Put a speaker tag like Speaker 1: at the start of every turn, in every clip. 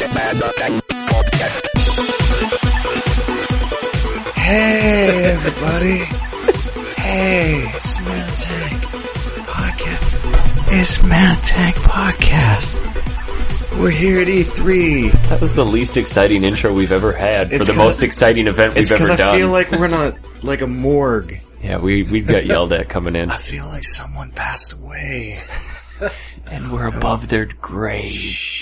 Speaker 1: Another Bank Podcast.
Speaker 2: Hey, everybody. Hey, it's Matt Attack Podcast. It's Matt Attack Podcast. We're here at E E3.
Speaker 3: That was the least exciting intro we've ever had
Speaker 2: It's
Speaker 3: for the
Speaker 2: 'cause
Speaker 3: most
Speaker 2: I-
Speaker 3: exciting event
Speaker 2: It's
Speaker 3: we've
Speaker 2: because
Speaker 3: ever
Speaker 2: I
Speaker 3: done.
Speaker 2: feel like we're not like a morgue.
Speaker 3: yeah, we we got yelled at coming in,
Speaker 2: I feel like someone passed away.
Speaker 3: and we're above their grave.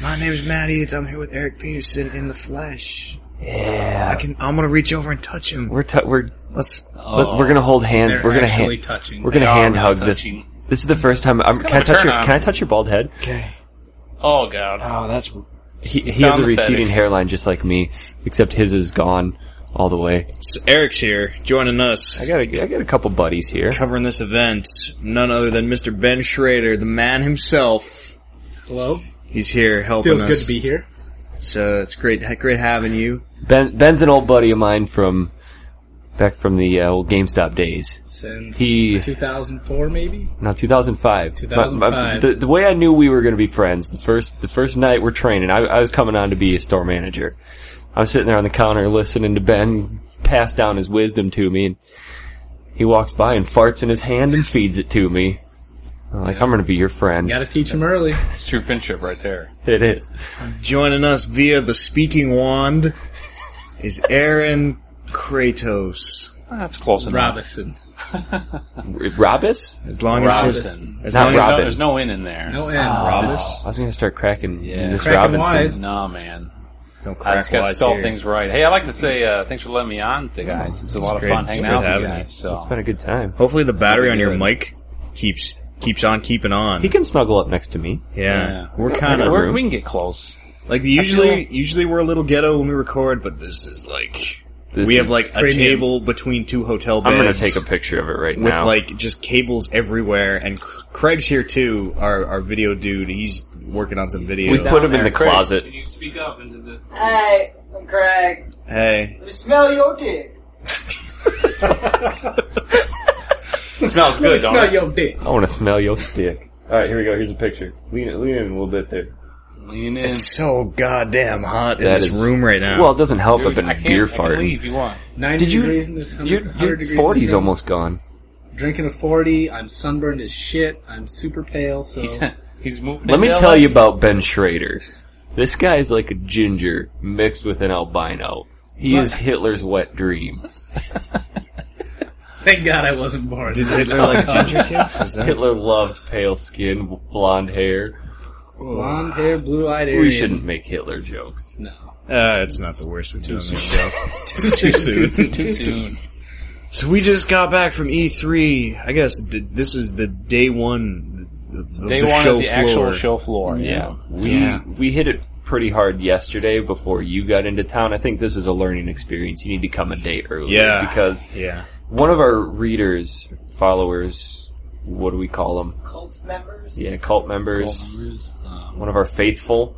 Speaker 2: My name's Matt Eads. I'm here with Eric Peterson in the flesh. I
Speaker 3: Yeah,
Speaker 2: can. I'm gonna reach over and touch him.
Speaker 3: we're t- we're
Speaker 2: Let's.
Speaker 3: but we're gonna hold hands.
Speaker 4: Oh, They're
Speaker 3: We're gonna
Speaker 4: actually
Speaker 3: hand
Speaker 4: touching.
Speaker 3: we're gonna
Speaker 4: They are
Speaker 3: hand
Speaker 4: really
Speaker 3: hug this.
Speaker 4: touching.
Speaker 3: This is the first time. I'm, can I
Speaker 4: kind of a
Speaker 3: touch your
Speaker 4: turn-on.
Speaker 3: Can I touch your bald head?
Speaker 2: Okay.
Speaker 4: Oh god.
Speaker 2: Oh, that's.
Speaker 3: He, he has a
Speaker 4: Down the
Speaker 3: receding
Speaker 4: fetish.
Speaker 3: hairline just like me, except his is gone all the way.
Speaker 5: So Eric's here, joining us,
Speaker 3: I got a, I got a couple buddies here.
Speaker 5: covering this event. None other than Mr. Ben Schrader, the man himself.
Speaker 4: Hello.
Speaker 5: He's here helping
Speaker 4: Feels
Speaker 5: us.
Speaker 4: good to be here.
Speaker 5: So it's great, great having you.
Speaker 3: Ben Ben's an old buddy of mine from back from the uh, old GameStop days.
Speaker 4: Since
Speaker 3: He-
Speaker 4: 2004, maybe.
Speaker 3: No, 2005.
Speaker 4: 2005.
Speaker 3: the, the way I knew we were going to be friends, the first the first night we're training, I, I was coming on to be a store manager. I was sitting there on the counter listening to Ben pass down his wisdom to me, and he walks by and farts in his hand and feeds it to me. I'm like, I'm going to be your friend.
Speaker 4: Got to teach him early.
Speaker 6: It's true friendship right there.
Speaker 3: It is.
Speaker 5: Joining us via the speaking wand is Aaron Kratos.
Speaker 6: That's close enough.
Speaker 4: Robinson.
Speaker 3: Robis?
Speaker 5: As long as his,
Speaker 6: Robinson.
Speaker 5: as
Speaker 3: Not
Speaker 5: long
Speaker 6: There's
Speaker 3: Robin.
Speaker 6: no, there's no in in there. Ah,
Speaker 4: No end.
Speaker 3: I was going to start cracking
Speaker 6: Yeah.
Speaker 3: Miss
Speaker 4: Cracking
Speaker 3: Robinson.
Speaker 4: wise.
Speaker 6: No man.
Speaker 5: as don't
Speaker 6: I
Speaker 5: crack
Speaker 6: just got to
Speaker 5: wise
Speaker 6: spell
Speaker 5: here.
Speaker 6: things right. Hey, I'd like to say uh, thanks for letting me on, the guys. It's a lot of
Speaker 5: great.
Speaker 6: fun hanging
Speaker 5: It's great
Speaker 6: out with
Speaker 5: having
Speaker 6: you
Speaker 5: you.
Speaker 6: guys. So
Speaker 3: It's been a good time.
Speaker 5: Hopefully the battery on your
Speaker 6: Good.
Speaker 5: mic keeps keeps on keeping on.
Speaker 3: He can snuggle up next to me.
Speaker 5: yeah.
Speaker 6: Yeah.
Speaker 5: we're kind of
Speaker 6: We're, we can get close.
Speaker 5: like usually. Usually we're a little ghetto when we record, but this is like
Speaker 3: This
Speaker 5: we
Speaker 3: is-
Speaker 5: have like a table between two hotel beds.
Speaker 3: I'm going to take a picture of it right
Speaker 5: with
Speaker 3: now.
Speaker 5: like just cables everywhere. And C- Craig's here too, our our video dude. He's working on some video.
Speaker 3: we put him in the closet.
Speaker 6: you speak up into the?
Speaker 7: Hey, I'm Craig.
Speaker 5: hey,
Speaker 7: Let me smell your dick.
Speaker 6: smells good, don't
Speaker 4: Smell
Speaker 6: it?
Speaker 4: your dick.
Speaker 3: I want to smell your stick. All right, here we go. Here's a picture. Lean, lean in a little bit there.
Speaker 6: Lean in.
Speaker 5: it's so goddamn hot in
Speaker 3: That
Speaker 5: this
Speaker 3: is-
Speaker 5: room right now.
Speaker 3: Well, it doesn't help
Speaker 6: Dude,
Speaker 3: if I've
Speaker 6: I
Speaker 3: been
Speaker 6: can't,
Speaker 3: beer
Speaker 6: I can leave
Speaker 3: farting.
Speaker 6: if you want.
Speaker 4: 90
Speaker 3: Did you-
Speaker 4: degrees in this. 100,
Speaker 3: Your
Speaker 4: 100 degrees in this
Speaker 3: forties
Speaker 4: room.
Speaker 3: almost gone.
Speaker 4: Drinking a 40. I'm sunburned as shit. I'm super pale. So
Speaker 6: He's, he's moving.
Speaker 3: Let me
Speaker 6: into
Speaker 3: tell
Speaker 6: LA.
Speaker 3: you about Ben Schrader. This guy's like a ginger mixed with an albino. He is Hitler's wet dream.
Speaker 4: thank God I wasn't born.
Speaker 5: did Hitler like ginger kids? Is that-
Speaker 3: Hitler loved pale skin, blonde hair.
Speaker 4: Blonde hair, blue eyed hair.
Speaker 3: We shouldn't make Hitler jokes.
Speaker 4: No.
Speaker 5: uh, it's not the worst we've done on this show.
Speaker 4: Too
Speaker 5: soon.
Speaker 6: Too soon.
Speaker 5: So we just got back from E3. I guess th- this is the day one. Of the
Speaker 6: They wanted
Speaker 5: show
Speaker 6: the
Speaker 5: floor.
Speaker 6: actual show floor.
Speaker 3: Yeah, we
Speaker 5: Yeah.
Speaker 3: we hit it pretty hard yesterday before you got into town. I think this is a learning experience. You need to come a day early.
Speaker 5: Yeah.
Speaker 3: because
Speaker 5: Yeah,
Speaker 3: one of our readers, followers, what do we call them?
Speaker 7: Cult members?
Speaker 3: Yeah, cult members.
Speaker 6: Um,
Speaker 3: One of our faithful.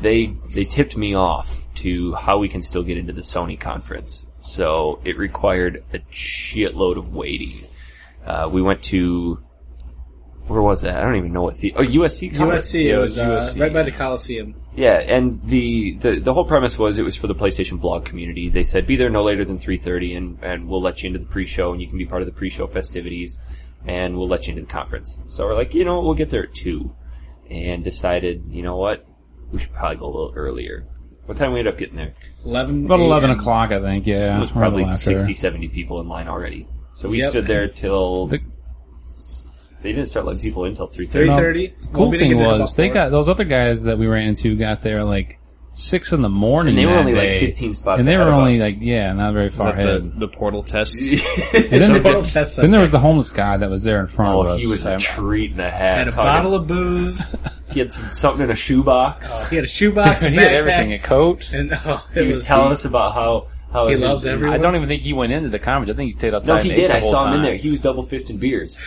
Speaker 3: They they tipped me off to how we can still get into the Sony conference. So it required a shitload of waiting. Uh, we went to where was that? I don't even know what the oh USC conference.
Speaker 4: USC. It was uh,
Speaker 6: USC.
Speaker 4: right by the Coliseum.
Speaker 3: Yeah, and the, the the whole premise was it was for the PlayStation blog community. They said be there no later than 3:30 and and we'll let you into the pre-show and you can be part of the pre-show festivities and we'll let you into the conference. So we're like, you know, we'll get there at 2 and decided, you know what? We should probably go a little earlier. What time we end up getting there?
Speaker 4: 11
Speaker 8: About 11
Speaker 4: a.m.
Speaker 8: o'clock, I think, yeah.
Speaker 3: It was
Speaker 8: or a
Speaker 3: probably
Speaker 8: little after.
Speaker 3: 60, 70 people in line already. So we
Speaker 4: Yep.
Speaker 3: stood there till
Speaker 8: The-
Speaker 3: they didn't start letting people in till 3:30.
Speaker 4: Three
Speaker 8: No.
Speaker 4: thirty.
Speaker 8: Cool thing was, they got, those other guys that we ran into got there like 6 in the morning.
Speaker 3: And they were
Speaker 8: that
Speaker 3: only
Speaker 8: day.
Speaker 3: like 15 spots
Speaker 8: And they
Speaker 3: ahead
Speaker 8: were
Speaker 3: of
Speaker 8: only
Speaker 3: us.
Speaker 8: like, yeah, not very
Speaker 5: is
Speaker 8: far
Speaker 5: that
Speaker 8: ahead.
Speaker 5: the, the portal test?
Speaker 8: and then,
Speaker 4: Bottle test
Speaker 8: then there was the
Speaker 4: subject.
Speaker 8: homeless guy that was there in front of
Speaker 3: Oh,
Speaker 8: us.
Speaker 3: he was a treat and a half.
Speaker 4: had a
Speaker 3: Talking-
Speaker 4: bottle of booze.
Speaker 3: He had some, something in a shoebox.
Speaker 4: He had a shoebox, a
Speaker 6: he
Speaker 4: backpack,
Speaker 6: had everything. A coat.
Speaker 4: and oh, it
Speaker 3: he was, telling us about how how
Speaker 4: He
Speaker 3: it
Speaker 4: loves
Speaker 3: is-
Speaker 4: everyone.
Speaker 6: I don't even think he went into the conference. I think he stayed outside.
Speaker 3: No, he
Speaker 6: and ate
Speaker 3: did.
Speaker 6: the
Speaker 3: I
Speaker 6: whole
Speaker 3: saw him in
Speaker 6: time.
Speaker 3: there. He was double fisting beers.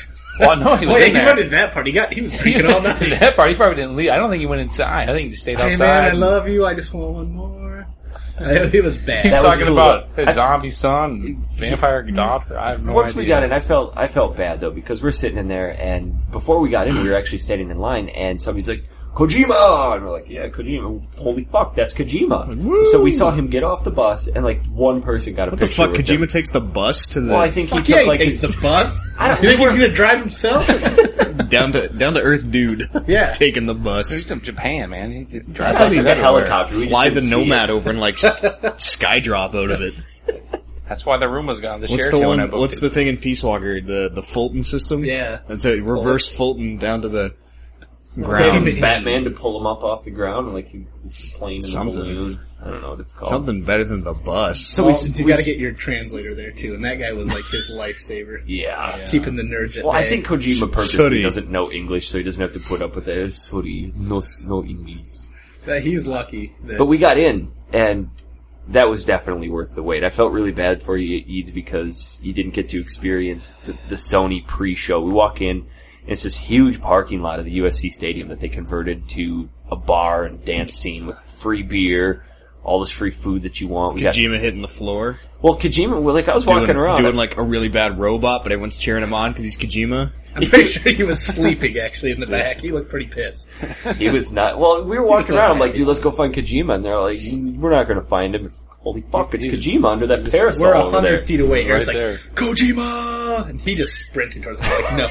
Speaker 6: Oh no, he was
Speaker 4: Well, yeah,
Speaker 6: in
Speaker 4: he
Speaker 6: there.
Speaker 4: went to that part. He got he was drinking all night.
Speaker 6: that part, he probably didn't leave. I don't think he went inside. I think he just stayed outside.
Speaker 4: hey man, I love you. I just want one more. It was
Speaker 6: He's
Speaker 3: That
Speaker 4: bad.
Speaker 3: was
Speaker 6: talking
Speaker 3: cool,
Speaker 6: about
Speaker 3: though.
Speaker 6: his zombie son, vampire daughter. I have no
Speaker 3: Once
Speaker 6: idea.
Speaker 3: we got in, I felt I felt bad though because we're sitting in there, and before we got in, we were actually standing in line, and somebody's like, Kojima, and we're like, yeah, Kojima. Holy fuck, that's Kojima.
Speaker 5: woo.
Speaker 3: so we saw him get off the bus, and like one person got a
Speaker 5: What the
Speaker 3: picture.
Speaker 5: fuck?
Speaker 3: with
Speaker 5: Kojima
Speaker 3: him.
Speaker 5: takes the bus to the
Speaker 3: Well, I think he
Speaker 4: Fuck
Speaker 3: took
Speaker 4: yeah, he
Speaker 3: like
Speaker 4: takes
Speaker 3: his.
Speaker 4: the bus.
Speaker 3: I don't
Speaker 4: You think he's gonna drive himself?
Speaker 5: down to down to earth, dude.
Speaker 4: Yeah.
Speaker 5: taking the
Speaker 6: He's
Speaker 5: bus,
Speaker 6: from Japan, man. He could
Speaker 3: I
Speaker 6: drive
Speaker 3: thought he
Speaker 6: buses
Speaker 3: took a
Speaker 6: everywhere.
Speaker 3: helicopter. We just
Speaker 5: fly the
Speaker 3: didn't see
Speaker 5: nomad
Speaker 3: it.
Speaker 5: over and like s- skydrop out of it.
Speaker 6: That's why the room was gone. The
Speaker 5: What's the
Speaker 6: Sheraton I
Speaker 5: one?
Speaker 6: booked
Speaker 5: What's
Speaker 6: it.
Speaker 5: the thing in Peace Walker? The the Fulton system.
Speaker 4: Yeah.
Speaker 5: that's it. Reverse Fulton down to the
Speaker 3: Ground
Speaker 5: ground.
Speaker 4: Fulton.
Speaker 3: Batman to pull him up off the ground, and like he was playing in
Speaker 5: Something.
Speaker 3: a balloon. I don't know what it's called.
Speaker 5: Something better than the bus.
Speaker 3: So
Speaker 4: Well,
Speaker 3: we,
Speaker 4: you
Speaker 3: we
Speaker 4: gotta get your translator there too, and that guy was like his lifesaver.
Speaker 3: yeah.
Speaker 4: Keeping the nerds at
Speaker 3: Well, I
Speaker 4: bay.
Speaker 3: think Kojima purposely
Speaker 5: Sorry.
Speaker 3: doesn't know English, so he doesn't have to put up with it. Sorry, no, no English.
Speaker 4: that he's lucky. That
Speaker 3: But we got in, and that was definitely worth the wait. I felt really bad for you, Eads, because you didn't get to experience the, the Sony pre-show. We walk in, and it's this huge parking lot of the USC Stadium that they converted to a bar and dance scene with free beer, all this free food that you want. We got-
Speaker 5: Kojima hitting the floor,
Speaker 3: well, Kojima, well, like I was
Speaker 5: doing,
Speaker 3: walking around,
Speaker 5: doing like a really bad robot, but everyone's cheering him on because he's Kojima.
Speaker 4: I'm pretty sure he was sleeping actually in the back. He looked pretty pissed.
Speaker 3: He was not. Well, we were
Speaker 4: was
Speaker 3: walking around. I'm
Speaker 4: happy.
Speaker 3: like, dude, let's go find Kojima, and they're like, we're not going to find him. Holy fuck, it's Kojima under that parasol
Speaker 4: We're a
Speaker 3: over there.
Speaker 4: hundred feet away. Eric's
Speaker 6: Right
Speaker 4: like
Speaker 6: there.
Speaker 4: Kojima, and he just sprinted towards me. Like no,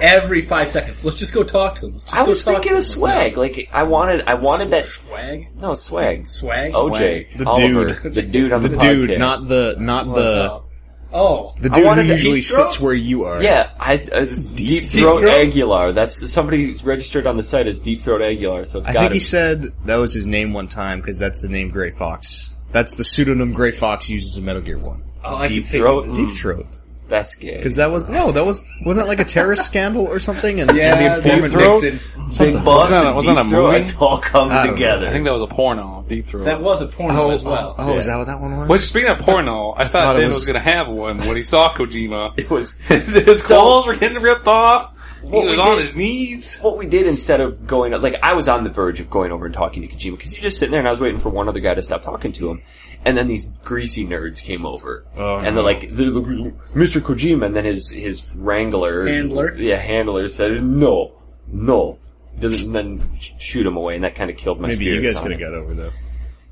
Speaker 4: every five seconds, let's just go talk to him. Let's just
Speaker 3: I
Speaker 4: go
Speaker 3: was
Speaker 4: talk
Speaker 3: thinking
Speaker 4: to
Speaker 3: of
Speaker 4: him."
Speaker 3: swag. Like I wanted, I wanted that.
Speaker 4: swag,
Speaker 3: No swag.
Speaker 4: swag,
Speaker 3: OJ,
Speaker 5: The
Speaker 3: Oliver,
Speaker 5: dude.
Speaker 3: the dude on the,
Speaker 5: The dude,
Speaker 3: podcast.
Speaker 5: not the not the
Speaker 4: Oh,
Speaker 5: the
Speaker 3: I
Speaker 5: dude who
Speaker 3: wanted to-
Speaker 5: usually
Speaker 3: Deep Throat?
Speaker 5: sits where you are.
Speaker 3: Yeah, I uh, deep throat Aguilar. That's somebody who's registered on the site as deep throat Aguilar. So it's
Speaker 5: I
Speaker 3: got
Speaker 5: think
Speaker 3: to
Speaker 5: he said that was his name one time because that's the name Gray Fox. That's the pseudonym Gray Fox uses in Metal Gear One.
Speaker 4: oh, I
Speaker 3: deep
Speaker 4: can think-
Speaker 3: throat.
Speaker 5: Deep
Speaker 3: Mm,
Speaker 5: Throat,
Speaker 3: That's gay.
Speaker 5: because that was no, that was wasn't that like a terrorist scandal or something? And, and
Speaker 4: Yeah,
Speaker 5: the
Speaker 4: Deep
Speaker 5: informant
Speaker 4: Throat.
Speaker 5: Nixon-
Speaker 3: Big
Speaker 5: something.
Speaker 3: boss
Speaker 6: Wasn't that-
Speaker 3: and
Speaker 6: wasn't
Speaker 3: deep
Speaker 6: that a
Speaker 3: throat.
Speaker 6: movie?
Speaker 3: It's all come
Speaker 5: I don't know.
Speaker 3: together.
Speaker 6: I think that was a porno. Deep throat.
Speaker 4: That was a porno as well.
Speaker 5: Oh, is that what that one was?
Speaker 6: Which, speaking of porno, I thought,
Speaker 5: Thought it
Speaker 6: Dan
Speaker 5: was-
Speaker 6: was, going to have one when he saw Kojima.
Speaker 3: it was
Speaker 6: his clothes were getting ripped off. He
Speaker 3: What
Speaker 6: was
Speaker 3: we
Speaker 6: on
Speaker 3: did-
Speaker 6: his knees.
Speaker 3: what we did instead of going, like, I was on the verge of going over and talking to Kojima because he was just sitting there and I was waiting for one other guy to stop talking to him. And then these greasy nerds came over.
Speaker 5: Oh,
Speaker 3: and
Speaker 5: no.
Speaker 3: they're like, they're like, Mr. Kojima. And then his, his wrangler.
Speaker 4: Handler?
Speaker 3: Yeah, handler said, no, no. Doesn't, and then sh- shoot him away. And that kind of killed my
Speaker 5: Maybe you
Speaker 3: spirits
Speaker 5: guys
Speaker 3: on
Speaker 5: could
Speaker 3: it.
Speaker 5: have got over though.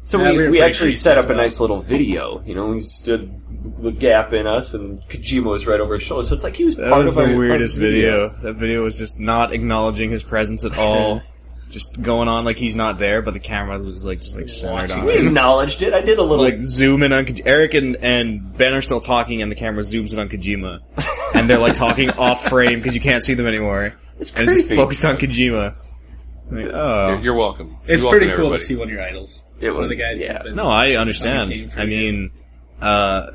Speaker 3: So we,
Speaker 4: Yeah, we were
Speaker 3: we,
Speaker 4: pretty
Speaker 3: actually
Speaker 4: greased
Speaker 3: set
Speaker 4: as
Speaker 3: up a
Speaker 4: well.
Speaker 3: nice little video. You know, we stood the gap in us and Kojima was right over his shoulder. So it's like he was
Speaker 5: That
Speaker 3: part
Speaker 5: was
Speaker 3: of our- part
Speaker 5: the
Speaker 3: of
Speaker 5: weirdest
Speaker 3: the video.
Speaker 5: video. That video was just not acknowledging his presence at all. just going on like he's not there, but the camera was like just like centered on
Speaker 3: We
Speaker 5: him.
Speaker 3: acknowledged it. I did a little
Speaker 5: Like zoom in on Ko- Eric and, and Ben are still talking, and the camera zooms in on Kojima, and they're like talking off frame because you can't see them anymore,
Speaker 3: It's
Speaker 5: and it's just
Speaker 3: creepy.
Speaker 5: focused on Kojima. Like,
Speaker 6: You're,
Speaker 5: oh
Speaker 6: you're welcome.
Speaker 4: It's
Speaker 6: You're
Speaker 4: pretty
Speaker 6: welcome,
Speaker 4: cool
Speaker 6: everybody.
Speaker 4: to see one of your idols.
Speaker 3: It
Speaker 4: One
Speaker 3: was-
Speaker 4: of the guys.
Speaker 3: yeah.
Speaker 4: who've been-
Speaker 5: no, I
Speaker 4: game
Speaker 5: understand.
Speaker 4: for
Speaker 5: I
Speaker 4: years.
Speaker 5: mean, uh,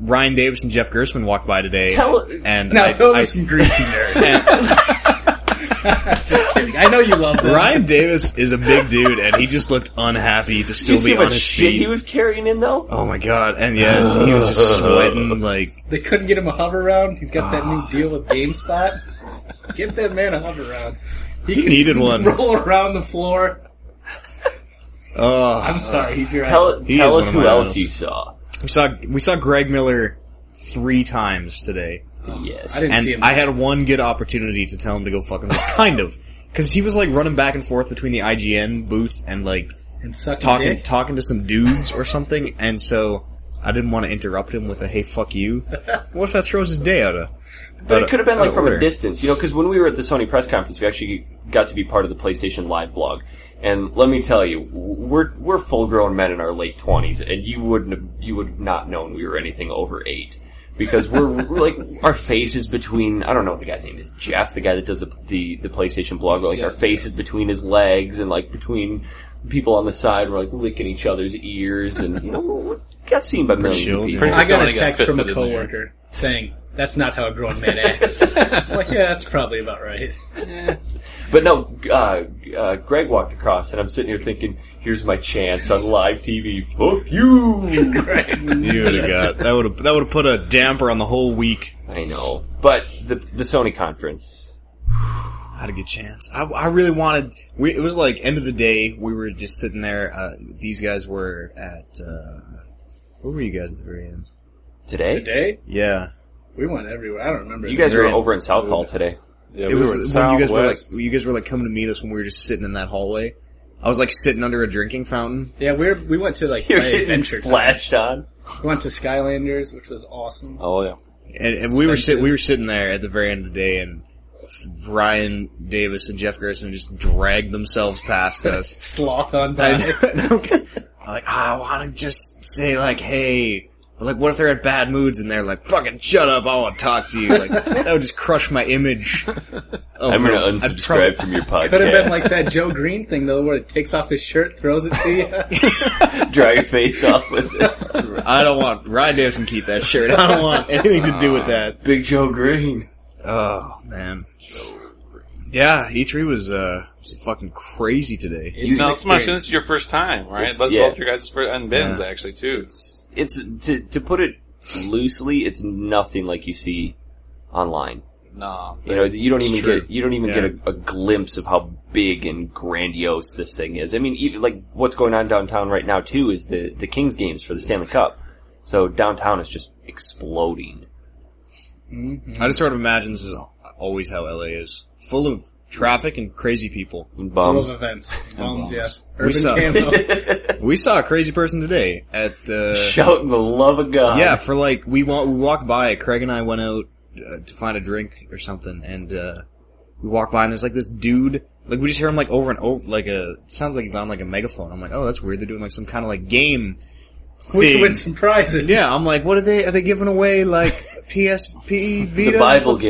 Speaker 5: Ryan Davis and Jeff Gerstmann walked by today,
Speaker 3: Tell-
Speaker 5: and
Speaker 4: Now,
Speaker 5: I,
Speaker 4: those
Speaker 5: I-
Speaker 4: are some greasy nerds.
Speaker 5: and-
Speaker 4: Just kidding. I know you love them.
Speaker 5: Ryan Davis is a big dude, and he just looked unhappy to
Speaker 3: Did
Speaker 5: still
Speaker 3: you
Speaker 5: be
Speaker 3: see
Speaker 5: on
Speaker 3: what
Speaker 5: his
Speaker 3: shit
Speaker 5: feet.
Speaker 3: he was carrying in though?
Speaker 5: oh my god! And yeah, he was just sweating like
Speaker 4: They couldn't get him a hover round. He's got that
Speaker 5: Ah.
Speaker 4: new deal with GameSpot. Get that man a hover round.
Speaker 5: he needed one.
Speaker 4: Roll around the floor.
Speaker 5: Oh,
Speaker 4: I'm sorry, he's your idol.
Speaker 3: Tell,
Speaker 5: He is
Speaker 3: tell
Speaker 5: one
Speaker 3: us
Speaker 5: of
Speaker 3: who
Speaker 5: my
Speaker 3: else
Speaker 5: idols.
Speaker 3: you saw.
Speaker 5: we saw we saw Greg Miller three times today,
Speaker 3: Yes.
Speaker 4: I didn't see him.
Speaker 5: and Oh, I had one good opportunity to tell him to go fucking kind of because he was like running back and forth between the IGN booth and like
Speaker 4: and suck
Speaker 5: talking
Speaker 4: dick.
Speaker 5: talking to some dudes or something, and so I didn't want to interrupt him with a "Hey, fuck you." What if that throws his day out of?
Speaker 3: but it could have been
Speaker 5: out
Speaker 3: like
Speaker 5: of
Speaker 3: from
Speaker 5: order.
Speaker 3: a distance, you know, because when we were at the Sony press conference, we actually got to be part of the PlayStation Live blog. And let me tell you, we're we're full grown men in our late twenties, and you wouldn't have, you would have not known we were anything over eight because we're, we're like our faces between I don't know what the guy's name is Jeff, the guy that does the the, the PlayStation blog, but like our faces between his legs and like between people on the side, we're like licking each other's ears, and you know, we got seen by millions of
Speaker 5: Shield,
Speaker 3: people.
Speaker 5: yeah.
Speaker 4: I got
Speaker 6: Somebody
Speaker 4: a
Speaker 6: got
Speaker 4: text from a
Speaker 6: fisted in there.
Speaker 4: coworker saying, that's not how a grown man acts. it's like, yeah, that's probably about right.
Speaker 3: But no, uh, uh, Greg walked across, and I'm sitting here thinking, "Here's my chance on live TV. Fuck you."
Speaker 5: You would have got that would have that would have put a damper on the whole week.
Speaker 3: I know, but the the Sony conference.
Speaker 5: I had a good chance. I, I really wanted. We, it was like end of the day. We were just sitting there. Uh, these guys were at. Uh, where were you guys at the very end?
Speaker 3: Today?
Speaker 4: Today,
Speaker 5: Yeah,
Speaker 4: we went everywhere. I don't remember.
Speaker 3: You guys
Speaker 5: They're
Speaker 3: were
Speaker 5: in
Speaker 3: over in South Hall today.
Speaker 6: Yeah,
Speaker 5: it
Speaker 6: we
Speaker 5: was
Speaker 6: were in
Speaker 5: when you guys were like
Speaker 6: Southwest.
Speaker 5: you guys were like coming to meet us when we were just sitting in that hallway. I was like sitting under a drinking fountain.
Speaker 4: Yeah, we we went to like
Speaker 3: You're
Speaker 4: play
Speaker 3: getting
Speaker 4: adventure. time.
Speaker 3: splashed on.
Speaker 4: We went to Skylanders, which was awesome.
Speaker 6: Oh yeah.
Speaker 5: And, and we were sit
Speaker 4: Expensive.
Speaker 5: we were sitting there at the very end of the day, and Ryan Davis and Jeff Gerson just dragged themselves past us.
Speaker 4: Sloth on
Speaker 5: And-
Speaker 4: by.
Speaker 5: and I'm like, "Ah, I want to just say like, hey, but like, what if they're in bad moods and they're like, fucking shut up, I want to talk to you. Like, that would just crush my image. Oh,
Speaker 3: I'm
Speaker 5: no.
Speaker 3: gonna
Speaker 5: I'd
Speaker 3: unsubscribe
Speaker 5: probably-
Speaker 3: from your podcast.
Speaker 4: Could have been like that Joe Green thing though, where it takes off his shirt, throws it to you.
Speaker 3: dry your face off with it.
Speaker 5: I don't want Ryan Davis can keep that shirt. I don't want anything to
Speaker 3: Ah.
Speaker 5: do with that.
Speaker 3: Big Joe Green.
Speaker 5: Oh man. Yeah, E3 was uh was fucking crazy today.
Speaker 4: It's an
Speaker 6: Not so much.
Speaker 4: experience.
Speaker 6: This is your first time, right?
Speaker 3: It's-
Speaker 6: Both
Speaker 3: yeah.
Speaker 6: both your guys' first, and Ben's actually too.
Speaker 3: It's to to put it loosely, it's nothing like you see online.
Speaker 6: No,
Speaker 3: You know, you don't
Speaker 5: It's
Speaker 3: even
Speaker 5: true.
Speaker 3: get you don't even
Speaker 5: Yeah.
Speaker 3: get a, a glimpse of how big and grandiose this thing is. I mean, even like what's going on downtown right now too is the the Kings games for the Stanley Cup. So downtown is just exploding.
Speaker 5: I just sort of imagine this is always how LA is. Full of traffic and crazy people.
Speaker 4: World
Speaker 3: Bums.
Speaker 4: events, bombs,
Speaker 5: bombs.
Speaker 4: yes.
Speaker 5: We
Speaker 4: Urban
Speaker 5: saw-
Speaker 4: camo.
Speaker 5: We saw a crazy person today at the
Speaker 3: Shouting the love of God.
Speaker 5: Yeah, for like we wa- we walked by, Craig and I went out uh, to find a drink or something and uh we walked by and there's like this dude like we just hear him like over and over like a sounds like he's on like a megaphone. I'm like, "Oh, that's weird. They're doing like some kind of like game
Speaker 4: we
Speaker 5: thing.
Speaker 4: could win some prizes.
Speaker 5: Yeah, I'm like, what are they? Are they giving away like PSP Vita?
Speaker 3: The Bible
Speaker 5: What's-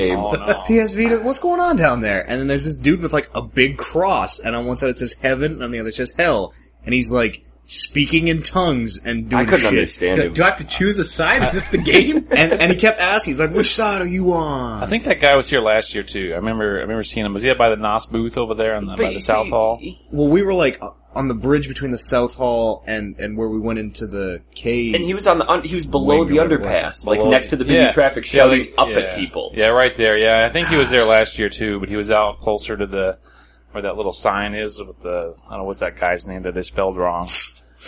Speaker 3: game.
Speaker 5: PS Vita. What's going on down there? And then there's this dude with like a big cross, and on one side it says heaven, and on the other it says hell, and he's like speaking in tongues and doing
Speaker 3: I couldn't
Speaker 5: shit.
Speaker 3: understand it.
Speaker 4: Do I have to choose a side? Is this the game?
Speaker 5: And and he kept asking, he's like, which side are you on?
Speaker 6: I think that guy was here last year too. I remember. I remember seeing him. Was he up by the Nos booth over there on the, by
Speaker 3: you
Speaker 6: the South
Speaker 3: see-
Speaker 6: Hall?
Speaker 5: well, we were like on the bridge between the South Hall and and where we went into the cave.
Speaker 3: And he was on the un- he was below
Speaker 5: Wing
Speaker 3: the
Speaker 5: or whatever it
Speaker 3: underpass,
Speaker 5: was.
Speaker 3: like
Speaker 6: Below-
Speaker 3: next to the busy
Speaker 6: yeah.
Speaker 3: traffic,
Speaker 6: Yeah,
Speaker 3: shouting
Speaker 6: like-
Speaker 3: up
Speaker 6: yeah.
Speaker 3: at people.
Speaker 6: Yeah, right there. Yeah, I think he was there last year too, but he was out closer to the where that little sign is with the I don't know what's that guy's name that they spelled wrong.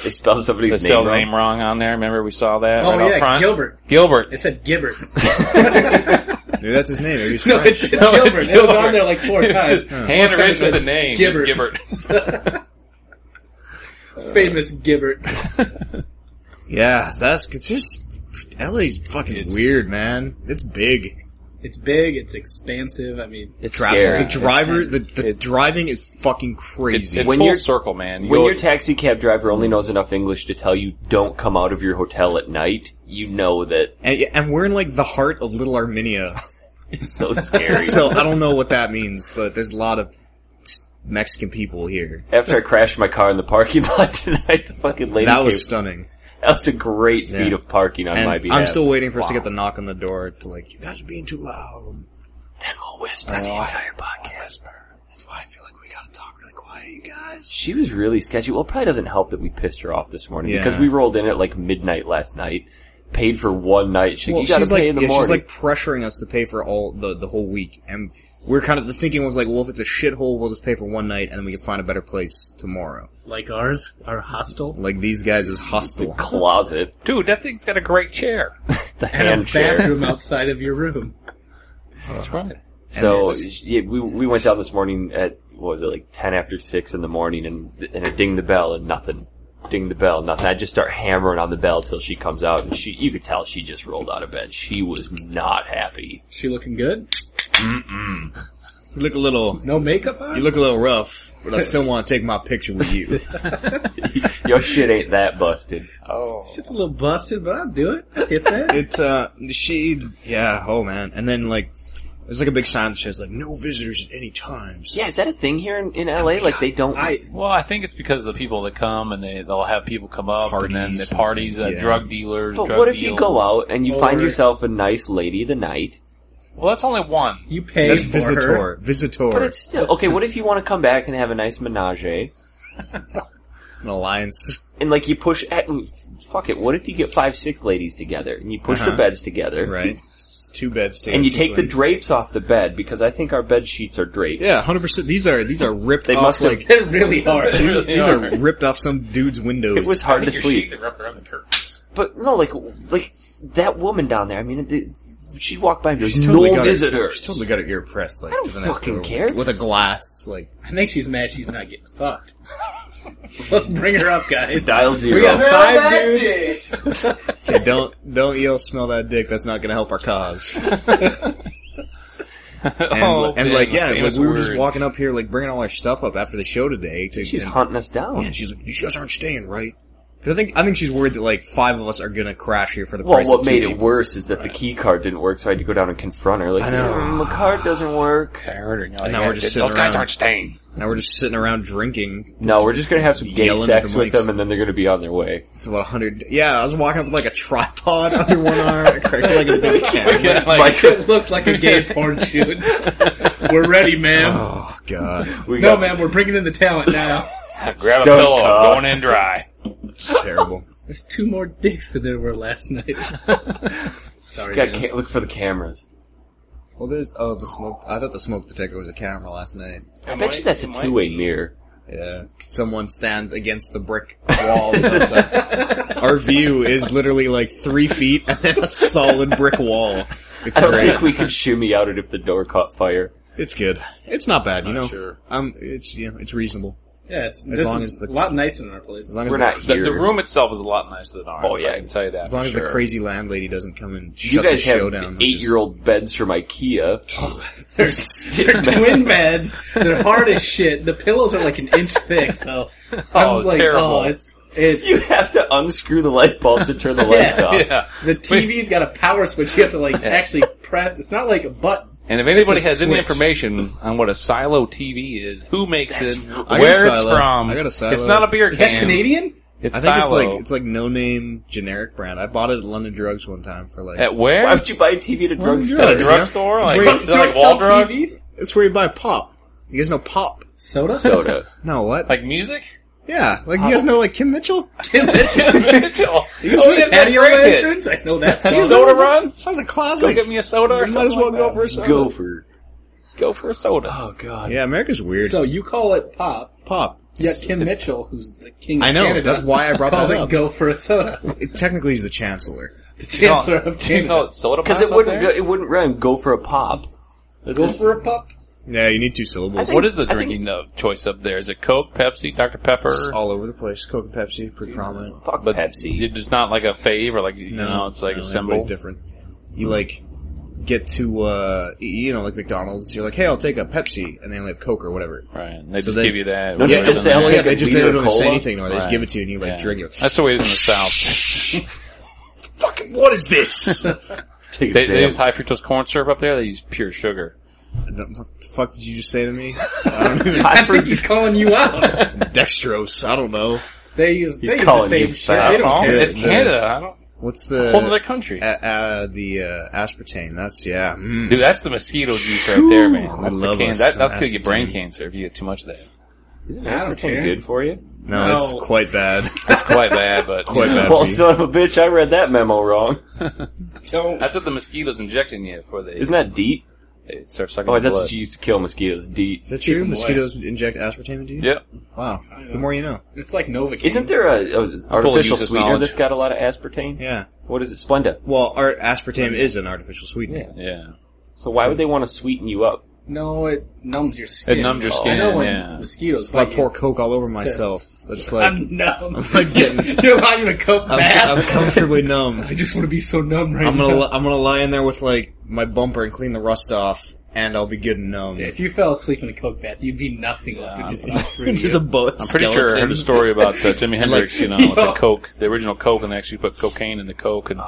Speaker 3: They spelled
Speaker 6: They
Speaker 3: somebody's name
Speaker 6: spelled
Speaker 3: wrong.
Speaker 6: name wrong on there. Remember we saw that?
Speaker 4: Oh
Speaker 6: right out
Speaker 4: yeah,
Speaker 6: front?
Speaker 4: Gilbert.
Speaker 6: Gilbert.
Speaker 4: It said Gibbert.
Speaker 5: Maybe that's his name. Maybe he's
Speaker 4: No,
Speaker 5: French.
Speaker 4: it's, it's Gilbert. It was on there like four
Speaker 6: It's
Speaker 4: times.
Speaker 6: Just handwritten the name. just
Speaker 4: Gibbert.
Speaker 6: Gibbert.
Speaker 4: Famous Gibbert.
Speaker 5: yeah, that's it's just LA's fucking
Speaker 6: It's-
Speaker 5: weird, man. It's big.
Speaker 4: It's big. It's expansive. I mean,
Speaker 3: It's
Speaker 5: Traffic.
Speaker 3: scary.
Speaker 5: The driver, the, the
Speaker 6: It-
Speaker 5: driving is fucking
Speaker 6: It's,
Speaker 5: crazy.
Speaker 6: it's
Speaker 3: When
Speaker 6: full
Speaker 3: you're-
Speaker 6: circle, man.
Speaker 3: When
Speaker 6: You'll-
Speaker 3: your taxi cab driver only knows enough English to tell you don't come out of your hotel at night, you know that
Speaker 5: and, and we're in like the heart of Little Armenia,
Speaker 3: it's so scary.
Speaker 5: so I don't know what that means, but there's a lot of s- Mexican people here.
Speaker 3: After I crashed my car in the parking lot tonight, the fucking lady
Speaker 5: That
Speaker 3: came-
Speaker 5: was stunning.
Speaker 3: that was a great feat
Speaker 5: Yeah.
Speaker 3: of parking on
Speaker 5: And
Speaker 3: my behalf.
Speaker 5: I'm still waiting for us to get the knock on the door to like, you guys are being too loud.
Speaker 2: That's
Speaker 5: Oh,
Speaker 2: the entire podcast. That's why I feel like we gotta talk really quiet, you guys.
Speaker 3: She was really sketchy. Well, it probably doesn't help that we pissed her off this morning
Speaker 5: Yeah.
Speaker 3: because we rolled in at like midnight last night, paid for one night. She's like,
Speaker 5: Well,
Speaker 3: you gotta
Speaker 5: she's
Speaker 3: pay
Speaker 5: like,
Speaker 3: in the
Speaker 5: yeah,
Speaker 3: morning.
Speaker 5: she's like pressuring us to pay for all the, the whole week. And we're kind of, the thinking was like, well, if it's a shithole, we'll just pay for one night and then we can find a better place tomorrow.
Speaker 4: like ours, our hostel,
Speaker 5: Like these guys is hostile.
Speaker 3: closet,
Speaker 6: dude, that thing's got a great chair.
Speaker 3: the
Speaker 4: and a
Speaker 3: hand chair.
Speaker 4: bathroom outside of your room.
Speaker 6: That's right.
Speaker 3: So
Speaker 5: And it's-
Speaker 3: yeah, we we went down this morning at what was it like ten after six in the morning, and and I ding the bell and nothing, ding the bell nothing. I just start hammering on the bell till she comes out, and she you could tell she just rolled out of bed. She was not happy.
Speaker 4: She looking good?
Speaker 5: You look a little,
Speaker 4: No makeup on.
Speaker 5: you look a little rough, but I still want to take my picture with you.
Speaker 3: Your shit ain't that busted.
Speaker 6: Oh.
Speaker 4: It's a little busted, but I'll do it. I'll hit that.
Speaker 5: It's uh she yeah, oh man. And then like there's like a big sign that says like no visitors at any times.
Speaker 3: Yeah, is that a thing here in, in LA? Like they don't.
Speaker 4: I
Speaker 6: Well, I think it's because of the people that come and they they'll have people come up and then
Speaker 5: Parties
Speaker 6: the parties, uh,
Speaker 5: and- yeah.
Speaker 6: drug dealers.
Speaker 3: but
Speaker 6: drug
Speaker 3: what if you
Speaker 6: deals.
Speaker 3: go out and you find
Speaker 4: Or-
Speaker 3: yourself a nice lady the night?
Speaker 6: Well, that's only one.
Speaker 4: you pay
Speaker 5: That's
Speaker 4: for
Speaker 5: visitor.
Speaker 4: her.
Speaker 5: Visitor.
Speaker 3: But it's still okay. What if you want to come back and have a nice menage?
Speaker 5: an alliance.
Speaker 3: And like you push, at, fuck it. What if you get five, six ladies together and you push
Speaker 5: Uh-huh.
Speaker 3: the beds together,
Speaker 5: Right. It's two beds together.
Speaker 3: and you take the drapes off the bed because I think our bed sheets are draped.
Speaker 5: Yeah, hundred percent. These are these are ripped
Speaker 3: They
Speaker 5: off
Speaker 3: must have-
Speaker 5: like
Speaker 4: They're really hard.
Speaker 5: these are ripped off some dude's windows.
Speaker 3: It was hard to
Speaker 6: Your sheet
Speaker 3: sleep,
Speaker 6: that wrap around the curtains.
Speaker 3: but no, like like that woman down there. I mean, the, she walked by and goes,
Speaker 5: She's
Speaker 3: no
Speaker 5: totally got her-
Speaker 3: visitors.
Speaker 5: She's totally got her ear pressed, like, I
Speaker 3: don't
Speaker 5: to the next
Speaker 3: fucking
Speaker 5: door
Speaker 3: care.
Speaker 5: With a glass, like,
Speaker 4: I think she's mad she's not getting fucked. Let's bring her up, guys.
Speaker 3: Dial zero.
Speaker 4: We got
Speaker 7: Smell
Speaker 4: five
Speaker 7: that
Speaker 4: dudes.
Speaker 7: dick.
Speaker 5: okay, don't, don't yell, smell that dick, that's not gonna help our cause. And,
Speaker 6: Oh,
Speaker 5: and
Speaker 6: man,
Speaker 5: like, yeah, like,
Speaker 6: the famous
Speaker 5: we were just
Speaker 6: words.
Speaker 5: walking up here, like, bringing all our stuff up after the show today. To,
Speaker 3: She's
Speaker 5: and,
Speaker 3: hunting us down.
Speaker 5: and she's like, you guys aren't staying, right? Cause I think, I think she's worried that like five of us are gonna crash here for the
Speaker 3: Well,
Speaker 5: price
Speaker 3: what
Speaker 5: of two
Speaker 3: made it
Speaker 5: people.
Speaker 3: worse is that the key card didn't work, so I had to go down and confront her. Like,
Speaker 5: I know.
Speaker 3: "Mm, the card doesn't work.
Speaker 5: And now we're just sitting
Speaker 6: Those guys
Speaker 5: around.
Speaker 6: aren't staying.
Speaker 5: Now we're just sitting around drinking.
Speaker 3: No, we're just gonna have some gay
Speaker 5: Yelling at
Speaker 3: sex
Speaker 5: the
Speaker 3: with
Speaker 5: mics.
Speaker 3: them, and then they're gonna be on their way.
Speaker 5: It's about a hundred. Yeah, I was walking up with like a tripod under one arm, like like a big cat.
Speaker 6: Yeah, like,
Speaker 4: It looked like a gay porn shoot. We're ready, ma'am.
Speaker 5: Oh god,
Speaker 3: We
Speaker 4: No,
Speaker 3: got
Speaker 4: ma'am, we're bringing in the talent now.
Speaker 6: grab a
Speaker 3: Stone
Speaker 6: pillow,
Speaker 3: cock.
Speaker 6: going in dry.
Speaker 5: terrible.
Speaker 4: There's two more dicks than there were last night. Sorry,
Speaker 3: got
Speaker 4: man.
Speaker 3: ca- look for the cameras.
Speaker 5: Well, there's oh the smoke. I thought the smoke detector was a camera last night.
Speaker 3: I bet you that's a two-way mirror.
Speaker 5: Yeah, someone stands against the brick wall. That's a- our view is literally like three feet and then a solid brick wall. It's
Speaker 3: I don't think
Speaker 5: great.
Speaker 3: we could shimmy out it if the door caught fire.
Speaker 5: It's good. It's not bad, you know.
Speaker 6: sure.
Speaker 5: Um, it's you know, it's reasonable
Speaker 4: Yeah, it's,
Speaker 5: As
Speaker 4: this
Speaker 5: long
Speaker 4: is
Speaker 5: as the-
Speaker 4: a lot nicer than our place.
Speaker 5: as long as
Speaker 3: We're
Speaker 5: the,
Speaker 3: not
Speaker 6: The,
Speaker 3: here.
Speaker 6: the room itself is a lot nicer than ours.
Speaker 3: Oh, yeah.
Speaker 6: I can tell you that.
Speaker 5: as long
Speaker 6: for
Speaker 5: as the
Speaker 6: sure.
Speaker 5: crazy landlady doesn't come and shut
Speaker 3: you guys
Speaker 5: the show
Speaker 3: have
Speaker 5: down. which is-
Speaker 3: eight-year-old beds from IKEA.
Speaker 4: They're twin beds. They're hard as shit. The pillows are like an inch thick, so
Speaker 6: Oh,
Speaker 4: I'm like,
Speaker 6: terrible.
Speaker 4: oh, it's it's
Speaker 3: You have to unscrew the light bulbs and turn the lights off.
Speaker 6: Yeah.
Speaker 4: the TV's got a power switch. You have to like actually press. It's not like a button.
Speaker 6: And if anybody
Speaker 4: It's a
Speaker 6: has any
Speaker 4: switch.
Speaker 6: information on what a silo TV is, who makes it,
Speaker 5: I got a
Speaker 6: where it's
Speaker 5: Silo.
Speaker 6: from,
Speaker 5: I got a
Speaker 6: it's
Speaker 5: Silo.
Speaker 6: not a beer
Speaker 4: Is that
Speaker 6: can.
Speaker 4: Canadian?
Speaker 6: It's
Speaker 5: I think
Speaker 6: silo.
Speaker 5: it's like it's like no name generic brand. I bought it at London Drugs one time for like
Speaker 6: At where?
Speaker 3: Why would you buy a TV at a
Speaker 6: At a
Speaker 3: drugstore?
Speaker 5: drugs.
Speaker 6: drugstore? Like,
Speaker 5: where-
Speaker 6: is it like wall drug?
Speaker 4: TVs?
Speaker 5: It's where you buy pop. You guys know pop?
Speaker 4: Soda?
Speaker 3: Soda.
Speaker 5: No, what?
Speaker 6: Like music?
Speaker 5: yeah, like you guys know like Kim Mitchell?
Speaker 6: Mitchell.
Speaker 4: You
Speaker 6: Oh,
Speaker 4: sweet
Speaker 6: yeah,
Speaker 4: patio
Speaker 6: drink it.
Speaker 4: lanterns? I know that
Speaker 6: Have you
Speaker 4: song.
Speaker 6: soda run?
Speaker 5: Sounds a
Speaker 6: Go
Speaker 5: classic.
Speaker 6: get me a soda or
Speaker 5: Might
Speaker 6: something.
Speaker 5: as well
Speaker 6: like
Speaker 5: go
Speaker 6: that.
Speaker 5: for a soda.
Speaker 3: Gopher.
Speaker 6: Go for a soda.
Speaker 3: Oh god.
Speaker 5: Yeah, America's weird.
Speaker 4: So you call it pop,
Speaker 5: pop.
Speaker 4: yet Kim Mitchell, who's the king of
Speaker 5: I know.
Speaker 4: Canada,
Speaker 5: That's why I brought
Speaker 4: calls
Speaker 5: that
Speaker 4: it
Speaker 5: up.
Speaker 4: go for a soda.
Speaker 5: It technically, he's the chancellor.
Speaker 4: The chancellor of
Speaker 6: Can you call
Speaker 4: Canada.
Speaker 6: it soda
Speaker 3: Because
Speaker 6: pop
Speaker 3: it
Speaker 6: up
Speaker 3: wouldn't go,
Speaker 6: there?
Speaker 3: it wouldn't run. Go for a pop. That's
Speaker 4: Go
Speaker 3: just-
Speaker 4: for a pup?
Speaker 5: Yeah, you need two syllables.
Speaker 6: What is the drinking though, choice up there? Is it Coke, Pepsi, Dr. Pepper?
Speaker 5: It's all over the place. Coke and Pepsi, pretty prominent.
Speaker 3: fuck
Speaker 6: But
Speaker 3: Pepsi.
Speaker 6: It's not like a fave or like, you know, it's like
Speaker 5: no,
Speaker 6: a
Speaker 5: everybody's
Speaker 6: symbol.
Speaker 5: different. You like get to uh y- you know like McDonald's. You're like, hey, I'll take a Pepsi, and they only have Coke or whatever.
Speaker 6: Right. and They
Speaker 5: So
Speaker 6: just
Speaker 5: they-
Speaker 6: give you that.
Speaker 3: Don't you
Speaker 6: whatever.
Speaker 3: just say, I'll
Speaker 5: Well,
Speaker 3: take
Speaker 5: yeah,
Speaker 3: a
Speaker 5: they just they
Speaker 3: beer
Speaker 5: don't
Speaker 3: or
Speaker 5: even say
Speaker 3: cola?
Speaker 5: anything to her. They just
Speaker 6: Right.
Speaker 5: give it to you, and you like
Speaker 6: Yeah.
Speaker 5: drink it.
Speaker 6: That's the way it is in the South.
Speaker 5: Fucking what is this?
Speaker 3: Take a
Speaker 6: They, they
Speaker 3: damn-
Speaker 6: use high fructose corn syrup up there. They use pure sugar.
Speaker 5: what the fuck did you just say to me? I don't even-
Speaker 4: I think he's calling you out.
Speaker 5: Dextrose. I don't know.
Speaker 4: They use, they use the
Speaker 3: calling
Speaker 4: same
Speaker 3: you
Speaker 4: shit.
Speaker 3: fat.
Speaker 4: They don't
Speaker 6: Oh,
Speaker 4: care.
Speaker 6: it's Canada. I don't.
Speaker 5: What's the
Speaker 6: Whole other country,
Speaker 5: Uh, uh, the uh, aspartame. That's yeah. Mm.
Speaker 6: dude. That's the mosquito juice right there, man.
Speaker 5: I
Speaker 6: That's the
Speaker 5: love
Speaker 6: can-
Speaker 5: us
Speaker 6: That
Speaker 5: some
Speaker 6: that'll kill you
Speaker 5: aspartame.
Speaker 6: brain cancer if you get too much of that.
Speaker 3: Isn't
Speaker 4: I don't
Speaker 3: aspartame
Speaker 4: care.
Speaker 3: good for you?
Speaker 5: No,
Speaker 4: No.
Speaker 5: it's quite bad.
Speaker 6: It's quite bad, but you
Speaker 5: Quite
Speaker 6: know,
Speaker 5: bad.
Speaker 3: Well, son of a bitch, I read that memo wrong.
Speaker 4: Don't.
Speaker 6: That's what the mosquitoes injecting you before they,
Speaker 3: Isn't that deep?
Speaker 6: they start sucking
Speaker 3: Oh,
Speaker 6: your
Speaker 3: that's
Speaker 6: blood.
Speaker 3: what you used to kill mosquitoes. Deep.
Speaker 5: Is that true?
Speaker 4: them
Speaker 5: Mosquitoes inject aspartame into you?
Speaker 6: Yep.
Speaker 5: Wow. The more you know.
Speaker 4: It's like Novocaine.
Speaker 3: Isn't there a, a artificial
Speaker 6: useless
Speaker 3: sweetener
Speaker 6: knowledge.
Speaker 3: that's got a lot of aspartame?
Speaker 5: Yeah.
Speaker 3: What is it? Splenda.
Speaker 5: Well, art aspartame is an artificial sweetener.
Speaker 3: Yeah.
Speaker 6: Yeah.
Speaker 3: So why would they want to sweeten you up?
Speaker 4: No, it numbs your skin.
Speaker 6: It numbs your
Speaker 4: I know
Speaker 6: skin,
Speaker 4: when
Speaker 6: yeah.
Speaker 4: mosquitoes
Speaker 5: If I
Speaker 4: bite you.
Speaker 5: pour Coke all over myself, that's like
Speaker 4: I'm numb.
Speaker 5: like getting-
Speaker 4: You're not even cope
Speaker 5: I'm,
Speaker 4: bath.
Speaker 5: I'm comfortably numb.
Speaker 4: I just want to be so numb right
Speaker 5: I'm gonna
Speaker 4: now.
Speaker 5: li- I'm gonna lie in there with like my bumper and clean the rust off, and I'll be good and numb.
Speaker 4: if you fell asleep in a coke bath, you'd be nothing left. It'd just eat through
Speaker 5: Just
Speaker 4: you.
Speaker 5: a bullet.
Speaker 6: I'm pretty sure I heard a story about uh, Jimi Hendrix, you know, with the
Speaker 4: yo.
Speaker 6: Coke, the original Coke, and they actually put cocaine in the Coke, and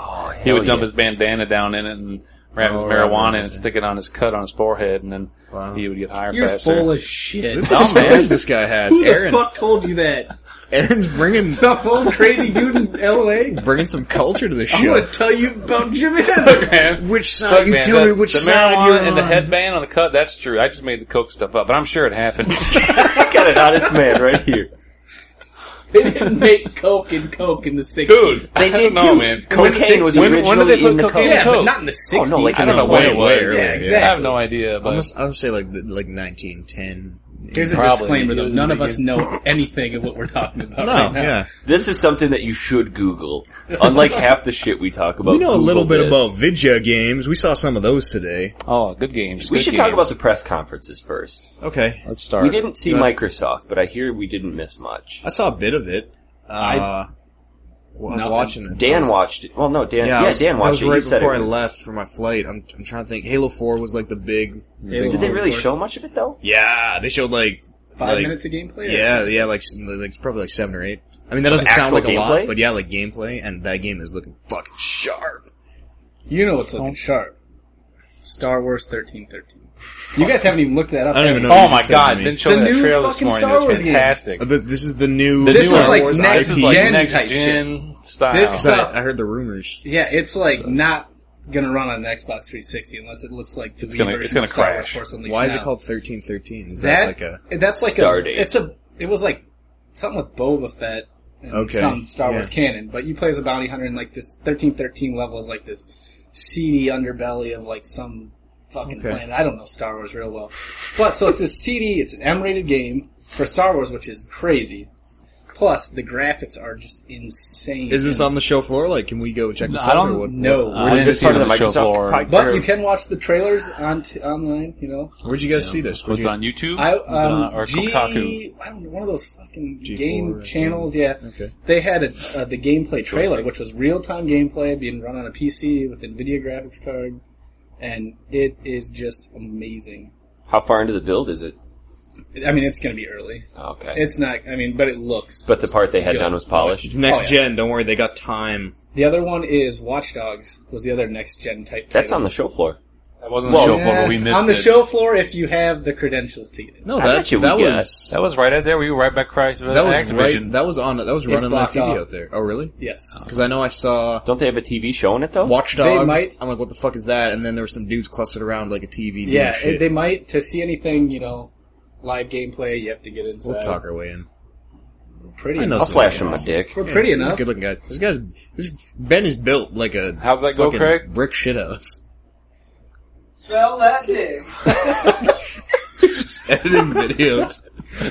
Speaker 6: he would dump
Speaker 3: yeah.
Speaker 6: his bandana down in it and wrap his
Speaker 5: Oh,
Speaker 6: marijuana
Speaker 5: right,
Speaker 6: and
Speaker 5: right.
Speaker 6: stick it on his cut on his forehead, and then
Speaker 5: Wow.
Speaker 6: he would get higher
Speaker 4: You're
Speaker 6: faster.
Speaker 4: full of shit.
Speaker 5: How stories this guy has?
Speaker 4: Who the
Speaker 5: Aaron,
Speaker 4: fuck told you that?
Speaker 5: Aaron's bringing
Speaker 4: Some old crazy dude in L.A.
Speaker 5: bringing some culture to the
Speaker 4: I'm
Speaker 5: show.
Speaker 4: gonna tell you about Jimmy Hendrix.
Speaker 6: Man,
Speaker 5: Which side?
Speaker 6: look, man, the, the marijuana and the headband on the cut, that's true. I just made the Coke stuff up, but I'm sure it happened.
Speaker 3: I got an honest man right here.
Speaker 4: They didn't make coke and coke in the '60s.
Speaker 6: Dude, I
Speaker 3: They
Speaker 6: don't
Speaker 3: did
Speaker 6: know,
Speaker 3: too.
Speaker 6: man.
Speaker 3: Cocaine was
Speaker 6: When- when
Speaker 3: originally
Speaker 6: did they put
Speaker 3: in the
Speaker 6: cocaine
Speaker 3: coke.
Speaker 6: in
Speaker 4: yeah, but
Speaker 6: Coke?
Speaker 4: not in the '60s.
Speaker 3: Oh, no, like,
Speaker 6: I don't know
Speaker 3: No,
Speaker 6: when
Speaker 5: way, way
Speaker 6: it was.
Speaker 5: earlier,
Speaker 4: Yeah,
Speaker 5: yeah.
Speaker 6: I have
Speaker 4: exactly.
Speaker 6: no idea, but
Speaker 5: Almost, I would say like the, like 1910
Speaker 4: Here's a
Speaker 6: Probably.
Speaker 4: disclaimer, though.
Speaker 6: It was
Speaker 4: None
Speaker 6: the
Speaker 4: of us know anything of what we're talking about
Speaker 6: Oh,
Speaker 5: No,
Speaker 4: right now.
Speaker 5: yeah.
Speaker 3: This is something that you should Google. Unlike half the shit we talk about,
Speaker 5: We know a
Speaker 3: Google
Speaker 5: little bit
Speaker 3: this.
Speaker 5: about video games. We saw some of those today.
Speaker 6: Oh, good games.
Speaker 3: We
Speaker 6: good
Speaker 3: should
Speaker 6: games.
Speaker 3: talk about the press conferences first.
Speaker 5: Okay.
Speaker 6: Let's start.
Speaker 3: We didn't see
Speaker 5: Good.
Speaker 3: Microsoft, but I hear we didn't miss much.
Speaker 5: I saw a bit of it. Uh, I, was
Speaker 4: Nothing.
Speaker 5: watching it.
Speaker 3: Dan watched it. Well, no, Dan.
Speaker 5: Yeah,
Speaker 3: Yeah,
Speaker 5: I was-
Speaker 3: Dan
Speaker 5: That
Speaker 3: watched
Speaker 5: was
Speaker 3: it. He
Speaker 5: right
Speaker 3: said it
Speaker 5: before I
Speaker 3: was-
Speaker 5: left for my flight. I'm, I'm trying to think. Halo 4 was like the big.
Speaker 4: Halo
Speaker 3: Did they
Speaker 4: Four,
Speaker 3: really
Speaker 4: of course.
Speaker 3: show much of it though?
Speaker 5: Yeah, they showed like
Speaker 4: five
Speaker 5: like-
Speaker 4: minutes of gameplay? or
Speaker 5: Yeah,
Speaker 4: something?
Speaker 5: yeah, like, s- like probably like seven or eight. I mean, that doesn't sound
Speaker 3: actual
Speaker 5: like a lot,
Speaker 3: gameplay?
Speaker 5: but yeah, like gameplay, and that game is looking fucking sharp.
Speaker 4: You know what's looking sharp. Star Wars 1313. You guys haven't even looked that up.
Speaker 5: I don't
Speaker 4: have
Speaker 5: even
Speaker 4: you?
Speaker 5: know.
Speaker 6: Oh
Speaker 5: You
Speaker 6: my
Speaker 5: just said
Speaker 6: god!
Speaker 5: to me.
Speaker 6: Been
Speaker 4: The
Speaker 6: showing that
Speaker 4: new
Speaker 6: trailer this
Speaker 4: fucking
Speaker 6: morning.
Speaker 4: Star
Speaker 6: It was
Speaker 4: Wars game.
Speaker 6: fantastic.
Speaker 5: Uh, th- This is the new.
Speaker 6: The
Speaker 4: This
Speaker 6: new
Speaker 4: is
Speaker 6: Star
Speaker 4: like
Speaker 6: Wars
Speaker 4: next
Speaker 6: IP.
Speaker 4: gen
Speaker 6: next
Speaker 4: type
Speaker 6: gen style.
Speaker 4: This
Speaker 5: So
Speaker 4: stuff.
Speaker 5: I, I heard the rumors.
Speaker 4: Yeah, it's like not gonna run on an Xbox 360 unless it looks like the
Speaker 6: It's
Speaker 4: Wii
Speaker 6: gonna-
Speaker 4: version
Speaker 6: it's gonna
Speaker 4: of Star
Speaker 6: crash.
Speaker 4: Wars Force Unleashed
Speaker 5: Why is
Speaker 4: now.
Speaker 5: it called thirteen thirteen? Is
Speaker 4: that?
Speaker 5: that, like a?
Speaker 4: that's like
Speaker 3: Stardate.
Speaker 4: a. It's a. It was like something with Boba Fett and
Speaker 5: Okay,
Speaker 4: some Star Wars
Speaker 5: yeah.
Speaker 4: canon, but you play as a bounty hunter and like this 1313 level is like this seedy underbelly of like some fucking
Speaker 5: Okay.
Speaker 4: planet. I don't know Star Wars real well, but so it's this seedy. It's an M-rated game for Star Wars, which is crazy. Plus, the graphics are just insane.
Speaker 5: Is this on the show floor? Like, can we go check this
Speaker 8: No,
Speaker 5: out?
Speaker 8: I don't
Speaker 5: or what-
Speaker 4: No.
Speaker 8: I
Speaker 3: Was
Speaker 8: didn't
Speaker 3: this
Speaker 8: see
Speaker 3: part of
Speaker 8: it
Speaker 3: the
Speaker 8: on the show
Speaker 3: Microsoft?
Speaker 8: floor.
Speaker 3: Podcast?
Speaker 4: But you can watch the trailers on t- online, you know.
Speaker 5: Where'd you guys see this?
Speaker 8: Was
Speaker 5: Where'd
Speaker 8: it on YouTube?
Speaker 4: I
Speaker 8: Was it on-
Speaker 4: um,
Speaker 8: or
Speaker 4: G,
Speaker 8: Kotaku?
Speaker 4: I don't know, one of those fucking
Speaker 5: G4
Speaker 4: game
Speaker 5: or
Speaker 4: channels. Yeah,
Speaker 5: Okay.
Speaker 4: they had a, uh, the gameplay trailer, which was real time gameplay being run on a PC with NVIDIA graphics card, and it is just amazing.
Speaker 3: How far into the build is it?
Speaker 4: I mean, it's going to be early.
Speaker 3: Okay.
Speaker 4: It's not. I mean, but it looks.
Speaker 3: but the part they had done was
Speaker 5: It's
Speaker 3: polished.
Speaker 5: next
Speaker 4: Oh, yeah.
Speaker 5: gen. Don't worry, they got time.
Speaker 4: the other one is Watch Dogs. Was the other next gen type?
Speaker 3: That's
Speaker 4: title.
Speaker 3: on the show floor.
Speaker 6: That wasn't the
Speaker 3: Whoa.
Speaker 6: show floor,
Speaker 4: Yeah,
Speaker 6: but we missed
Speaker 4: on the
Speaker 6: it.
Speaker 4: show floor if you have the credentials to get it.
Speaker 5: No,
Speaker 3: I
Speaker 5: that
Speaker 3: bet you we
Speaker 5: that
Speaker 3: got-
Speaker 5: was
Speaker 6: That was right out there. We were right back Christ.
Speaker 5: that was right.
Speaker 6: Activision.
Speaker 5: That was on. That was running on
Speaker 4: blocked
Speaker 5: TV
Speaker 4: off.
Speaker 5: out there. Oh, really?
Speaker 4: Yes.
Speaker 5: Because I know I saw
Speaker 3: Don't they have a TV showing it though?
Speaker 5: Watch
Speaker 4: They
Speaker 5: Dogs.
Speaker 4: might-
Speaker 5: I'm like, what the fuck is that? And then there were some dudes clustered around like a TV. doing
Speaker 4: Yeah,
Speaker 5: shit.
Speaker 4: they might to see anything you know, live gameplay. You have to get inside.
Speaker 5: We'll talk our way in.
Speaker 4: Pretty.
Speaker 5: I know
Speaker 3: I'll
Speaker 4: enough.
Speaker 5: some
Speaker 3: flash
Speaker 5: guys.
Speaker 3: him a dick.
Speaker 4: We're pretty enough.
Speaker 5: Good looking guys. This guy's this Ben is built like a
Speaker 6: How's that go,
Speaker 5: fucking
Speaker 6: Craig?
Speaker 5: Brick shithouse.
Speaker 7: Smell that dick.
Speaker 5: Editing videos.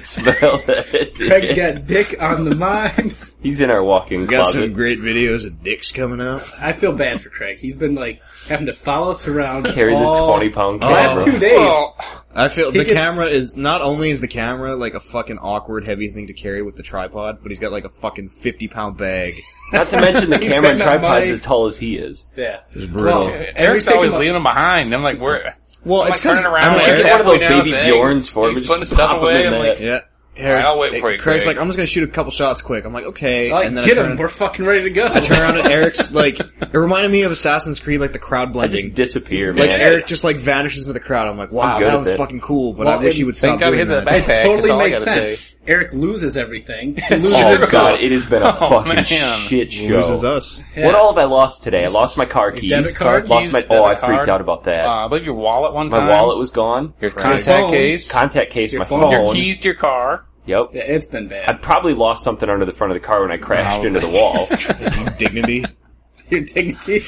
Speaker 3: Smell that.
Speaker 4: Craig's
Speaker 3: dick.
Speaker 4: got dick on the mind.
Speaker 3: He's in our walk-in
Speaker 5: Got
Speaker 3: closet.
Speaker 5: some great videos of dicks coming up.
Speaker 4: I feel bad for Craig. He's been like having to follow us around.
Speaker 3: Carry this
Speaker 4: all
Speaker 3: twenty-pound
Speaker 5: Oh.
Speaker 4: the
Speaker 3: camera.
Speaker 4: last two days.
Speaker 5: I feel
Speaker 4: He
Speaker 5: the
Speaker 4: gets-
Speaker 5: camera is not only is the camera like a fucking awkward heavy thing to carry with the tripod, but he's got like a fucking fifty pound bag.
Speaker 3: Not to mention the
Speaker 4: He's
Speaker 3: camera and
Speaker 4: setting up
Speaker 3: tripod's
Speaker 4: mics.
Speaker 3: as tall as he is.
Speaker 4: yeah.
Speaker 5: It's brutal.
Speaker 4: Well,
Speaker 5: Well,
Speaker 6: Eric's
Speaker 4: Everything
Speaker 6: always
Speaker 4: about-
Speaker 6: leaving him behind. I'm like, we're
Speaker 5: it's
Speaker 6: I'm
Speaker 5: because
Speaker 6: like turning around.
Speaker 3: know,
Speaker 6: like,
Speaker 3: Eric's
Speaker 6: halfway
Speaker 3: one of those
Speaker 6: down the
Speaker 3: baby
Speaker 6: thing.
Speaker 3: Bjorns for him,
Speaker 6: He's
Speaker 3: just
Speaker 6: putting stuff
Speaker 3: pop him
Speaker 6: away.
Speaker 3: in
Speaker 6: I'm
Speaker 3: that.
Speaker 6: like,
Speaker 5: yeah. Eric's,
Speaker 6: I'll wait for you,
Speaker 5: Craig's
Speaker 6: Craig.
Speaker 5: like, I'm just gonna shoot a couple shots quick. I'm like, okay,
Speaker 4: Like,
Speaker 5: and then
Speaker 4: Oh, get
Speaker 5: I
Speaker 4: him.
Speaker 5: turn,
Speaker 4: We're fucking ready to go.
Speaker 5: I turn around and Eric's like, it reminded me of Assassin's Creed, like the crowd
Speaker 3: I
Speaker 5: blending.
Speaker 3: just disappear, man.
Speaker 5: Like Eric just like vanishes into the crowd. I'm like, wow,
Speaker 3: I'm good
Speaker 5: that
Speaker 3: at
Speaker 5: was
Speaker 3: it.
Speaker 5: fucking cool, but
Speaker 4: Well,
Speaker 5: I wish
Speaker 4: it-
Speaker 5: he would stop
Speaker 6: thank God he
Speaker 5: doing
Speaker 6: hit that
Speaker 5: that.
Speaker 6: backpack. That's
Speaker 4: totally
Speaker 6: all I
Speaker 4: makes
Speaker 6: gotta
Speaker 4: sense.
Speaker 6: say.
Speaker 4: Eric loses everything. He loses
Speaker 3: oh
Speaker 6: Zero.
Speaker 3: god, it has been a
Speaker 6: Oh,
Speaker 3: fucking
Speaker 6: man.
Speaker 3: shit show.
Speaker 5: Loses us.
Speaker 4: Yeah.
Speaker 3: What all have I lost today? I lost my car keys.
Speaker 4: debit card?
Speaker 3: Lost my.
Speaker 6: Keys,
Speaker 3: Oh, I
Speaker 6: debit
Speaker 3: freaked
Speaker 6: card.
Speaker 3: out about that.
Speaker 6: Uh, I believe your wallet one
Speaker 3: my
Speaker 6: time.
Speaker 3: wallet was gone.
Speaker 6: Your
Speaker 4: Your phone.
Speaker 6: contact case.
Speaker 3: Contact case,
Speaker 4: Your
Speaker 3: my
Speaker 4: phone.
Speaker 3: phone.
Speaker 6: Your keys to your car.
Speaker 3: Yep.
Speaker 4: Yeah, it's been
Speaker 3: I
Speaker 4: bad.
Speaker 3: probably lost something under the front of the car when I crashed
Speaker 6: Wow.
Speaker 3: into the wall.
Speaker 5: Dignity.
Speaker 4: Your dignity.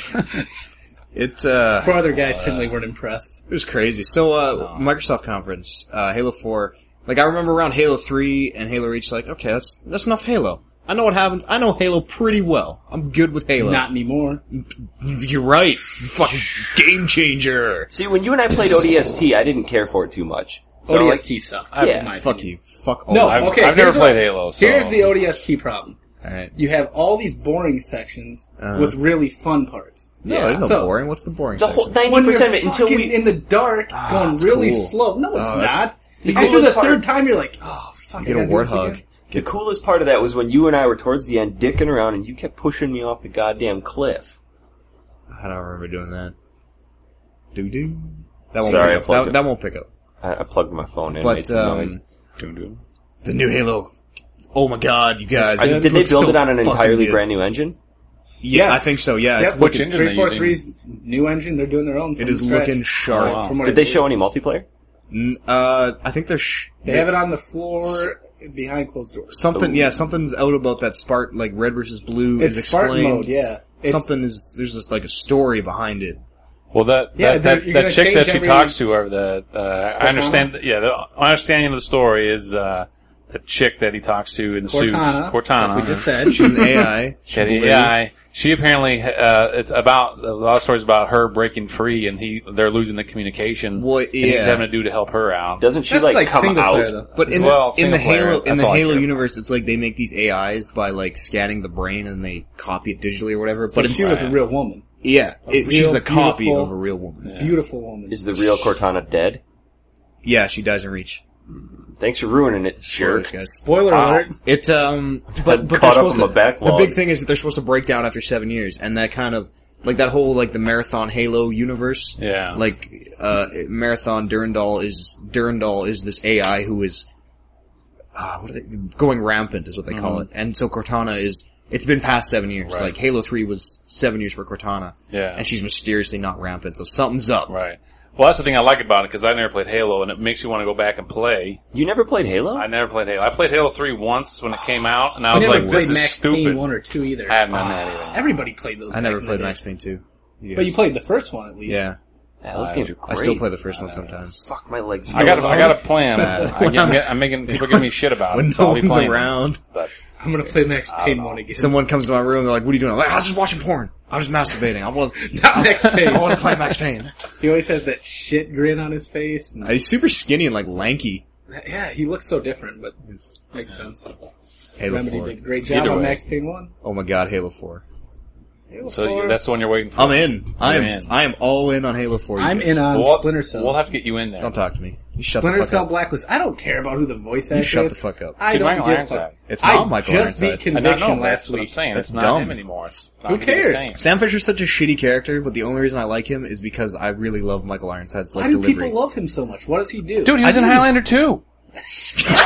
Speaker 5: It uh,
Speaker 4: Four other guys certainly weren't impressed.
Speaker 5: It was crazy. So, uh, Microsoft conference, uh, Halo 4. Like, I remember around Halo 3 and Halo Reach, like, okay, that's, that's enough Halo. I know what happens. I know Halo pretty well. I'm good with Halo.
Speaker 4: Not anymore.
Speaker 5: You're right. Fucking game changer.
Speaker 3: See, when you and I played ODST, I didn't care for it too much. So, like,
Speaker 4: ODST stuff. I-
Speaker 3: Yeah,
Speaker 4: in my
Speaker 5: Fuck
Speaker 4: opinion.
Speaker 5: you. Fuck all
Speaker 4: No,
Speaker 5: of you.
Speaker 4: okay.
Speaker 6: I've never
Speaker 4: here's
Speaker 6: played
Speaker 4: what-
Speaker 6: Halo, so-
Speaker 4: Here's the ODST problem.
Speaker 5: Alright.
Speaker 4: You have all these boring sections with really fun parts.
Speaker 5: No, there's no
Speaker 4: So-
Speaker 5: boring. What's the boring
Speaker 3: the whole
Speaker 5: section?
Speaker 3: ninety
Speaker 4: when you're
Speaker 3: percent of it until
Speaker 4: fucking
Speaker 3: we.
Speaker 4: in the dark going
Speaker 5: that's
Speaker 4: really
Speaker 5: cool.
Speaker 4: slow. No, it's
Speaker 5: Oh, that's-
Speaker 4: not.
Speaker 3: The
Speaker 4: After the
Speaker 3: coolest part-
Speaker 4: third time, you're like, oh fuck,
Speaker 5: Get a
Speaker 4: I gotta do this
Speaker 5: warthog.
Speaker 4: again.
Speaker 3: the coolest part of that was when you and I were towards the end dicking around, and you kept pushing me off the goddamn cliff.
Speaker 5: I don't remember doing that. Doo doo. That won't
Speaker 3: Sorry, I
Speaker 5: pick up.
Speaker 3: plugged
Speaker 5: That,
Speaker 3: it.
Speaker 5: that won't pick up.
Speaker 3: I, I plugged my phone in,
Speaker 5: But,
Speaker 3: made some
Speaker 5: um,
Speaker 3: noise.
Speaker 5: The new Halo. Oh my god, you guys.
Speaker 3: Did,
Speaker 5: It
Speaker 3: did they
Speaker 5: looks
Speaker 3: build
Speaker 5: so
Speaker 3: it on an
Speaker 5: fucking
Speaker 3: entirely
Speaker 5: good.
Speaker 3: brand new engine?
Speaker 5: Yeah, I
Speaker 4: Yes.
Speaker 5: think so. Yeah,
Speaker 4: Yep.
Speaker 5: it's looking,
Speaker 6: Which engine they using?
Speaker 4: 343's new engine. They're doing their own.
Speaker 5: it
Speaker 4: from
Speaker 5: is
Speaker 4: scratch.
Speaker 5: looking sharp.
Speaker 8: Wow.
Speaker 4: From what I
Speaker 3: Did they
Speaker 4: believe.
Speaker 3: show any multiplayer?
Speaker 5: N- Uh, I think there's sh-
Speaker 4: They have it on the floor behind closed doors.
Speaker 5: something. Yeah, something's out about that Spark, like red versus blue
Speaker 4: It's
Speaker 5: is
Speaker 4: Spartan
Speaker 5: explained.
Speaker 4: mode, yeah. It's,
Speaker 5: Something is there's just like a story behind it.
Speaker 6: Well, that
Speaker 4: Yeah,
Speaker 6: that,
Speaker 4: they're-
Speaker 6: that,
Speaker 4: you're
Speaker 6: that
Speaker 4: gonna
Speaker 6: chick
Speaker 4: change
Speaker 6: that she
Speaker 4: every-
Speaker 6: talks to, or the uh, I understand. Yeah, the my understanding of the story is uh, the chick that he talks to in the suit,
Speaker 4: Cortana,
Speaker 6: Cortana.
Speaker 4: like we just said.
Speaker 5: She's an AI. She's
Speaker 6: Yeah,
Speaker 5: blue.
Speaker 6: the AI. She apparently uh, it's about a lot of stories about her breaking free and he they're losing the communication.
Speaker 5: Well,
Speaker 6: and he's
Speaker 5: yeah.
Speaker 6: having to do to help her out.
Speaker 3: Doesn't she
Speaker 4: That's
Speaker 3: like,
Speaker 4: like,
Speaker 3: come
Speaker 4: single player
Speaker 3: out?
Speaker 4: though.
Speaker 5: But in
Speaker 6: Well,
Speaker 5: the in the
Speaker 6: single player,
Speaker 5: Halo in
Speaker 6: that's
Speaker 5: the
Speaker 6: all I
Speaker 5: Halo
Speaker 6: care.
Speaker 5: universe, it's like they make these AIs by like scanning the brain and they copy it digitally or whatever.
Speaker 4: But
Speaker 5: But
Speaker 4: she
Speaker 5: it's-
Speaker 4: was a real woman,
Speaker 5: yeah, it,
Speaker 4: real,
Speaker 5: she's a copy
Speaker 4: beautiful-
Speaker 5: of a real woman. Yeah.
Speaker 4: beautiful woman.
Speaker 3: Is the real Cortana dead?
Speaker 5: she dies in Reach.
Speaker 3: Thanks for ruining it, jerk.
Speaker 5: Spoilers, guys.
Speaker 4: Spoiler
Speaker 3: Wow.
Speaker 4: alert.
Speaker 5: It um, but but
Speaker 3: Caught
Speaker 5: they're
Speaker 3: up
Speaker 5: supposed
Speaker 3: in
Speaker 5: to,
Speaker 3: my backlog.
Speaker 5: the big thing is that they're supposed to break down after seven years, and that kind of like that whole like the marathon Halo universe.
Speaker 6: Yeah.
Speaker 5: like uh, marathon Durandal is Durandal is this AI who is uh, what are they going rampant is what they call it, and so Cortana is. It's been past seven years.
Speaker 6: Right.
Speaker 5: Like Halo Three was seven years for Cortana,
Speaker 6: Yeah.
Speaker 5: and she's mysteriously not rampant. So something's up.
Speaker 6: right. Well, that's the thing I like about it because I never played Halo and it makes you want to go back and play.
Speaker 3: You never played Halo?
Speaker 6: I never played Halo. I played Halo Three once when it came out, and I
Speaker 4: I
Speaker 6: was
Speaker 4: never
Speaker 6: like,
Speaker 4: played
Speaker 6: "This is
Speaker 4: Max Payne
Speaker 6: stupid."
Speaker 4: one or two either.
Speaker 6: I haven't done that either.
Speaker 4: Everybody played those.
Speaker 5: I never
Speaker 4: back in
Speaker 5: played
Speaker 4: the day.
Speaker 5: Max Payne Two.
Speaker 4: but you played the first one at least.
Speaker 5: Yeah,
Speaker 3: Yeah, those games are great.
Speaker 5: I still play the first one sometimes.
Speaker 3: Fuck my legs.
Speaker 6: I got a, I got a plan.
Speaker 5: bad.
Speaker 6: I get, I'm making people give me shit about
Speaker 5: When
Speaker 6: it.
Speaker 5: no
Speaker 6: I'll be
Speaker 5: one's
Speaker 6: playing.
Speaker 5: around,
Speaker 4: I'm gonna play Max Payne one again.
Speaker 5: someone comes to my room. They're like, "What are you doing?" I'm like, "I was just watching porn. I was just masturbating. I was
Speaker 4: Not Max
Speaker 5: I was
Speaker 4: Payne.
Speaker 5: playing Max Payne."
Speaker 4: he always has that shit grin on his face. and-
Speaker 5: He's super skinny and like lanky.
Speaker 4: yeah, he looks so different, but makes sense.
Speaker 5: Halo
Speaker 4: Remedy
Speaker 5: Four.
Speaker 4: did a great job
Speaker 6: Either
Speaker 4: on
Speaker 6: way.
Speaker 4: Max Payne one.
Speaker 5: Oh my god, Halo Four.
Speaker 6: So you- that's the one you're waiting for.
Speaker 5: I'm in. I am.
Speaker 6: You're in.
Speaker 5: I am all in on Halo Four. you
Speaker 4: I'm
Speaker 5: guys.
Speaker 4: in on
Speaker 6: We'll-
Speaker 4: Splinter Cell.
Speaker 6: We'll have to get you in there.
Speaker 5: Don't talk to me. You shut
Speaker 4: Splinter
Speaker 5: the fuck
Speaker 4: Cell
Speaker 5: up.
Speaker 4: Blacklist. I don't care about who the voice actor
Speaker 5: shut
Speaker 4: is.
Speaker 5: the fuck up.
Speaker 4: I
Speaker 6: Dude,
Speaker 4: don't
Speaker 6: Michael
Speaker 4: give a
Speaker 6: Ironside.
Speaker 4: fuck.
Speaker 5: It's not
Speaker 4: I
Speaker 5: Michael
Speaker 4: just beat
Speaker 5: Ironside.
Speaker 6: I don't know.
Speaker 4: conviction
Speaker 6: That's
Speaker 4: last
Speaker 6: what I'm
Speaker 4: week.
Speaker 6: saying.
Speaker 5: That's
Speaker 6: That's not
Speaker 5: dumb.
Speaker 6: him anymore. It's not
Speaker 4: Who
Speaker 6: gonna be the
Speaker 4: cares?
Speaker 6: same.
Speaker 5: Sam Fisher's such a shitty character, but the only reason I like him is because I really love Michael Ironside's like
Speaker 4: Why do
Speaker 5: delivery.
Speaker 4: people love him so much? What does he do?
Speaker 6: Dude, he was in Highlander too.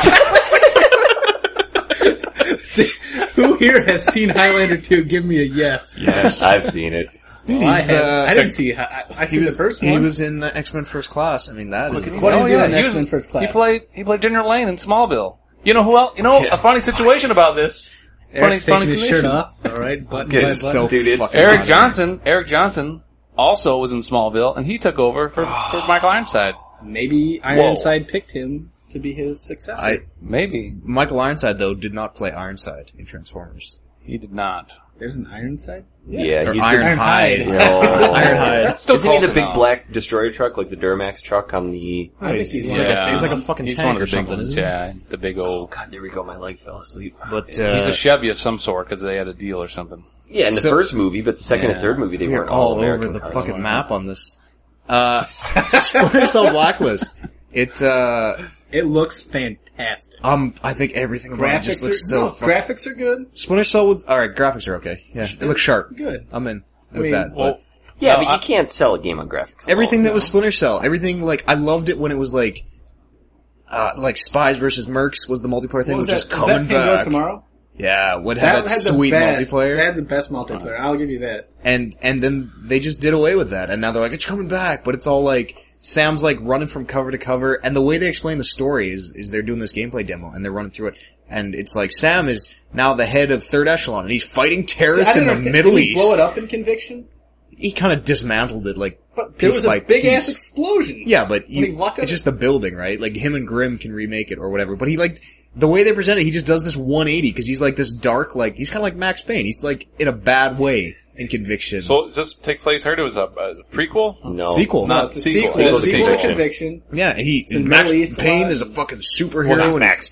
Speaker 4: who here has seen Highlander 2? Give me a yes.
Speaker 3: Yes, I've seen it.
Speaker 5: Dude,
Speaker 4: I,
Speaker 5: he's,
Speaker 4: have-
Speaker 5: uh,
Speaker 4: I didn't see. I, I
Speaker 5: he
Speaker 4: see
Speaker 5: was
Speaker 4: the first
Speaker 5: he
Speaker 4: one.
Speaker 5: was in uh, X Men First Class. I mean that is
Speaker 4: What did
Speaker 6: Oh,
Speaker 4: he do
Speaker 6: yeah,
Speaker 4: in
Speaker 6: he
Speaker 4: X
Speaker 6: was-
Speaker 4: Men First Class?
Speaker 6: He played he played General Lane in Smallville. You know who else? You know a funny situation about this. Funny,
Speaker 4: Eric's
Speaker 6: funny
Speaker 4: taking his shirt
Speaker 6: condition.
Speaker 4: off. All right, button by
Speaker 5: It's
Speaker 4: button.
Speaker 5: so
Speaker 3: Dude, it's-
Speaker 5: fucking
Speaker 6: Eric
Speaker 5: funny.
Speaker 6: Johnson. Eric Johnson also was in Smallville, and he took over for, for Michael Ironside.
Speaker 4: Maybe Ironside picked him to be his successor.
Speaker 5: I,
Speaker 6: Maybe
Speaker 5: Michael Ironside though did not play Ironside in Transformers.
Speaker 6: he did not.
Speaker 4: There's an Ironside.
Speaker 3: Yeah,
Speaker 5: Or
Speaker 3: he's
Speaker 5: Ironhide.
Speaker 4: Ironhide.
Speaker 3: the Oh.
Speaker 5: Ironhide.
Speaker 6: Still
Speaker 3: Isn't he
Speaker 6: close
Speaker 3: the big
Speaker 6: enough.
Speaker 3: black destroyer truck, like the Duramax truck on the?
Speaker 4: I think he's,
Speaker 5: he's
Speaker 4: one
Speaker 5: like
Speaker 4: of
Speaker 5: a-
Speaker 4: the-
Speaker 5: he's like a fucking
Speaker 6: he's
Speaker 5: tank
Speaker 6: one of the
Speaker 5: or
Speaker 6: big
Speaker 5: something,
Speaker 6: ones,
Speaker 5: isn't he?
Speaker 6: Yeah, the big old.
Speaker 3: God, there we go. My leg fell asleep.
Speaker 5: But uh,
Speaker 6: He's a Chevy of some sort because they had a deal or something.
Speaker 3: Yeah, in the
Speaker 5: So-
Speaker 3: first movie, but the second and
Speaker 6: Yeah.
Speaker 3: third movie, they
Speaker 5: we are
Speaker 3: weren't
Speaker 5: all over
Speaker 3: American
Speaker 5: the
Speaker 3: cars.
Speaker 5: fucking map on this. Uh, Splinter Cell Blacklist. It, uh,
Speaker 4: it looks fantastic.
Speaker 5: um, I think everything about it
Speaker 4: Graphics
Speaker 5: just
Speaker 4: are
Speaker 5: looks so
Speaker 4: no,
Speaker 5: fucking.
Speaker 4: graphics are good.
Speaker 5: Splinter Cell was, alright, graphics are okay. Yeah, it looks sharp.
Speaker 4: Good.
Speaker 5: I'm in with
Speaker 4: mean,
Speaker 5: that.
Speaker 6: Well,
Speaker 5: but
Speaker 3: Yeah,
Speaker 6: No,
Speaker 3: but you
Speaker 6: I-
Speaker 3: can't sell a game on graphics.
Speaker 5: everything that was Splinter Cell, everything, like, I loved it when it was like, uh, like Spies versus Mercs was the multiplayer thing,
Speaker 4: What was
Speaker 5: was just
Speaker 4: that? Was
Speaker 5: coming
Speaker 4: that Pandora
Speaker 5: back.
Speaker 4: tomorrow?
Speaker 5: Yeah, would have that,
Speaker 4: had the
Speaker 5: sweet
Speaker 4: best-
Speaker 5: multiplayer.
Speaker 4: That had the best multiplayer. I'll give you that.
Speaker 5: and and then they just did away with that and now they're like it's coming back but it's all like Sam's like running from cover to cover and the way they explain the story is is they're doing this gameplay demo and they're running through it and it's like Sam is now the head of third echelon and he's fighting terrorists in the Middle
Speaker 4: Did he blow it
Speaker 5: East
Speaker 4: up in Conviction,
Speaker 5: he kind of dismantled it like
Speaker 4: but there
Speaker 5: piece
Speaker 4: was a
Speaker 5: by
Speaker 4: big
Speaker 5: piece.
Speaker 4: ass explosion.
Speaker 5: yeah but you,
Speaker 4: he walked out-
Speaker 5: it's just the building right like him and Grimm can remake it or whatever but he like the way they present it he just does this 180 because he's like this dark like he's kind of like Max Payne he's like in a bad way in conviction
Speaker 6: So does this take place? Heard it was a, a prequel.
Speaker 3: No.
Speaker 5: sequel
Speaker 6: No,
Speaker 4: No, Uh, it's a
Speaker 6: Sequel.
Speaker 4: sequel.
Speaker 3: Sequel
Speaker 4: It's a
Speaker 3: to
Speaker 4: sequel to
Speaker 3: Conviction.
Speaker 4: Conviction.
Speaker 5: Yeah, and he
Speaker 4: in
Speaker 5: Max
Speaker 4: Middle East a
Speaker 5: Payne
Speaker 4: lot.
Speaker 5: is a fucking superhero.
Speaker 3: Well, that's
Speaker 5: and-
Speaker 3: Max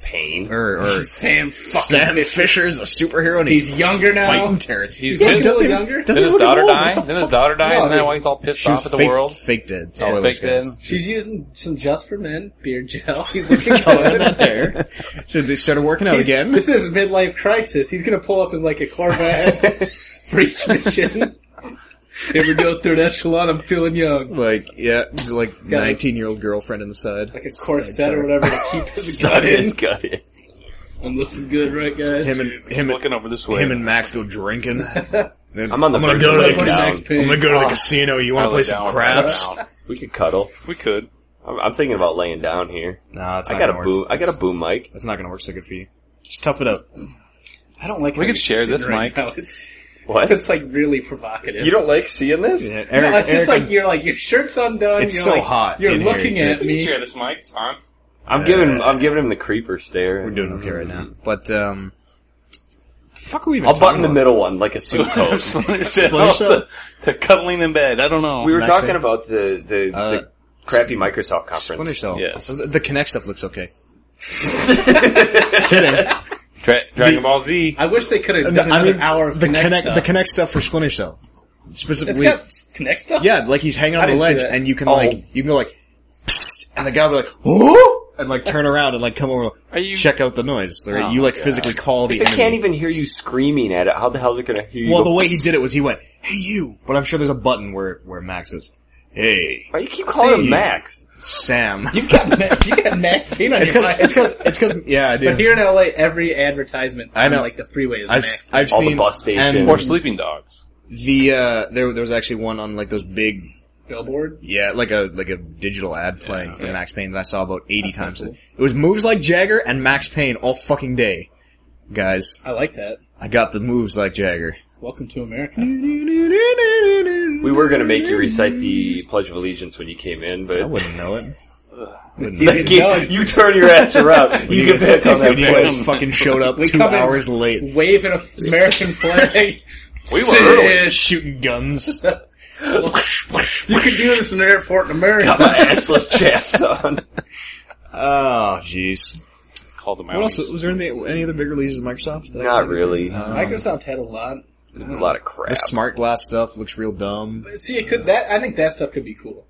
Speaker 3: Payne.
Speaker 5: or, or
Speaker 4: Sam fucking
Speaker 5: Sam
Speaker 4: Fisher.
Speaker 5: Fisher is a superhero and he's,
Speaker 4: He's younger now.
Speaker 5: fighting terror.
Speaker 6: He's
Speaker 4: Yeah,
Speaker 6: been-
Speaker 4: he's a
Speaker 5: doesn't
Speaker 4: little
Speaker 5: even-
Speaker 4: younger.
Speaker 5: doesn't
Speaker 6: Did his
Speaker 5: look as
Speaker 6: daughter
Speaker 5: old.
Speaker 6: die?
Speaker 5: What the
Speaker 6: Then his
Speaker 5: fuck?
Speaker 6: daughter die?
Speaker 4: No,
Speaker 6: Isn't that
Speaker 4: dude.
Speaker 6: why he's all pissed
Speaker 5: She was
Speaker 6: off at the
Speaker 5: fake,
Speaker 6: world?
Speaker 5: fake dead.
Speaker 6: Yeah,
Speaker 5: Spoilers,
Speaker 6: fake dead.
Speaker 5: guys.
Speaker 4: She's using some Just for Men beer gel. He's looking
Speaker 5: Going
Speaker 4: good.
Speaker 5: Oh, there. So they started working out again.
Speaker 4: This is midlife crisis. He's gonna pull up in like a Corvette for each mission. Here we go through that echelon. I'm feeling young.
Speaker 5: like yeah, like
Speaker 4: Got it.
Speaker 5: nineteen year old girlfriend in the side.
Speaker 4: Like a corset or whatever to keep his
Speaker 3: Got
Speaker 4: gut in.
Speaker 3: it. Got it.
Speaker 4: I'm looking good, right, guys?
Speaker 5: Him and him and
Speaker 6: Looking over this way.
Speaker 5: him and Max go drinking.
Speaker 3: I'm on the
Speaker 5: gonna
Speaker 3: verge
Speaker 5: go
Speaker 3: of
Speaker 5: to
Speaker 3: laying
Speaker 5: the
Speaker 3: down.
Speaker 5: cas- I'm gonna go to the casino. You want to
Speaker 6: Kinda
Speaker 5: play
Speaker 6: lay
Speaker 5: some
Speaker 6: down,
Speaker 5: craps?
Speaker 6: lay down.
Speaker 3: We could cuddle.
Speaker 6: We could.
Speaker 3: I'm, I'm thinking about laying down here.
Speaker 5: Nah, it's
Speaker 3: I
Speaker 5: not
Speaker 3: got a
Speaker 5: gonna work.
Speaker 3: boom. I got a boom mic.
Speaker 5: That's not gonna work so good for you. Just tough it up.
Speaker 4: I don't like.
Speaker 6: We
Speaker 4: how
Speaker 6: could
Speaker 4: he's
Speaker 6: share
Speaker 4: sitting
Speaker 6: this
Speaker 4: right
Speaker 6: mic.
Speaker 4: now. It's-
Speaker 3: What?
Speaker 4: It's like really provocative.
Speaker 2: You don't like seeing this?
Speaker 5: Yeah, Eric,
Speaker 4: no, it's just
Speaker 5: Eric-
Speaker 4: like you're like your shirt's undone.
Speaker 5: It's
Speaker 4: you're
Speaker 5: so
Speaker 4: like-
Speaker 5: hot
Speaker 4: You're
Speaker 5: in here.
Speaker 4: looking at
Speaker 6: You
Speaker 4: me.
Speaker 6: share this mic. It's on.
Speaker 3: I'm giving I'm giving him the creeper stare.
Speaker 5: we're doing okay right now. But um, the fuck are we even
Speaker 3: I'll
Speaker 5: talking
Speaker 3: button the
Speaker 5: about?
Speaker 3: middle one like a suit coat.
Speaker 6: Splinter
Speaker 5: Splinter Cell?
Speaker 6: To, to cuddling in bed. I don't know.
Speaker 3: we were
Speaker 5: Backpack.
Speaker 3: talking about the the,
Speaker 5: Uh,
Speaker 3: the crappy Microsoft conference.
Speaker 5: Splinter Cell.
Speaker 6: Yes.
Speaker 5: The, the Connect stuff looks okay.
Speaker 6: Dra- Dragon Ball Z.
Speaker 4: I wish they could have
Speaker 5: The-
Speaker 4: done another hour of
Speaker 5: the
Speaker 4: connect,
Speaker 5: Kinect-
Speaker 4: stuff.
Speaker 5: the Connect stuff for Splinter Cell
Speaker 4: It's
Speaker 5: specifically.
Speaker 4: got connect stuff.
Speaker 5: Yeah, like he's hanging
Speaker 4: I
Speaker 5: on the
Speaker 4: didn't see
Speaker 5: ledge,
Speaker 4: that.
Speaker 5: and you can
Speaker 3: Oh.
Speaker 5: like you can go like, Psst, and the guy will be like, oh, and like turn around and like come over,
Speaker 3: Are you-
Speaker 5: check out the noise. Right?
Speaker 3: Oh,
Speaker 5: you like physically call the
Speaker 3: If I
Speaker 5: enemy.
Speaker 3: can't even hear you screaming at it. How the hell is it going to hear you?
Speaker 5: well,
Speaker 3: go,
Speaker 5: the way he did it was he went, hey you, but I'm sure there's a button where where Max goes, hey
Speaker 3: Why you keep calling
Speaker 5: See.
Speaker 3: him Max?
Speaker 5: Sam.
Speaker 4: You've got Ma- you got Max Payne on
Speaker 5: it's because
Speaker 4: your mind.
Speaker 5: it's because it's because yeah, I do.
Speaker 4: But here in LA, every advertisement
Speaker 5: I
Speaker 4: on
Speaker 5: know.
Speaker 4: like the freeway is
Speaker 5: I've
Speaker 4: Max.
Speaker 5: I've
Speaker 3: All the
Speaker 5: seen
Speaker 3: bus
Speaker 5: and
Speaker 3: stations.
Speaker 6: Or sleeping dogs.
Speaker 5: the uh there there was actually one on like those big
Speaker 4: Billboard.
Speaker 5: Yeah, like a like a digital ad playing for Max Payne that I saw about eighty times. It was moves like Jagger and Max Payne all fucking day, guys.
Speaker 4: I like that.
Speaker 5: I got the moves like Jagger.
Speaker 4: Welcome to America.
Speaker 3: We were going to make you recite the Pledge of Allegiance when you came in,
Speaker 5: I
Speaker 3: but
Speaker 5: wouldn't know it. Wouldn't
Speaker 4: You
Speaker 5: know it.
Speaker 4: didn't
Speaker 3: you,
Speaker 4: know it.
Speaker 3: you turn your ass around. You get back on that.
Speaker 5: You
Speaker 3: bridge.
Speaker 5: guys fucking showed up
Speaker 4: We
Speaker 5: two
Speaker 4: come in-
Speaker 5: hours late,
Speaker 4: Wave an American flag.
Speaker 6: We were early.
Speaker 5: Eh, shooting guns.
Speaker 4: you can do this in an airport in
Speaker 3: Got
Speaker 4: America.
Speaker 3: my assless chaps on.
Speaker 5: Oh, jeez.
Speaker 6: Called them out.
Speaker 5: What else was there? Anything, any other big releases of Microsoft? that I-
Speaker 3: Not really.
Speaker 4: Uh, Microsoft had a lot.
Speaker 3: a lot of crap.
Speaker 5: The smart glass stuff looks real dumb.
Speaker 4: See, it could that I think that stuff could be cool.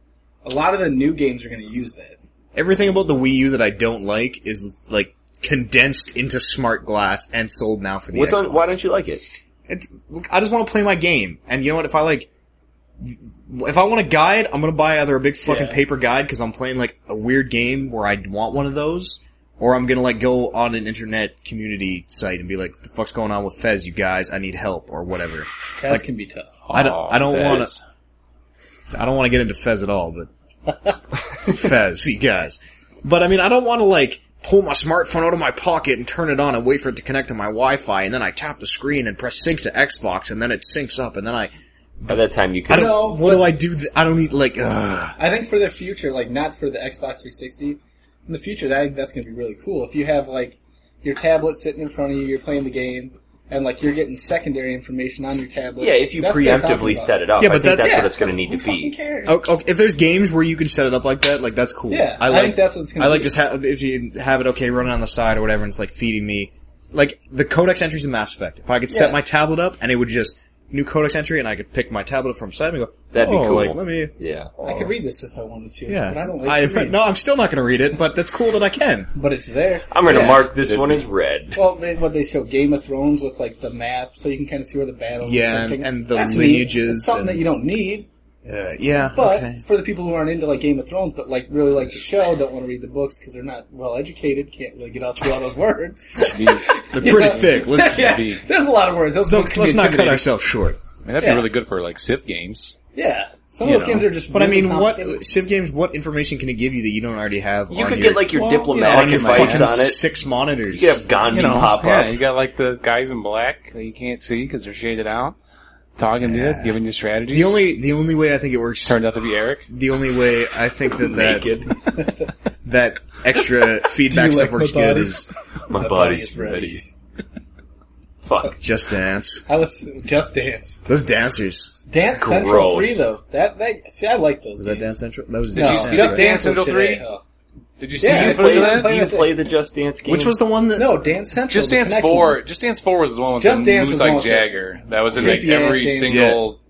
Speaker 4: A lot of the new games are going to use that.
Speaker 5: Everything about the Wii U that I don't like is like condensed into smart glass and sold now for the
Speaker 3: What's
Speaker 5: Xbox.
Speaker 3: on, why don't you like it?
Speaker 5: It's, I just want to play my game. And you know what? If I like, if I want a guide, I'm gonna buy either a big fucking
Speaker 4: Yeah.
Speaker 5: paper guide because I'm playing like a weird game where I'd want one of those, or I'm gonna like go on an internet community site and be like, "The fuck's going on with Fez, you guys? I need help or whatever."
Speaker 4: That can be tough.
Speaker 3: Oh.
Speaker 5: I don't.
Speaker 4: Oh,
Speaker 5: I don't
Speaker 6: Aw,
Speaker 5: want
Speaker 6: Fez.
Speaker 5: to. I don't want to get into Fez at all, but Fez, you guys. But I mean, I don't want to like pull my smartphone out of my pocket and turn it on and wait for it to connect to my Wi-Fi, and then I tap the screen and press sync to Xbox, and then it syncs up, and then I
Speaker 3: By that time you
Speaker 5: I
Speaker 3: could.
Speaker 5: don't.
Speaker 4: No,
Speaker 5: what do I do? Th- I don't need like. Uh,
Speaker 4: I think for the future, like not for the Xbox 360, in the future, I think that's going to be really cool. If you have like your tablet sitting in front of you, you're playing the game, and like you're getting secondary information on your tablet.
Speaker 3: Yeah, if you
Speaker 4: That's what they're talking
Speaker 3: preemptively
Speaker 4: about.
Speaker 3: set it up,
Speaker 5: Yeah,
Speaker 3: I
Speaker 5: but
Speaker 3: think that's,
Speaker 5: that's-
Speaker 3: what it's going to need to
Speaker 4: who fucking
Speaker 3: be.
Speaker 4: cares?
Speaker 5: okay, okay, if there's games where you can set it up like that, like that's cool.
Speaker 4: Yeah, I think that's what it's gonna
Speaker 5: I like
Speaker 4: be.
Speaker 5: just ha- if you have it okay running on the side or whatever, and it's like feeding me like the codex entries in Mass Effect. If I could set
Speaker 4: Yeah.
Speaker 5: my tablet up and it would just new codex entry, and I could pick my tablet up from side and go.
Speaker 3: That'd be
Speaker 5: "Oh,
Speaker 3: cool.
Speaker 5: Like let me.
Speaker 3: Yeah.
Speaker 4: I could read this if I wanted to,
Speaker 5: Yeah,
Speaker 4: but I don't like to
Speaker 5: I-
Speaker 4: read.
Speaker 5: no, I'm still not going to read it, but that's cool that I can.
Speaker 4: But it's there.
Speaker 3: I'm going to
Speaker 4: Yeah.
Speaker 3: mark this one as red.
Speaker 4: Well, they, what they show Game of Thrones with like the map, so you can kind of see where the battles.
Speaker 5: Yeah,
Speaker 4: and, stuff
Speaker 5: and-
Speaker 4: take-
Speaker 5: and the
Speaker 4: That's
Speaker 5: lineages
Speaker 4: Neat. It's something
Speaker 5: and-
Speaker 4: that you don't need,
Speaker 5: Uh, yeah,
Speaker 4: but
Speaker 5: okay.
Speaker 4: for the people who aren't into like Game of Thrones, but like really like the show, don't want to read the books because they're not well educated, can't really get out through all those words.
Speaker 5: They're pretty thick. Let's
Speaker 4: yeah,
Speaker 6: be-
Speaker 4: there's a lot of words. Those books
Speaker 5: don't,
Speaker 4: can
Speaker 5: let's
Speaker 4: be
Speaker 5: not cut
Speaker 4: intimidating.
Speaker 5: ourselves short.
Speaker 6: I mean, that'd
Speaker 4: Yeah.
Speaker 6: be really good for like Civ games.
Speaker 4: Yeah, some of those
Speaker 5: you know.
Speaker 4: games are just.
Speaker 5: But I
Speaker 4: really
Speaker 5: mean,
Speaker 4: complicated.
Speaker 5: what Civ games? What information can it give you that you don't already have?
Speaker 3: You
Speaker 5: on
Speaker 3: could
Speaker 5: your-
Speaker 3: get like your
Speaker 6: well,
Speaker 3: diplomatic
Speaker 5: your
Speaker 3: advice
Speaker 5: fucking
Speaker 3: on it.
Speaker 5: Six monitors.
Speaker 3: You could have Gandhi
Speaker 6: You know,
Speaker 3: pop
Speaker 6: yeah,
Speaker 3: up.
Speaker 6: you got like the guys in black that you can't see because they're shaded out, talking to you, giving you strategies.
Speaker 5: the only the only way I think it works.
Speaker 6: turned out to be Eric.
Speaker 5: The only way I think that that,
Speaker 3: Naked.
Speaker 5: that extra feedback
Speaker 4: Do you
Speaker 5: stuff
Speaker 4: like my
Speaker 5: works good
Speaker 4: body?
Speaker 5: is
Speaker 3: My
Speaker 4: body
Speaker 3: body's
Speaker 4: is ready.
Speaker 3: ready. Fuck.
Speaker 5: just dance.
Speaker 4: I was Just Dance,
Speaker 5: Those dancers.
Speaker 4: Dance Central
Speaker 3: Gross.
Speaker 4: Three though. That that see, I like those.
Speaker 5: Was that
Speaker 4: games.
Speaker 5: Dance Central? That was
Speaker 4: No,
Speaker 5: Dance Central.
Speaker 4: Just Dance
Speaker 6: Central
Speaker 4: Central Three.
Speaker 6: Three? Did you see
Speaker 4: Yeah,
Speaker 6: you
Speaker 4: I
Speaker 6: play
Speaker 4: played
Speaker 6: that?
Speaker 4: it.
Speaker 3: do you play the Just Dance game?
Speaker 5: Which was the one that?
Speaker 4: No, Dance Central.
Speaker 6: Just
Speaker 4: the
Speaker 6: Dance
Speaker 4: Kinect
Speaker 6: Four.
Speaker 4: one.
Speaker 6: Just Dance Four was the one with
Speaker 4: Just
Speaker 6: the
Speaker 4: Dance
Speaker 6: moves
Speaker 4: was the one
Speaker 6: like
Speaker 4: with the
Speaker 6: Jagger. That was in like
Speaker 4: creepy ass
Speaker 6: every
Speaker 4: dance.
Speaker 6: single.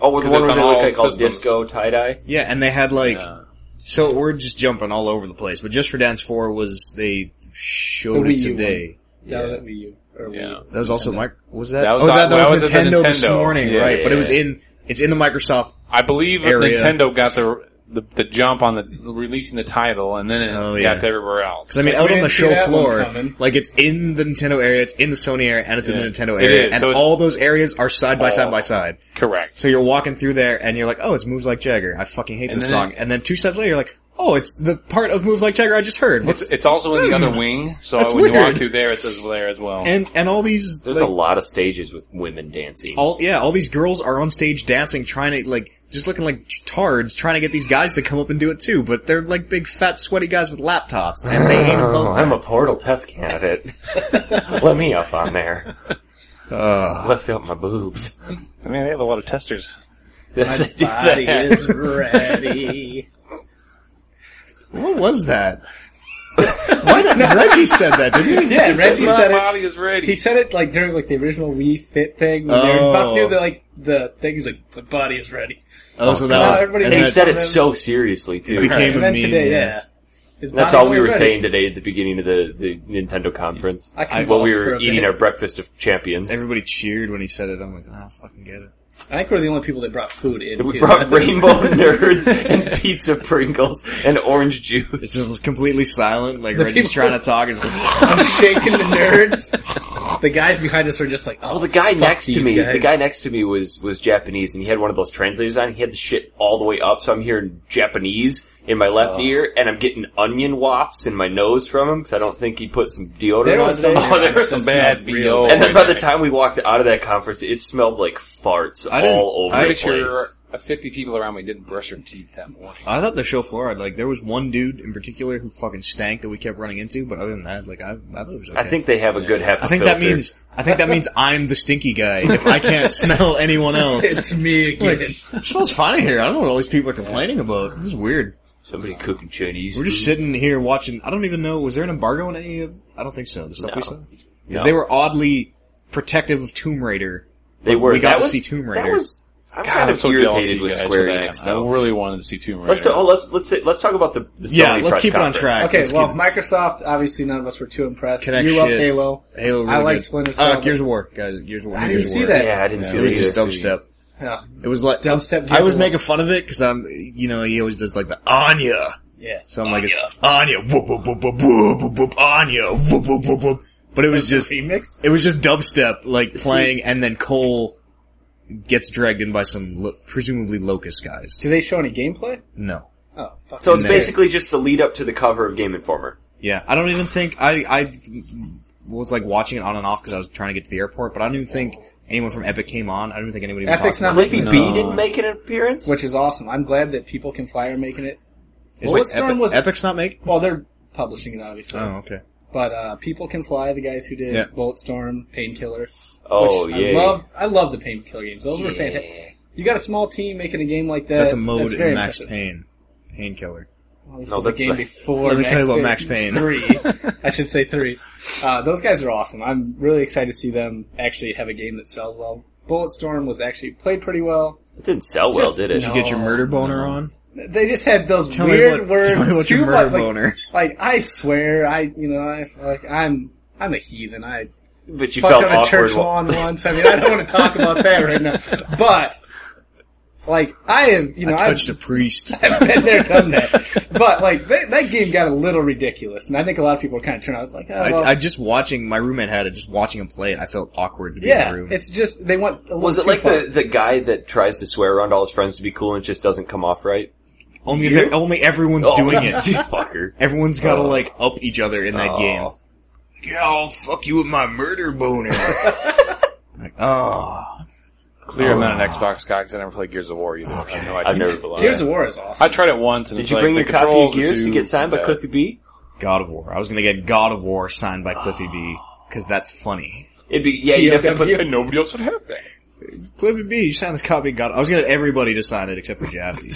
Speaker 3: oh, with the one
Speaker 6: Because it's
Speaker 3: where
Speaker 6: on
Speaker 3: they look
Speaker 6: all
Speaker 3: like all
Speaker 6: systems.
Speaker 3: disco tie dye.
Speaker 5: Yeah, and they had like.
Speaker 6: Yeah.
Speaker 5: So we're just jumping all over the place, but just for Dance Four was they
Speaker 4: The
Speaker 5: showed
Speaker 4: Wii
Speaker 5: it
Speaker 4: U one.
Speaker 5: today.
Speaker 4: That was at Wii U. Or
Speaker 6: Yeah.
Speaker 4: Wii U.
Speaker 5: That was also my was that?
Speaker 6: That was
Speaker 5: oh,
Speaker 6: on-
Speaker 5: that, that
Speaker 6: that
Speaker 5: was,
Speaker 6: was at the
Speaker 5: Nintendo, this
Speaker 6: Nintendo.
Speaker 5: morning,
Speaker 6: Yeah,
Speaker 5: right?
Speaker 3: yeah,
Speaker 5: but it was
Speaker 3: yeah.
Speaker 5: in it's in the Microsoft.
Speaker 6: I believe
Speaker 5: Area.
Speaker 6: Nintendo got the, the the jump on the releasing the title, and then it
Speaker 5: Oh, yeah.
Speaker 6: got to everywhere else.
Speaker 5: Because I mean,
Speaker 4: Like,
Speaker 5: out
Speaker 4: we
Speaker 5: on the
Speaker 4: didn't see
Speaker 5: show
Speaker 4: that one
Speaker 5: floor,
Speaker 4: coming.
Speaker 5: like it's in the Nintendo area, it's in the Sony area, and it's in the
Speaker 6: Yeah.
Speaker 5: Nintendo
Speaker 6: It
Speaker 5: area,
Speaker 6: is,
Speaker 5: and
Speaker 6: so it's-
Speaker 5: all those areas are side by side by side.
Speaker 6: Correct.
Speaker 5: So you're walking through there, and you're like, "Oh, it's moves like Jagger." I fucking hate
Speaker 6: And
Speaker 5: this
Speaker 6: then-
Speaker 5: song. And then two steps later, you're like, oh, it's the part of Moves Like Tiger I just heard.
Speaker 6: It's
Speaker 5: What's
Speaker 6: it's also in the other wing, so
Speaker 5: That's
Speaker 6: when you walk
Speaker 5: weird.
Speaker 6: through there, it says there as well.
Speaker 5: and and all these
Speaker 3: There's
Speaker 5: like,
Speaker 3: a lot of stages with women dancing.
Speaker 5: all yeah, all these girls are on stage dancing, trying to like just looking like tards, trying to get these guys to come up and do it too. But they're like big fat sweaty guys with laptops, and they ain't
Speaker 3: Oh,
Speaker 5: about
Speaker 3: I'm a portal test candidate. Let me up on there. Left out my boobs.
Speaker 6: I mean, they have a lot of testers.
Speaker 4: Body is ready.
Speaker 5: What was that? Why did Reggie said that? Didn't he?
Speaker 4: yeah, Reggie said it.
Speaker 6: is ready.
Speaker 4: He said it like during like the original Wii Fit thing when they were
Speaker 5: Oh.
Speaker 4: about to do the like the thing. He's like, the body is ready.
Speaker 5: Oh, so
Speaker 4: God.
Speaker 5: that was.
Speaker 4: Everybody
Speaker 5: and
Speaker 4: hates
Speaker 3: He
Speaker 5: that-
Speaker 3: said it so seriously too.
Speaker 5: became-
Speaker 4: And then
Speaker 5: Meme,
Speaker 4: today,
Speaker 5: yeah.
Speaker 4: yeah. His
Speaker 3: That's
Speaker 4: body's
Speaker 3: all we
Speaker 4: always
Speaker 3: were
Speaker 4: ready.
Speaker 3: saying today at the beginning of the, the Nintendo conference.
Speaker 4: I convulsed
Speaker 3: while we
Speaker 4: for
Speaker 3: were
Speaker 4: a
Speaker 3: eating
Speaker 4: bit.
Speaker 3: our breakfast of champions.
Speaker 5: everybody cheered when he said it. I'm like, I don't fucking get it.
Speaker 4: I think we're the only people that brought food in.
Speaker 3: We
Speaker 4: too.
Speaker 3: brought rainbow nerds and pizza Pringles and orange juice.
Speaker 5: It's just completely silent. Like Reggie's
Speaker 4: people-
Speaker 5: trying to talk. It's like,
Speaker 4: I'm shaking the nerds. The guys behind us were just like,
Speaker 3: Oh,
Speaker 4: oh,
Speaker 3: the guy next to
Speaker 4: these
Speaker 3: me,
Speaker 4: guys.
Speaker 3: the guy next to me was was Japanese, and he had one of those translators on. He had the shit all the way up, so I'm hearing Japanese in my left
Speaker 4: Oh.
Speaker 3: ear, and I'm getting onion wafts in my nose from him because I don't think he put some deodorant
Speaker 4: There
Speaker 3: on.
Speaker 4: was some-
Speaker 3: today.
Speaker 6: oh, there was some bad BO.
Speaker 3: and then by the time we walked out of that conference, it smelled like farts
Speaker 5: I didn't-
Speaker 3: all over
Speaker 5: I
Speaker 3: the
Speaker 6: pretty
Speaker 3: place.
Speaker 6: sure uh, 50 people around me didn't brush their teeth that morning.
Speaker 5: I thought the show floor. I'd Like there was one dude in particular who fucking stank that we kept running into. But other than that, like I, I thought it was. Okay.
Speaker 3: I think they have a good HEPA
Speaker 5: I think that
Speaker 3: filter.
Speaker 5: means. I think that means I'm the stinky guy. If I can't smell anyone else,
Speaker 4: it's me again.
Speaker 5: Like, it smells fine in here. I don't know what all these people are complaining about. This is weird.
Speaker 3: somebody cooking Chinese.
Speaker 5: We're just sitting here watching. I don't even know. Was there an embargo on any of? I don't think so. The stuff we
Speaker 3: No.
Speaker 5: saw because they were oddly protective of Tomb Raider.
Speaker 3: They were.
Speaker 5: We got
Speaker 3: That
Speaker 5: to
Speaker 3: was-
Speaker 5: see Tomb
Speaker 3: That
Speaker 5: Raider.
Speaker 3: was. I'm
Speaker 6: God,
Speaker 3: kind
Speaker 6: I'm
Speaker 3: of
Speaker 6: so jealous of
Speaker 3: irritated
Speaker 6: you
Speaker 3: with
Speaker 6: guys
Speaker 3: Square
Speaker 6: for that.
Speaker 3: Enix.
Speaker 6: I
Speaker 3: though.
Speaker 6: really wanted to see Tomb Raider.
Speaker 3: Let's, ta- oh, let's let's say, let's talk about the, the
Speaker 5: Yeah,
Speaker 3: Sony
Speaker 5: let's
Speaker 3: press
Speaker 5: keep it on
Speaker 3: conference.
Speaker 5: track.
Speaker 4: Okay,
Speaker 5: Let's
Speaker 4: well,
Speaker 5: keep it-
Speaker 4: Microsoft, obviously none of us were too impressed.
Speaker 5: Connect
Speaker 4: you loved
Speaker 5: shit.
Speaker 4: Halo.
Speaker 5: Halo. Really
Speaker 4: I like
Speaker 5: good.
Speaker 4: Splinter Cell.
Speaker 5: Uh, Gears of War, guys. Gears of War.
Speaker 4: I didn't
Speaker 5: Gears of
Speaker 4: see
Speaker 5: War.
Speaker 4: that.
Speaker 3: Yeah, I didn't see
Speaker 5: It was
Speaker 3: that
Speaker 5: just
Speaker 3: either.
Speaker 5: dubstep.
Speaker 4: Yeah.
Speaker 5: It was like
Speaker 4: Dubstep Gears
Speaker 5: I was
Speaker 4: of War.
Speaker 5: making fun of it because I'm, you know, he always does like the Anya.
Speaker 4: Yeah.
Speaker 5: So I'm like, it's Anya, whoop whoop whoop whoop whoop whoop whoop, Anya, whoop whoop whoop whoop. But it was just,
Speaker 4: Remix?
Speaker 5: it was just dubstep like playing, and then Cole gets dragged in by some lo- presumably locust guys.
Speaker 4: Do they show any gameplay?
Speaker 5: No.
Speaker 4: Oh, fuck.
Speaker 3: So it's
Speaker 5: Nice.
Speaker 3: basically just the lead up to the cover of Game Informer.
Speaker 5: Yeah, I don't even think I I was like watching it on and off because I was trying to get to the airport, but I don't even think anyone from Epic came on. I don't even think anybody. Even
Speaker 4: Epic's
Speaker 5: talked about
Speaker 4: not
Speaker 5: it.
Speaker 4: making it,
Speaker 3: B didn't make an appearance.
Speaker 4: which is awesome. I'm glad that People Can Fly are making it.
Speaker 5: It's
Speaker 4: Well,
Speaker 5: like
Speaker 4: what's
Speaker 5: Epic,
Speaker 4: wrong with-
Speaker 5: Epic's not making.
Speaker 4: Well, they're publishing it, obviously.
Speaker 5: Oh, okay.
Speaker 4: But uh, People Can Fly, the guys who did
Speaker 5: Yeah.
Speaker 4: Bulletstorm, Painkiller.
Speaker 3: oh
Speaker 4: which
Speaker 3: yeah,
Speaker 4: I love, I love the Painkiller games. Those were fantastic. You got a small team making a game like that.
Speaker 5: That's a mode
Speaker 4: very
Speaker 5: in Max
Speaker 4: impressive.
Speaker 5: Payne. Painkiller.
Speaker 4: Well, this
Speaker 3: No,
Speaker 4: was a
Speaker 3: that's
Speaker 4: game
Speaker 3: the-
Speaker 4: before.
Speaker 5: Let me tell you about
Speaker 4: Payne
Speaker 5: Max Payne.
Speaker 4: Three, I should say three. Uh, those guys are awesome. I'm really excited to see them actually have a game that sells well. Bulletstorm was actually played pretty well.
Speaker 3: it didn't sell well,
Speaker 4: Just-
Speaker 3: did it?
Speaker 4: no.
Speaker 5: You get your murder boner on?
Speaker 4: They just had those
Speaker 5: Tell me
Speaker 4: Oh, weird
Speaker 5: what-
Speaker 4: words.
Speaker 5: tell me what your
Speaker 4: too,
Speaker 5: murder
Speaker 4: like,
Speaker 5: boner.
Speaker 4: Like I swear, I you know, I like I'm I'm a heathen. I
Speaker 3: But you
Speaker 4: fucked
Speaker 3: felt
Speaker 4: on a church
Speaker 3: awkward. wa-
Speaker 4: lawn once. I mean, I don't want to talk about that right now. But like I have, you know,
Speaker 5: I
Speaker 4: I've-
Speaker 5: touched a priest.
Speaker 4: been there, done that. But like they, that game got a little ridiculous, and I think a lot of people were kind of turned out. It's like, oh,
Speaker 5: I,
Speaker 4: well,
Speaker 5: I just watching, my roommate had it, just watching him play it, I felt awkward to be in
Speaker 4: yeah,
Speaker 5: the room.
Speaker 4: it's just they want. A
Speaker 3: Was
Speaker 4: little
Speaker 3: it
Speaker 4: too
Speaker 3: like
Speaker 4: far.
Speaker 3: the, the guy that tries to swear around all his friends to be cool and it just doesn't come off right? Oh,
Speaker 5: only, that- only everyone's
Speaker 4: Oh,
Speaker 5: doing it.
Speaker 3: you fucker.
Speaker 5: Everyone's gotta
Speaker 3: Oh.
Speaker 5: like up each other in that
Speaker 3: Oh.
Speaker 5: game. Yeah, I'll fuck you with my murder boner. like, oh.
Speaker 6: Clear, I'm not an Xbox guy because I never played Gears of War either. I have no idea.
Speaker 3: I've never-
Speaker 6: people are.
Speaker 4: Gears of War is awesome.
Speaker 6: I tried it once and
Speaker 3: Did
Speaker 6: it's
Speaker 3: you
Speaker 6: like
Speaker 3: bring
Speaker 6: the
Speaker 3: your copy
Speaker 6: controls
Speaker 3: of Gears
Speaker 6: are
Speaker 3: to
Speaker 6: too
Speaker 3: get signed by
Speaker 6: bad.
Speaker 3: Cliffy B?
Speaker 5: God of War. I was gonna get God of War signed by Cliffy B, cause that's funny.
Speaker 3: It'd be yeah. You have to put.
Speaker 6: And nobody else would have that.
Speaker 5: Cliffy B, you signed this copy of God I was gonna get everybody to sign it except for Jaffe.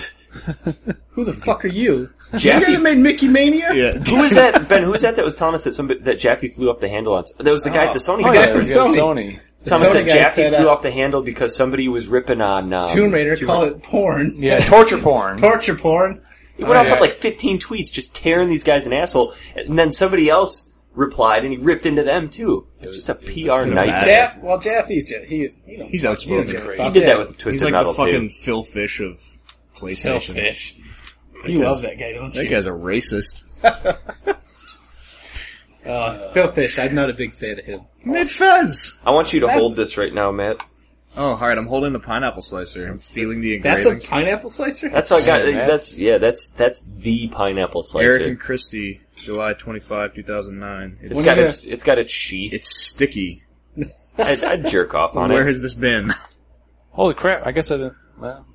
Speaker 4: Who the fuck are you?
Speaker 3: Jaffe-
Speaker 4: You guys made Mickey Mania.
Speaker 5: yeah.
Speaker 3: Who is that, Ben? Who is that that was telling us that somebody that Jaffe flew off the handle on? That was the guy at the Sony
Speaker 4: yeah,
Speaker 3: guy.
Speaker 4: from Sony.
Speaker 6: Oh, Sony.
Speaker 3: Thomas
Speaker 4: Sony
Speaker 3: said
Speaker 4: guy
Speaker 3: Jaffe
Speaker 4: said,
Speaker 3: flew
Speaker 4: uh,
Speaker 3: off the handle because somebody was ripping on um,
Speaker 4: Tomb Raider, call it porn.
Speaker 6: Yeah, torture porn.
Speaker 4: Torture porn.
Speaker 3: He went off
Speaker 6: yeah.
Speaker 3: with like 15 tweets, just tearing these guys an asshole, and then somebody else replied, and he ripped into them too. It was just a PR
Speaker 5: bad.
Speaker 3: night.
Speaker 4: Jaff, well, Jaffe's just, he is, he don't
Speaker 5: He's
Speaker 4: fuck-
Speaker 5: outspoken.
Speaker 4: he doesn't give a
Speaker 3: He
Speaker 4: fuck.
Speaker 3: did
Speaker 4: Yeah.
Speaker 3: that with
Speaker 5: He's
Speaker 3: Twisted
Speaker 5: like
Speaker 3: Metal
Speaker 5: the fucking
Speaker 3: too.
Speaker 5: Phil Fish of
Speaker 4: Phil
Speaker 5: PlayStation.
Speaker 4: Fish. You love that guy, don't
Speaker 5: That
Speaker 4: you?
Speaker 5: guy's a racist.
Speaker 4: Uh, Phil Fish, I'm not a big fan of him.
Speaker 5: Mid Fez!
Speaker 3: I want you to hold this right now, Matt.
Speaker 5: Oh, all right. I'm holding the pineapple slicer. I'm feeling the
Speaker 4: That's a
Speaker 5: engraving.
Speaker 4: pineapple slicer.
Speaker 3: That's how I got. That's yeah. That's that's the pineapple slicer.
Speaker 5: Eric and Christie, July 25, 2009. It's,
Speaker 3: it's
Speaker 4: When
Speaker 3: got
Speaker 4: you-
Speaker 3: its, it's got its sheath.
Speaker 5: it's sticky.
Speaker 3: I, would jerk off on
Speaker 5: Where
Speaker 3: it.
Speaker 5: has this been?
Speaker 6: Holy crap! I guess I didn't. Well,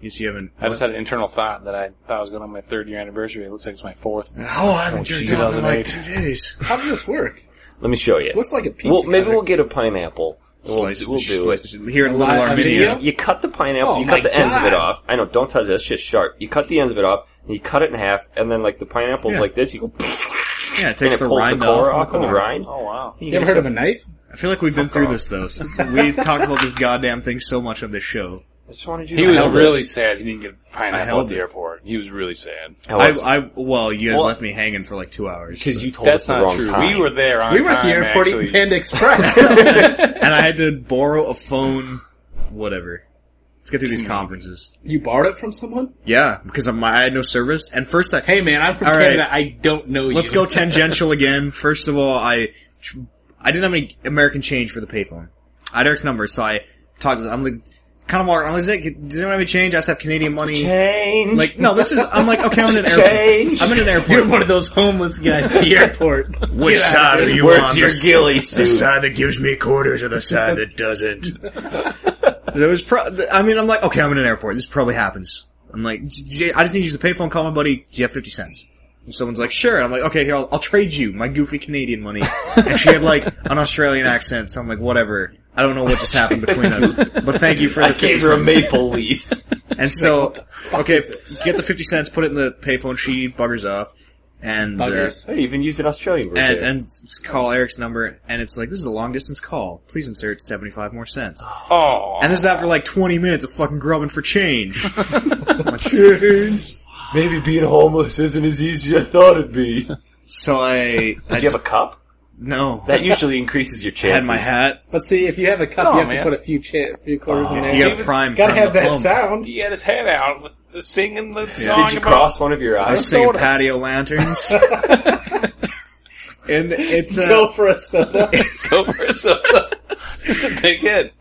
Speaker 5: Yes, you haven't.
Speaker 6: I just had an internal thought that I thought I was going on my third year anniversary. It looks like it's my fourth.
Speaker 5: Oh, I haven't jerked off in like
Speaker 6: 2008.
Speaker 5: two days.
Speaker 4: How does this work?
Speaker 3: Let me show you.
Speaker 4: Looks like a pizza.
Speaker 3: well, maybe
Speaker 4: cutter.
Speaker 3: we'll get a pineapple. We'll,
Speaker 5: Slice,
Speaker 3: we'll do it.
Speaker 5: slice the shit. Here in Little
Speaker 4: live video?
Speaker 5: Armenia.
Speaker 3: You cut the pineapple,
Speaker 4: Oh
Speaker 3: you cut
Speaker 4: my
Speaker 3: the ends of it
Speaker 4: God.
Speaker 3: off. I know, don't touch it, that's just sharp. You cut the ends of it off, and you cut it in half, and then like the pineapple's
Speaker 5: Yeah.
Speaker 3: like this, you go,
Speaker 5: Yeah, it
Speaker 3: and
Speaker 5: takes
Speaker 3: it
Speaker 5: the
Speaker 3: pulls the
Speaker 5: rind
Speaker 3: core
Speaker 5: off.
Speaker 3: off on the rind.
Speaker 6: Oh wow!
Speaker 4: You ever heard of a knife?
Speaker 5: I feel like we've been through this though. We talked about this goddamn thing so much on this show.
Speaker 3: I just wanted you
Speaker 6: He
Speaker 3: to
Speaker 6: was
Speaker 3: know
Speaker 6: really sad. He didn't get a
Speaker 5: I
Speaker 6: pineapple
Speaker 5: held
Speaker 6: at the
Speaker 5: it.
Speaker 6: airport. He was really sad.
Speaker 3: that. I
Speaker 5: I,
Speaker 3: was.
Speaker 5: I well, you guys
Speaker 3: Well-
Speaker 5: left me hanging for like two hours,
Speaker 3: Because you told
Speaker 6: That's
Speaker 3: us the
Speaker 6: not
Speaker 3: wrong
Speaker 6: true.
Speaker 3: time.
Speaker 6: We were there on
Speaker 4: We were at the
Speaker 6: time,
Speaker 4: airport
Speaker 6: actually.
Speaker 4: eating Panda Express.
Speaker 5: and I had to borrow a phone. Whatever. Let's get through
Speaker 4: Hmm.
Speaker 5: these conferences.
Speaker 4: you borrowed it from someone?
Speaker 5: Yeah, because of my, I had no service. And first, I
Speaker 4: Hey man, I'm from
Speaker 5: All right.
Speaker 4: Canada. I don't know you.
Speaker 5: Let's go tangential again. First of all, I tr- I didn't have any American change for the payphone. I had Eric's number, so I talked to I'm like kind of walking. I'm like, "Zach, does anyone have any change? I just have Canadian money.
Speaker 3: Change.
Speaker 5: Like, no, this is. I'm like, okay, I'm in an airport.
Speaker 3: Change.
Speaker 5: I'm in an airport.
Speaker 4: You're one of those homeless guys at the airport.
Speaker 5: Which side are you
Speaker 3: Where's
Speaker 5: on?
Speaker 3: your
Speaker 5: The s-
Speaker 3: ghillie
Speaker 5: The
Speaker 3: suit?
Speaker 5: side that gives me quarters or the side that doesn't? there was pro- th- I mean, I'm like, okay, I'm in an airport. This probably happens. I'm like, "J- J- I just need to use the payphone, call my buddy, do you have 50 cents? And someone's like, sure. And I'm like, okay, here, I'll, I'll trade you my goofy Canadian money. And she had like an Australian accent, so I'm like, whatever. I don't know what just happened between us, but thank you for the
Speaker 3: I
Speaker 5: 50
Speaker 3: gave her a
Speaker 5: cents.
Speaker 3: maple leaf.
Speaker 5: And so, okay, get the 50 cents, put it in the payphone, she buggers off. And, uh,
Speaker 4: Buggers.
Speaker 3: I even used an Australian word
Speaker 5: and
Speaker 3: there.
Speaker 5: and s- call Eric's number, and it's like this is a long distance call. Please insert seventy five more cents.
Speaker 6: Oh,
Speaker 5: And this is after like twenty minutes of fucking grubbing for change.
Speaker 3: Maybe being homeless isn't as easy as I thought it'd be. Did
Speaker 5: so I, I
Speaker 3: you have a cup?
Speaker 5: no.
Speaker 3: That usually increases your
Speaker 5: I had
Speaker 3: chances.
Speaker 5: my hat.
Speaker 4: But see, if you have a cup,
Speaker 6: No,
Speaker 4: you have
Speaker 6: man.
Speaker 4: to put a few cha- few quarters in there.
Speaker 5: Oh, You got a prime.
Speaker 4: Gotta
Speaker 5: prime
Speaker 4: have
Speaker 5: the
Speaker 4: that
Speaker 5: pump.
Speaker 4: sound.
Speaker 6: he had his head out with the singing the song.
Speaker 3: Did you
Speaker 6: about-
Speaker 3: cross one of your
Speaker 5: I was
Speaker 3: eyes?
Speaker 5: singing patio lanterns. and it's uh,
Speaker 4: Go for a soda.
Speaker 6: Go for it. So- it's a big hit.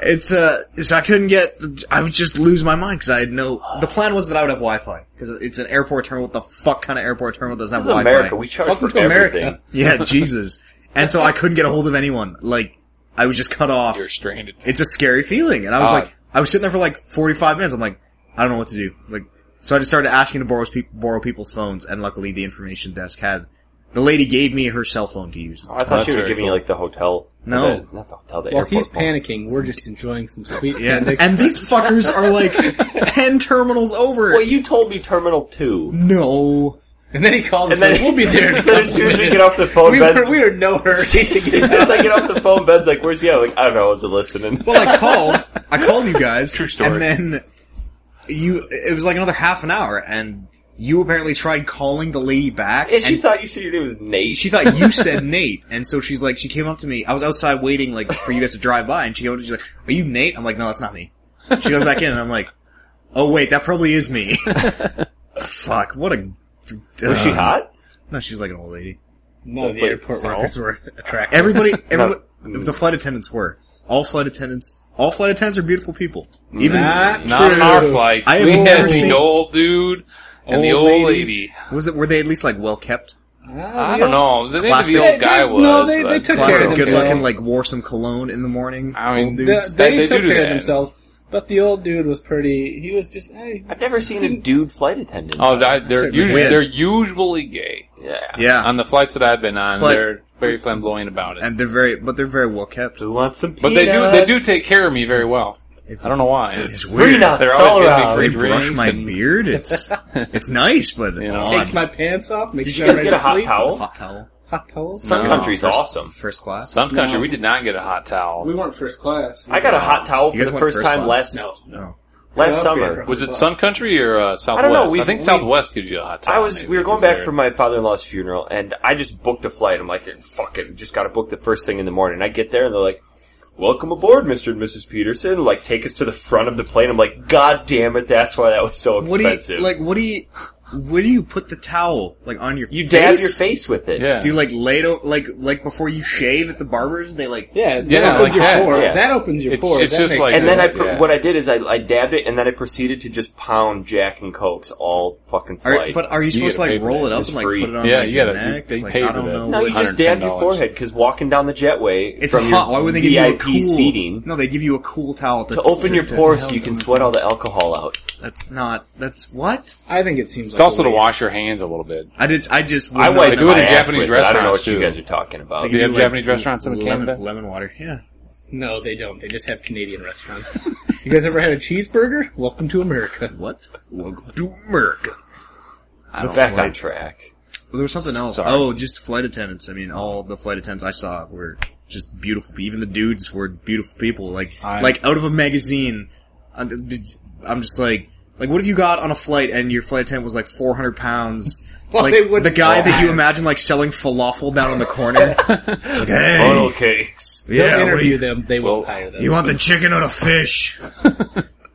Speaker 5: It's uh, so I couldn't get. I would just lose my mind because I had no. The plan was that I would have Wi-Fi because it's an airport terminal. What the fuck kind of airport terminal doesn't have
Speaker 3: This is
Speaker 5: Wi-Fi?
Speaker 3: America. We charge
Speaker 4: Welcome
Speaker 3: for
Speaker 4: to America.
Speaker 3: everything.
Speaker 5: Yeah, Jesus. And so I couldn't get a hold of anyone. Like, I was just cut off.
Speaker 6: You're stranded.
Speaker 5: It's a scary feeling. And I was
Speaker 6: Odd.
Speaker 5: like, I was sitting there for like 45 minutes. I'm like, I don't know what to do. Like, so I just started asking to borrow, peop borrow people's phones. And luckily the information desk had, the lady gave me her cell phone to use.
Speaker 3: Oh, I thought
Speaker 6: That's
Speaker 3: you were
Speaker 6: very
Speaker 3: giving me
Speaker 6: cool.
Speaker 3: like the hotel.
Speaker 5: No.
Speaker 3: the- not the hotel. The
Speaker 4: Well,
Speaker 3: airport.
Speaker 4: he's
Speaker 3: phone.
Speaker 4: panicking. We're just enjoying some sweet
Speaker 5: Yeah.
Speaker 4: Panda
Speaker 5: And
Speaker 4: Express.
Speaker 5: these fuckers are like 10 terminals over.
Speaker 3: Well, you told me Terminal Two,
Speaker 5: No.
Speaker 4: And then he calls
Speaker 3: and
Speaker 4: us. like,
Speaker 3: then
Speaker 4: we'll be there. in a
Speaker 3: Then as
Speaker 4: couple
Speaker 3: soon as we
Speaker 4: minutes."
Speaker 3: get off the phone,
Speaker 4: we
Speaker 3: Ben-
Speaker 4: were, we were in no hurry
Speaker 3: as
Speaker 4: to
Speaker 3: soon
Speaker 4: get
Speaker 3: as
Speaker 4: out.
Speaker 3: I get off the phone, Ben's like, "Where's he?" at?" Like, I don't know. I wasn't listening.
Speaker 5: Well, I called. I called you guys.
Speaker 6: True story.
Speaker 5: And then you, it was like another half an hour and you apparently tried calling the lady back.
Speaker 3: and she
Speaker 5: and-
Speaker 3: thought you said your name was Nate.
Speaker 5: she thought you said Nate, and so she's like, she came up to me. I was outside waiting, like, for you guys to drive by, and she goes, she's like, "Are you Nate?" I'm like, "No, that's not me." She goes back in, and I'm like, "Oh wait, that probably is me." Fuck, what a. uh,
Speaker 3: was she hot?
Speaker 5: No, she's like an old lady.
Speaker 4: No, the
Speaker 3: Wait,
Speaker 4: airport
Speaker 3: so?
Speaker 4: workers were attractive.
Speaker 5: Everybody, everybody,
Speaker 3: No.
Speaker 5: the flight attendants were all flight attendants. All flight attendants are beautiful people. Even
Speaker 4: Not,
Speaker 6: Not on
Speaker 4: true.
Speaker 6: our flight.
Speaker 5: I have
Speaker 6: we
Speaker 5: never
Speaker 6: had
Speaker 5: seen-
Speaker 6: the old dude and the
Speaker 4: Old
Speaker 6: old
Speaker 4: ladies.
Speaker 6: lady.
Speaker 5: was it were they at least like well kept?
Speaker 4: Ah,
Speaker 6: I
Speaker 4: we
Speaker 6: don't know. The name of
Speaker 5: Classic.
Speaker 6: the
Speaker 4: They-
Speaker 6: old guy
Speaker 4: they-
Speaker 6: was.
Speaker 4: no, they-
Speaker 6: but-
Speaker 4: they took care
Speaker 5: Classic,
Speaker 4: of
Speaker 5: good looking,
Speaker 4: themselves.
Speaker 5: like wore some cologne in the morning.
Speaker 6: I mean,
Speaker 5: Old
Speaker 4: The-
Speaker 5: dudes.
Speaker 4: they,
Speaker 6: They- they
Speaker 4: took
Speaker 6: do do
Speaker 4: care of
Speaker 6: that.
Speaker 4: themselves, but the old dude was pretty. He was just, hey,
Speaker 3: I've never seen a dude flight attendant.
Speaker 6: Oh, I- they're
Speaker 4: Certainly.
Speaker 6: usually,
Speaker 5: Win.
Speaker 6: they're usually gay.
Speaker 3: yeah.
Speaker 5: yeah,
Speaker 6: On the flights that I've been on,
Speaker 5: But-
Speaker 6: they're very flamboyant about it.
Speaker 5: and they're very, but they're very well kept.
Speaker 3: Who wants some?
Speaker 6: but they do they do take care of me very well.
Speaker 5: If-
Speaker 6: I don't know why.
Speaker 5: It's
Speaker 3: Green
Speaker 5: weird.
Speaker 3: out.
Speaker 6: They're
Speaker 3: all
Speaker 6: always giving me
Speaker 3: around.
Speaker 5: They
Speaker 6: free drinks.
Speaker 5: brush my
Speaker 6: and-
Speaker 5: beard. It's it's nice, but
Speaker 6: You know.
Speaker 5: odd.
Speaker 4: takes my pants off, makes
Speaker 3: Did
Speaker 4: sure
Speaker 3: you
Speaker 4: I'm
Speaker 3: guys
Speaker 4: ready
Speaker 3: get a
Speaker 4: to
Speaker 3: hot
Speaker 4: sleep.
Speaker 3: towel?
Speaker 5: hot towel.
Speaker 4: Hot towels?
Speaker 3: Some
Speaker 6: No.
Speaker 3: country's awesome.
Speaker 5: First class.
Speaker 6: Some country we did not get a hot towel.
Speaker 4: We weren't first class.
Speaker 3: I got a hot towel for
Speaker 5: You guys
Speaker 3: the
Speaker 5: went
Speaker 3: first,
Speaker 5: first
Speaker 3: time
Speaker 5: class?
Speaker 3: last
Speaker 5: No.
Speaker 3: last
Speaker 4: Yeah,
Speaker 3: summer.
Speaker 4: okay.
Speaker 6: was it Sun Country or uh, Southwest?
Speaker 3: know. We've-
Speaker 6: I think
Speaker 3: we-
Speaker 6: Southwest gives you a hot towel.
Speaker 3: I was,
Speaker 6: maybe,
Speaker 3: we were going
Speaker 6: because
Speaker 3: back
Speaker 6: they're-
Speaker 3: from my father-in-law's funeral and I just booked a flight. I'm like, fucking, just gotta book the first thing in the morning. And I get there and they're like, welcome aboard, Mr. and Mrs. Peterson. Like, take us to the front of the plane. I'm like, god damn it, that's why that was so
Speaker 5: What do you
Speaker 3: expensive.
Speaker 5: like? What do you? Where do you put the towel? Like on your
Speaker 3: You
Speaker 5: face?
Speaker 3: dab your face with it.
Speaker 8: Yeah.
Speaker 5: Do you like lay it o- like like before you shave at the barbers? They like
Speaker 4: Yeah, that
Speaker 8: Yeah,
Speaker 4: opens
Speaker 8: like
Speaker 4: your
Speaker 8: that,
Speaker 4: pores.
Speaker 3: yeah.
Speaker 4: That opens your
Speaker 6: It's-
Speaker 4: pores.
Speaker 6: it's
Speaker 4: that
Speaker 6: just
Speaker 4: makes
Speaker 6: like-
Speaker 4: sense.
Speaker 3: And then I,
Speaker 6: Yeah.
Speaker 3: pr- what I did is I, I dabbed it, and then I proceeded to just pound Jack and Cokes all fucking
Speaker 5: Are,
Speaker 3: flight.
Speaker 5: but are you supposed to
Speaker 6: gotta pay
Speaker 5: like
Speaker 6: for
Speaker 5: roll it
Speaker 6: that.
Speaker 5: up
Speaker 3: It's
Speaker 5: and like
Speaker 3: free.
Speaker 5: put it on
Speaker 6: Yeah,
Speaker 5: like,
Speaker 6: you
Speaker 5: your
Speaker 6: gotta- you
Speaker 5: neck?
Speaker 6: pay
Speaker 5: like,
Speaker 6: for
Speaker 5: I don't
Speaker 6: that.
Speaker 5: know.
Speaker 3: no,
Speaker 5: what-
Speaker 3: you just dab your
Speaker 6: $110.
Speaker 3: forehead because walking down the jetway
Speaker 5: it's
Speaker 3: from
Speaker 5: hot.
Speaker 3: your
Speaker 5: Why would they give you a
Speaker 3: VIP
Speaker 5: cool
Speaker 3: seating
Speaker 5: No, they give you a cool towel to,
Speaker 3: to open your
Speaker 5: to-
Speaker 3: pores so you can sweat all the alcohol out.
Speaker 5: That's not. That's what
Speaker 4: I think it seems.
Speaker 6: It's
Speaker 4: like
Speaker 6: also
Speaker 4: a
Speaker 6: to
Speaker 4: waste.
Speaker 6: wash your hands a little bit.
Speaker 5: I did. I just.
Speaker 3: I
Speaker 5: would
Speaker 6: went-
Speaker 5: not-
Speaker 3: wiped
Speaker 6: they do it
Speaker 3: my
Speaker 6: in
Speaker 3: ass
Speaker 6: Japanese
Speaker 3: with it. I don't know
Speaker 6: restaurants,
Speaker 3: what you
Speaker 6: too.
Speaker 3: guys are talking about.
Speaker 6: They give you
Speaker 5: Give me, like,
Speaker 6: Japanese restaurants in
Speaker 5: lemon,
Speaker 6: Canada?
Speaker 5: lemon water. Yeah.
Speaker 4: No, they don't. They just have Canadian restaurants. you guys ever had a cheeseburger? Welcome to America.
Speaker 5: What? Welcome to America. I don't
Speaker 3: Back
Speaker 5: like-
Speaker 3: on track.
Speaker 5: There was something else. Oh, just flight attendants. I mean, all the flight attendants I saw were just beautiful. Even the dudes were beautiful people. Like,
Speaker 8: I-
Speaker 5: like out of a magazine. I'm I'm just like, like what have you got on a flight? And your flight attendant was like 400 pounds.
Speaker 4: Well,
Speaker 5: like
Speaker 4: they wouldn't-
Speaker 5: the guy that you imagine like selling falafel down on the corner.
Speaker 3: Oh,
Speaker 5: okay.
Speaker 3: cakes.
Speaker 4: Don't
Speaker 5: Yeah. what do
Speaker 4: interview
Speaker 5: you,
Speaker 4: them. They will hire them.
Speaker 5: you want the chicken or the fish?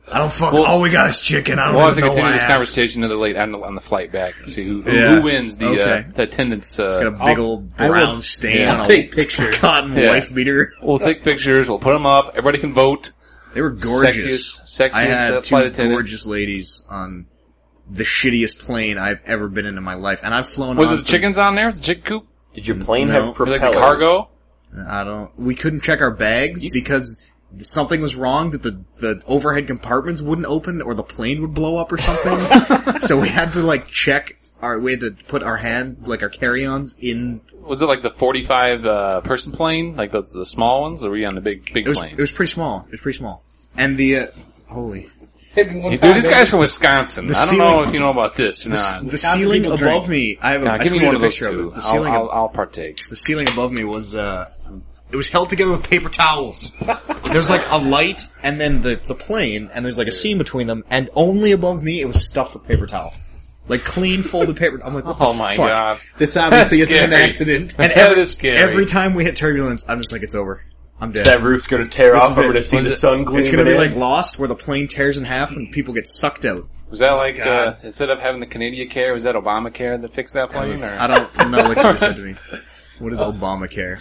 Speaker 5: I don't fuck. all we got is chicken. I don't
Speaker 6: We'll have to
Speaker 5: even know why
Speaker 6: continue
Speaker 5: I
Speaker 6: this
Speaker 5: asked.
Speaker 6: conversation another late on the, on the flight back and see who, who,
Speaker 5: Yeah.
Speaker 6: who wins the,
Speaker 5: Okay.
Speaker 6: uh, the attendance.
Speaker 5: Got a
Speaker 6: Uh,
Speaker 5: big old
Speaker 4: I will-
Speaker 5: brown stain
Speaker 6: Yeah.
Speaker 5: on a
Speaker 4: Take pictures.
Speaker 5: cotton
Speaker 6: Yeah.
Speaker 5: wife beater.
Speaker 6: we'll take pictures. We'll put them up. Everybody can vote.
Speaker 5: They were gorgeous.
Speaker 6: Sexiest- sexiest,
Speaker 5: I had
Speaker 6: uh,
Speaker 5: two
Speaker 6: flight attendant.
Speaker 5: gorgeous ladies on the shittiest plane I've ever been in in my life, and I've flown.
Speaker 6: Was
Speaker 5: on
Speaker 6: it the
Speaker 5: some-
Speaker 6: chickens on there? The chick coop?
Speaker 3: Did your plane
Speaker 5: No.
Speaker 3: have
Speaker 5: For,
Speaker 6: Or like
Speaker 3: propellers?
Speaker 6: the cargo?
Speaker 5: I don't. We couldn't check our bags because something was wrong that the the overhead compartments wouldn't open, or the plane would blow up, or something. so we had to like check. Our, we had to put our hand, like our carry-ons, in.
Speaker 6: Was it like the 45 uh, person plane? Like the, the small ones? Or were you on the big, big
Speaker 5: It was,
Speaker 6: plane?
Speaker 5: it was pretty small. It was pretty small. And the uh, holy,
Speaker 4: Hit me one
Speaker 6: Hey,
Speaker 4: time,
Speaker 6: dude, this
Speaker 4: baby.
Speaker 6: guy's from Wisconsin.
Speaker 5: The
Speaker 6: I don't know
Speaker 5: ceiling-
Speaker 6: if you know about this or
Speaker 5: the,
Speaker 6: not.
Speaker 5: the ceiling
Speaker 4: people
Speaker 5: above
Speaker 4: drink.
Speaker 5: me. I have a,
Speaker 6: Nah,
Speaker 5: I
Speaker 6: give me
Speaker 5: tweeted
Speaker 6: one
Speaker 5: a
Speaker 6: of those
Speaker 5: picture
Speaker 6: two.
Speaker 5: of it. The
Speaker 6: I'll,
Speaker 5: ceiling
Speaker 6: I'll, I'll partake.
Speaker 5: the ceiling above me was uh it was held together with paper towels. There's like a light and then the the plane and there's like a seam between them and only above me it was stuffed with paper towel. Like clean folded paper. I'm like, what the
Speaker 6: Oh my
Speaker 5: fuck?
Speaker 6: god.
Speaker 4: This obviously
Speaker 6: That's
Speaker 4: isn't an
Speaker 6: scary.
Speaker 4: accident.
Speaker 5: And
Speaker 6: That
Speaker 5: every,
Speaker 6: is scary.
Speaker 5: every time we hit turbulence, I'm just like, it's over. I'm dead.
Speaker 3: That roof's gonna tear
Speaker 5: This
Speaker 3: off.
Speaker 5: is
Speaker 3: I'm
Speaker 5: it.
Speaker 3: gonna see
Speaker 5: Was
Speaker 3: the
Speaker 5: it-
Speaker 3: sun gleaming.
Speaker 5: it's gonna be
Speaker 3: in.
Speaker 5: like Lost, where the plane tears in half and people get sucked out.
Speaker 6: Was that like, uh,
Speaker 5: God.
Speaker 6: instead of having the Canadian care, was that Obamacare that fixed that plane? or?
Speaker 5: I don't know what you just said to me. What is Obamacare?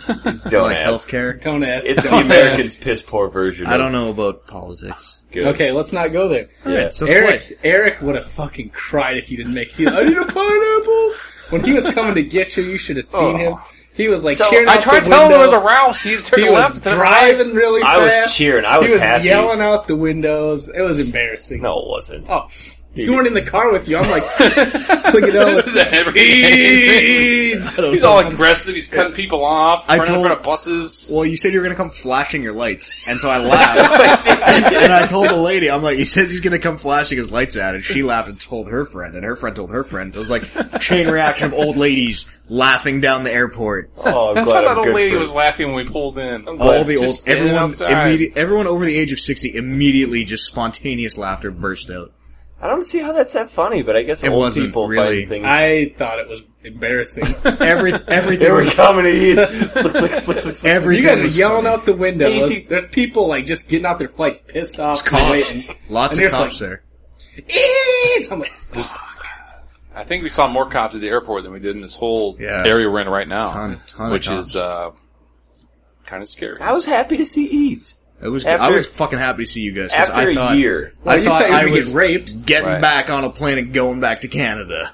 Speaker 3: Don't
Speaker 5: like
Speaker 3: ask.
Speaker 5: healthcare?
Speaker 4: Don't ask.
Speaker 3: It's the
Speaker 4: Don't
Speaker 3: Americans' piss poor version.
Speaker 5: I
Speaker 3: of
Speaker 5: don't know about politics.
Speaker 3: Good.
Speaker 4: ask. Okay, let's not go there.
Speaker 3: Yeah.
Speaker 5: So
Speaker 4: Eric,
Speaker 5: flight.
Speaker 4: Eric would have fucking cried if you didn't make it. I need a pineapple. When he was coming to get you, you should have seen him. He was like
Speaker 6: So
Speaker 4: cheering
Speaker 6: I
Speaker 4: out
Speaker 6: tried
Speaker 4: the
Speaker 6: telling him
Speaker 4: window.
Speaker 6: there was a row. She turned
Speaker 4: he was
Speaker 6: left. turned right.
Speaker 4: driving really
Speaker 3: I was
Speaker 4: fast.
Speaker 3: cheering. I was
Speaker 4: he was
Speaker 3: happy.
Speaker 4: yelling out the windows. It was embarrassing.
Speaker 3: No, it wasn't.
Speaker 4: Oh, you weren't in the car with you. I'm like, swinging down.
Speaker 6: This
Speaker 4: Like,
Speaker 6: is everything. He's all aggressive. He's cutting people off.
Speaker 5: I
Speaker 6: running in
Speaker 5: told-
Speaker 6: front of buses.
Speaker 5: Well, you said you were gonna come flashing your lights, and so I laughed. and I told the lady, I'm like, he says he's gonna come flashing his lights out, and she laughed and told her friend, and her friend told her friend. So it was like chain reaction of old ladies laughing down the airport.
Speaker 3: Oh, I'm
Speaker 6: That's
Speaker 3: glad
Speaker 6: why
Speaker 3: I'm
Speaker 6: that
Speaker 3: good
Speaker 6: old lady
Speaker 3: for
Speaker 6: was laughing when we pulled in. I'm glad
Speaker 5: All the
Speaker 6: Oh, just
Speaker 5: old,
Speaker 6: standing
Speaker 5: everyone,
Speaker 6: outside.
Speaker 5: immedi- everyone over the age of sixty immediately just spontaneous laughter burst out.
Speaker 3: I don't see how that's that funny, but I guess
Speaker 5: It
Speaker 3: old
Speaker 5: wasn't
Speaker 3: people
Speaker 5: really.
Speaker 3: find things.
Speaker 4: I thought it was embarrassing.
Speaker 5: Every,
Speaker 3: they
Speaker 5: everything
Speaker 3: were
Speaker 5: was,
Speaker 3: coming to eat. Flick, flick, flick, flick, flick.
Speaker 5: everything
Speaker 4: you guys are
Speaker 5: was
Speaker 4: yelling
Speaker 5: funny.
Speaker 4: out the window.
Speaker 3: Hey, you see-
Speaker 4: There's people like just getting out their flights, pissed off, and
Speaker 5: Cops.
Speaker 4: waiting.
Speaker 5: Lots
Speaker 4: And
Speaker 5: of
Speaker 4: there's
Speaker 5: cops
Speaker 4: like-
Speaker 5: there.
Speaker 4: Eeeees! I'm like, fuck.
Speaker 6: I think we saw more cops at the airport than we did in this whole
Speaker 5: Yeah.
Speaker 6: area we're in right now,
Speaker 5: Ton- ton of
Speaker 6: which
Speaker 5: cops.
Speaker 6: is uh, kind of scary.
Speaker 3: I was happy to see eat.
Speaker 5: It was. I
Speaker 3: After-
Speaker 5: was fucking happy to see you guys. 'cause
Speaker 3: After
Speaker 5: I
Speaker 3: a
Speaker 5: thought,
Speaker 3: year.
Speaker 5: I
Speaker 4: Well, you
Speaker 5: thought,
Speaker 4: thought you were
Speaker 5: I
Speaker 4: gonna
Speaker 5: was
Speaker 4: get raped.
Speaker 5: getting
Speaker 6: Right.
Speaker 5: back on a plane and going back to Canada.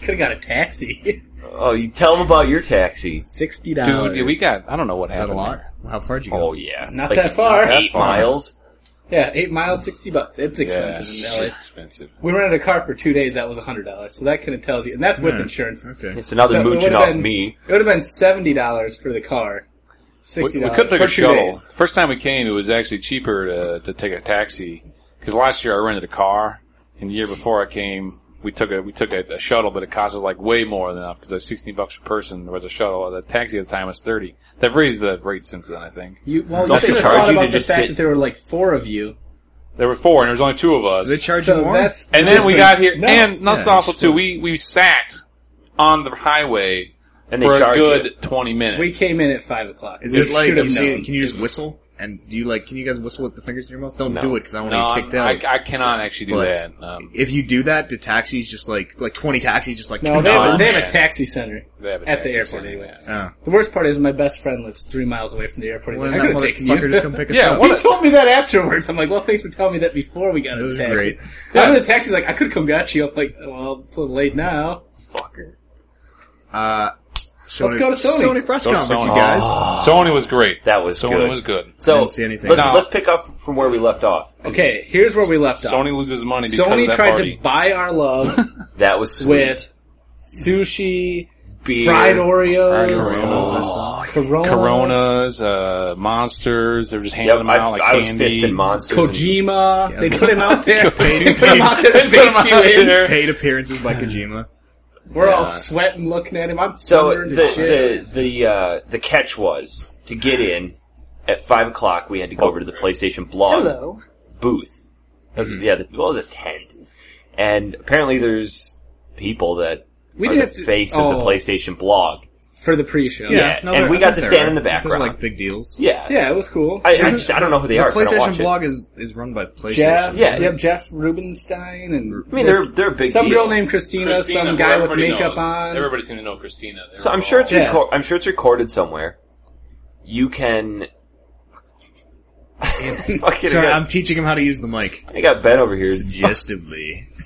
Speaker 4: Could have got a taxi.
Speaker 3: Oh, you tell them about your taxi.
Speaker 4: Sixty
Speaker 6: Dude,
Speaker 4: dollars.
Speaker 6: yeah, we got, I don't know what
Speaker 5: Is that a
Speaker 6: happened.
Speaker 5: lot?
Speaker 6: there.
Speaker 5: How far'd you go?
Speaker 3: Oh yeah,
Speaker 4: Not that far.
Speaker 3: Eight
Speaker 6: far.
Speaker 3: miles.
Speaker 4: yeah, eight miles, sixty bucks. It's
Speaker 6: Yeah,
Speaker 4: expensive
Speaker 6: it's
Speaker 4: in LA.
Speaker 6: expensive.
Speaker 4: We rented a car for two days. That was hundred dollars. So that kind of tells you, and that's with
Speaker 5: Yeah.
Speaker 4: insurance.
Speaker 5: Okay.
Speaker 3: It's another
Speaker 4: So it
Speaker 3: mooching
Speaker 4: would've
Speaker 3: off
Speaker 4: been-
Speaker 3: me.
Speaker 4: It would have been seventy dollars for the car. Sixty
Speaker 6: We, we
Speaker 4: dollars.
Speaker 6: could take
Speaker 4: for
Speaker 6: a
Speaker 4: two
Speaker 6: shuttle.
Speaker 4: days.
Speaker 6: First time we came, it was actually cheaper to, to take a taxi because last year I rented a car, and the year before I came, we took a we took a, a shuttle, but it cost us like way more than that because it was sixteen bucks per person. Whereas a shuttle, the taxi at the time was thirty. They've raised the rate since then, I think.
Speaker 4: You, well,
Speaker 3: Don't
Speaker 4: you
Speaker 3: they
Speaker 4: should have
Speaker 3: charge
Speaker 4: thought
Speaker 3: you to
Speaker 4: about the
Speaker 3: just
Speaker 4: fact
Speaker 3: sit-
Speaker 4: that there were like four of you.
Speaker 6: There were four, and there was only two of us.
Speaker 5: They charge
Speaker 4: So
Speaker 5: you more.
Speaker 4: that's
Speaker 6: and then we got here,
Speaker 4: No.
Speaker 6: and not
Speaker 5: Yeah,
Speaker 6: also
Speaker 5: it's
Speaker 6: too. We we sat on the highway
Speaker 3: And they
Speaker 6: for a
Speaker 3: charge
Speaker 6: good
Speaker 3: you.
Speaker 6: twenty minutes.
Speaker 4: We came in at five o'clock.
Speaker 5: Is
Speaker 4: We
Speaker 5: it like
Speaker 4: should have
Speaker 5: you see?
Speaker 4: known.
Speaker 5: Can you just whistle? And do you like? Can you guys whistle with the fingers in your mouth? Don't
Speaker 3: No.
Speaker 5: do it because I want
Speaker 6: No,
Speaker 5: to
Speaker 6: I'm-
Speaker 5: get kicked out.
Speaker 6: I, I cannot actually do
Speaker 5: But-
Speaker 6: that. Um,
Speaker 5: if you do that, the taxis just like like twenty taxis just like
Speaker 4: No, they have, a,
Speaker 3: No.
Speaker 4: they have a taxi center.
Speaker 6: they have a
Speaker 4: At
Speaker 6: taxi
Speaker 4: the airport,
Speaker 6: center,
Speaker 4: anyway.
Speaker 6: yeah.
Speaker 5: Oh.
Speaker 4: The worst part is my best friend lives three miles away from the airport. He's
Speaker 5: Well,
Speaker 4: like, I
Speaker 5: that
Speaker 4: could have taken you.
Speaker 5: motherfucker just come pick us
Speaker 6: Yeah,
Speaker 5: up.
Speaker 6: what-
Speaker 4: he told me that afterwards. I'm like, well, thanks for telling me that before we got
Speaker 5: That
Speaker 4: in the
Speaker 5: was
Speaker 4: taxi.
Speaker 5: great.
Speaker 4: I'm in the taxi's like, I could come got you. I'm like, well, it's a little late now. Fucker.
Speaker 5: Uh, Sony,
Speaker 4: Let's go to Sony.
Speaker 5: Sony press
Speaker 6: Go to
Speaker 5: conference,
Speaker 6: Sony.
Speaker 5: you guys.
Speaker 6: Sony was great.
Speaker 3: Ah, That was
Speaker 6: Sony
Speaker 3: good.
Speaker 6: was good.
Speaker 3: So
Speaker 5: I didn't see anything.
Speaker 3: Let's,
Speaker 6: No.
Speaker 3: let's pick up from where we left off.
Speaker 4: Okay, here's where we left off.
Speaker 6: Sony loses money because
Speaker 4: Sony
Speaker 6: of that
Speaker 4: tried
Speaker 6: party.
Speaker 4: to buy our love
Speaker 3: That was sweet.
Speaker 4: with sushi,
Speaker 3: Beer.
Speaker 4: fried Oreos, oh,
Speaker 6: Oreos.
Speaker 4: Corona,
Speaker 6: Coronas, uh, monsters. They were just handing
Speaker 3: Yep,
Speaker 6: them
Speaker 3: I,
Speaker 6: out like
Speaker 3: I was
Speaker 6: candy.
Speaker 3: fisting monsters. and-
Speaker 4: Kojima. They put him out there. they
Speaker 5: Kojima.
Speaker 4: put him out there to
Speaker 6: Put 'em
Speaker 4: bait
Speaker 6: out
Speaker 4: you in.
Speaker 6: there.
Speaker 5: Paid appearances by Kojima.
Speaker 4: We're all
Speaker 5: Yeah.
Speaker 4: sweating looking at him. I'm
Speaker 3: So
Speaker 4: so
Speaker 3: the
Speaker 4: to shit.
Speaker 3: the the, uh, the catch was to get in at five o'clock. We had to go over to the PlayStation blog
Speaker 7: Hello.
Speaker 3: booth. That was, Yeah, the, well, it was a tent, and apparently there's people that
Speaker 4: We
Speaker 3: are
Speaker 4: didn't
Speaker 3: the
Speaker 4: have to-
Speaker 3: face of
Speaker 4: oh.
Speaker 3: the PlayStation blog.
Speaker 4: for the pre-show.
Speaker 3: Yeah,
Speaker 5: no,
Speaker 3: and
Speaker 5: they're-
Speaker 3: we
Speaker 5: I
Speaker 3: got
Speaker 5: think
Speaker 3: to
Speaker 5: they're-
Speaker 3: stand in the
Speaker 5: I think they're,
Speaker 3: background.
Speaker 5: like big deals.
Speaker 3: Yeah,
Speaker 4: yeah, it was cool.
Speaker 3: I, I
Speaker 5: Isn't-
Speaker 3: just I don't know who they
Speaker 5: the
Speaker 3: are. 'cause I don't watch
Speaker 5: PlayStation
Speaker 3: it.
Speaker 5: blog is is run by PlayStation.
Speaker 4: Jeff,
Speaker 3: Yeah.
Speaker 4: yep, Jeff Rubenstein, and
Speaker 3: I mean,
Speaker 4: this-
Speaker 3: they're they're a big.
Speaker 4: some
Speaker 3: deal.
Speaker 4: girl named Christina,
Speaker 6: Christina,
Speaker 4: some
Speaker 6: who
Speaker 4: guy with
Speaker 6: everybody
Speaker 4: makeup
Speaker 6: knows.
Speaker 4: on.
Speaker 6: Everybody seemed to know Christina. They
Speaker 3: So
Speaker 6: were
Speaker 3: I'm
Speaker 6: all-
Speaker 3: sure it's
Speaker 4: Yeah.
Speaker 3: reco- I'm sure it's recorded somewhere. You can. Fucking
Speaker 5: Sorry,
Speaker 3: I got-
Speaker 5: I'm teaching him how to use the mic
Speaker 3: I got Ben over here.
Speaker 5: suggestively.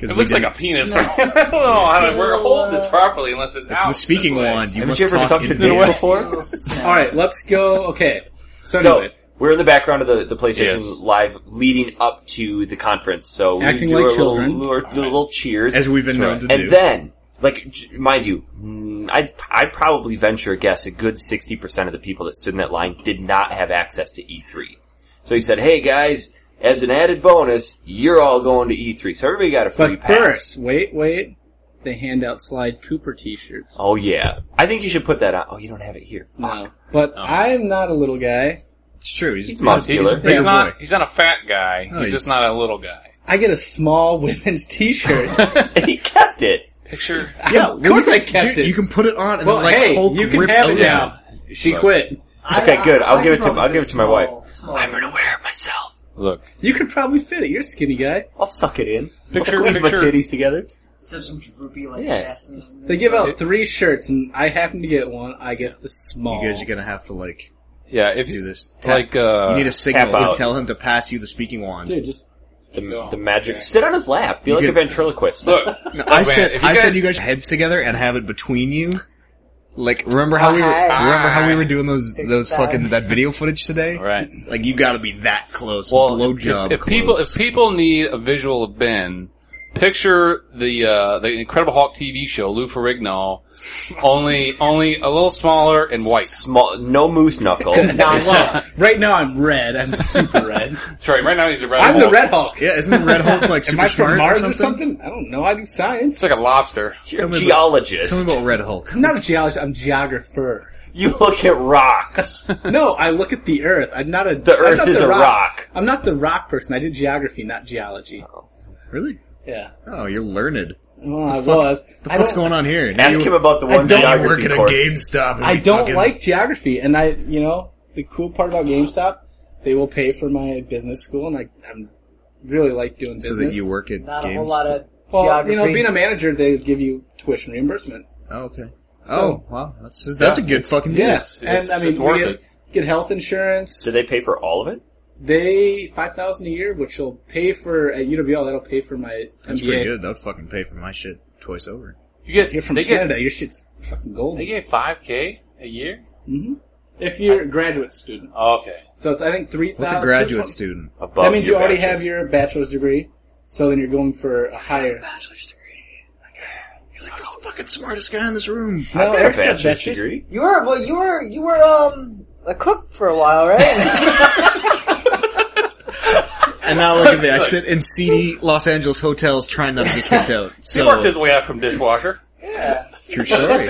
Speaker 6: It looks like a penis. Oh, I don't know how to we're holding this properly unless it's
Speaker 5: It's
Speaker 6: out
Speaker 5: the speaking
Speaker 6: this way.
Speaker 5: wand. You
Speaker 3: Haven't
Speaker 5: must
Speaker 3: you ever
Speaker 5: talk
Speaker 3: sucked
Speaker 5: into
Speaker 3: a dick
Speaker 5: the
Speaker 3: before?
Speaker 4: All right, let's go. Okay, so
Speaker 3: So
Speaker 4: anyway,
Speaker 3: we're in the background of the, the PlayStation
Speaker 6: Yes.
Speaker 3: Live leading up to the conference. So we
Speaker 4: Acting
Speaker 3: do
Speaker 4: like
Speaker 3: our little,
Speaker 4: children.
Speaker 3: little, little cheers,
Speaker 5: as we've been known to do.
Speaker 3: and then like j- mind you, mm, I'd I'd probably venture a guess a good sixty percent of the people that stood in that line did not have access to E three. So he said, "Hey guys." As an added bonus, you're all going to E3, so everybody got a free
Speaker 4: but
Speaker 3: pass.
Speaker 4: first, wait, wait. They hand out Slide Cooper T-shirts.
Speaker 3: Oh yeah, I think you should put that on. Oh, you don't have it here.
Speaker 4: No, but I'm not a little guy.
Speaker 5: it's true. He's, he's, a,
Speaker 3: muscular.
Speaker 5: he's a
Speaker 3: He's
Speaker 5: bigger
Speaker 6: He's not.
Speaker 5: boy.
Speaker 6: He's not a fat guy.
Speaker 4: Oh,
Speaker 5: No,
Speaker 6: he's,
Speaker 5: he's-
Speaker 6: just not a little guy.
Speaker 4: I get a small women's T-shirt.
Speaker 3: And he kept it.
Speaker 6: Picture.
Speaker 5: Yeah,
Speaker 4: of course I kept
Speaker 5: dude,
Speaker 4: it.
Speaker 5: You can put it on and
Speaker 4: well,
Speaker 5: then like
Speaker 4: hey,
Speaker 5: Hulk
Speaker 4: you can
Speaker 5: rip
Speaker 4: have it
Speaker 5: out.
Speaker 4: now. She quit.
Speaker 3: Okay, good. I'll give it to-
Speaker 7: probably
Speaker 3: I'll give it to my wife.
Speaker 7: small.
Speaker 3: unaware of myself.
Speaker 6: Look.
Speaker 4: You could probably fit it. You're a skinny guy.
Speaker 3: I'll suck it in.
Speaker 6: Picture-
Speaker 3: Squeeze my
Speaker 6: picture-
Speaker 3: titties together.
Speaker 7: Except some droopy like
Speaker 3: Yeah.
Speaker 7: chest. and-
Speaker 4: They give out three shirts, and I happen to get one. I get the small.
Speaker 5: You guys are gonna have to like
Speaker 6: Yeah. If
Speaker 5: do
Speaker 6: you
Speaker 5: this. Tap-
Speaker 6: like, uh,
Speaker 5: you need a signal to
Speaker 3: out.
Speaker 5: tell him to pass you the speaking wand.
Speaker 4: Dude, just
Speaker 3: The,
Speaker 6: on.
Speaker 3: the magic. Sit on his lap. Be like a
Speaker 5: could-
Speaker 3: ventriloquist.
Speaker 6: look.
Speaker 5: No, I
Speaker 6: man,
Speaker 5: said
Speaker 6: if you
Speaker 5: I
Speaker 6: guys-
Speaker 5: said you guys should heads together and have it between you. Like remember how we were,
Speaker 7: Hi.
Speaker 5: remember how we were doing those those
Speaker 7: that.
Speaker 5: fucking that video footage today?
Speaker 6: Right.
Speaker 5: Like you got to be that close. blowjob.
Speaker 6: If, if people if people need a visual of Ben, picture the uh, the Incredible Hulk TV show Lou Ferrigno, only only a little smaller and white.
Speaker 3: Small, no moose knuckle.
Speaker 4: well, right now I'm red. I'm super red.
Speaker 6: That's right. Right now he's a red.
Speaker 4: I'm the
Speaker 6: Hulk.
Speaker 4: Red Hulk.
Speaker 5: yeah, isn't the Red Hulk like
Speaker 4: Am
Speaker 5: super
Speaker 4: I
Speaker 5: smart
Speaker 4: from Mars
Speaker 5: or something?
Speaker 4: I don't know. I do science.
Speaker 6: It's like a lobster.
Speaker 3: You're
Speaker 5: Tell
Speaker 3: a
Speaker 5: me about-
Speaker 3: geologist.
Speaker 5: Tell me about Red Hulk.
Speaker 4: I'm not a geologist. I'm a geographer.
Speaker 3: you look at rocks.
Speaker 4: No, I look at the Earth. I'm not a.
Speaker 3: The
Speaker 4: I'm
Speaker 3: Earth
Speaker 4: not
Speaker 3: is
Speaker 4: the
Speaker 3: a rock.
Speaker 4: I'm not the rock person. I did geography, not geology.
Speaker 5: Oh. Really?
Speaker 4: Yeah.
Speaker 5: Oh, you're learned.
Speaker 4: Well, I was.
Speaker 5: The
Speaker 4: I
Speaker 5: fuck's
Speaker 4: don't-
Speaker 5: going on here? Now
Speaker 3: Ask
Speaker 5: you-
Speaker 3: him about the
Speaker 5: I
Speaker 3: one
Speaker 5: don't
Speaker 3: geography
Speaker 5: work at a
Speaker 3: course.
Speaker 5: GameStop. and
Speaker 4: I
Speaker 5: we
Speaker 4: don't
Speaker 5: fucking-
Speaker 4: like geography, and I, you know, the cool part about GameStop, they will pay for my business school, and I, I'm really like doing
Speaker 5: so
Speaker 4: business.
Speaker 5: that you work at
Speaker 7: Not a
Speaker 5: GameStop.
Speaker 7: whole lot of
Speaker 4: well,
Speaker 7: geography.
Speaker 4: you know, being a manager, they give you tuition reimbursement.
Speaker 5: Oh, okay.
Speaker 4: So-
Speaker 5: oh, wow. That's that's a good fucking deal.
Speaker 4: Yes,
Speaker 6: it's-
Speaker 4: and I mean,
Speaker 6: it's worth
Speaker 4: we get,
Speaker 6: it.
Speaker 4: get health insurance.
Speaker 3: Do they pay for all of it?
Speaker 4: They five thousand a year, which will pay for at UWL. That'll pay for my
Speaker 5: That's
Speaker 4: MBA.
Speaker 5: pretty good. That would fucking pay for my shit twice over.
Speaker 6: You get
Speaker 4: You're from
Speaker 6: they
Speaker 4: Canada.
Speaker 6: Get,
Speaker 4: Your shit's fucking
Speaker 6: they
Speaker 4: golden.
Speaker 6: get five k a year. Oh,
Speaker 4: if you're a graduate student,
Speaker 6: Okay.
Speaker 4: so it's I think three thousand.
Speaker 5: What's a graduate student?
Speaker 3: Above
Speaker 4: that means you
Speaker 3: your
Speaker 4: already
Speaker 3: bachelor's.
Speaker 4: have your bachelor's degree, so then you're going for a higher.
Speaker 5: Bachelor's degree. He's like the fucking smartest guy in this room.
Speaker 3: I've
Speaker 4: No,
Speaker 3: got a
Speaker 4: Eric's got
Speaker 3: bachelor's
Speaker 4: bachelor's.
Speaker 3: degree.
Speaker 7: You were well. You were you were um a cook for a while, right?
Speaker 5: And now look at me. I sit in seedy Los Angeles hotels trying not to get kicked out.
Speaker 6: He worked his
Speaker 5: So
Speaker 6: way out from dishwasher.
Speaker 5: true story.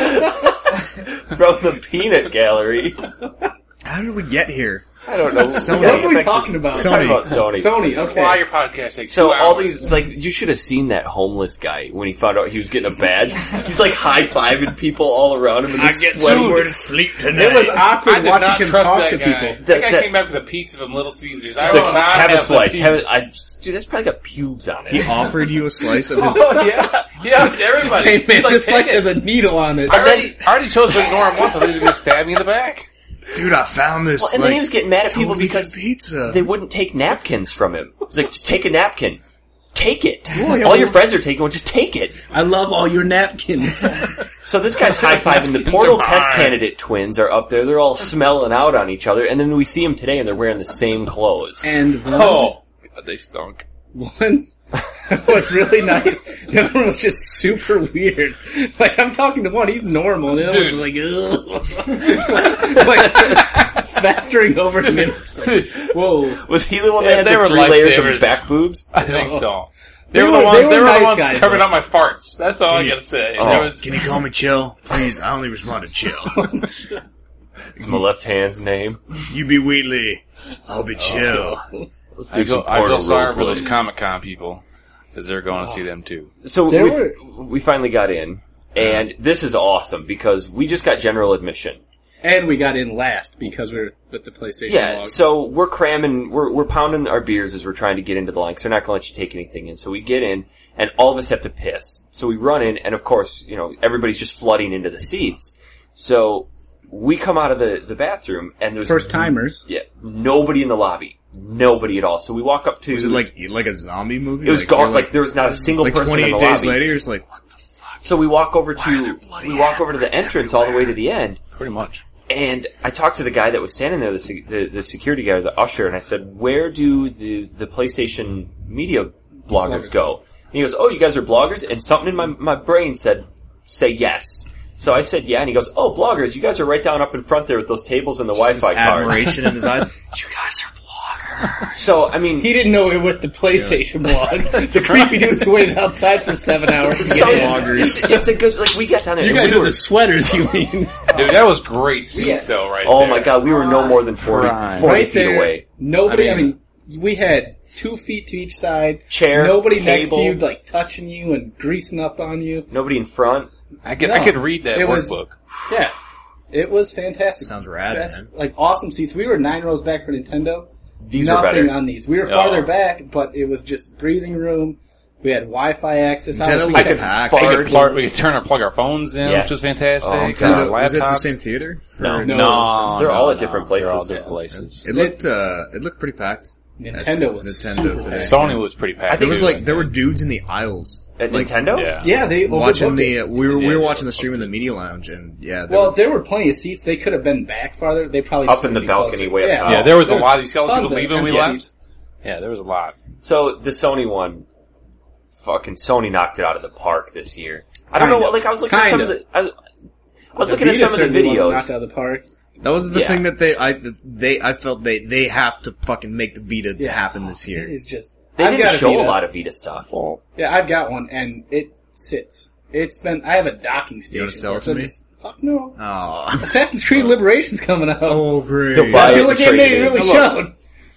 Speaker 3: From the peanut gallery.
Speaker 5: How did we get here?
Speaker 3: I don't know.
Speaker 4: What are we talking about?
Speaker 3: Talking about Sony.
Speaker 4: Sony.
Speaker 6: Why
Speaker 4: Okay.
Speaker 6: your podcast takes
Speaker 3: So
Speaker 6: two
Speaker 3: all
Speaker 6: hours.
Speaker 3: these, like, you should have seen that homeless guy when he found out he was getting a badge. He's like high fiving people all around him and he's sweating.
Speaker 5: somewhere to sleep tonight.
Speaker 4: It was awkward
Speaker 6: I did
Speaker 4: watching
Speaker 6: not
Speaker 4: him
Speaker 6: trust
Speaker 4: talk
Speaker 6: that
Speaker 4: to
Speaker 6: guy.
Speaker 4: people.
Speaker 6: That, guy
Speaker 3: That-
Speaker 6: came back with a pizza from Little Caesars. I
Speaker 3: It's
Speaker 6: will
Speaker 3: like,
Speaker 6: not
Speaker 3: have a
Speaker 6: the
Speaker 3: slice.
Speaker 6: pizza.
Speaker 3: Have a, I, dude, that's probably got pubes on
Speaker 5: He
Speaker 3: it.
Speaker 5: offered you a slice of his.
Speaker 6: Oh yeah, yeah, everybody.
Speaker 4: Hey man,
Speaker 6: He's like,
Speaker 4: this
Speaker 6: "Take
Speaker 4: like
Speaker 6: it."
Speaker 4: has a needle on it.
Speaker 6: I already, I already chose to ignore him once. I'm just gonna stab me in the back.
Speaker 5: Dude, I found this.
Speaker 3: Well, and
Speaker 5: like,
Speaker 3: then he was getting mad at people
Speaker 5: Toby's
Speaker 3: because
Speaker 5: pizza.
Speaker 3: they wouldn't take napkins from him. He's like, just take a napkin. Take it.
Speaker 4: yeah,
Speaker 3: All your
Speaker 4: well-
Speaker 3: friends are taking one. Just take it.
Speaker 4: I love all your napkins.
Speaker 3: So this guy's high fiving. The portal
Speaker 6: mine.
Speaker 3: test candidate twins are up there. They're all smelling out on each other, and then we see them today, and they're wearing the same clothes.
Speaker 4: and one,
Speaker 6: Oh, God, they stunk.
Speaker 4: one was really nice. The other one was just super weird. Like I'm talking to one, he's normal, and the other one's like, ugh. like, festering over him. It's like, Whoa.
Speaker 3: Was he the one
Speaker 6: Yeah,
Speaker 3: that had
Speaker 6: they
Speaker 3: the
Speaker 6: were
Speaker 3: three layers
Speaker 6: lifesavers.
Speaker 3: of back boobs?
Speaker 6: I think so. They,
Speaker 4: They
Speaker 6: were,
Speaker 4: were-
Speaker 6: the ones.
Speaker 4: they
Speaker 6: They
Speaker 4: were
Speaker 6: were, the
Speaker 4: nice
Speaker 6: ones
Speaker 4: guys,
Speaker 6: covering
Speaker 4: though.
Speaker 6: up my farts. That's all I
Speaker 5: you-
Speaker 6: gotta say.
Speaker 3: Oh.
Speaker 6: There was-
Speaker 5: Can you call me Chill? Please, I only respond to Chill.
Speaker 3: It's my left hand's name.
Speaker 5: You be Wheatley. I'll be Chill.
Speaker 3: Let's do
Speaker 6: I feel,
Speaker 3: some
Speaker 6: I feel
Speaker 3: portal
Speaker 6: sorry for
Speaker 3: roleplay.
Speaker 6: those Comic Con people because they're going to see them too.
Speaker 3: So
Speaker 4: There
Speaker 3: we
Speaker 4: were-
Speaker 3: we finally got in, and this is awesome because we just got general admission.
Speaker 4: And we got in last because we were with the PlayStation
Speaker 3: Yeah,
Speaker 4: log.
Speaker 3: so we're cramming, we're, we're pounding our beers as we're trying to get into the line 'cause they're not going to let you take anything in. So we get in, and all of us have to piss. So we run in, and of course, you know, everybody's just flooding into the seats. So we come out of the, the bathroom, and there's
Speaker 4: First timers.
Speaker 3: yeah, nobody in the lobby, nobody at all. So we walk up to
Speaker 5: Is it like like a zombie movie?
Speaker 3: it was
Speaker 5: like,
Speaker 3: gone.
Speaker 5: you're
Speaker 3: Like, there was not a single
Speaker 5: like
Speaker 3: person in the
Speaker 5: 28
Speaker 3: lobby.
Speaker 5: days later, you're just like, what the
Speaker 3: So we walk over to
Speaker 5: bloody
Speaker 3: we walk over to the entrance all the way to the end,
Speaker 6: Pretty much.
Speaker 3: and I talked to the guy that was standing there, the, se- the, the security guy, the usher, and I said, "Where do the the PlayStation media bloggers go?" And he goes, "Oh, you guys are bloggers." And something in my my brain said, "Say yes." So I said, "Yeah," and he goes, "Oh, bloggers, you guys are right down up in front there with those tables and the
Speaker 5: this
Speaker 3: Wi-Fi cards."
Speaker 5: admiration in his eyes.
Speaker 4: You guys are bloggers.
Speaker 3: So I mean,
Speaker 4: He didn't know it was the PlayStation blog. The creepy dudes who waited outside for seven hours to
Speaker 3: so
Speaker 4: get in.
Speaker 3: it's, it's, it's a good like we got down there.
Speaker 4: You
Speaker 3: and
Speaker 4: guys
Speaker 3: we
Speaker 4: are
Speaker 3: were-
Speaker 4: the sweaters, you mean?
Speaker 6: Dude, that was great seats though, right
Speaker 3: oh
Speaker 6: there.
Speaker 3: my god, we were no more than 40,
Speaker 6: Right.
Speaker 3: 40
Speaker 4: right
Speaker 3: feet
Speaker 4: there.
Speaker 3: away.
Speaker 4: Nobody.
Speaker 6: I
Speaker 4: I
Speaker 6: mean-
Speaker 4: mean, we had two feet to each side.
Speaker 3: Chair,
Speaker 4: Nobody next to
Speaker 3: table.
Speaker 4: you, like touching you and greasing up on you.
Speaker 3: Nobody in front.
Speaker 6: I could
Speaker 4: No.
Speaker 6: I could read that
Speaker 4: It was-
Speaker 6: workbook.
Speaker 4: Yeah, it was fantastic.
Speaker 5: Sounds rad,
Speaker 4: Best-
Speaker 5: man.
Speaker 4: Like awesome seats. We were nine rows back for Nintendo.
Speaker 3: These were
Speaker 4: Nothing
Speaker 3: better. Oh.
Speaker 4: on these. We were farther back, but it was just breathing room. We had Wi-Fi access.
Speaker 5: Nintendo
Speaker 4: Honestly,
Speaker 5: was
Speaker 4: I could-
Speaker 5: packed.
Speaker 3: fart.
Speaker 6: We could,
Speaker 3: Hard.
Speaker 6: plug- we could turn and plug our phones in,
Speaker 3: Yes.
Speaker 6: which is fantastic.
Speaker 3: Oh,
Speaker 6: Our
Speaker 3: God.
Speaker 5: was it the
Speaker 6: laptops.
Speaker 5: same theater?
Speaker 3: No.
Speaker 4: No.
Speaker 3: They're all at
Speaker 6: no,
Speaker 3: different
Speaker 6: they're all
Speaker 3: places,
Speaker 6: different
Speaker 3: yeah.
Speaker 6: places.
Speaker 5: It looked uh, it looked pretty packed.
Speaker 4: Nintendo was
Speaker 5: Nintendo
Speaker 4: super
Speaker 5: today.
Speaker 4: packed.
Speaker 6: Sony was pretty packed.
Speaker 5: There was
Speaker 6: too.
Speaker 5: like there were dudes in the aisles
Speaker 3: At
Speaker 5: like,
Speaker 3: Nintendo?
Speaker 6: yeah.
Speaker 4: Yeah, they
Speaker 5: watching
Speaker 4: overbooked
Speaker 5: the
Speaker 4: it.
Speaker 5: uh, we were we
Speaker 6: Yeah,
Speaker 5: were
Speaker 6: they
Speaker 5: watching the stream in the media lounge and yeah. There
Speaker 4: Well,
Speaker 5: was,
Speaker 4: there were plenty of seats. They could have been back farther. They probably
Speaker 3: Up
Speaker 4: just
Speaker 3: in
Speaker 4: wanted
Speaker 3: the
Speaker 4: to be
Speaker 3: balcony
Speaker 4: closer.
Speaker 3: way up top.
Speaker 4: Yeah,
Speaker 6: Yeah, there was a lot of these
Speaker 4: Tons
Speaker 6: people
Speaker 4: of
Speaker 6: leaving. We
Speaker 4: empty
Speaker 6: left.
Speaker 4: seats.
Speaker 6: Yeah, there was a lot.
Speaker 3: So the Sony one, fucking Sony knocked it out of the park this year. I don't
Speaker 4: Kind
Speaker 3: know.
Speaker 4: of.
Speaker 3: Like I was looking at
Speaker 4: Kind
Speaker 3: some of
Speaker 4: of.
Speaker 3: the. I, I was
Speaker 4: The
Speaker 3: looking at
Speaker 4: Vita
Speaker 3: some of the
Speaker 4: certainly wasn't knocked
Speaker 3: videos.
Speaker 4: out of the park.
Speaker 5: that was the
Speaker 3: yeah.
Speaker 5: thing that they I they I felt they they have to fucking make the Vita happen this year.
Speaker 4: It is just.
Speaker 3: They
Speaker 4: I've got
Speaker 3: didn't show a
Speaker 4: Vita.
Speaker 3: lot of Vita stuff.
Speaker 4: Yeah, I've got one, and it sits. It's been. I have a docking station.
Speaker 5: wanna sell it
Speaker 4: so
Speaker 5: to me?
Speaker 4: just- Fuck no.
Speaker 5: Aw.
Speaker 4: Assassin's Creed Liberation's coming out.
Speaker 5: Oh great!
Speaker 3: He'll buy
Speaker 4: That's the
Speaker 3: it
Speaker 4: only
Speaker 3: and
Speaker 4: game
Speaker 3: trade
Speaker 4: they
Speaker 3: it in.
Speaker 4: really
Speaker 6: Look,
Speaker 4: showed.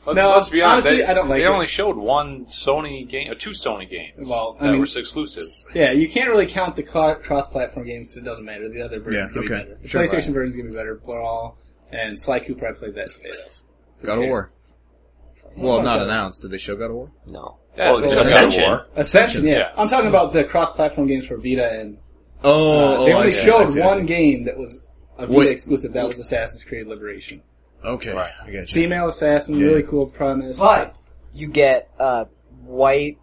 Speaker 6: Let's,
Speaker 4: No,
Speaker 6: let's be honest.
Speaker 4: honestly,
Speaker 6: they,
Speaker 4: I don't like
Speaker 6: They
Speaker 4: it.
Speaker 6: only showed one Sony game, or two Sony games
Speaker 4: Well, I
Speaker 6: that
Speaker 4: mean-
Speaker 6: were exclusive.
Speaker 4: Yeah, you can't really count the cl- cross-platform games 'cause it doesn't matter. The other version's
Speaker 5: Yeah,
Speaker 4: gonna
Speaker 5: okay.
Speaker 4: be better. The
Speaker 5: Sure,
Speaker 4: PlayStation
Speaker 5: right.
Speaker 4: version's gonna be better. Brawl and Sly Cooper. I played that today. Though.
Speaker 5: God of War. Well, not announced. Did they show God of War?
Speaker 3: No.
Speaker 6: Yeah,
Speaker 3: well,
Speaker 6: well,
Speaker 3: Ascension.
Speaker 6: God of War.
Speaker 4: Ascension. Yeah.
Speaker 6: Yeah.
Speaker 4: I'm talking about the cross-platform games for Vita, and
Speaker 5: Oh,
Speaker 4: Uh, they
Speaker 5: oh, I
Speaker 4: only
Speaker 5: see, I
Speaker 4: showed
Speaker 5: see, I see.
Speaker 4: one game that was a Vita
Speaker 5: Wait.
Speaker 4: exclusive. That was Assassin's Creed Liberation.
Speaker 5: Okay,
Speaker 6: Right.
Speaker 5: I got you.
Speaker 4: Female assassin, really cool premise.
Speaker 7: But you get a white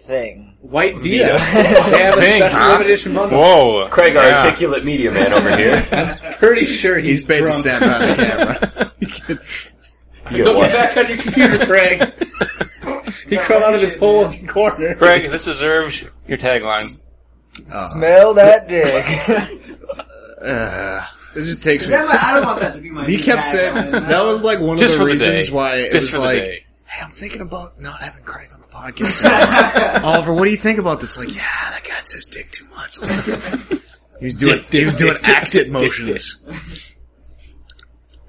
Speaker 7: thing.
Speaker 4: White Vita. they have a
Speaker 6: Thing,
Speaker 4: special
Speaker 6: huh?
Speaker 4: limited bundle.
Speaker 6: Whoa,
Speaker 3: Craig, our
Speaker 6: Yeah.
Speaker 3: articulate media man over here.
Speaker 4: Pretty sure he's,
Speaker 5: He's paid to
Speaker 4: drunk.
Speaker 5: stand by the camera.
Speaker 3: You
Speaker 4: Don't
Speaker 3: know what?
Speaker 4: get back on your computer, Craig. he crawled out of his hole in the corner.
Speaker 6: Craig, this deserves your tagline.
Speaker 7: Smell that dick.
Speaker 5: Oh, Uh, it just takes me.
Speaker 7: I don't want that to be my.
Speaker 5: He kept saying that was like one
Speaker 6: Just
Speaker 5: of the
Speaker 6: for the
Speaker 5: reasons
Speaker 6: day.
Speaker 5: why it
Speaker 6: Just
Speaker 5: was
Speaker 6: for the
Speaker 5: like,
Speaker 6: day.
Speaker 5: hey, I'm thinking about not having Craig on the podcast. Oliver, what do you think about this? Like, yeah, that guy says dick too much. he was doing he was doing accent motions.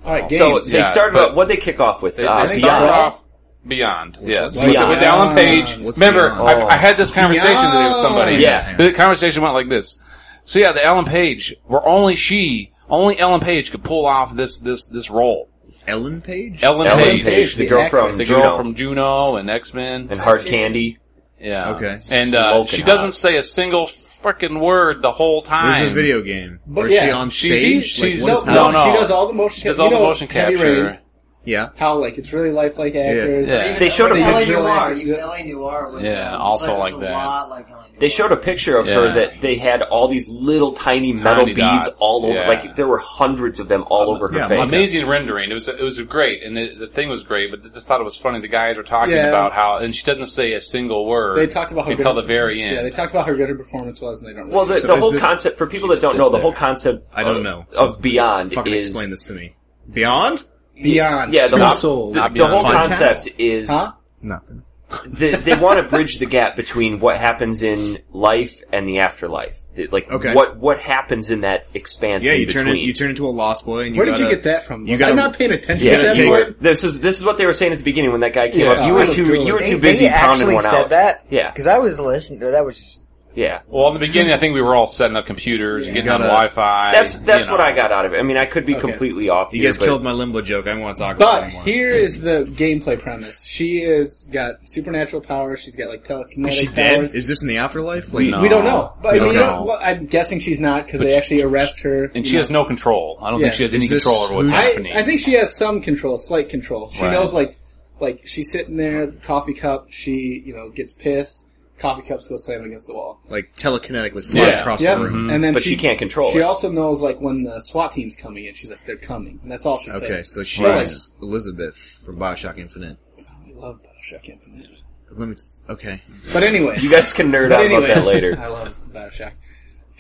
Speaker 4: All right, games.
Speaker 3: So they
Speaker 6: Yeah,
Speaker 3: started
Speaker 6: but-
Speaker 3: out, what they kick off with?
Speaker 6: They,
Speaker 3: uh,
Speaker 6: they
Speaker 3: Beyond.
Speaker 6: started off Beyond, yes,
Speaker 4: Beyond.
Speaker 6: With, with Alan Page.
Speaker 5: What's
Speaker 6: Remember,
Speaker 5: Beyond?
Speaker 6: I, I had this conversation today with somebody.
Speaker 3: Yeah.
Speaker 6: the conversation went like this. So yeah, the Ellen Page, where only she, only Ellen Page could pull off this this this role.
Speaker 5: Ellen Page?
Speaker 6: Ellen,
Speaker 3: Ellen
Speaker 6: Page,
Speaker 3: Page, the girl from
Speaker 6: the
Speaker 3: Juno
Speaker 6: girl from Juno and X Men,
Speaker 3: and Hard Candy.
Speaker 6: yeah,
Speaker 5: Okay.
Speaker 6: and uh,
Speaker 3: Smoking
Speaker 6: she doesn't
Speaker 3: hot.
Speaker 6: say a single freaking word the whole time.
Speaker 5: This is a video game.
Speaker 4: But
Speaker 5: But is she
Speaker 4: yeah,
Speaker 5: on
Speaker 6: she's-
Speaker 5: stage?
Speaker 6: she's-
Speaker 5: like, what is
Speaker 6: no,
Speaker 5: happening?
Speaker 6: no.
Speaker 4: She does all the motion.
Speaker 6: She does
Speaker 4: you
Speaker 6: all the
Speaker 4: know,
Speaker 6: motion
Speaker 4: Heavy Rain,
Speaker 6: capture.
Speaker 5: Yeah.
Speaker 4: how like it's really lifelike actors.
Speaker 6: Yeah. Yeah.
Speaker 3: They showed a
Speaker 4: They
Speaker 7: LA
Speaker 4: just
Speaker 3: picture.
Speaker 4: really
Speaker 7: Noir.
Speaker 4: like
Speaker 7: You
Speaker 4: to-
Speaker 7: LA Noir was
Speaker 6: Yeah,
Speaker 7: um,
Speaker 6: also
Speaker 7: it's
Speaker 6: like
Speaker 7: a
Speaker 6: that.
Speaker 7: lot like LA
Speaker 3: They
Speaker 7: Noir.
Speaker 3: showed a picture of
Speaker 6: Yeah.
Speaker 3: her that they had all these little tiny metal
Speaker 6: Tiny
Speaker 3: beads
Speaker 6: dots,
Speaker 3: all over.
Speaker 6: yeah.
Speaker 3: Like there were hundreds of them all over her
Speaker 5: Um, yeah,
Speaker 3: face.
Speaker 6: Amazing rendering. It was it was great, and it, the thing was great. But I just thought it was funny. The guys were talking
Speaker 4: Yeah.
Speaker 6: about how, and she doesn't say a single word.
Speaker 4: They talked about how
Speaker 6: until
Speaker 4: good-
Speaker 6: the very end.
Speaker 4: Yeah, they talked about how good her performance was, and they don't. Really
Speaker 3: Well, the,
Speaker 5: So
Speaker 3: the
Speaker 5: is
Speaker 3: whole
Speaker 5: this-
Speaker 3: concept for people that don't
Speaker 6: She
Speaker 3: know,
Speaker 6: sits
Speaker 3: the whole
Speaker 6: there.
Speaker 3: concept
Speaker 5: I don't
Speaker 3: of-
Speaker 5: know.
Speaker 3: of Beyond
Speaker 5: Fucking
Speaker 3: is
Speaker 5: explain this to me. Beyond?
Speaker 4: beyond.
Speaker 3: Yeah, the
Speaker 4: Two
Speaker 3: whole,
Speaker 4: souls.
Speaker 3: the-
Speaker 6: Not
Speaker 3: the whole
Speaker 6: Beyond.
Speaker 3: concept is
Speaker 4: Huh?
Speaker 5: Nothing.
Speaker 3: they, they want to bridge the gap between what happens in life and the afterlife. They- Like
Speaker 5: Okay.
Speaker 3: what what happens in that expanse?
Speaker 5: Yeah,
Speaker 3: in
Speaker 5: you turn it.
Speaker 3: between.
Speaker 5: You turn into a lost boy, and you
Speaker 4: Where did
Speaker 5: gotta,
Speaker 4: you get that from?
Speaker 5: you
Speaker 4: Was
Speaker 5: gotta-
Speaker 4: I not paying attention
Speaker 3: Yeah,
Speaker 4: to that
Speaker 5: take-
Speaker 4: part?
Speaker 3: This is this is what they were saying at the beginning when that guy came
Speaker 6: Yeah.
Speaker 3: up. You were
Speaker 4: Oh,
Speaker 3: too
Speaker 4: dude.
Speaker 3: you were
Speaker 7: They-
Speaker 3: too busy
Speaker 7: they
Speaker 3: pounding
Speaker 7: actually
Speaker 3: one
Speaker 7: said
Speaker 3: out.
Speaker 7: that.
Speaker 3: Yeah.
Speaker 7: because I was listening. to That was just
Speaker 3: Yeah,
Speaker 6: Well, in the beginning, I think we were all setting up computers and getting on
Speaker 5: gotta-
Speaker 6: Wi-Fi.
Speaker 3: that's that's
Speaker 6: you know.
Speaker 3: what I got out of it. I mean, I could be completely off.
Speaker 5: You
Speaker 3: here,
Speaker 5: guys
Speaker 3: but-
Speaker 5: killed my limbo joke. I don't want to talk about it
Speaker 4: But
Speaker 5: anymore.
Speaker 4: here is the gameplay premise. She is got supernatural powers. She's got like telekinetic
Speaker 5: is she
Speaker 4: powers.
Speaker 5: dead? Is this in the afterlife? Like,
Speaker 6: No.
Speaker 4: We don't know. But
Speaker 5: We
Speaker 4: I mean,
Speaker 5: don't
Speaker 4: you know,
Speaker 6: know.
Speaker 4: well, I'm guessing she's not because they actually arrest her.
Speaker 6: And
Speaker 4: you
Speaker 6: she
Speaker 4: know.
Speaker 6: has no control. I don't
Speaker 4: Yeah.
Speaker 6: think she has
Speaker 5: Is
Speaker 6: any
Speaker 5: this
Speaker 6: control over what's
Speaker 5: who's-
Speaker 6: happening.
Speaker 4: I, I think she has some control, slight control. She
Speaker 6: Right.
Speaker 4: knows like, like she's sitting there, coffee cup. She you know gets pissed. Coffee cups go slamming against the wall.
Speaker 5: like telekinetic with flies
Speaker 6: Yeah.
Speaker 5: across
Speaker 4: Yep.
Speaker 5: the room.
Speaker 4: And then
Speaker 3: But she can't control
Speaker 4: She
Speaker 3: it.
Speaker 4: also knows like when the SWAT team's coming in. She's like, they're coming. And that's all she
Speaker 5: Okay,
Speaker 4: says.
Speaker 5: so she's Elizabeth from Bioshock Infinite.
Speaker 4: I love Bioshock Infinite.
Speaker 5: Let me. Okay,
Speaker 4: But anyway,
Speaker 3: You guys can nerd
Speaker 4: but
Speaker 3: out
Speaker 4: anyway,
Speaker 3: about that later.
Speaker 4: I love Bioshock.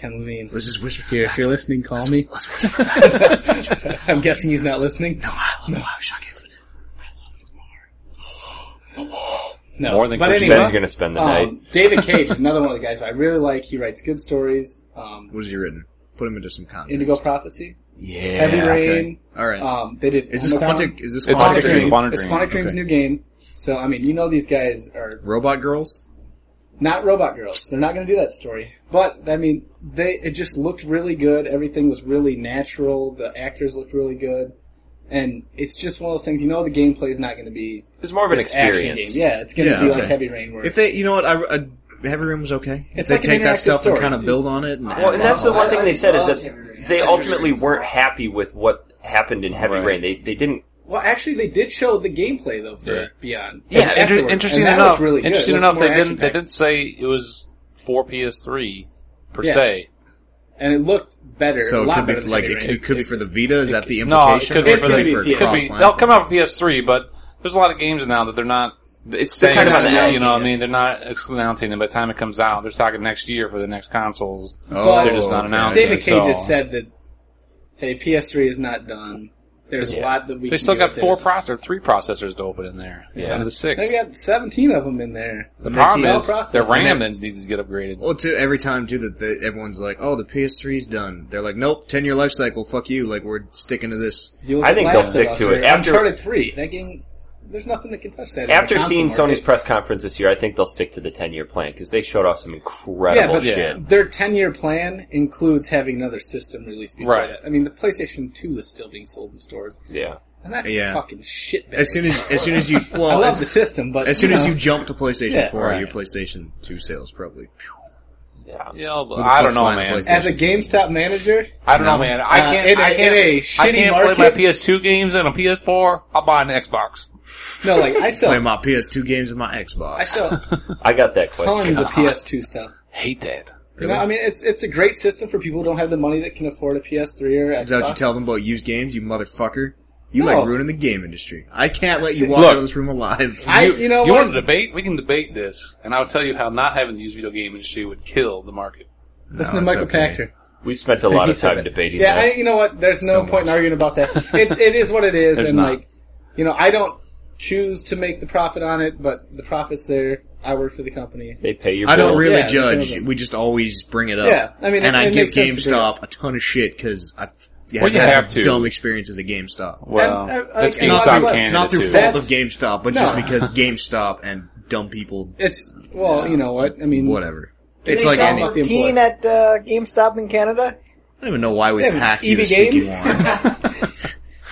Speaker 4: Ken Levine.
Speaker 5: let's just whisper.
Speaker 4: Here, if you're listening, call me.
Speaker 5: Let's whisper.
Speaker 4: I'm guessing he's not listening.
Speaker 5: no, I love Bioshock Infinite.
Speaker 4: No,
Speaker 6: More than
Speaker 4: but
Speaker 6: Coach
Speaker 4: anyway,
Speaker 3: Ben's gonna spend the night.
Speaker 4: um, David Cage is another one of the guys I really like. He writes good stories. Um,
Speaker 5: What has he written? Put him into some context.
Speaker 4: Indigo Prophecy,
Speaker 3: Yeah.
Speaker 4: Heavy Rain.
Speaker 5: All right.
Speaker 4: Um, they did.
Speaker 5: is this
Speaker 4: Omicron.
Speaker 5: Quantic? Is this
Speaker 6: It's
Speaker 4: Quantic
Speaker 5: Quantic?
Speaker 6: Dream.
Speaker 4: Dream.
Speaker 6: Quantic
Speaker 4: It's
Speaker 6: Dream.
Speaker 4: Quantic Dream's
Speaker 5: Okay.
Speaker 4: new game. So I mean, you know these guys are
Speaker 5: Robot girls.
Speaker 4: not robot girls. They're not going to do that story. But I mean, they it just looked really good. Everything was really natural. The actors looked really good, and it's just one of those things. You know, the gameplay is not going to be
Speaker 3: It's more of an
Speaker 4: this action
Speaker 3: experience.
Speaker 4: game. Yeah, it's going to
Speaker 5: Yeah,
Speaker 4: be
Speaker 5: okay.
Speaker 4: like Heavy Rain. Where
Speaker 5: If they, you know what, I, I, Heavy Rain was okay. If
Speaker 4: It's
Speaker 5: they
Speaker 4: like an
Speaker 5: take that
Speaker 4: interactive
Speaker 5: stuff
Speaker 4: story.
Speaker 5: and kind of build on it, and
Speaker 3: Well, and that's the one thing they said is
Speaker 7: I love
Speaker 3: that they
Speaker 7: Heavy Rain.
Speaker 3: ultimately weren't happy with what happened in Heavy
Speaker 6: Right.
Speaker 3: Rain. They they didn't.
Speaker 4: well, actually, they did show the gameplay though for
Speaker 6: Yeah.
Speaker 4: Beyond.
Speaker 6: yeah, inter-
Speaker 4: afterwards,
Speaker 6: interesting
Speaker 4: and that
Speaker 6: enough.
Speaker 4: looked Really good.
Speaker 6: interesting
Speaker 4: It looked
Speaker 6: enough,
Speaker 4: more
Speaker 6: they didn't. They
Speaker 4: action-packed.
Speaker 6: didn't say it was for PS3 per
Speaker 4: Yeah.
Speaker 6: se.
Speaker 4: and it looked better.
Speaker 5: so
Speaker 4: a
Speaker 5: it
Speaker 4: lot
Speaker 5: could be
Speaker 4: better
Speaker 5: for,
Speaker 4: than
Speaker 5: like
Speaker 4: Heavy
Speaker 5: it
Speaker 4: Rain.
Speaker 5: could, could be for the Vita. Is that the
Speaker 6: No, it
Speaker 5: implication?
Speaker 6: could be
Speaker 5: Or
Speaker 4: It's
Speaker 6: for
Speaker 4: gonna
Speaker 6: the.
Speaker 4: be
Speaker 5: for
Speaker 4: P-
Speaker 6: It could be,
Speaker 5: cross-platform?
Speaker 6: they'll come out for PS3, but there's a lot of games now that they're not.
Speaker 3: It's
Speaker 6: Saying,
Speaker 3: kind of on the edge.
Speaker 6: you know, what I mean, they're not announcing them. By the time it comes out, they're talking next year for the next consoles.
Speaker 5: Oh,
Speaker 4: They're just
Speaker 6: not
Speaker 5: okay.
Speaker 6: announcing.
Speaker 4: David
Speaker 6: so-
Speaker 4: Cage just said that, hey, PS3 is not done. There's a lot that we
Speaker 6: They
Speaker 4: can
Speaker 6: still
Speaker 4: do
Speaker 6: got
Speaker 4: with
Speaker 6: four
Speaker 4: this.
Speaker 6: processors, three processors to open in there.
Speaker 3: Yeah.
Speaker 6: out of the six.
Speaker 4: They got 17 of them in there.
Speaker 6: The problem
Speaker 4: They keep-
Speaker 6: is their
Speaker 4: processors.
Speaker 6: RAM then needs to get upgraded.
Speaker 5: Well, too, every time too that the, everyone's like, "Oh, the PS3's done." They're like, "Nope, ten year life cycle. Fuck you. Like we're sticking to this."
Speaker 4: You look
Speaker 3: I
Speaker 4: at
Speaker 3: think
Speaker 4: Last
Speaker 3: they'll
Speaker 4: of
Speaker 3: stick
Speaker 4: Us
Speaker 3: to
Speaker 4: or
Speaker 3: it. After-
Speaker 4: Uncharted 3, that game, there's nothing that can touch that. in the
Speaker 3: After
Speaker 4: console
Speaker 3: seeing
Speaker 4: market.
Speaker 3: Sony's press conference this year, I think they'll stick to the ten year plan because they showed off some
Speaker 4: yeah,
Speaker 3: incredible
Speaker 4: but
Speaker 3: shit.
Speaker 4: their 10 year plan includes having another system released before
Speaker 6: Right.
Speaker 4: that. I mean, the PlayStation 2 is still being sold in stores,
Speaker 3: Yeah.
Speaker 4: and that's
Speaker 5: Yeah.
Speaker 4: fucking shit bag.
Speaker 5: As soon as, as soon as you,
Speaker 4: I
Speaker 5: well,
Speaker 4: love
Speaker 5: as,
Speaker 4: the system, but
Speaker 5: as soon as
Speaker 4: know,
Speaker 5: you jump to PlayStation
Speaker 4: Yeah.
Speaker 5: 4,
Speaker 6: Right.
Speaker 5: your PlayStation 2 sales probably.
Speaker 3: Yeah.
Speaker 6: Yeah, but
Speaker 5: the
Speaker 6: I don't
Speaker 5: plus
Speaker 6: know,
Speaker 5: line
Speaker 6: man.
Speaker 5: of PlayStation.
Speaker 4: as a GameStop manager,
Speaker 6: I don't know, man. I
Speaker 4: Uh,
Speaker 6: can't.
Speaker 4: in a-
Speaker 6: I can't,
Speaker 4: in a
Speaker 6: I
Speaker 4: shitty
Speaker 6: can't play my
Speaker 4: market-
Speaker 6: PS2 games and a PS4. I'll buy an Xbox.
Speaker 4: no, like I sell,
Speaker 5: Play my PS2 games and my
Speaker 4: I
Speaker 5: Xbox.
Speaker 4: sell
Speaker 3: I got that question.
Speaker 4: tons of PS2 stuff.
Speaker 6: Hate that.
Speaker 4: You know, I mean, it's it's a great system for people who don't have the money that can afford a PS3 or Xbox.
Speaker 5: Is that what you tell them about used games, you motherfucker? You
Speaker 4: No.
Speaker 5: like ruining the game industry. I can't let you walk
Speaker 6: Look.
Speaker 5: out of this room alive.
Speaker 4: I, you know,
Speaker 6: you
Speaker 4: what?
Speaker 6: want to debate? We can debate this, and I'll tell you how not having the used video game industry would kill the market.
Speaker 4: listen
Speaker 5: No, it's
Speaker 4: to Michael
Speaker 5: okay.
Speaker 4: Pachter.
Speaker 3: We've spent a lot
Speaker 4: He
Speaker 3: of
Speaker 4: said
Speaker 3: time
Speaker 4: that.
Speaker 3: debating
Speaker 4: Yeah,
Speaker 3: that.
Speaker 4: I, you know what? There's no
Speaker 5: So
Speaker 4: point in
Speaker 5: much.
Speaker 4: arguing about that. It's it is what it is,
Speaker 6: There's
Speaker 4: and
Speaker 6: not.
Speaker 4: like, you know, I don't choose to make the profit on it, but the profit's there. I work for the company.
Speaker 3: they pay your
Speaker 5: I don't
Speaker 3: bills.
Speaker 5: really
Speaker 4: Yeah,
Speaker 5: judge.
Speaker 4: because of-
Speaker 5: We just always bring it up.
Speaker 4: Yeah, I mean,
Speaker 5: and
Speaker 4: it-
Speaker 5: I
Speaker 4: it
Speaker 5: give
Speaker 4: makes sense to do
Speaker 5: GameStop a ton of shit because I Yeah,
Speaker 6: Well, you
Speaker 5: that's
Speaker 6: have to.
Speaker 5: dumb experiences at GameStop.
Speaker 6: Well,
Speaker 4: And, uh,
Speaker 6: that's
Speaker 4: like,
Speaker 6: GameStop
Speaker 4: not- not-
Speaker 6: Canada
Speaker 5: Not through
Speaker 6: too.
Speaker 5: fault of
Speaker 4: That's-
Speaker 5: GameStop, but
Speaker 4: No.
Speaker 5: just because GameStop and dumb people,
Speaker 4: It's well, you know what I mean.
Speaker 5: whatever.
Speaker 4: They
Speaker 5: It's like
Speaker 4: sell
Speaker 5: any. I
Speaker 4: them. the
Speaker 7: 14
Speaker 4: employer.
Speaker 7: at uh, GameStop in Canada.
Speaker 5: don't even know why we
Speaker 4: Yeah,
Speaker 5: passed you
Speaker 4: EB
Speaker 5: this week.
Speaker 4: E Games.
Speaker 5: You want.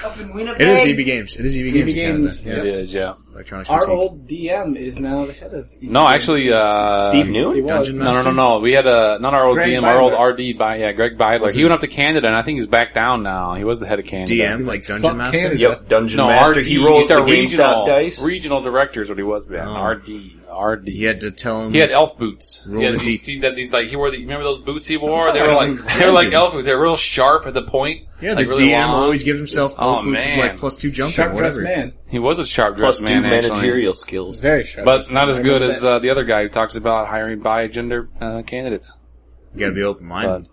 Speaker 7: Up in Winnipeg.
Speaker 5: It is
Speaker 3: E
Speaker 5: EB Games. It is EB Games.
Speaker 4: EB
Speaker 5: in Canada.
Speaker 4: E Games.
Speaker 5: Yeah.
Speaker 6: It is, yeah.
Speaker 5: Electronics
Speaker 4: Our
Speaker 5: Boutique.
Speaker 4: old DM is now the head of. EB.
Speaker 6: No, actually, uh,
Speaker 3: Steve
Speaker 4: He
Speaker 3: Noon?
Speaker 4: was.
Speaker 5: Dungeon
Speaker 6: No, no, no,
Speaker 5: Master?
Speaker 6: no. We had a not our old
Speaker 4: Greg
Speaker 6: DM, our
Speaker 4: Beidler.
Speaker 6: old RD by yeah, Greg Bidler. He went up to Canada, and I think he's back down now. He was the head of Canada.
Speaker 5: DM, like
Speaker 4: Fuck
Speaker 5: Dungeon Master.
Speaker 4: Canada.
Speaker 3: Yep, Dungeon
Speaker 6: No,
Speaker 3: Master.
Speaker 6: RD.
Speaker 3: He rolls
Speaker 6: he's our
Speaker 3: the
Speaker 6: regional
Speaker 3: GameStop dice.
Speaker 6: Regional director is what he was back.
Speaker 5: Oh.
Speaker 6: RD, RD.
Speaker 5: You had to tell him.
Speaker 6: He had elf boots.
Speaker 5: Roll
Speaker 6: He had
Speaker 5: the
Speaker 6: these, he had these like he wore. The, remember those boots he wore? They were like they were
Speaker 5: Imagine.
Speaker 6: like elf boots. They were real sharp at the point.
Speaker 5: yeah,
Speaker 6: like
Speaker 5: the
Speaker 6: really
Speaker 5: DM
Speaker 6: long.
Speaker 5: always gives himself
Speaker 6: Oh,
Speaker 5: elf boots of,
Speaker 6: man.
Speaker 5: like plus two jump or
Speaker 4: Sharp dressed
Speaker 5: whatever.
Speaker 4: man,
Speaker 6: He was a sharp
Speaker 3: Plus
Speaker 6: dressed man,
Speaker 3: two
Speaker 6: actually.
Speaker 3: managerial skills.
Speaker 4: very sharp.
Speaker 6: but not as good as uh, the other guy who talks about hiring bi gender uh, candidates.
Speaker 5: You gotta be open minded.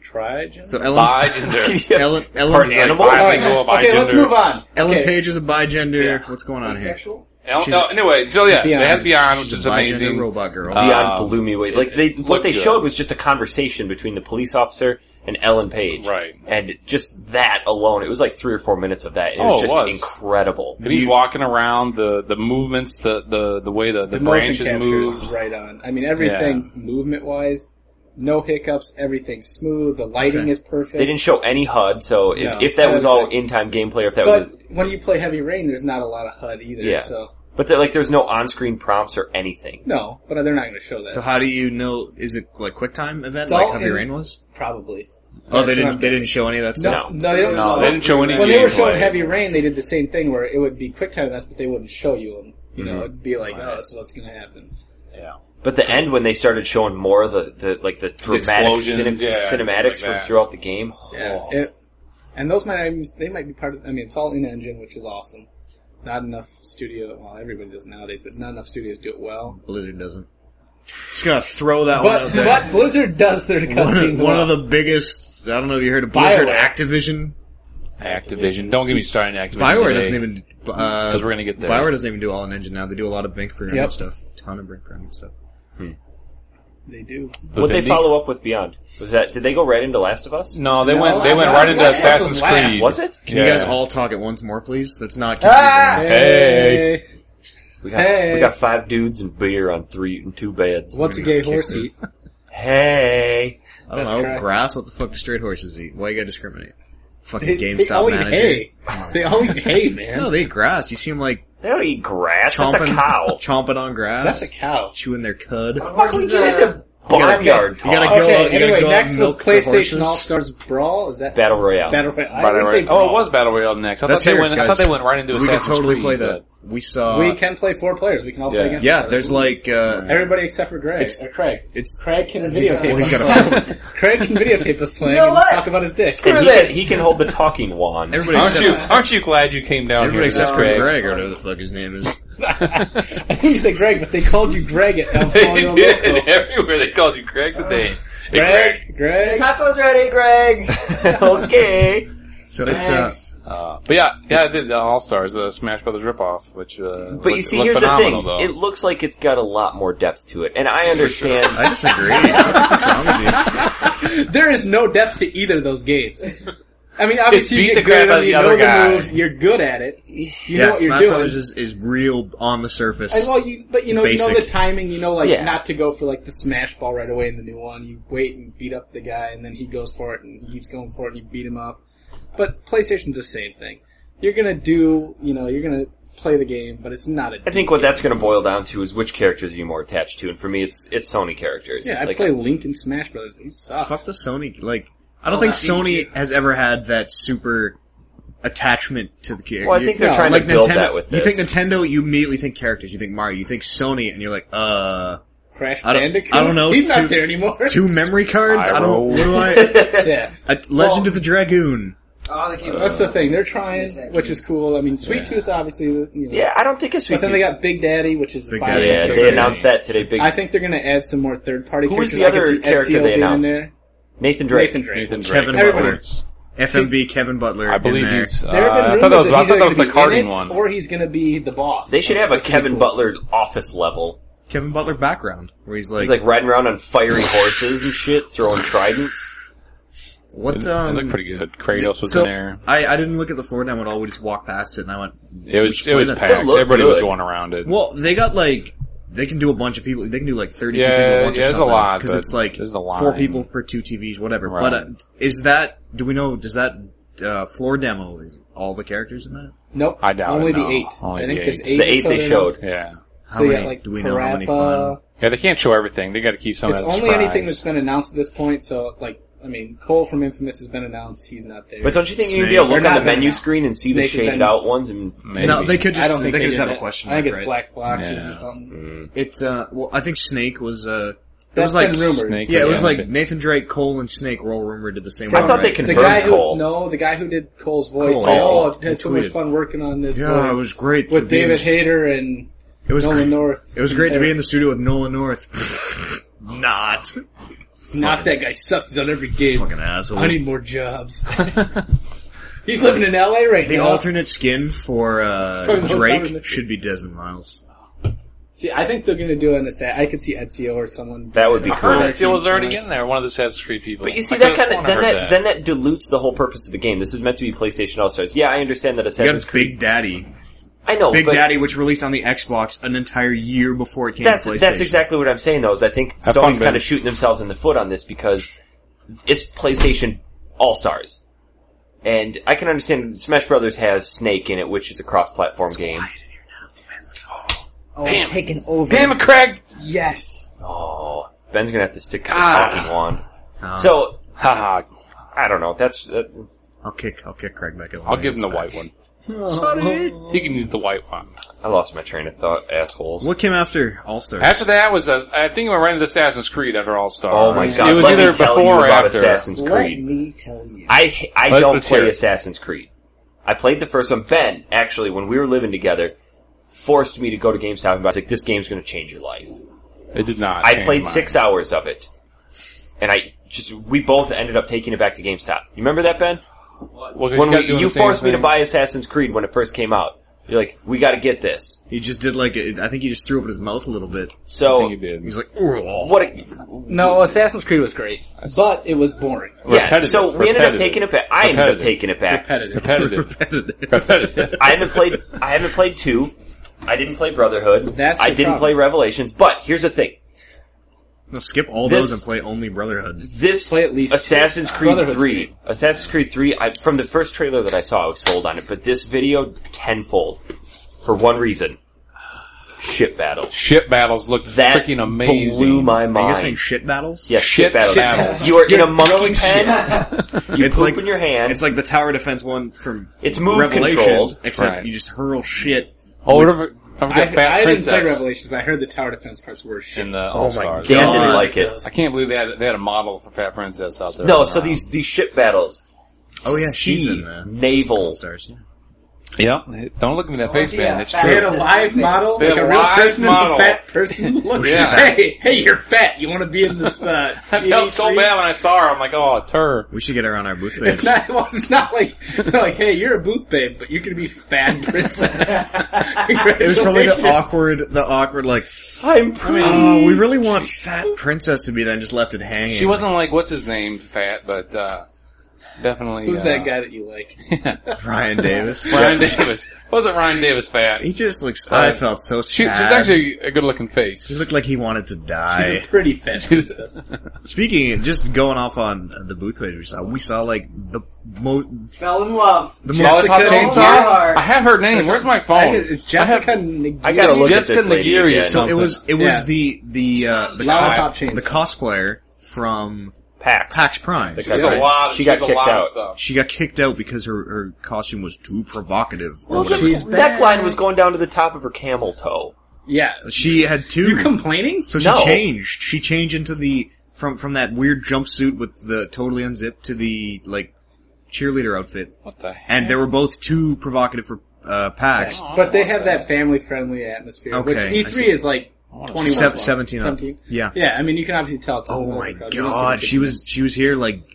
Speaker 4: try. Just...
Speaker 5: So Ellen,
Speaker 6: Bi gender.
Speaker 5: Ellen,
Speaker 6: Pardon,
Speaker 5: Ellen,
Speaker 6: like,
Speaker 3: animal?
Speaker 6: bilingual,
Speaker 4: okay, let's
Speaker 6: bigender.
Speaker 4: move on.
Speaker 5: Ellen
Speaker 4: okay.
Speaker 5: Page is a bi gender.
Speaker 6: Yeah.
Speaker 5: What's going on here?
Speaker 4: Sexual?
Speaker 6: Al-
Speaker 5: She's-
Speaker 6: oh, anyway, so yeah,
Speaker 4: Beyond.
Speaker 6: they had Beyond, which
Speaker 5: She's
Speaker 6: is
Speaker 5: a bi gender
Speaker 6: amazing.
Speaker 5: robot girl.
Speaker 6: Uh,
Speaker 3: Beyond
Speaker 6: Um,
Speaker 3: blew me away. Like they, what
Speaker 6: looked
Speaker 3: they
Speaker 6: good.
Speaker 3: showed was just a conversation between the police officer and Ellen Page.
Speaker 6: Right.
Speaker 3: And just that alone, it was like three or four minutes of that. and It
Speaker 6: Oh,
Speaker 3: was
Speaker 6: it
Speaker 3: just
Speaker 6: was.
Speaker 3: incredible.
Speaker 6: And he's walking around the the movements, the the the way the the,
Speaker 4: The motion
Speaker 6: branches
Speaker 4: capture is
Speaker 6: move.
Speaker 4: right on. I mean, everything movement wise, no hiccups. Everything's smooth. The lighting
Speaker 5: Okay.
Speaker 4: is perfect.
Speaker 3: They didn't show any HUD, so if,
Speaker 4: No,
Speaker 3: if that
Speaker 4: I
Speaker 3: was
Speaker 4: was
Speaker 3: all
Speaker 4: like-
Speaker 3: in-time gameplay, or if that was,
Speaker 4: but when you play Heavy Rain, there's not a lot of HUD either.
Speaker 3: Yeah.
Speaker 4: So
Speaker 3: but there- like there's no on-screen prompts or anything.
Speaker 4: no, but they're not going to show that.
Speaker 5: so how do you know? Is it like QuickTime event
Speaker 4: It's
Speaker 5: like
Speaker 4: all
Speaker 5: Heavy
Speaker 4: in-
Speaker 5: Rain was?
Speaker 4: Probably.
Speaker 5: Oh, they
Speaker 4: That's
Speaker 5: didn't.
Speaker 4: not-
Speaker 5: They didn't show any of that
Speaker 4: No,
Speaker 5: stuff.
Speaker 4: no, they don't.
Speaker 6: No, they didn't show any
Speaker 4: When Oh, they were showing
Speaker 6: gameplay.
Speaker 4: Heavy Rain, they did the same thing where it would be QuickTime events, but they wouldn't show you them. You know,
Speaker 6: Mm-hmm.
Speaker 4: it'd be like, oh, this is what's going to happen.
Speaker 6: Yeah.
Speaker 3: But the end when they started showing more of the, the like the dramatic
Speaker 6: explosions,
Speaker 3: cine-
Speaker 6: yeah,
Speaker 3: cinematics
Speaker 6: like
Speaker 3: from
Speaker 6: that.
Speaker 3: throughout the game. Oh.
Speaker 4: Yeah. It, and those might not even, they might be part of. I mean, it's all in engine, which is awesome. Not enough studio. Well, everybody does nowadays, but not enough studios do it well.
Speaker 5: Blizzard doesn't. Just gonna throw that one
Speaker 4: But
Speaker 5: out there.
Speaker 4: but Blizzard does their
Speaker 5: one
Speaker 4: cutscenes.
Speaker 5: of, one
Speaker 4: well.
Speaker 5: of the biggest. I don't know if you heard of Blizzard
Speaker 4: Bioware.
Speaker 5: Activision.
Speaker 6: Activision. Don't get me started on Activision.
Speaker 5: Bioware
Speaker 6: today.
Speaker 5: doesn't even. Uh,
Speaker 6: 'Cause we're gonna get there.
Speaker 5: Bioware doesn't even do all in engine now. They do a lot of bank programming
Speaker 4: Yep.
Speaker 5: stuff. Ton of bank programming stuff.
Speaker 4: they do.
Speaker 6: The
Speaker 3: What they
Speaker 6: Bindi-
Speaker 3: follow up with Beyond was that did they go right into Last of Us?
Speaker 6: No, they
Speaker 4: No,
Speaker 6: went. They
Speaker 4: that's-
Speaker 6: went
Speaker 4: that's-
Speaker 6: right into
Speaker 4: that's- that's
Speaker 6: Assassin's
Speaker 4: last.
Speaker 6: Creed.
Speaker 3: Was it?
Speaker 5: Can you
Speaker 6: Yeah.
Speaker 5: guys all talk at once more, please? That's not confusing.
Speaker 7: Ah!
Speaker 6: Hey.
Speaker 3: We got
Speaker 4: Hey.
Speaker 3: we got five dudes and beer on three and two beds.
Speaker 4: What's a gay horse eat?
Speaker 3: Hey,
Speaker 5: I don't
Speaker 4: That's
Speaker 5: know.
Speaker 4: correct.
Speaker 5: Oh, Grass? What the fuck do straight horses eat? Why you gotta discriminate? Fucking
Speaker 4: They,
Speaker 5: GameStop
Speaker 4: they all eat
Speaker 5: manager.
Speaker 4: hay. They all eat hay, man.
Speaker 5: No, they eat grass. You see them like
Speaker 3: they don't eat grass.
Speaker 5: chomping,
Speaker 3: That's a cow.
Speaker 5: chomping on grass,
Speaker 4: That's a cow.
Speaker 5: chewing their cud.
Speaker 3: Fuck, we get into barnyard
Speaker 5: you gotta
Speaker 3: talk.
Speaker 5: go
Speaker 4: okay,
Speaker 5: out- you gotta
Speaker 4: anyway,
Speaker 5: go out
Speaker 4: next
Speaker 5: and
Speaker 4: was
Speaker 5: milk the
Speaker 4: PlayStation
Speaker 5: horses.
Speaker 4: All Stars Brawl. Is that
Speaker 3: Battle Royale.
Speaker 4: Battle Royale?
Speaker 6: Battle
Speaker 4: I would
Speaker 6: Royale.
Speaker 4: say
Speaker 6: Oh, it
Speaker 4: Brawl.
Speaker 6: was Battle Royale next. I
Speaker 5: That's
Speaker 6: thought they
Speaker 5: here,
Speaker 6: went. I
Speaker 5: guys.
Speaker 6: thought they went right into
Speaker 5: We
Speaker 6: Assassin's
Speaker 5: could totally
Speaker 6: Creed,
Speaker 5: play
Speaker 6: but-
Speaker 5: that. We saw.
Speaker 4: We can play four players. We can all play
Speaker 6: Yeah.
Speaker 4: against each
Speaker 5: uh, yeah,
Speaker 4: other.
Speaker 5: there's like uh,
Speaker 4: everybody except for Greg.
Speaker 5: It's-
Speaker 4: or Uh, Craig.
Speaker 5: it's
Speaker 4: Craig can
Speaker 5: He's
Speaker 4: videotape us.
Speaker 5: got a-
Speaker 4: Craig can videotape us playing
Speaker 7: You know
Speaker 4: and
Speaker 7: what?
Speaker 4: talk about his dick.
Speaker 3: And he,
Speaker 7: Screw
Speaker 3: can,
Speaker 7: this.
Speaker 3: he can hold the talking wand.
Speaker 5: everybody
Speaker 6: Aren't
Speaker 5: except
Speaker 6: you? Aren't you glad you came down
Speaker 5: everybody
Speaker 6: here,
Speaker 5: except for
Speaker 6: Greg?
Speaker 5: Greg or whatever the fuck his name is.
Speaker 4: I think you said Greg, but they called you Greg at El
Speaker 6: They
Speaker 4: Polio
Speaker 6: did
Speaker 4: Oh, Loco. Uh,
Speaker 6: everywhere. They called you Greg today. Hey, Greg.
Speaker 4: Greg, Greg.
Speaker 7: Tacos ready, Greg.
Speaker 3: okay.
Speaker 5: So it's uh,
Speaker 6: Uh, but yeah, yeah, I did the All Stars, the Smash Brothers ripoff, which
Speaker 3: But
Speaker 6: uh,
Speaker 3: you
Speaker 6: looked-
Speaker 3: see,
Speaker 6: looked
Speaker 3: here's the
Speaker 6: phenomenal,
Speaker 3: thing.
Speaker 6: Though.
Speaker 3: It looks like it's got a lot more depth to it, and I understand.
Speaker 5: I disagree. What the fuck's wrong with you?
Speaker 4: There is no depth to either of those games. I mean, obviously
Speaker 6: beat
Speaker 4: you
Speaker 6: the crap
Speaker 4: get
Speaker 6: out
Speaker 4: good at
Speaker 6: of
Speaker 4: it,
Speaker 6: the
Speaker 4: you
Speaker 6: other
Speaker 4: know
Speaker 6: guy.
Speaker 4: the moves, you're good at it, you know
Speaker 5: yeah,
Speaker 4: what you're
Speaker 5: Smash
Speaker 4: doing.
Speaker 5: Brothers is, is real on the surface.
Speaker 4: And, well, you, but you know, you know
Speaker 5: Basic.
Speaker 4: the timing. You know, like
Speaker 3: Yeah.
Speaker 4: not to go for like the smash ball right away in the new one. You wait and beat up the guy, and then he goes for it, and he keeps going for it, and you beat him up. But PlayStation's the same thing. You're gonna do, you know, you're gonna play the game, but it's not a.
Speaker 3: I think what that's going to boil down to is which characters are you more attached to, and for me, it's it's Sony characters.
Speaker 4: yeah, I
Speaker 3: Like,
Speaker 4: play Link in Smash Brothers. He
Speaker 5: Fuck
Speaker 4: sucks.
Speaker 5: the Sony. Like, I don't think Sony has ever had that super attachment to the character.
Speaker 3: Well, I think they're
Speaker 4: No,
Speaker 3: trying
Speaker 5: like
Speaker 3: to build
Speaker 5: Nintendo.
Speaker 3: that with
Speaker 5: you
Speaker 3: this.
Speaker 5: think Nintendo? You immediately think characters. You think Mario. You think Sony, and you're like, uh,
Speaker 4: Crash
Speaker 5: I don't-
Speaker 4: Bandicoot.
Speaker 5: I don't know,
Speaker 4: He's
Speaker 5: two-
Speaker 4: not there anymore.
Speaker 5: two memory cards. I don't. What do I?
Speaker 4: yeah,
Speaker 5: A- Legend of the Dragoon.
Speaker 7: oh, they came
Speaker 4: that's the thing. They're trying,
Speaker 7: missed that
Speaker 4: which is cool. I mean, Sweet Tooth, obviously. You know,
Speaker 3: yeah, I don't think it's.
Speaker 4: But then they got Big Daddy, which is a
Speaker 5: Big
Speaker 4: bi-
Speaker 5: Daddy.
Speaker 3: Yeah,
Speaker 5: That's
Speaker 3: they
Speaker 5: okay.
Speaker 3: announced that today. Big
Speaker 4: I think they're going to add some more third party
Speaker 3: Who was
Speaker 4: characters.
Speaker 3: the
Speaker 4: I could
Speaker 3: other
Speaker 4: see
Speaker 3: character they
Speaker 4: Ezio being in
Speaker 3: announced?
Speaker 4: there.
Speaker 3: Nathan Drake.
Speaker 4: Nathan Drake.
Speaker 6: Nathan Drake.
Speaker 5: Kevin
Speaker 4: Everybody.
Speaker 5: Butler. FMB Kevin Butler.
Speaker 6: I
Speaker 5: in
Speaker 6: believe
Speaker 5: there.
Speaker 6: he's. Uh,
Speaker 4: There have been
Speaker 6: I
Speaker 4: rumors
Speaker 6: thought that was,
Speaker 4: that
Speaker 6: I
Speaker 4: he's
Speaker 6: thought that was
Speaker 4: either
Speaker 6: the
Speaker 4: gonna be
Speaker 6: Carding
Speaker 4: in it,
Speaker 6: one.
Speaker 4: or he's going to be the boss.
Speaker 3: They should have a Kevin Butler office level.
Speaker 5: Kevin Butler background, where he's like,
Speaker 3: He's like riding around on fiery horses and shit, throwing tridents.
Speaker 5: What?
Speaker 6: It,
Speaker 5: Um,
Speaker 6: looked pretty good. Kratos was
Speaker 5: so
Speaker 6: in there.
Speaker 5: I, I didn't look at the floor down at all. We just walked past it, and I went.
Speaker 6: It
Speaker 5: we
Speaker 6: was
Speaker 5: should
Speaker 6: it
Speaker 5: play
Speaker 6: was
Speaker 5: that.
Speaker 6: packed.
Speaker 3: looked
Speaker 6: Everybody was
Speaker 3: good.
Speaker 6: going around it.
Speaker 5: Well, they got like they can do a bunch of people. They can do like thirty-two
Speaker 6: Yeah,
Speaker 5: people at once.
Speaker 6: yeah,
Speaker 5: or
Speaker 6: there's a
Speaker 5: something,
Speaker 6: lot,
Speaker 5: because
Speaker 6: but
Speaker 5: it's like
Speaker 6: there's a line.
Speaker 5: four people per two TVs, whatever.
Speaker 6: Right.
Speaker 5: But uh, is that? Do we know? Does that uh, floor demo is all the characters in that?
Speaker 4: Nope.
Speaker 6: I doubt
Speaker 4: Only
Speaker 6: it,
Speaker 4: the
Speaker 6: no.
Speaker 4: eight.
Speaker 6: Only
Speaker 4: I think
Speaker 6: the
Speaker 4: there's
Speaker 6: eight.
Speaker 4: eight.
Speaker 3: The
Speaker 4: or
Speaker 3: eight
Speaker 4: so
Speaker 3: they
Speaker 4: that
Speaker 3: showed.
Speaker 4: announced.
Speaker 6: yeah,
Speaker 5: How
Speaker 4: So you
Speaker 5: many
Speaker 4: got like
Speaker 5: do we know? How many
Speaker 4: Parappa.
Speaker 5: final?
Speaker 6: yeah. They can't show everything. They got to keep some.
Speaker 4: It's
Speaker 6: of that
Speaker 4: only
Speaker 6: surprise.
Speaker 4: anything that's been announced at this point. So like, I mean, Cole from Infamous has been announced. He's not there.
Speaker 3: But don't you think you can be
Speaker 5: Snake.
Speaker 3: able to
Speaker 4: They're
Speaker 3: look on
Speaker 4: not
Speaker 3: the menu
Speaker 4: announced.
Speaker 3: screen and see the
Speaker 4: Snake has
Speaker 3: shaded
Speaker 4: been-
Speaker 3: out ones? And
Speaker 6: Maybe.
Speaker 5: No, they could just.
Speaker 4: I don't think
Speaker 5: they,
Speaker 4: they
Speaker 5: just
Speaker 4: did
Speaker 5: have a
Speaker 4: that.
Speaker 5: question.
Speaker 4: I think
Speaker 5: mark,
Speaker 4: it's
Speaker 5: right?
Speaker 4: black boxes
Speaker 6: Yeah.
Speaker 4: or something.
Speaker 3: Mm.
Speaker 5: It's uh. Well, I think Snake was uh. It
Speaker 4: That's
Speaker 5: was like
Speaker 4: been rumored.
Speaker 6: Snake
Speaker 5: Yeah, it was
Speaker 6: Yeah.
Speaker 5: like Nathan Drake, Cole, and Snake were all rumored to the same.
Speaker 3: I
Speaker 5: one,
Speaker 3: thought they
Speaker 5: right?
Speaker 3: could-
Speaker 4: The
Speaker 3: Confirmed
Speaker 4: guy who
Speaker 3: Cole.
Speaker 4: no, the guy who did Cole's voice.
Speaker 5: Cole,
Speaker 4: said,
Speaker 5: yeah.
Speaker 4: oh, I had
Speaker 5: He
Speaker 4: so much
Speaker 5: tweeted.
Speaker 4: fun working on this.
Speaker 5: Yeah,
Speaker 4: boys."
Speaker 5: it was great to
Speaker 4: with
Speaker 5: be in
Speaker 4: David
Speaker 5: the-
Speaker 4: Hayter and
Speaker 5: It was
Speaker 4: Nolan
Speaker 5: great-
Speaker 4: North.
Speaker 5: It was great to be in
Speaker 4: Or-
Speaker 5: the studio with Nolan North. Not
Speaker 4: Not that guy sucks. He's on every game.
Speaker 5: fucking asshole.
Speaker 4: I need more jobs. He's living in L.A. right
Speaker 5: The
Speaker 4: now.
Speaker 5: alternate skin for
Speaker 4: For
Speaker 5: uh,
Speaker 4: those
Speaker 5: Drake
Speaker 4: alternate-
Speaker 5: should be Desmond Miles.
Speaker 4: see, I think they're gonna do an asset. I could see Ezio or someone.
Speaker 3: That would be
Speaker 6: I
Speaker 3: cool.
Speaker 6: heard Ezio was already in there. One of the Assassin's Creed people.
Speaker 3: But you see
Speaker 6: I
Speaker 3: that
Speaker 6: could've
Speaker 3: kind of
Speaker 6: sworn I
Speaker 3: then that,
Speaker 6: heard
Speaker 3: then that dilutes the whole purpose of the game. This is meant to be PlayStation All Stars. Yeah, I understand that
Speaker 5: We got
Speaker 3: Assassin's
Speaker 5: this
Speaker 3: Creed.
Speaker 5: Big Daddy,
Speaker 3: I know,
Speaker 5: Big
Speaker 3: but
Speaker 5: Daddy, which released on the Xbox an entire year before it came
Speaker 3: that's
Speaker 5: to PlayStation.
Speaker 3: that's exactly what I'm saying. Though is I think
Speaker 6: Have fun,
Speaker 3: Sony's kind
Speaker 6: Ben.
Speaker 3: of shooting themselves in the foot on this because it's PlayStation All Stars, and I can understand Smash Brothers has Snake in it, which is a cross-platform game.
Speaker 7: Oh, taking over.
Speaker 6: Damn it, Craig!
Speaker 7: Yes.
Speaker 3: Oh, Ben's gonna have to stick to the
Speaker 6: Ah.
Speaker 3: talking wand. So
Speaker 6: Haha.
Speaker 3: I don't know. That's that,
Speaker 5: I'll kick, I'll kick Craig back in.
Speaker 6: I'll give him the white one. He can use the white one.
Speaker 3: I lost my train of thought. Assholes.
Speaker 5: What came after All Stars?
Speaker 6: After that was a, I think it went right into Assassin's Creed after All Stars.
Speaker 3: Oh my god!
Speaker 6: It was
Speaker 3: Let
Speaker 6: either
Speaker 3: me tell
Speaker 6: before
Speaker 3: you
Speaker 6: or
Speaker 3: about
Speaker 6: after.
Speaker 3: Assassin's
Speaker 7: Let
Speaker 3: Creed.
Speaker 7: me tell you.
Speaker 3: I I
Speaker 6: Let-
Speaker 3: don't
Speaker 6: let's hear
Speaker 3: play
Speaker 6: it.
Speaker 3: Assassin's Creed. I played the first one. Ben, actually, when we were living together, forced me to go to GameStop and buy. Like this game's going to change your life.
Speaker 6: It did not.
Speaker 3: I
Speaker 6: change
Speaker 3: played
Speaker 6: mine.
Speaker 3: six hours of it, and I just we both ended up taking it back to GameStop. You remember that, Ben?
Speaker 6: Well, 'cause
Speaker 3: When
Speaker 6: you,
Speaker 3: we,
Speaker 6: gotta do
Speaker 3: you
Speaker 6: the same
Speaker 3: forced me to
Speaker 6: thing.
Speaker 3: buy Assassin's Creed when it first came out. You're like, we got to get this.
Speaker 5: he just did like, a, I think he just threw up in his mouth a little bit.
Speaker 6: I
Speaker 3: So
Speaker 6: think you did.
Speaker 5: He was like, "Ugh."
Speaker 3: what? A,
Speaker 4: No, Assassin's Creed was great, but it was boring.
Speaker 3: yeah. So
Speaker 6: Repetitive,
Speaker 3: we ended up
Speaker 6: repetitive,
Speaker 3: taking it back. I ended up
Speaker 6: repetitive,
Speaker 3: taking it back.
Speaker 4: Repetitive.
Speaker 6: repetitive. repetitive.
Speaker 3: I haven't played. I haven't played two. I didn't play Brotherhood.
Speaker 4: That's the
Speaker 3: I didn't
Speaker 4: problem.
Speaker 3: play Revelations. But here's the thing:
Speaker 5: No, skip all
Speaker 3: This-
Speaker 5: those and play only Brotherhood.
Speaker 3: this
Speaker 4: Play at least
Speaker 3: Assassin's
Speaker 4: two.
Speaker 3: Creed
Speaker 4: Brotherhood's
Speaker 3: three.
Speaker 4: great.
Speaker 3: Assassin's Creed three. I, from the first trailer that I saw, I was sold on it. But this video tenfold for one reason: ship battle.
Speaker 6: Ship battles looked
Speaker 3: That
Speaker 6: freaking amazing.
Speaker 3: blew my
Speaker 5: Are you guys saying
Speaker 3: mind.
Speaker 5: shit battles?
Speaker 3: Yeah,
Speaker 6: Ship
Speaker 3: ship battles.
Speaker 6: battles.
Speaker 3: You are in a monkey pen. You
Speaker 5: It's
Speaker 3: poop
Speaker 5: like-
Speaker 3: in your hand.
Speaker 5: It's like the tower defense one from
Speaker 3: It's move
Speaker 5: Revelations,
Speaker 3: control.
Speaker 5: except
Speaker 6: Right.
Speaker 5: you just hurl shit.
Speaker 6: Oh, what if- don't
Speaker 4: I,
Speaker 6: forget Fat
Speaker 4: I didn't
Speaker 6: Princess
Speaker 4: play Revelations, but I heard the tower defense parts were shit.
Speaker 6: in
Speaker 3: Oh
Speaker 6: the All Stars.
Speaker 3: Dan didn't
Speaker 5: God.
Speaker 3: like it.
Speaker 6: I can't believe they had they had a model for Fat Princess out there.
Speaker 3: No, so these these ship battles.
Speaker 5: Oh yeah, she's
Speaker 3: Sea,
Speaker 5: in the
Speaker 3: naval.
Speaker 5: Stars. Yeah.
Speaker 6: yeah. Don't look at me in that face,
Speaker 7: yeah,
Speaker 6: man. It's
Speaker 7: Fat
Speaker 4: They had
Speaker 6: true.
Speaker 4: a live model,
Speaker 6: They had
Speaker 4: like
Speaker 6: a
Speaker 4: a real
Speaker 6: live
Speaker 4: person
Speaker 6: model.
Speaker 4: and a fat person. Look,
Speaker 6: Yeah.
Speaker 4: hey, hey, you're fat. You want to be in this? Uh,
Speaker 6: I felt so
Speaker 4: TV3?
Speaker 6: bad when I saw her. I'm like, oh, it's her.
Speaker 5: We should get her on our booth. babes.
Speaker 4: It's not. Well, it's not like it's not like, hey, you're a booth babe, but you're gonna be fat princess.
Speaker 5: It was probably
Speaker 4: Congratulations.
Speaker 5: the awkward, the awkward, like,
Speaker 3: I'm
Speaker 5: oh, we really want Fat Princess to be then just left it hanging.
Speaker 6: She wasn't like what's his name, fat, but uh, definitely
Speaker 4: Who's
Speaker 6: uh,
Speaker 4: that guy that you like?
Speaker 5: Ryan Davis.
Speaker 6: Ryan Davis wasn't Ryan Davis fat.
Speaker 5: He just looks, I
Speaker 6: Right.
Speaker 5: felt so
Speaker 6: uh, She, she's
Speaker 5: sad.
Speaker 6: actually a good looking
Speaker 5: He
Speaker 6: face.
Speaker 5: looked like he wanted to die.
Speaker 4: She's a pretty fat princess.
Speaker 5: Speaking, of- just going off on the booth page we saw, we saw like the most,
Speaker 7: Fell in love.
Speaker 5: the
Speaker 6: Lollipop
Speaker 5: most
Speaker 6: Chainsaw?
Speaker 7: Gerhard.
Speaker 6: I have her name. Where's my phone?
Speaker 4: I think it's Jessica. Nagiri.
Speaker 3: I gotta
Speaker 6: It's
Speaker 3: look
Speaker 6: Jessica
Speaker 3: at this lady
Speaker 6: Nagiri.
Speaker 3: again.
Speaker 5: So it was, it was
Speaker 4: Yeah.
Speaker 5: the, the, uh, the,
Speaker 4: Lollipop Chainsaw.
Speaker 5: the cosplayer from
Speaker 3: Pax.
Speaker 5: PAX Prime.
Speaker 3: The guy-
Speaker 6: There's a lot.
Speaker 3: She
Speaker 6: there's
Speaker 3: got
Speaker 6: a
Speaker 3: kicked
Speaker 6: lot
Speaker 3: out.
Speaker 6: Of stuff.
Speaker 5: She got kicked out because her, her costume was too provocative. Or
Speaker 3: Well, the
Speaker 5: whatever.
Speaker 4: She's back.
Speaker 3: neckline was going down to the top of her camel toe.
Speaker 4: Yeah.
Speaker 5: She had two.
Speaker 4: You complaining?
Speaker 5: So she
Speaker 3: No.
Speaker 5: changed. She changed into the from from that weird jumpsuit with the totally unzipped to the like cheerleader outfit,
Speaker 6: What the heck?
Speaker 5: and they were both too provocative for uh, PAX.
Speaker 4: But they have that family friendly atmosphere, which
Speaker 5: Okay, I
Speaker 4: E3
Speaker 5: see.
Speaker 4: is like 21
Speaker 5: Se-
Speaker 4: plus.
Speaker 5: 17 up.
Speaker 4: 17.
Speaker 5: Yeah.
Speaker 4: Yeah, I mean, you can obviously tell. It's a
Speaker 5: Oh
Speaker 4: little
Speaker 5: my
Speaker 4: crowd. You can see the
Speaker 5: god, she
Speaker 4: big
Speaker 5: was she was here like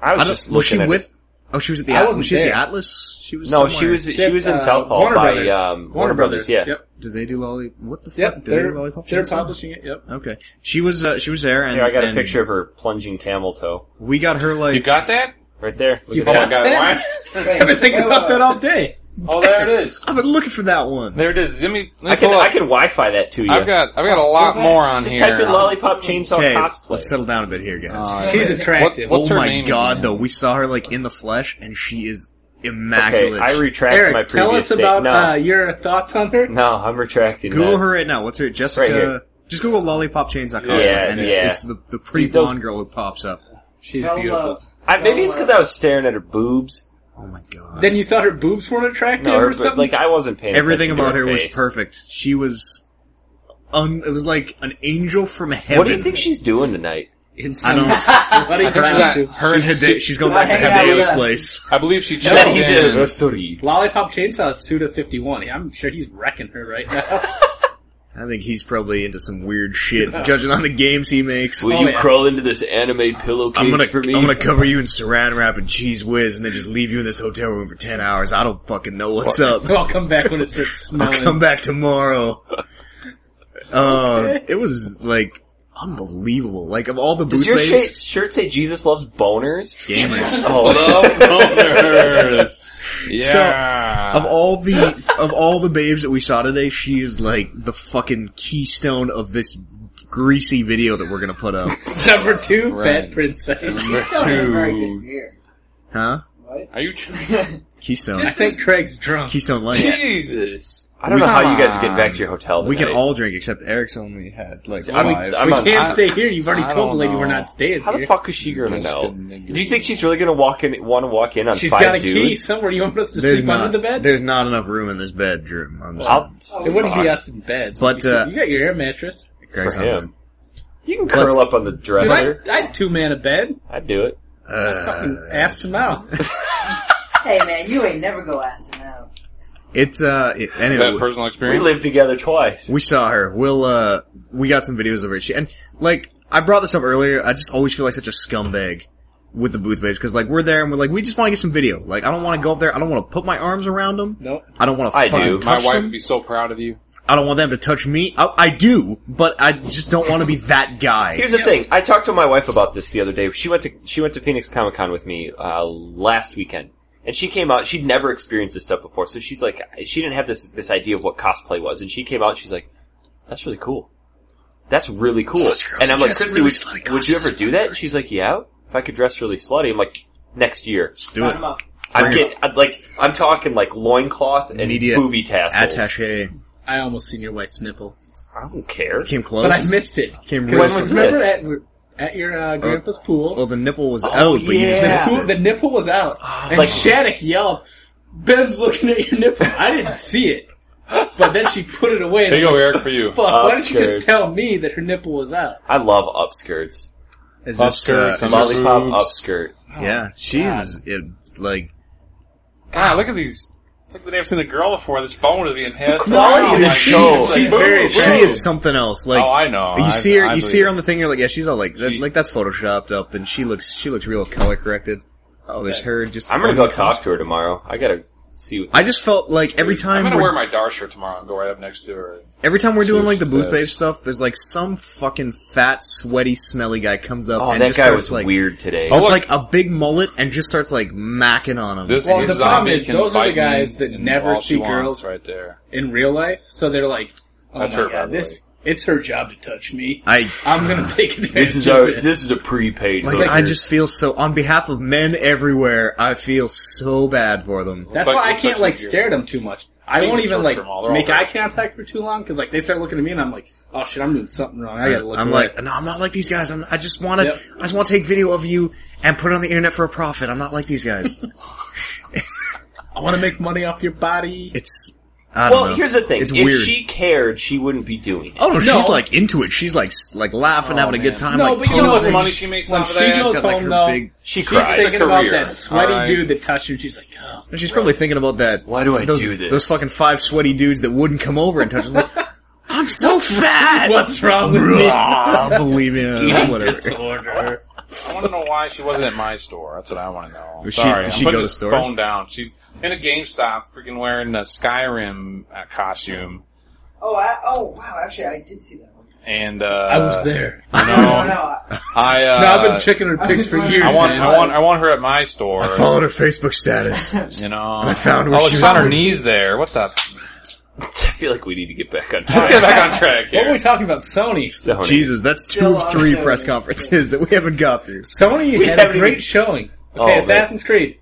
Speaker 3: I
Speaker 5: I
Speaker 3: was
Speaker 5: don't,
Speaker 3: just
Speaker 5: was
Speaker 3: looking
Speaker 5: she
Speaker 3: at
Speaker 5: with?
Speaker 3: it.
Speaker 5: Oh, she was at the
Speaker 4: I
Speaker 5: Atlas.
Speaker 4: wasn't
Speaker 5: Was she at the
Speaker 4: there.
Speaker 5: Atlas? She was.
Speaker 3: No,
Speaker 5: somewhere.
Speaker 3: she was she was in
Speaker 4: Uh,
Speaker 3: South Hall
Speaker 4: Warner
Speaker 3: by
Speaker 4: Brothers.
Speaker 3: um, Warner Brothers. Yeah,
Speaker 4: Yep.
Speaker 5: Did they do lolly? What the fuck?
Speaker 4: Yep.
Speaker 5: Did they
Speaker 4: They're,
Speaker 5: do lollipop?
Speaker 4: they're
Speaker 5: Chainsaw?
Speaker 4: publishing it. Yep.
Speaker 5: Okay, she was. Uh, she was there, and
Speaker 3: Here, I got a
Speaker 5: and
Speaker 3: picture of her plunging camel toe
Speaker 5: We got her like.
Speaker 6: You got that?
Speaker 3: right there. Look
Speaker 4: You
Speaker 3: at
Speaker 6: Oh
Speaker 3: that.
Speaker 6: my god! Why?
Speaker 4: I've been thinking about that all day.
Speaker 6: Oh, there it is.
Speaker 5: I've been looking for that one.
Speaker 6: There it is. Let me. Let me
Speaker 3: I can
Speaker 6: pull up.
Speaker 3: I can Wi-Fi that to you.
Speaker 6: I've got I've got a lot more on
Speaker 3: Just
Speaker 6: here. um,
Speaker 3: type in lollipop chainsaw
Speaker 5: Okay,
Speaker 3: cosplay.
Speaker 5: let's settle down a bit here, guys.
Speaker 4: She's attractive.
Speaker 6: What- what's
Speaker 5: oh
Speaker 6: her
Speaker 5: my
Speaker 6: name
Speaker 5: god,
Speaker 6: again?
Speaker 5: though, we saw her like in the flesh, and she is
Speaker 3: okay,
Speaker 5: immaculate.
Speaker 3: I retract my
Speaker 4: Eric,
Speaker 3: previous
Speaker 4: tell us
Speaker 3: state.
Speaker 4: about
Speaker 3: no,
Speaker 4: uh, your thoughts on her.
Speaker 3: no, I'm retracting.
Speaker 5: Google
Speaker 3: that.
Speaker 5: her right now. What's her Jessica?
Speaker 3: here.
Speaker 5: Just Google lollipop chainsaw cosplay,
Speaker 3: Yeah,
Speaker 5: and it's,
Speaker 3: yeah.
Speaker 5: it's the the pretty
Speaker 3: Dude, those-
Speaker 5: blonde girl that pops up.
Speaker 4: She's
Speaker 7: Hell
Speaker 4: beautiful.
Speaker 7: love.
Speaker 3: I, maybe
Speaker 4: Oh,
Speaker 3: it's because I was staring at her boobs.
Speaker 5: Oh my god!
Speaker 4: Then you thought her boobs weren't attractive
Speaker 3: No, her,
Speaker 4: or
Speaker 3: but,
Speaker 4: something?
Speaker 3: like I wasn't paying.
Speaker 5: Everything
Speaker 3: attention to
Speaker 5: about her was
Speaker 3: face.
Speaker 5: perfect. She was. Un, it was like an angel from heaven.
Speaker 3: What do you think she's doing tonight?
Speaker 5: I don't.
Speaker 4: Buddy,
Speaker 6: She's
Speaker 4: prostitute.
Speaker 6: on- her and
Speaker 5: she's,
Speaker 6: Hide-
Speaker 5: she's going
Speaker 7: Well,
Speaker 5: back to
Speaker 7: hang out with
Speaker 5: Hideo's
Speaker 7: us.
Speaker 5: place.
Speaker 6: I believe she
Speaker 4: Oh,
Speaker 3: Then
Speaker 6: jumped
Speaker 3: he's
Speaker 6: in.
Speaker 3: a story.
Speaker 4: Lollipop Chainsaw Suda 51. I'm sure he's wrecking her right now.
Speaker 5: I think he's probably into some weird shit, judging on the games he makes.
Speaker 3: Will
Speaker 4: Oh,
Speaker 3: you
Speaker 4: yeah.
Speaker 3: crawl into this anime pillowcase
Speaker 5: I'm gonna,
Speaker 3: for me?
Speaker 5: I'm gonna cover you in saran wrap and cheese whiz, and then just leave you in this hotel room for ten hours. I don't fucking know what's up.
Speaker 4: I'll come back when it starts
Speaker 5: I'll
Speaker 4: snowing.
Speaker 5: come back tomorrow. Uh, it was like unbelievable. Like of all the
Speaker 3: Does
Speaker 5: booth
Speaker 3: your shirt,
Speaker 5: babes,
Speaker 3: shirt say Jesus loves boners?
Speaker 5: gamers.
Speaker 3: Oh,
Speaker 6: Yeah.
Speaker 5: Of all the of all the babes that we saw today, she is like the fucking keystone of this greasy video that we're gonna put up.
Speaker 4: Number two,
Speaker 6: Right.
Speaker 4: Fat Princess.
Speaker 6: Number
Speaker 7: Still has a very good
Speaker 6: two.
Speaker 7: year.
Speaker 5: Huh?
Speaker 6: Are you?
Speaker 5: Keystone.
Speaker 4: I think Craig's drunk.
Speaker 5: Keystone Light.
Speaker 6: Jesus.
Speaker 3: I don't know
Speaker 6: Come
Speaker 3: how you guys
Speaker 6: on.
Speaker 3: get back to your hotel.
Speaker 5: We can
Speaker 3: tonight.
Speaker 5: all drink except Eric's only had like
Speaker 3: I'm,
Speaker 5: five.
Speaker 3: I'm
Speaker 4: we
Speaker 3: on-
Speaker 4: can't
Speaker 6: I-
Speaker 4: stay here. You've already
Speaker 6: I
Speaker 4: told the
Speaker 6: don't
Speaker 4: lady we're
Speaker 6: know.
Speaker 4: not staying
Speaker 3: How
Speaker 4: here.
Speaker 3: the fuck is she gonna
Speaker 6: Just
Speaker 3: know?
Speaker 6: couldn't
Speaker 3: Do you think she's really gonna walk in, want to walk in on
Speaker 4: She's
Speaker 3: five
Speaker 4: got a key
Speaker 3: dudes?
Speaker 4: somewhere. You want us to
Speaker 5: there's
Speaker 4: sleep
Speaker 5: not,
Speaker 4: under the bed?
Speaker 5: There's not enough room in this bedroom. I'm sorry.
Speaker 3: I'll,
Speaker 4: It wouldn't be us in beds. We'd
Speaker 5: But,
Speaker 4: be sleeping-
Speaker 5: uh,
Speaker 4: you got your air mattress.
Speaker 5: Craig's
Speaker 3: for
Speaker 5: not
Speaker 3: him. you can
Speaker 5: But-
Speaker 3: curl up on the
Speaker 4: Dude,
Speaker 3: dresser.
Speaker 4: I'd, I'd two man a bed.
Speaker 3: I'd do it.
Speaker 5: there. Uh,
Speaker 4: Fucking ass to mouth.
Speaker 7: Hey man, you ain't never go ask them out.
Speaker 5: it's uh. It,
Speaker 6: Is
Speaker 5: anyway,
Speaker 6: that personal
Speaker 3: We
Speaker 6: experience?
Speaker 3: lived together twice.
Speaker 5: We saw her. We'll uh we got some videos of her. She and like I brought this up earlier. I just always feel like such a scumbag with the booth babes because like we're there and we're like we just want to get some video. Like I don't want to go up there. I don't want to put my arms around them.
Speaker 4: Nope.
Speaker 5: I don't want to
Speaker 3: I
Speaker 5: fucking
Speaker 3: do.
Speaker 6: My
Speaker 5: touch
Speaker 6: wife
Speaker 5: them.
Speaker 6: would be so proud of you.
Speaker 5: I don't want them to touch me. I, I do, but I just don't want to be that guy.
Speaker 3: Here's the thing. I talked to my wife about this the other day. She went to she went to Phoenix Comic Con with me uh, last weekend, and she came out. She'd never experienced this stuff before, so she's like, she didn't have this this idea of what cosplay was, and she came out. and She's like, "That's really cool. That's really cool."
Speaker 5: Those girls
Speaker 3: and I'm
Speaker 5: are
Speaker 3: like,
Speaker 5: dressed
Speaker 3: "Christy,
Speaker 5: really
Speaker 3: would,
Speaker 5: slutty
Speaker 3: would you ever
Speaker 5: costumes
Speaker 3: do that?" And she's like, "Yeah, if I could dress really slutty." I'm like, "Next year."
Speaker 5: Let's do it.
Speaker 7: Come up.
Speaker 3: I'm
Speaker 5: Bring it.
Speaker 3: getting I'm like I'm talking like loincloth and
Speaker 5: Immediate
Speaker 3: booby tassels.
Speaker 5: Attaché
Speaker 4: I almost seen your wife's nipple.
Speaker 3: I don't care.
Speaker 5: came close.
Speaker 4: But I missed it.
Speaker 5: came
Speaker 4: Because
Speaker 5: really
Speaker 3: When was
Speaker 5: close.
Speaker 4: remember
Speaker 3: this?
Speaker 4: at, at your uh, grandpa's pool,
Speaker 5: Well, the nipple was
Speaker 4: Oh,
Speaker 5: out, but you just
Speaker 3: yeah.
Speaker 4: the,
Speaker 5: missed
Speaker 4: pool-
Speaker 5: it.
Speaker 4: the nipple was out, and
Speaker 3: Like-
Speaker 4: Shattuck yelled, "Ben's looking at your nipple." I didn't see it, but then she put it away. And
Speaker 6: There you
Speaker 4: I'm
Speaker 6: go,
Speaker 4: like,
Speaker 6: Eric, for you.
Speaker 4: Fuck! Why didn't she
Speaker 3: Upstairs.
Speaker 4: just tell me that her nipple was out?
Speaker 3: I love upskirts.
Speaker 5: Is this, uh,
Speaker 6: Upskirts, under- Oh,
Speaker 3: Lollipop
Speaker 6: boobs.
Speaker 3: upskirt.
Speaker 5: yeah, she's it, like
Speaker 6: God, look at these. It's like they haven't seen a girl before. This phone is being passed.
Speaker 3: quality
Speaker 6: around
Speaker 3: of the
Speaker 6: like-
Speaker 3: show.
Speaker 6: like,
Speaker 4: She's
Speaker 6: boom,
Speaker 4: very-
Speaker 5: she
Speaker 4: Bro.
Speaker 6: boom.
Speaker 5: is something else. Like
Speaker 6: Oh, I know.
Speaker 5: You
Speaker 6: I-
Speaker 5: see her,
Speaker 6: I
Speaker 5: you see
Speaker 6: believe
Speaker 5: her on the thing. You're like, yeah, she's all like, that,
Speaker 6: She-
Speaker 5: like that's photoshopped up, and she looks, she looks real color corrected. Oh, there's her. Just
Speaker 3: I'm gonna go talk to her tomorrow. I gotta see what
Speaker 5: I just felt like every
Speaker 6: I'm
Speaker 5: time
Speaker 6: gonna
Speaker 5: we're,
Speaker 6: wear my Dar shirt tomorrow and go right up next to her.
Speaker 5: every time we're doing
Speaker 6: She's
Speaker 5: like the booth
Speaker 6: best.
Speaker 5: babe stuff, there's like some fucking fat, sweaty, smelly guy comes up
Speaker 3: Oh,
Speaker 5: and
Speaker 3: that
Speaker 5: just
Speaker 3: guy
Speaker 5: starts
Speaker 3: was
Speaker 5: like Oh,
Speaker 3: weird today.
Speaker 5: with,
Speaker 6: Oh, look.
Speaker 5: like a big mullet and just starts like macking on him.
Speaker 6: This,
Speaker 4: Well,
Speaker 6: his
Speaker 4: the problem
Speaker 6: zombie
Speaker 4: is
Speaker 6: can
Speaker 4: those are the
Speaker 6: bite me
Speaker 4: guys that
Speaker 6: and
Speaker 4: never
Speaker 6: all she
Speaker 4: see
Speaker 6: wants
Speaker 4: girls.
Speaker 6: right there.
Speaker 4: in real life, so they're like, "Oh
Speaker 6: That's
Speaker 4: my
Speaker 6: her, by
Speaker 4: god,
Speaker 6: the
Speaker 4: this
Speaker 6: way.
Speaker 4: it's her job to touch me.
Speaker 5: I
Speaker 4: I'm gonna take advantage
Speaker 3: This is
Speaker 4: of
Speaker 3: our.
Speaker 4: it."
Speaker 3: This is a prepaid.
Speaker 5: like
Speaker 3: hooker.
Speaker 5: I just feel so on behalf of men everywhere. I feel so bad for them.
Speaker 4: That's
Speaker 6: But
Speaker 4: why I
Speaker 6: you're
Speaker 4: can't like
Speaker 6: touching your-
Speaker 4: stare at them too much. I
Speaker 6: Being
Speaker 4: won't even
Speaker 6: searched
Speaker 4: like
Speaker 6: from all- they're all
Speaker 4: make
Speaker 6: there.
Speaker 4: eye contact for too long because like they start looking at me and I'm like, oh shit, I'm doing something wrong. I gotta look.
Speaker 5: I'm
Speaker 4: away.
Speaker 5: like, no, I'm not like these guys. I'm, I just want to,
Speaker 4: Yep.
Speaker 5: I just want to take video of you and put it on the internet for a profit. I'm not like these guys.
Speaker 4: I want to make money off your body.
Speaker 5: it's, I don't
Speaker 3: well,
Speaker 5: know.
Speaker 3: here's the thing.
Speaker 5: It's
Speaker 3: if
Speaker 5: weird.
Speaker 3: she cared, she wouldn't be doing it.
Speaker 5: oh no,
Speaker 4: No. Oh,
Speaker 5: she's like into it. She's like, s- like laughing, having a good time.
Speaker 4: No,
Speaker 5: like,
Speaker 4: but you
Speaker 6: You know
Speaker 4: know
Speaker 5: posing.
Speaker 6: how
Speaker 4: what
Speaker 6: much money she makes
Speaker 4: When
Speaker 6: off of
Speaker 4: she
Speaker 6: that?
Speaker 4: goes
Speaker 5: Got, like,
Speaker 4: home
Speaker 5: her
Speaker 4: though,
Speaker 5: big-
Speaker 3: she
Speaker 4: she's
Speaker 3: cried.
Speaker 4: thinking about
Speaker 6: Career.
Speaker 4: that sweaty
Speaker 6: Alright.
Speaker 4: dude that touched her. and She's like, oh,
Speaker 5: She's probably thinking about that.
Speaker 3: Why do I
Speaker 5: those,
Speaker 3: do this?
Speaker 5: Those fucking five sweaty dudes that wouldn't come over and touch. us. Like, I'm so fat.
Speaker 4: what's wrong with me?
Speaker 5: Ah, Believe me, uh,
Speaker 4: Eating
Speaker 5: whatever.
Speaker 4: disorder.
Speaker 6: I want to know why she wasn't at my store. That's what I want to know. I'm
Speaker 5: She-
Speaker 6: Sorry,
Speaker 5: did
Speaker 6: I'm
Speaker 5: she
Speaker 6: putting
Speaker 5: go to
Speaker 6: this
Speaker 5: stores?
Speaker 6: Phone down. She's in a GameStop, freaking wearing a Skyrim uh, costume,
Speaker 7: Oh, I, oh wow! Actually, I did see that one.
Speaker 6: and uh,
Speaker 4: I was there.
Speaker 6: You
Speaker 7: No, no,
Speaker 6: know,
Speaker 7: no.
Speaker 6: I uh,
Speaker 4: no, I've been checking her
Speaker 7: I
Speaker 4: pics for
Speaker 7: just
Speaker 4: years.
Speaker 6: I want,
Speaker 4: man.
Speaker 6: I want, I want her at my store.
Speaker 5: her Facebook status.
Speaker 6: You know,
Speaker 5: I found where
Speaker 6: oh,
Speaker 5: she
Speaker 6: she's
Speaker 5: was
Speaker 6: on her
Speaker 5: working.
Speaker 6: knees there. What the?
Speaker 3: I feel like we need to get back on
Speaker 6: Let's
Speaker 3: track.
Speaker 6: get back on track
Speaker 4: What were
Speaker 6: here.
Speaker 4: we talking about? Sony.
Speaker 3: Sony.
Speaker 5: Jesus, that's two
Speaker 7: Still
Speaker 5: of three
Speaker 7: on
Speaker 5: press
Speaker 7: Sony.
Speaker 5: conferences that we haven't got through.
Speaker 4: Sony
Speaker 3: We
Speaker 4: had a
Speaker 3: haven't
Speaker 4: great
Speaker 3: even-
Speaker 4: showing.
Speaker 3: Oh,
Speaker 4: Okay,
Speaker 3: man.
Speaker 4: Assassin's Creed.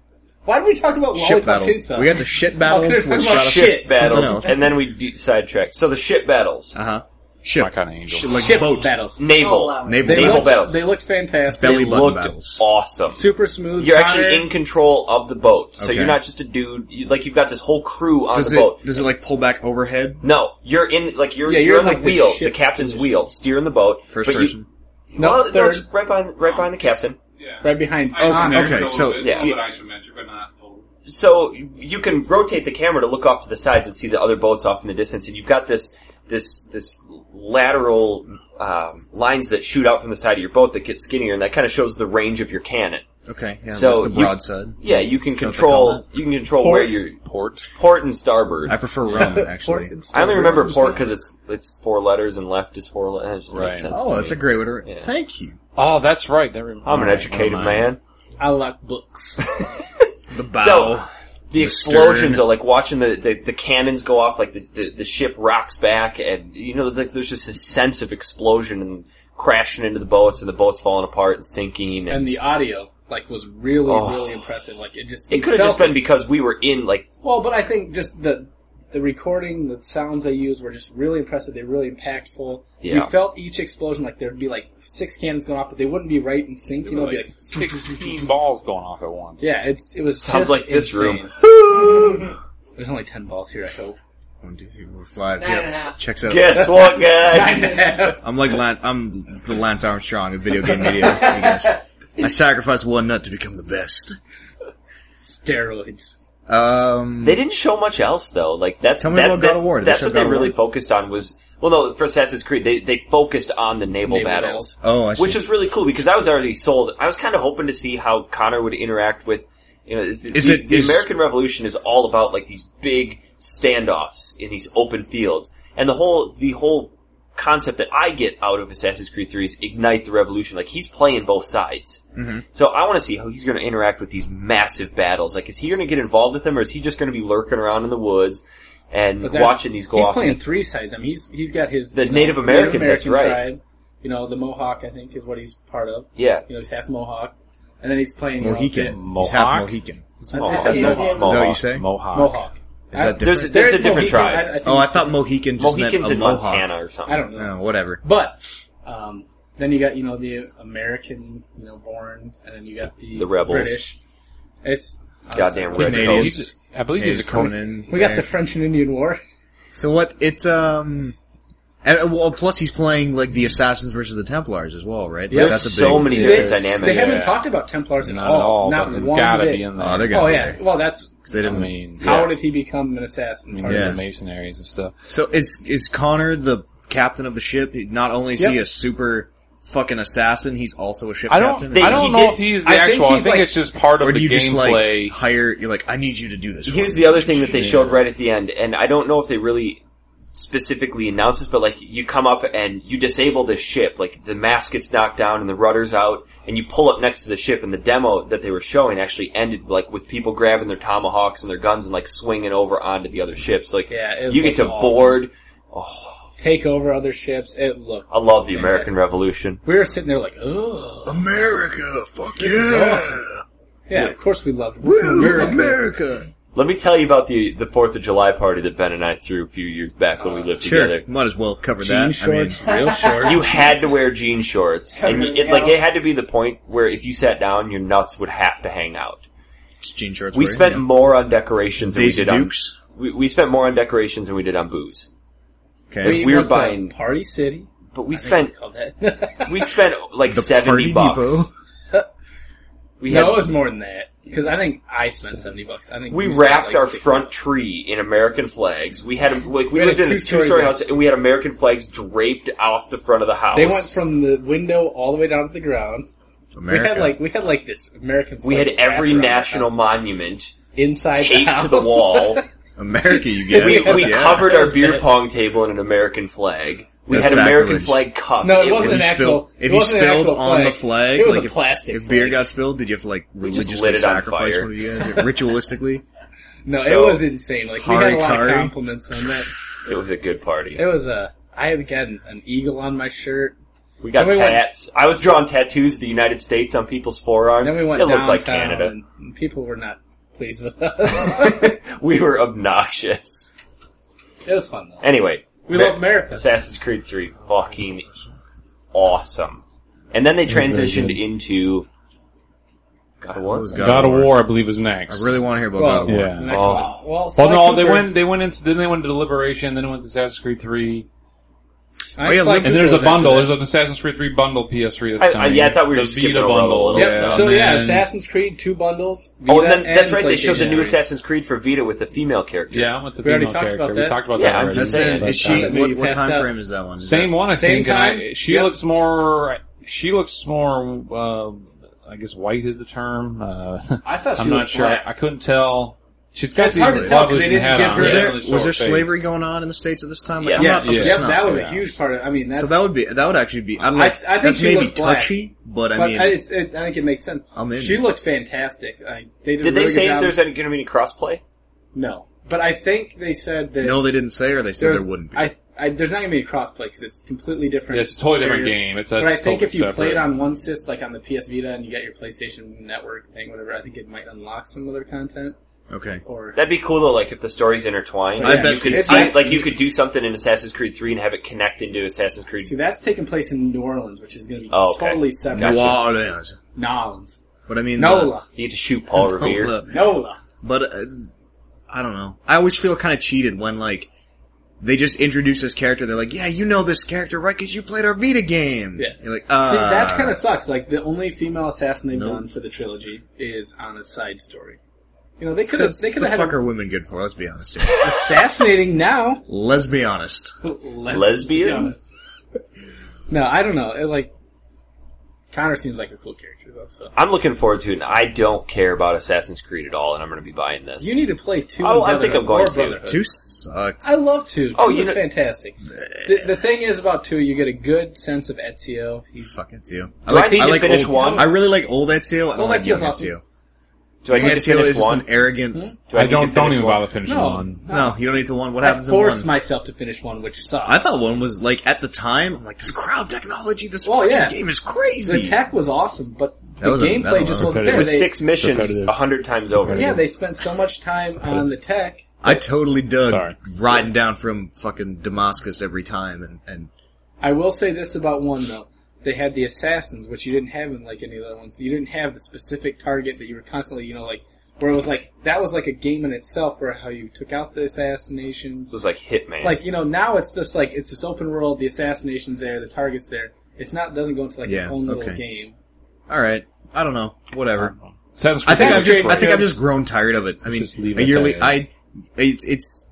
Speaker 4: Why did we talk about
Speaker 5: Ship
Speaker 4: Lollipop
Speaker 5: battles.
Speaker 4: Chainsaw?
Speaker 5: We got the shit
Speaker 4: Oh,
Speaker 5: battles.
Speaker 4: good.
Speaker 5: which
Speaker 4: Talk about
Speaker 5: brought up
Speaker 4: shit.
Speaker 3: Ship battles,
Speaker 5: else.
Speaker 3: and then we de- sidetracked. So the ship battles,
Speaker 5: Uh huh.
Speaker 6: My
Speaker 5: Ship.
Speaker 6: kind of angel.
Speaker 5: Ship, like
Speaker 4: ship
Speaker 5: boat.
Speaker 4: battles.
Speaker 7: Oh,
Speaker 3: naval,
Speaker 7: wow.
Speaker 5: Naval
Speaker 4: They
Speaker 5: battles.
Speaker 3: Naval
Speaker 4: looked,
Speaker 3: battles.
Speaker 4: they looked fantastic.
Speaker 5: Belly
Speaker 3: They
Speaker 5: button
Speaker 3: looked
Speaker 5: battles.
Speaker 3: awesome.
Speaker 4: Super smooth.
Speaker 3: You're
Speaker 4: Connor-
Speaker 3: actually in control of the boat, so
Speaker 5: Okay.
Speaker 3: you're not just a dude. You, like you've got this whole crew on
Speaker 5: Does
Speaker 3: the boat.
Speaker 5: it, does it like pull back overhead?
Speaker 3: No, you're in like you're
Speaker 4: Yeah,
Speaker 3: you're,
Speaker 4: you're
Speaker 3: on
Speaker 4: in, like,
Speaker 3: the
Speaker 4: the
Speaker 3: wheel, the
Speaker 4: ship's
Speaker 3: captain's wheel, steering the boat.
Speaker 5: First
Speaker 3: but you-
Speaker 5: person.
Speaker 4: No,
Speaker 3: Well, no,
Speaker 4: third.
Speaker 3: it's right behind right behind the captain.
Speaker 4: right behind.
Speaker 5: Isometric. okay,
Speaker 6: A little
Speaker 5: so-
Speaker 6: bit,
Speaker 3: Yeah.
Speaker 6: a little bit isometric, but not total.
Speaker 3: So you can rotate the camera to look off to the sides and see the other boats off in the distance, and you've got this this this lateral um, lines that shoot out from the side of your boat that get skinnier, and that kind of shows the range of your cannon.
Speaker 5: Okay. Yeah,
Speaker 3: So
Speaker 5: the
Speaker 3: you-
Speaker 5: broadside.
Speaker 3: Yeah, you can
Speaker 5: that what they call
Speaker 3: control you can control where
Speaker 4: Port?
Speaker 3: you
Speaker 6: Port.
Speaker 3: port and starboard.
Speaker 5: I prefer rum actually.
Speaker 4: Portland
Speaker 3: I only
Speaker 4: Stone.
Speaker 3: remember port because it's it's four letters and left is four letters. It makes
Speaker 6: Right.
Speaker 3: sense
Speaker 5: oh,
Speaker 3: to
Speaker 5: that's
Speaker 3: me.
Speaker 5: a great way to.
Speaker 3: Yeah.
Speaker 5: Thank you.
Speaker 6: Oh, that's right. That rem-
Speaker 3: I'm an
Speaker 6: Alright,
Speaker 3: educated
Speaker 6: never mind.
Speaker 3: man.
Speaker 4: I like books.
Speaker 5: The bow.
Speaker 3: So the
Speaker 5: The
Speaker 3: explosions
Speaker 5: stern.
Speaker 3: are like watching the, the, the cannons go off, like the, the, the ship rocks back, and you know, like there's just this sense of explosion and crashing into the boats, and the boats falling apart and sinking. And,
Speaker 4: and the audio like was really,
Speaker 3: Oh.
Speaker 4: really impressive. Like it just
Speaker 3: it could have
Speaker 4: felt
Speaker 3: just been because we were in like
Speaker 4: Well, but I think just the the recording, the sounds they used were just really impressive. They were really impactful.
Speaker 3: Yeah.
Speaker 4: You felt each explosion like there'd be like six cannons going off, but they wouldn't be right in sync. You know, it'd be
Speaker 6: Like
Speaker 4: like
Speaker 6: Sixteen balls going off at once.
Speaker 4: yeah, it's it was
Speaker 3: Sounds
Speaker 4: just
Speaker 3: like this
Speaker 4: insane.
Speaker 3: room.
Speaker 4: There's only ten balls here. I hope.
Speaker 5: One, two, three, four, five.
Speaker 7: Nine
Speaker 5: yeah.
Speaker 7: and a half.
Speaker 5: Checks out.
Speaker 3: guess what, guys?
Speaker 5: I'm like Lance, I'm the Lance Armstrong of video game media. I guess. I sacrificed one nut to become the best.
Speaker 4: Steroids.
Speaker 5: Um,
Speaker 3: They didn't show much else though. Like that's
Speaker 5: Tell me
Speaker 3: that,
Speaker 5: about God
Speaker 3: that's,
Speaker 5: of War. Did they
Speaker 3: that's
Speaker 5: show
Speaker 3: what they
Speaker 5: God of
Speaker 3: really
Speaker 5: War?
Speaker 3: focused on was well, no, for Assassin's Creed they they focused on the naval,
Speaker 4: Naval
Speaker 3: battles,
Speaker 5: oh, I see.
Speaker 3: which was really cool because I was already sold. I was kind of hoping to see how Connor would interact with you know the,
Speaker 5: Is
Speaker 3: the,
Speaker 5: it-
Speaker 3: the
Speaker 5: is-
Speaker 3: American Revolution is all about like these big standoffs in these open fields, and the whole the whole concept that I get out of Assassin's Creed 3 is ignite the revolution. Like he's playing both sides.
Speaker 5: Mm-hmm.
Speaker 3: So I want to see how he's going to interact with these massive battles. Like, is he going to get involved with them, or is he just going to be lurking around in the woods and
Speaker 4: But that's-
Speaker 3: watching these go
Speaker 4: he's
Speaker 3: off?
Speaker 4: playing three sides. I mean, he's he's got his
Speaker 3: The
Speaker 4: you know,
Speaker 3: Native Americans, that's right.
Speaker 4: tribe. You know, the Mohawk, I think, is what he's part of.
Speaker 3: yeah,
Speaker 4: You know, he's half Mohawk, and then he's playing uh, you know,
Speaker 5: Mohican.
Speaker 4: the-
Speaker 5: He's half
Speaker 6: Mohawk?
Speaker 5: Mohican. Is
Speaker 4: I
Speaker 3: Mohawk.
Speaker 4: said
Speaker 3: That's
Speaker 4: Mohawk.
Speaker 5: that what you
Speaker 3: Mohawk.
Speaker 5: say?
Speaker 6: Mohawk.
Speaker 4: Mohawk.
Speaker 5: Is that different?
Speaker 3: There's a, there's a
Speaker 4: There's
Speaker 3: different
Speaker 4: Mohican.
Speaker 3: tribe.
Speaker 4: I, I think
Speaker 5: oh, I
Speaker 4: it's-
Speaker 5: thought Mohican just
Speaker 3: Mohicans
Speaker 5: meant a
Speaker 3: in
Speaker 5: Mohawk.
Speaker 3: Montana or something.
Speaker 4: I don't know.
Speaker 5: Oh, whatever.
Speaker 4: But um, then you got you know the American, you know, born, and then you got the
Speaker 3: The rebels.
Speaker 4: British. It's
Speaker 3: Goddamn red
Speaker 5: Canadians.
Speaker 3: coats.
Speaker 6: He's- I believe
Speaker 5: He's
Speaker 6: he's a
Speaker 5: coming
Speaker 6: Conan.
Speaker 5: in.
Speaker 4: we got
Speaker 5: there.
Speaker 4: the French and Indian War.
Speaker 5: So what? It's um. And, uh, well, plus he's playing like the Assassins versus the Templars as well, right? Like,
Speaker 4: There's
Speaker 5: that's a big
Speaker 3: so many
Speaker 4: See,
Speaker 3: different
Speaker 4: they,
Speaker 3: dynamics.
Speaker 4: They haven't
Speaker 6: Yeah.
Speaker 4: talked about Templars at
Speaker 6: Oh, Not
Speaker 4: all.
Speaker 6: at all.
Speaker 4: Not
Speaker 6: but it's
Speaker 4: one
Speaker 6: gotta
Speaker 4: bit.
Speaker 6: be in there.
Speaker 5: Oh, they're gonna
Speaker 4: Oh
Speaker 5: be
Speaker 4: yeah.
Speaker 5: there.
Speaker 4: Well, that's
Speaker 5: 'Cause they
Speaker 6: I
Speaker 5: didn't.
Speaker 6: mean,
Speaker 4: how
Speaker 6: yeah.
Speaker 4: did he become an assassin?
Speaker 6: I mean,
Speaker 4: Part of
Speaker 5: Yeah.
Speaker 6: yeah.
Speaker 5: Yes.
Speaker 6: the masonries and stuff.
Speaker 5: So is is Connor the captain of the ship? He- Not only is he
Speaker 4: Yep.
Speaker 5: a super fucking assassin, he's also a ship
Speaker 6: I don't.
Speaker 5: captain.
Speaker 3: They-
Speaker 6: I don't
Speaker 3: he
Speaker 6: know
Speaker 3: did-
Speaker 6: if he's the
Speaker 4: I think
Speaker 6: actual. I
Speaker 4: he's
Speaker 6: think
Speaker 4: like-
Speaker 6: it's just part of
Speaker 5: or do
Speaker 6: the
Speaker 5: you just like
Speaker 6: gameplay.
Speaker 5: hire? You're like, I need you to do this. for
Speaker 3: Here's
Speaker 5: me."
Speaker 3: the other thing that they showed right at the end, and I don't know if they really specifically announced this, but like you come up and you disable this ship, like the mast gets knocked down and the rudder's out, and you pull up next to the ship, and the demo that they were showing actually ended like with people grabbing their tomahawks and their guns and like swinging over onto the other ships. Like
Speaker 4: Yeah, it
Speaker 3: you get
Speaker 4: looked
Speaker 3: to
Speaker 4: awesome.
Speaker 3: board.
Speaker 4: Take over other ships. It looked.
Speaker 3: I love the American Revolution.
Speaker 4: We were sitting there like, oh,
Speaker 5: America, fuck yeah,
Speaker 4: yeah. Of course, we loved
Speaker 5: Woo, America.
Speaker 3: Let me tell you about the the Fourth of July party that Ben and I threw a few years back when we lived
Speaker 5: Sure,
Speaker 3: together.
Speaker 5: might as well cover
Speaker 4: jean
Speaker 5: that.
Speaker 4: shorts,
Speaker 5: I mean,
Speaker 4: real short.
Speaker 3: You had to wear jean shorts, and
Speaker 7: Everything
Speaker 3: it, like
Speaker 7: else.
Speaker 3: it had to be the point where if you sat down, your nuts would have to hang out.
Speaker 5: it's jean shorts.
Speaker 3: We
Speaker 5: right?
Speaker 3: spent
Speaker 5: Yeah.
Speaker 3: more on decorations than we
Speaker 5: Daisy
Speaker 3: did on
Speaker 5: Dukes.
Speaker 3: we, we spent more on decorations than we did on booze.
Speaker 5: Okay,
Speaker 3: we were
Speaker 4: went to
Speaker 3: buying-
Speaker 4: Party City.
Speaker 3: But we
Speaker 4: I
Speaker 3: spent
Speaker 4: think it's called that.
Speaker 3: we spent like
Speaker 5: the Party
Speaker 3: seventy bucks.
Speaker 5: Depot.
Speaker 3: We had
Speaker 4: no, it was more than that because I think I spent seventy bucks. I think
Speaker 3: we
Speaker 4: you spent
Speaker 3: wrapped
Speaker 4: like
Speaker 3: our
Speaker 4: 60.
Speaker 3: front tree in American flags. We had like we,
Speaker 4: We had a
Speaker 3: lived in a
Speaker 4: two-story
Speaker 3: two story
Speaker 4: house.
Speaker 3: house and we had American flags draped off the front of the house.
Speaker 4: They went from the window all the way down to the ground.
Speaker 5: America.
Speaker 4: We had like we had like this American.
Speaker 3: We had
Speaker 4: flag wrap
Speaker 3: every
Speaker 4: around the
Speaker 3: national
Speaker 4: house.
Speaker 3: monument
Speaker 4: inside the
Speaker 3: taped
Speaker 4: house.
Speaker 3: to the wall.
Speaker 5: America, you guys.
Speaker 3: We, we
Speaker 5: yeah.
Speaker 3: covered our beer pong table in an American flag. We
Speaker 5: That's
Speaker 3: had an American
Speaker 5: sacrilege.
Speaker 3: flag cup.
Speaker 4: No, it
Speaker 5: If
Speaker 4: wasn't
Speaker 5: you
Speaker 4: an actual-
Speaker 5: spilled,
Speaker 4: it
Speaker 5: if you
Speaker 4: wasn't an
Speaker 5: spilled
Speaker 4: actual
Speaker 5: on the
Speaker 4: flag.
Speaker 5: flag,
Speaker 4: It was
Speaker 5: like
Speaker 4: a
Speaker 5: if,
Speaker 4: plastic
Speaker 5: If beer
Speaker 4: flag.
Speaker 5: got spilled, did you have to like
Speaker 3: just
Speaker 5: religiously
Speaker 3: lit it on
Speaker 5: sacrifice
Speaker 3: fire.
Speaker 5: one of you guys, ritualistically?
Speaker 4: No,
Speaker 3: So-
Speaker 4: it was insane. Like we had a lot
Speaker 5: Hari-kari.
Speaker 4: of compliments on that.
Speaker 3: It was a good party.
Speaker 4: It was a. I had got an, an eagle on my shirt.
Speaker 3: We got
Speaker 4: Then we went-
Speaker 3: tats. I was drawing tattoos of the United States on people's forearms.
Speaker 4: And then we went
Speaker 3: it looked
Speaker 4: downtown,
Speaker 3: like Canada.
Speaker 4: and people were not pleased with us.
Speaker 3: we were obnoxious.
Speaker 4: it was fun though.
Speaker 3: Anyway,
Speaker 4: We
Speaker 3: Ma-
Speaker 4: love America.
Speaker 3: Assassin's Creed 3, fucking awesome. And then they transitioned into God, what?
Speaker 5: What was
Speaker 6: God of War, I believe, is next.
Speaker 5: I really want to hear about God
Speaker 4: Well,
Speaker 5: of War.
Speaker 8: Yeah.
Speaker 4: the next
Speaker 3: Oh.
Speaker 4: one. Well,
Speaker 6: Well,
Speaker 4: Sly
Speaker 6: no, they
Speaker 4: Cooper-
Speaker 6: went. They went into. Then they went into Liberation. Then they went to Assassin's Creed Three.
Speaker 4: I
Speaker 5: Oh, yeah,
Speaker 4: Sly
Speaker 5: Luke-
Speaker 6: And
Speaker 4: Cooper
Speaker 6: there's a
Speaker 4: was after
Speaker 6: bundle.
Speaker 4: that.
Speaker 6: There's an Assassin's Creed 3 bundle PS3 that's
Speaker 3: I- I-
Speaker 6: coming.
Speaker 3: yeah, I thought we were
Speaker 6: the
Speaker 3: just skipping
Speaker 6: Vita
Speaker 3: over all
Speaker 6: bundle.
Speaker 3: of
Speaker 4: Yep.
Speaker 3: Yeah.
Speaker 4: So yeah,
Speaker 8: And-
Speaker 4: Assassin's Creed two bundles.
Speaker 3: Oh, and
Speaker 4: Vita
Speaker 3: then that's right. They showed the
Speaker 4: PlayStation
Speaker 3: new
Speaker 4: three.
Speaker 3: Assassin's Creed for Vita with the female character.
Speaker 6: Yeah, with the
Speaker 4: We already
Speaker 6: female
Speaker 4: talked
Speaker 6: character.
Speaker 4: about
Speaker 6: we
Speaker 4: that.
Speaker 6: talked about
Speaker 3: Yeah,
Speaker 6: that
Speaker 3: I'm
Speaker 6: already.
Speaker 3: just
Speaker 5: That's
Speaker 3: saying.
Speaker 5: it. Is she?
Speaker 4: But, uh,
Speaker 5: What, what
Speaker 4: passed
Speaker 5: time
Speaker 4: out.
Speaker 5: frame is that one? Is
Speaker 6: Same
Speaker 5: that-
Speaker 6: one, I
Speaker 4: Same
Speaker 6: think.
Speaker 4: time?
Speaker 6: I, she
Speaker 4: Yep.
Speaker 6: looks more. She looks more. Uh, I guess white is the term. Uh,
Speaker 4: I thought she
Speaker 6: I'm not
Speaker 4: looked
Speaker 6: sure.
Speaker 4: black.
Speaker 6: I, I couldn't tell. She's got
Speaker 4: It's
Speaker 6: these
Speaker 4: hard to tell 'cause
Speaker 6: Revolution
Speaker 4: they didn't
Speaker 6: hat
Speaker 4: give
Speaker 6: on.
Speaker 4: her-
Speaker 5: Was there,
Speaker 6: Really short
Speaker 5: was there
Speaker 6: face.
Speaker 5: slavery going on in the states at this time? Like, I'm
Speaker 3: Yes.
Speaker 5: not up
Speaker 4: Yes,
Speaker 5: to
Speaker 4: yep,
Speaker 5: snuff
Speaker 4: that was a
Speaker 5: now.
Speaker 4: huge part. of I mean, that's,
Speaker 5: So that would be that would actually be. I'm
Speaker 4: I-
Speaker 5: like,
Speaker 4: I think
Speaker 5: that's
Speaker 4: she
Speaker 5: maybe
Speaker 4: looked black.
Speaker 5: touchy, but I
Speaker 4: but
Speaker 5: mean,
Speaker 4: I, it's, it, I think it makes sense.
Speaker 5: I'm in.
Speaker 4: She looked fantastic. I, they did,
Speaker 3: Did
Speaker 4: a really
Speaker 3: they
Speaker 4: good
Speaker 3: say if
Speaker 4: job.
Speaker 3: there's any going to be any crossplay?
Speaker 4: no? But I think they said that
Speaker 5: no, they didn't say, or they said
Speaker 4: there's,
Speaker 5: there wouldn't be.
Speaker 4: I, I, there's not going to be crossplay because it's completely different.
Speaker 6: Yeah, it's a totally different
Speaker 4: areas.
Speaker 6: game. It's,
Speaker 4: But I
Speaker 6: it's
Speaker 4: think
Speaker 6: totally
Speaker 4: if you
Speaker 6: separate.
Speaker 4: played on one sys, like on the PS Vita, and you got your PlayStation Network thing, whatever, I think it might unlock some other content.
Speaker 5: okay,
Speaker 4: Or
Speaker 3: That'd be cool though. Like if the stories intertwined,
Speaker 4: I
Speaker 5: bet
Speaker 3: you could
Speaker 5: it's-
Speaker 3: see,
Speaker 5: I-
Speaker 3: like you could do something in Assassin's Creed Three and have it connect into Assassin's Creed.
Speaker 4: see, that's taking place in New Orleans, which is going to be
Speaker 3: Oh, okay.
Speaker 4: totally separate.
Speaker 5: New Orleans.
Speaker 4: New Orleans,
Speaker 5: But I mean,
Speaker 4: Nola,
Speaker 3: You get to shoot Paul
Speaker 5: the-
Speaker 3: Revere.
Speaker 5: Nola.
Speaker 4: Nola.
Speaker 5: But uh, I don't know. I always feel kind of cheated when like they just introduce this character. They're like, "Yeah, you know this character, right? Because you played our Vita game."
Speaker 4: Yeah.
Speaker 5: You're like, uh,
Speaker 4: See, that's kind of sucks. Like the only female assassin they've
Speaker 5: Nope.
Speaker 4: done for the trilogy is on a side story. You know, they could have
Speaker 5: Because
Speaker 4: they
Speaker 5: the
Speaker 4: could have
Speaker 5: fuck
Speaker 4: had
Speaker 5: are women good for? Let's be honest. Here.
Speaker 4: assassinating now.
Speaker 5: Let's be honest.
Speaker 4: Let's
Speaker 3: Lesbian?
Speaker 4: be honest. No, I don't know. It, like Connor seems like a cool character though. So
Speaker 3: I'm looking forward to it. and I don't care about Assassin's Creed at all, and I'm going to be buying this.
Speaker 4: you need to play two.
Speaker 3: Oh,
Speaker 4: and
Speaker 3: I think
Speaker 4: Brotherhood
Speaker 3: I'm going
Speaker 4: or
Speaker 3: to.
Speaker 4: Brotherhood.
Speaker 5: Two sucked.
Speaker 4: I love two.
Speaker 3: Oh,
Speaker 4: Oh,
Speaker 3: you
Speaker 4: is
Speaker 3: know-
Speaker 4: fantastic. The, the thing is about two, you get a good sense of Ezio. He's
Speaker 5: Fuck Ezio. I
Speaker 3: Do I need to finish
Speaker 5: old,
Speaker 3: one?
Speaker 5: I really like old Ezio. I don't
Speaker 4: Old
Speaker 5: like
Speaker 4: Ezio's
Speaker 5: young
Speaker 4: awesome. Hmm?
Speaker 5: Ezio.
Speaker 3: do I
Speaker 5: Young
Speaker 3: need to
Speaker 5: Ezio
Speaker 3: finish
Speaker 5: is just an
Speaker 3: one?
Speaker 5: arrogant.
Speaker 3: Do
Speaker 6: I
Speaker 3: need to
Speaker 6: don't don't
Speaker 3: finish
Speaker 6: even
Speaker 3: one?
Speaker 6: bother finishing
Speaker 4: No.
Speaker 6: one.
Speaker 5: No, you don't need to one. What
Speaker 4: I
Speaker 5: happens in one?
Speaker 4: forced myself to finish one, which sucks.
Speaker 5: I thought one was like at the time. I'm like this crowd technology. This
Speaker 4: Oh,
Speaker 5: fucking
Speaker 4: yeah.
Speaker 5: game is
Speaker 4: the
Speaker 5: crazy.
Speaker 4: tech was awesome, but the
Speaker 5: was a- that
Speaker 4: gameplay
Speaker 5: was
Speaker 4: just
Speaker 5: a
Speaker 4: wasn't
Speaker 8: repetitive-
Speaker 4: there.
Speaker 3: It was
Speaker 4: They-
Speaker 3: six missions
Speaker 8: repetitive.
Speaker 3: a hundred times over.
Speaker 4: Yeah, they spent so much time on the tech.
Speaker 5: I totally dug
Speaker 8: Sorry.
Speaker 5: riding down from fucking Damascus every time and, and
Speaker 4: I will say this about one though. They had the assassins, which you didn't have in like any of the other ones. You didn't have the specific target that you were constantly, you know, like where it was like that was like a game in itself where how you took out the assassinations.
Speaker 3: This was like Hitman.
Speaker 4: Like, you know, now it's just like it's this open world, the assassinations there, the targets there. It's not doesn't go into like
Speaker 5: Yeah,
Speaker 4: its own little
Speaker 5: okay.
Speaker 4: game.
Speaker 5: all right. I don't know. Whatever.
Speaker 6: Assassin's
Speaker 5: I
Speaker 6: Creed
Speaker 5: think I've
Speaker 6: Three
Speaker 5: just
Speaker 6: was
Speaker 5: I think
Speaker 6: great.
Speaker 5: I've just grown tired of it. I mean,
Speaker 8: just leave
Speaker 5: a
Speaker 8: it
Speaker 5: yearly.
Speaker 8: there.
Speaker 5: I it's it's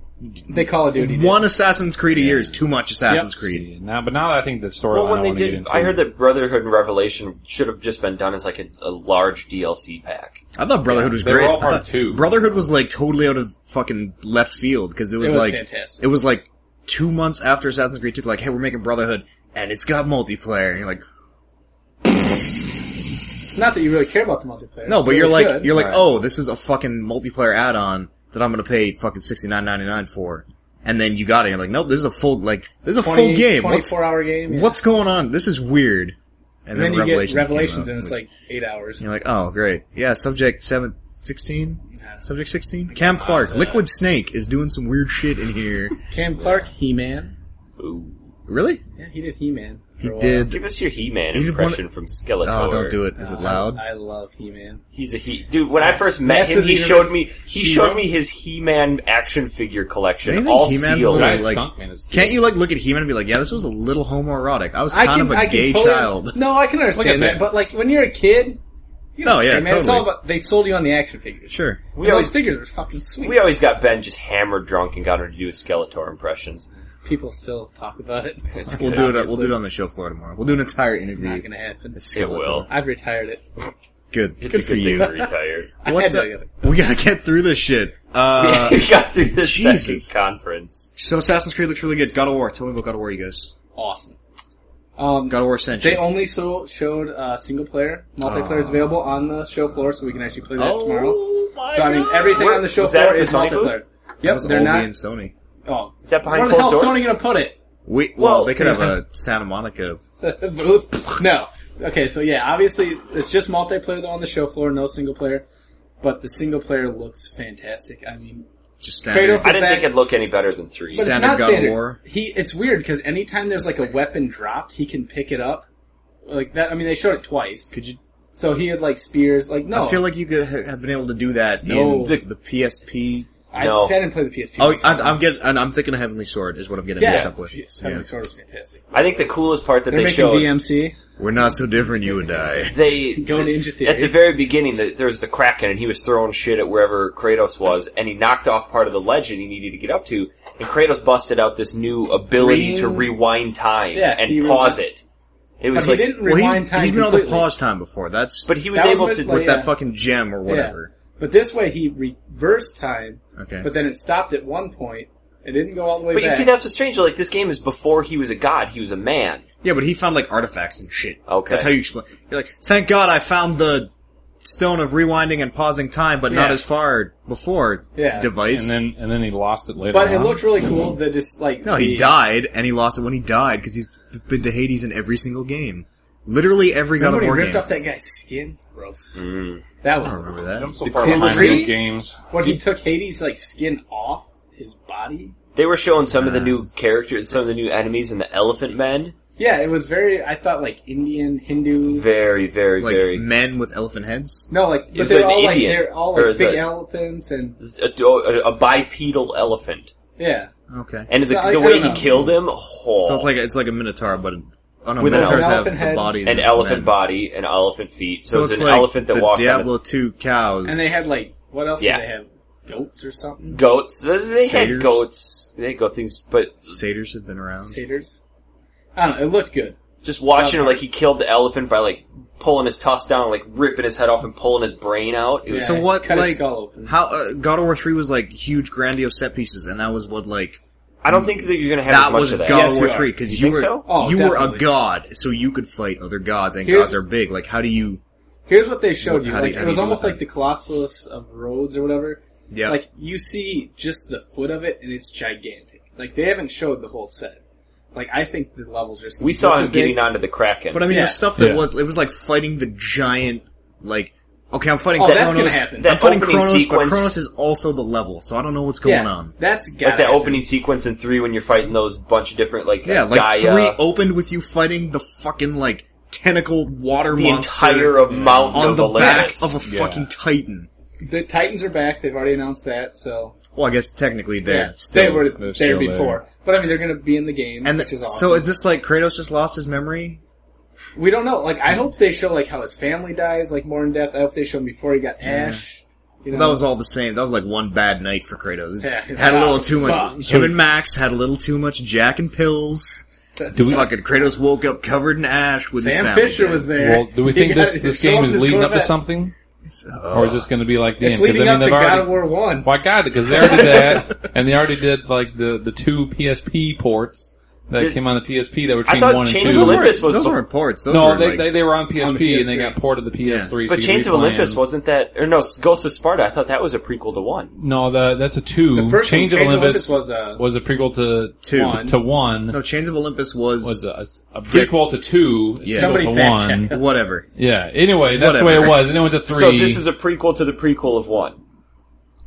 Speaker 4: They Call of Duty. did.
Speaker 5: one Assassin's Creed a year is too much Assassin's Creed.
Speaker 6: Yeah, now, but now I think the story.
Speaker 3: well, when
Speaker 6: I
Speaker 3: they
Speaker 6: wanna get
Speaker 3: did,
Speaker 6: into-
Speaker 3: I heard that Brotherhood and Revelation should have just been done as like a, a large DLC pack.
Speaker 5: I thought Brotherhood was
Speaker 6: they were
Speaker 5: great.
Speaker 6: all
Speaker 5: I
Speaker 6: part
Speaker 5: thought
Speaker 6: two.
Speaker 5: Brotherhood was like totally out of fucking left field because it was,
Speaker 4: It was
Speaker 5: like
Speaker 4: fantastic.
Speaker 5: it was like two months after Assassin's Creed 2, like hey, we're making Brotherhood and it's got multiplayer. And you're like,
Speaker 4: Not that you really care about the multiplayer.
Speaker 5: No, but
Speaker 4: it
Speaker 5: you're
Speaker 4: was
Speaker 5: like
Speaker 4: good.
Speaker 5: you're like,
Speaker 6: Right.
Speaker 5: oh, this is a fucking multiplayer add-on that I'm gonna pay fucking sixty nine ninety nine for, and then you got it. You're like, nope, this is a full like this is a
Speaker 4: 20
Speaker 5: full game. What's,
Speaker 4: 24 hour game. yeah.
Speaker 5: what's going on? This is weird. And,
Speaker 4: and then you
Speaker 5: Revelations
Speaker 4: get revelations
Speaker 5: came out,
Speaker 4: and it's
Speaker 5: which-
Speaker 4: like eight hours.
Speaker 5: you're like, oh, great, yeah, subject seven sixteen.
Speaker 4: Yeah.
Speaker 5: Subject 16? Cam
Speaker 4: Uh,
Speaker 5: Clark, Liquid Snake, is doing some weird shit in here.
Speaker 4: Cam Clark, He Man.
Speaker 5: Really?
Speaker 4: Yeah, he did He Man.
Speaker 5: He did.
Speaker 3: Give us your He-Man
Speaker 5: He did
Speaker 3: impression
Speaker 5: one-
Speaker 3: from Skeletor.
Speaker 5: Oh, don't do it. Is it loud?
Speaker 4: Uh, I love He Man.
Speaker 3: He's a he, dude. When I first met
Speaker 4: Master
Speaker 3: him,
Speaker 4: of
Speaker 3: he
Speaker 4: the
Speaker 3: showed
Speaker 4: Universe,
Speaker 3: me he
Speaker 4: She-Ra.
Speaker 3: showed me his He-Man action figure collection,
Speaker 5: Don't you think
Speaker 3: all
Speaker 5: He-Man's a
Speaker 3: sealed.
Speaker 5: little-
Speaker 6: Giant
Speaker 5: like-
Speaker 6: Skunk Man is cute.
Speaker 5: Can't you like look at He-Man and be like, yeah, this was a little homoerotic. I was kind of a gay
Speaker 4: totally-
Speaker 5: child.
Speaker 4: No, I can understand
Speaker 6: Look at
Speaker 4: that. But like when you're a kid, you know,
Speaker 5: No, yeah,
Speaker 4: hey, man, it's all
Speaker 5: totally.
Speaker 4: about they sold you on the action figures.
Speaker 5: Sure.
Speaker 4: And
Speaker 3: We
Speaker 4: those
Speaker 3: always-
Speaker 4: figures were fucking sweet.
Speaker 3: We always got Ben just hammered drunk and got her to do his Skeletor impressions.
Speaker 4: People still talk about it.
Speaker 5: We'll do it. We'll do it on the show floor tomorrow. We'll do an entire interview.
Speaker 4: Not gonna happen.
Speaker 5: Skeletor.
Speaker 3: will.
Speaker 4: I've retired it.
Speaker 5: Good.
Speaker 3: It's
Speaker 5: Good for
Speaker 3: a good thing
Speaker 5: you.
Speaker 3: to retire.
Speaker 4: I
Speaker 5: What
Speaker 4: had to
Speaker 5: the-
Speaker 4: get it.
Speaker 5: we gotta get through this shit. Uh,
Speaker 3: we got through this
Speaker 5: Jesus.
Speaker 3: second conference.
Speaker 5: so Assassin's Creed looks really good. God of War. Tell me about God of War, you guys.
Speaker 4: Awesome. Um,
Speaker 5: God of War Ascension.
Speaker 4: they only so showed uh, single player. Multiplayer is
Speaker 5: Aw.
Speaker 4: available on the show floor, so we can actually play that tomorrow.
Speaker 3: Ah. Oh my
Speaker 4: So I mean, everything
Speaker 3: Where-
Speaker 4: on the show
Speaker 3: was that
Speaker 4: floor
Speaker 3: at the
Speaker 4: is
Speaker 3: Sony booth?
Speaker 4: multiplayer.
Speaker 5: That
Speaker 4: Yep,
Speaker 5: was
Speaker 4: they're
Speaker 5: all
Speaker 4: not.
Speaker 5: me and Sony.
Speaker 4: Oh,
Speaker 3: Is that behind
Speaker 4: where the hell
Speaker 3: closed
Speaker 4: is
Speaker 3: doors?
Speaker 4: Sony gonna put it?
Speaker 5: We well,
Speaker 3: Well,
Speaker 5: they could have
Speaker 4: yeah.
Speaker 5: a Santa Monica.
Speaker 4: Booth? No. Okay, so yeah, obviously it's just multiplayer though on the show floor, no single player. But the single player looks fantastic. I mean,
Speaker 5: Just standard.
Speaker 4: Kratos-
Speaker 3: I didn't
Speaker 4: Back-
Speaker 3: think it'd look any better than three.
Speaker 4: but
Speaker 5: Standard
Speaker 4: it's not
Speaker 5: God of
Speaker 4: standard.
Speaker 5: War.
Speaker 4: He it's weird because anytime there's like a weapon dropped, he can pick it up. Like that. I mean, they showed it twice.
Speaker 5: Could you?
Speaker 4: So he had like spears. Like no,
Speaker 5: I feel like you could ha- have been able to do that
Speaker 4: No.
Speaker 5: in the, the PSP.
Speaker 4: I
Speaker 3: No.
Speaker 4: sat and played the PSP.
Speaker 5: Oh, I, I'm getting. I'm thinking of Heavenly Sword is what I'm getting
Speaker 4: yeah,
Speaker 5: mixed up with.
Speaker 4: yes,
Speaker 5: Yeah.
Speaker 4: Heavenly Sword was fantastic.
Speaker 3: I think the coolest part that
Speaker 4: They're
Speaker 3: they
Speaker 4: making
Speaker 3: showed
Speaker 4: DMC.
Speaker 5: We're not so different. You would die.
Speaker 3: they
Speaker 4: Go Ninja Theory.
Speaker 3: at the very beginning the, there was the kraken and he was throwing shit at wherever Kratos was and he knocked off part of the legend he needed to get up to and Kratos busted out this new ability to
Speaker 4: Green-
Speaker 3: rewind time
Speaker 4: Yeah, he
Speaker 3: and pause
Speaker 4: rewi-
Speaker 3: it. It
Speaker 4: But
Speaker 3: was
Speaker 4: he
Speaker 3: like,
Speaker 4: didn't
Speaker 5: Well,
Speaker 4: rewind
Speaker 5: he's,
Speaker 4: time.
Speaker 5: he's been on the
Speaker 4: completely.
Speaker 5: pause time before. That's
Speaker 3: but he was
Speaker 4: That was
Speaker 3: able
Speaker 4: my-
Speaker 3: to.
Speaker 4: like-
Speaker 5: with
Speaker 4: yeah.
Speaker 5: that fucking gem or whatever.
Speaker 4: But this way, he reversed time.
Speaker 5: Okay.
Speaker 4: But then it stopped at one point. It didn't go all the way
Speaker 3: but you
Speaker 4: back.
Speaker 3: see, that's what's strange. Like this game is before he was a god; he was a man.
Speaker 5: yeah, but he found like artifacts and shit.
Speaker 3: Okay.
Speaker 5: That's how you explain. You're like, thank God I found the stone of rewinding and pausing time, but not
Speaker 4: Yeah.
Speaker 5: as far before
Speaker 4: Yeah.
Speaker 5: device.
Speaker 6: And then and then he lost it later.
Speaker 4: But it
Speaker 6: on.
Speaker 4: looked really cool. That just like
Speaker 5: No, he
Speaker 4: the-
Speaker 5: died, and he lost it when he died because he's been to Hades in every single game. Literally every God of
Speaker 4: Remember when he
Speaker 5: War
Speaker 4: ripped
Speaker 5: game.
Speaker 4: off that guy's skin? Gross.
Speaker 3: Mm.
Speaker 4: That
Speaker 5: I
Speaker 4: was
Speaker 5: don't remember that.
Speaker 9: I'm so
Speaker 4: The
Speaker 9: far behind
Speaker 4: Creed?
Speaker 9: these games.
Speaker 4: when he took Hades like skin off his body.
Speaker 3: They were showing some
Speaker 4: Ah.
Speaker 3: of the new characters, some of the new enemies, and the Elephant Men.
Speaker 4: Yeah, it was very. I thought like Indian Hindu.
Speaker 3: Very, very,
Speaker 5: Like
Speaker 3: very.
Speaker 5: men with elephant heads.
Speaker 4: No, like but
Speaker 3: was
Speaker 4: they're
Speaker 3: an
Speaker 4: all like
Speaker 3: Indian,
Speaker 4: they're all
Speaker 3: or
Speaker 4: like big
Speaker 3: the-
Speaker 4: elephants and
Speaker 3: a, a- a bipedal elephant.
Speaker 4: yeah.
Speaker 5: Okay.
Speaker 3: And the,
Speaker 4: No, I-
Speaker 3: the
Speaker 4: I
Speaker 3: way
Speaker 4: don't
Speaker 3: he
Speaker 4: know.
Speaker 3: killed him, oh,
Speaker 5: so it's like it's like a minotaur, but oh no,
Speaker 3: With an
Speaker 5: minotaurs have
Speaker 4: elephant
Speaker 5: the
Speaker 4: head.
Speaker 5: bodies.
Speaker 3: an
Speaker 5: of
Speaker 3: elephant
Speaker 5: men.
Speaker 3: body and elephant feet. So,
Speaker 5: So
Speaker 3: it's,
Speaker 5: it's
Speaker 3: an
Speaker 5: like
Speaker 3: elephant that
Speaker 5: the
Speaker 3: walked
Speaker 5: Diablo
Speaker 3: on
Speaker 5: two cows,
Speaker 4: And they had like what else
Speaker 3: Yeah.
Speaker 4: did they have? Goats or something?
Speaker 3: its goats. They had
Speaker 5: Satyrs?
Speaker 3: goats. They had goat things, but
Speaker 5: satyrs have been around.
Speaker 4: Satyrs. I don't know. It looked good.
Speaker 3: just watching it, like he killed the elephant by like pulling his tusk down, and, like ripping his head off and pulling his brain out. It was
Speaker 5: So
Speaker 4: Yeah,
Speaker 5: what,
Speaker 4: Cut his
Speaker 5: like-
Speaker 4: skull open.
Speaker 5: How uh, God of War three was like huge, grandiose set pieces, and that was what like
Speaker 3: I don't think that you're gonna have
Speaker 5: that
Speaker 3: as much
Speaker 5: was
Speaker 3: of
Speaker 5: God
Speaker 3: that.
Speaker 4: Yes,
Speaker 5: of
Speaker 4: you
Speaker 5: War
Speaker 4: are.
Speaker 5: three because
Speaker 3: You
Speaker 5: you
Speaker 3: think
Speaker 5: were
Speaker 3: so?
Speaker 4: Oh,
Speaker 5: you were a
Speaker 4: definitely.
Speaker 5: god, so you could fight other gods, and
Speaker 4: Here's-
Speaker 5: gods are big. Like how do you?
Speaker 4: Here's what they showed you.
Speaker 5: How do you-
Speaker 4: Like
Speaker 5: how
Speaker 4: it
Speaker 5: do
Speaker 4: was
Speaker 5: you do
Speaker 4: almost
Speaker 5: that?
Speaker 4: like the Colossus of Rhodes or whatever.
Speaker 5: Yeah,
Speaker 4: Like you see just the foot of it, and it's gigantic. Like they haven't showed the whole set. Like I think the levels are. just gonna
Speaker 3: We
Speaker 4: be
Speaker 3: saw
Speaker 4: just
Speaker 3: him
Speaker 4: as big.
Speaker 3: getting onto the kraken.
Speaker 5: But I mean,
Speaker 4: Yeah.
Speaker 5: the stuff that
Speaker 6: Yeah.
Speaker 5: was, it was like fighting the giant, like, okay, I'm fighting
Speaker 4: Oh, that's
Speaker 5: Kronos.
Speaker 4: gonna happen.
Speaker 5: I'm
Speaker 3: that
Speaker 5: fighting
Speaker 3: opening
Speaker 5: Kronos,
Speaker 3: sequence,
Speaker 5: but Kronos is also the level, so I don't know what's going
Speaker 4: yeah,
Speaker 5: on.
Speaker 4: That's got
Speaker 3: like that opening sequence in three when you're fighting those bunch of different like
Speaker 5: Yeah,
Speaker 3: uh,
Speaker 5: like,
Speaker 3: Gaia,
Speaker 5: three opened with you fighting the fucking, like, tentacled water
Speaker 3: the
Speaker 5: monster
Speaker 3: entire of mountain
Speaker 5: on
Speaker 3: of
Speaker 5: the back
Speaker 3: Olympus.
Speaker 5: of a fucking titan.
Speaker 4: The Titans are back. They've already announced that. So
Speaker 5: Well, I guess technically they're
Speaker 4: yeah,
Speaker 5: still.
Speaker 4: they were
Speaker 6: they're
Speaker 4: there
Speaker 6: still
Speaker 4: before. But I mean, they're going to be in the game,
Speaker 5: and
Speaker 4: which
Speaker 5: the-
Speaker 4: is awesome.
Speaker 5: so is this like Kratos just lost his memory?
Speaker 4: we don't know. Like I hope they show like how his family dies, like more in depth. I hope they show him before he got Ash. You know,
Speaker 5: That was all the same. That was like one bad night for Kratos.
Speaker 4: Yeah,
Speaker 5: had a little too much.
Speaker 4: fuck.
Speaker 5: Him and Max had a little too much Jack and pills.
Speaker 6: Do we,
Speaker 5: Fucking Kratos woke up covered in ash with his
Speaker 4: Sam
Speaker 5: family
Speaker 4: Fisher
Speaker 5: dead.
Speaker 4: was there.
Speaker 6: well, do we
Speaker 4: He
Speaker 6: think
Speaker 4: got-
Speaker 6: this this
Speaker 4: showed
Speaker 6: game is
Speaker 4: his
Speaker 6: leading up to
Speaker 4: Corvette.
Speaker 6: something, or is this going to be like damn?
Speaker 4: It's
Speaker 6: 'cause,
Speaker 4: leading
Speaker 6: I mean,
Speaker 4: up to
Speaker 6: they've already,
Speaker 4: God of War One.
Speaker 6: Why God? Because they already did that, and they already did like the the two PSP ports that
Speaker 3: This-
Speaker 6: came on the PSP that were
Speaker 3: I
Speaker 6: between
Speaker 3: thought
Speaker 6: one and
Speaker 3: Chains
Speaker 6: two.
Speaker 3: of Olympus was
Speaker 5: those
Speaker 3: before-
Speaker 5: weren't ports. Those
Speaker 6: no,
Speaker 5: were
Speaker 6: they,
Speaker 5: like,
Speaker 6: they they were on PSP and they
Speaker 4: PS3.
Speaker 6: got ported to the PS3. so
Speaker 3: But
Speaker 6: you
Speaker 3: Chains of
Speaker 6: could be playing-
Speaker 3: Olympus wasn't that, or no, Ghost of Sparta. I thought that was a prequel to one.
Speaker 6: No, the, that's a two.
Speaker 4: The first
Speaker 6: Chains
Speaker 4: one,
Speaker 6: of
Speaker 4: Chains
Speaker 6: Olympus,
Speaker 4: was uh,
Speaker 6: was a prequel to
Speaker 5: Two.
Speaker 6: one, to one
Speaker 5: no Chains of Olympus was,
Speaker 6: was uh, a, a prequel to two.
Speaker 5: Yeah.
Speaker 6: a
Speaker 4: Somebody
Speaker 6: sequel to
Speaker 4: fact
Speaker 6: one.
Speaker 4: check
Speaker 5: whatever.
Speaker 6: Yeah. Anyway, that's the way
Speaker 5: Whatever.
Speaker 6: it was. And it went to three.
Speaker 3: So this is a prequel to the prequel of one.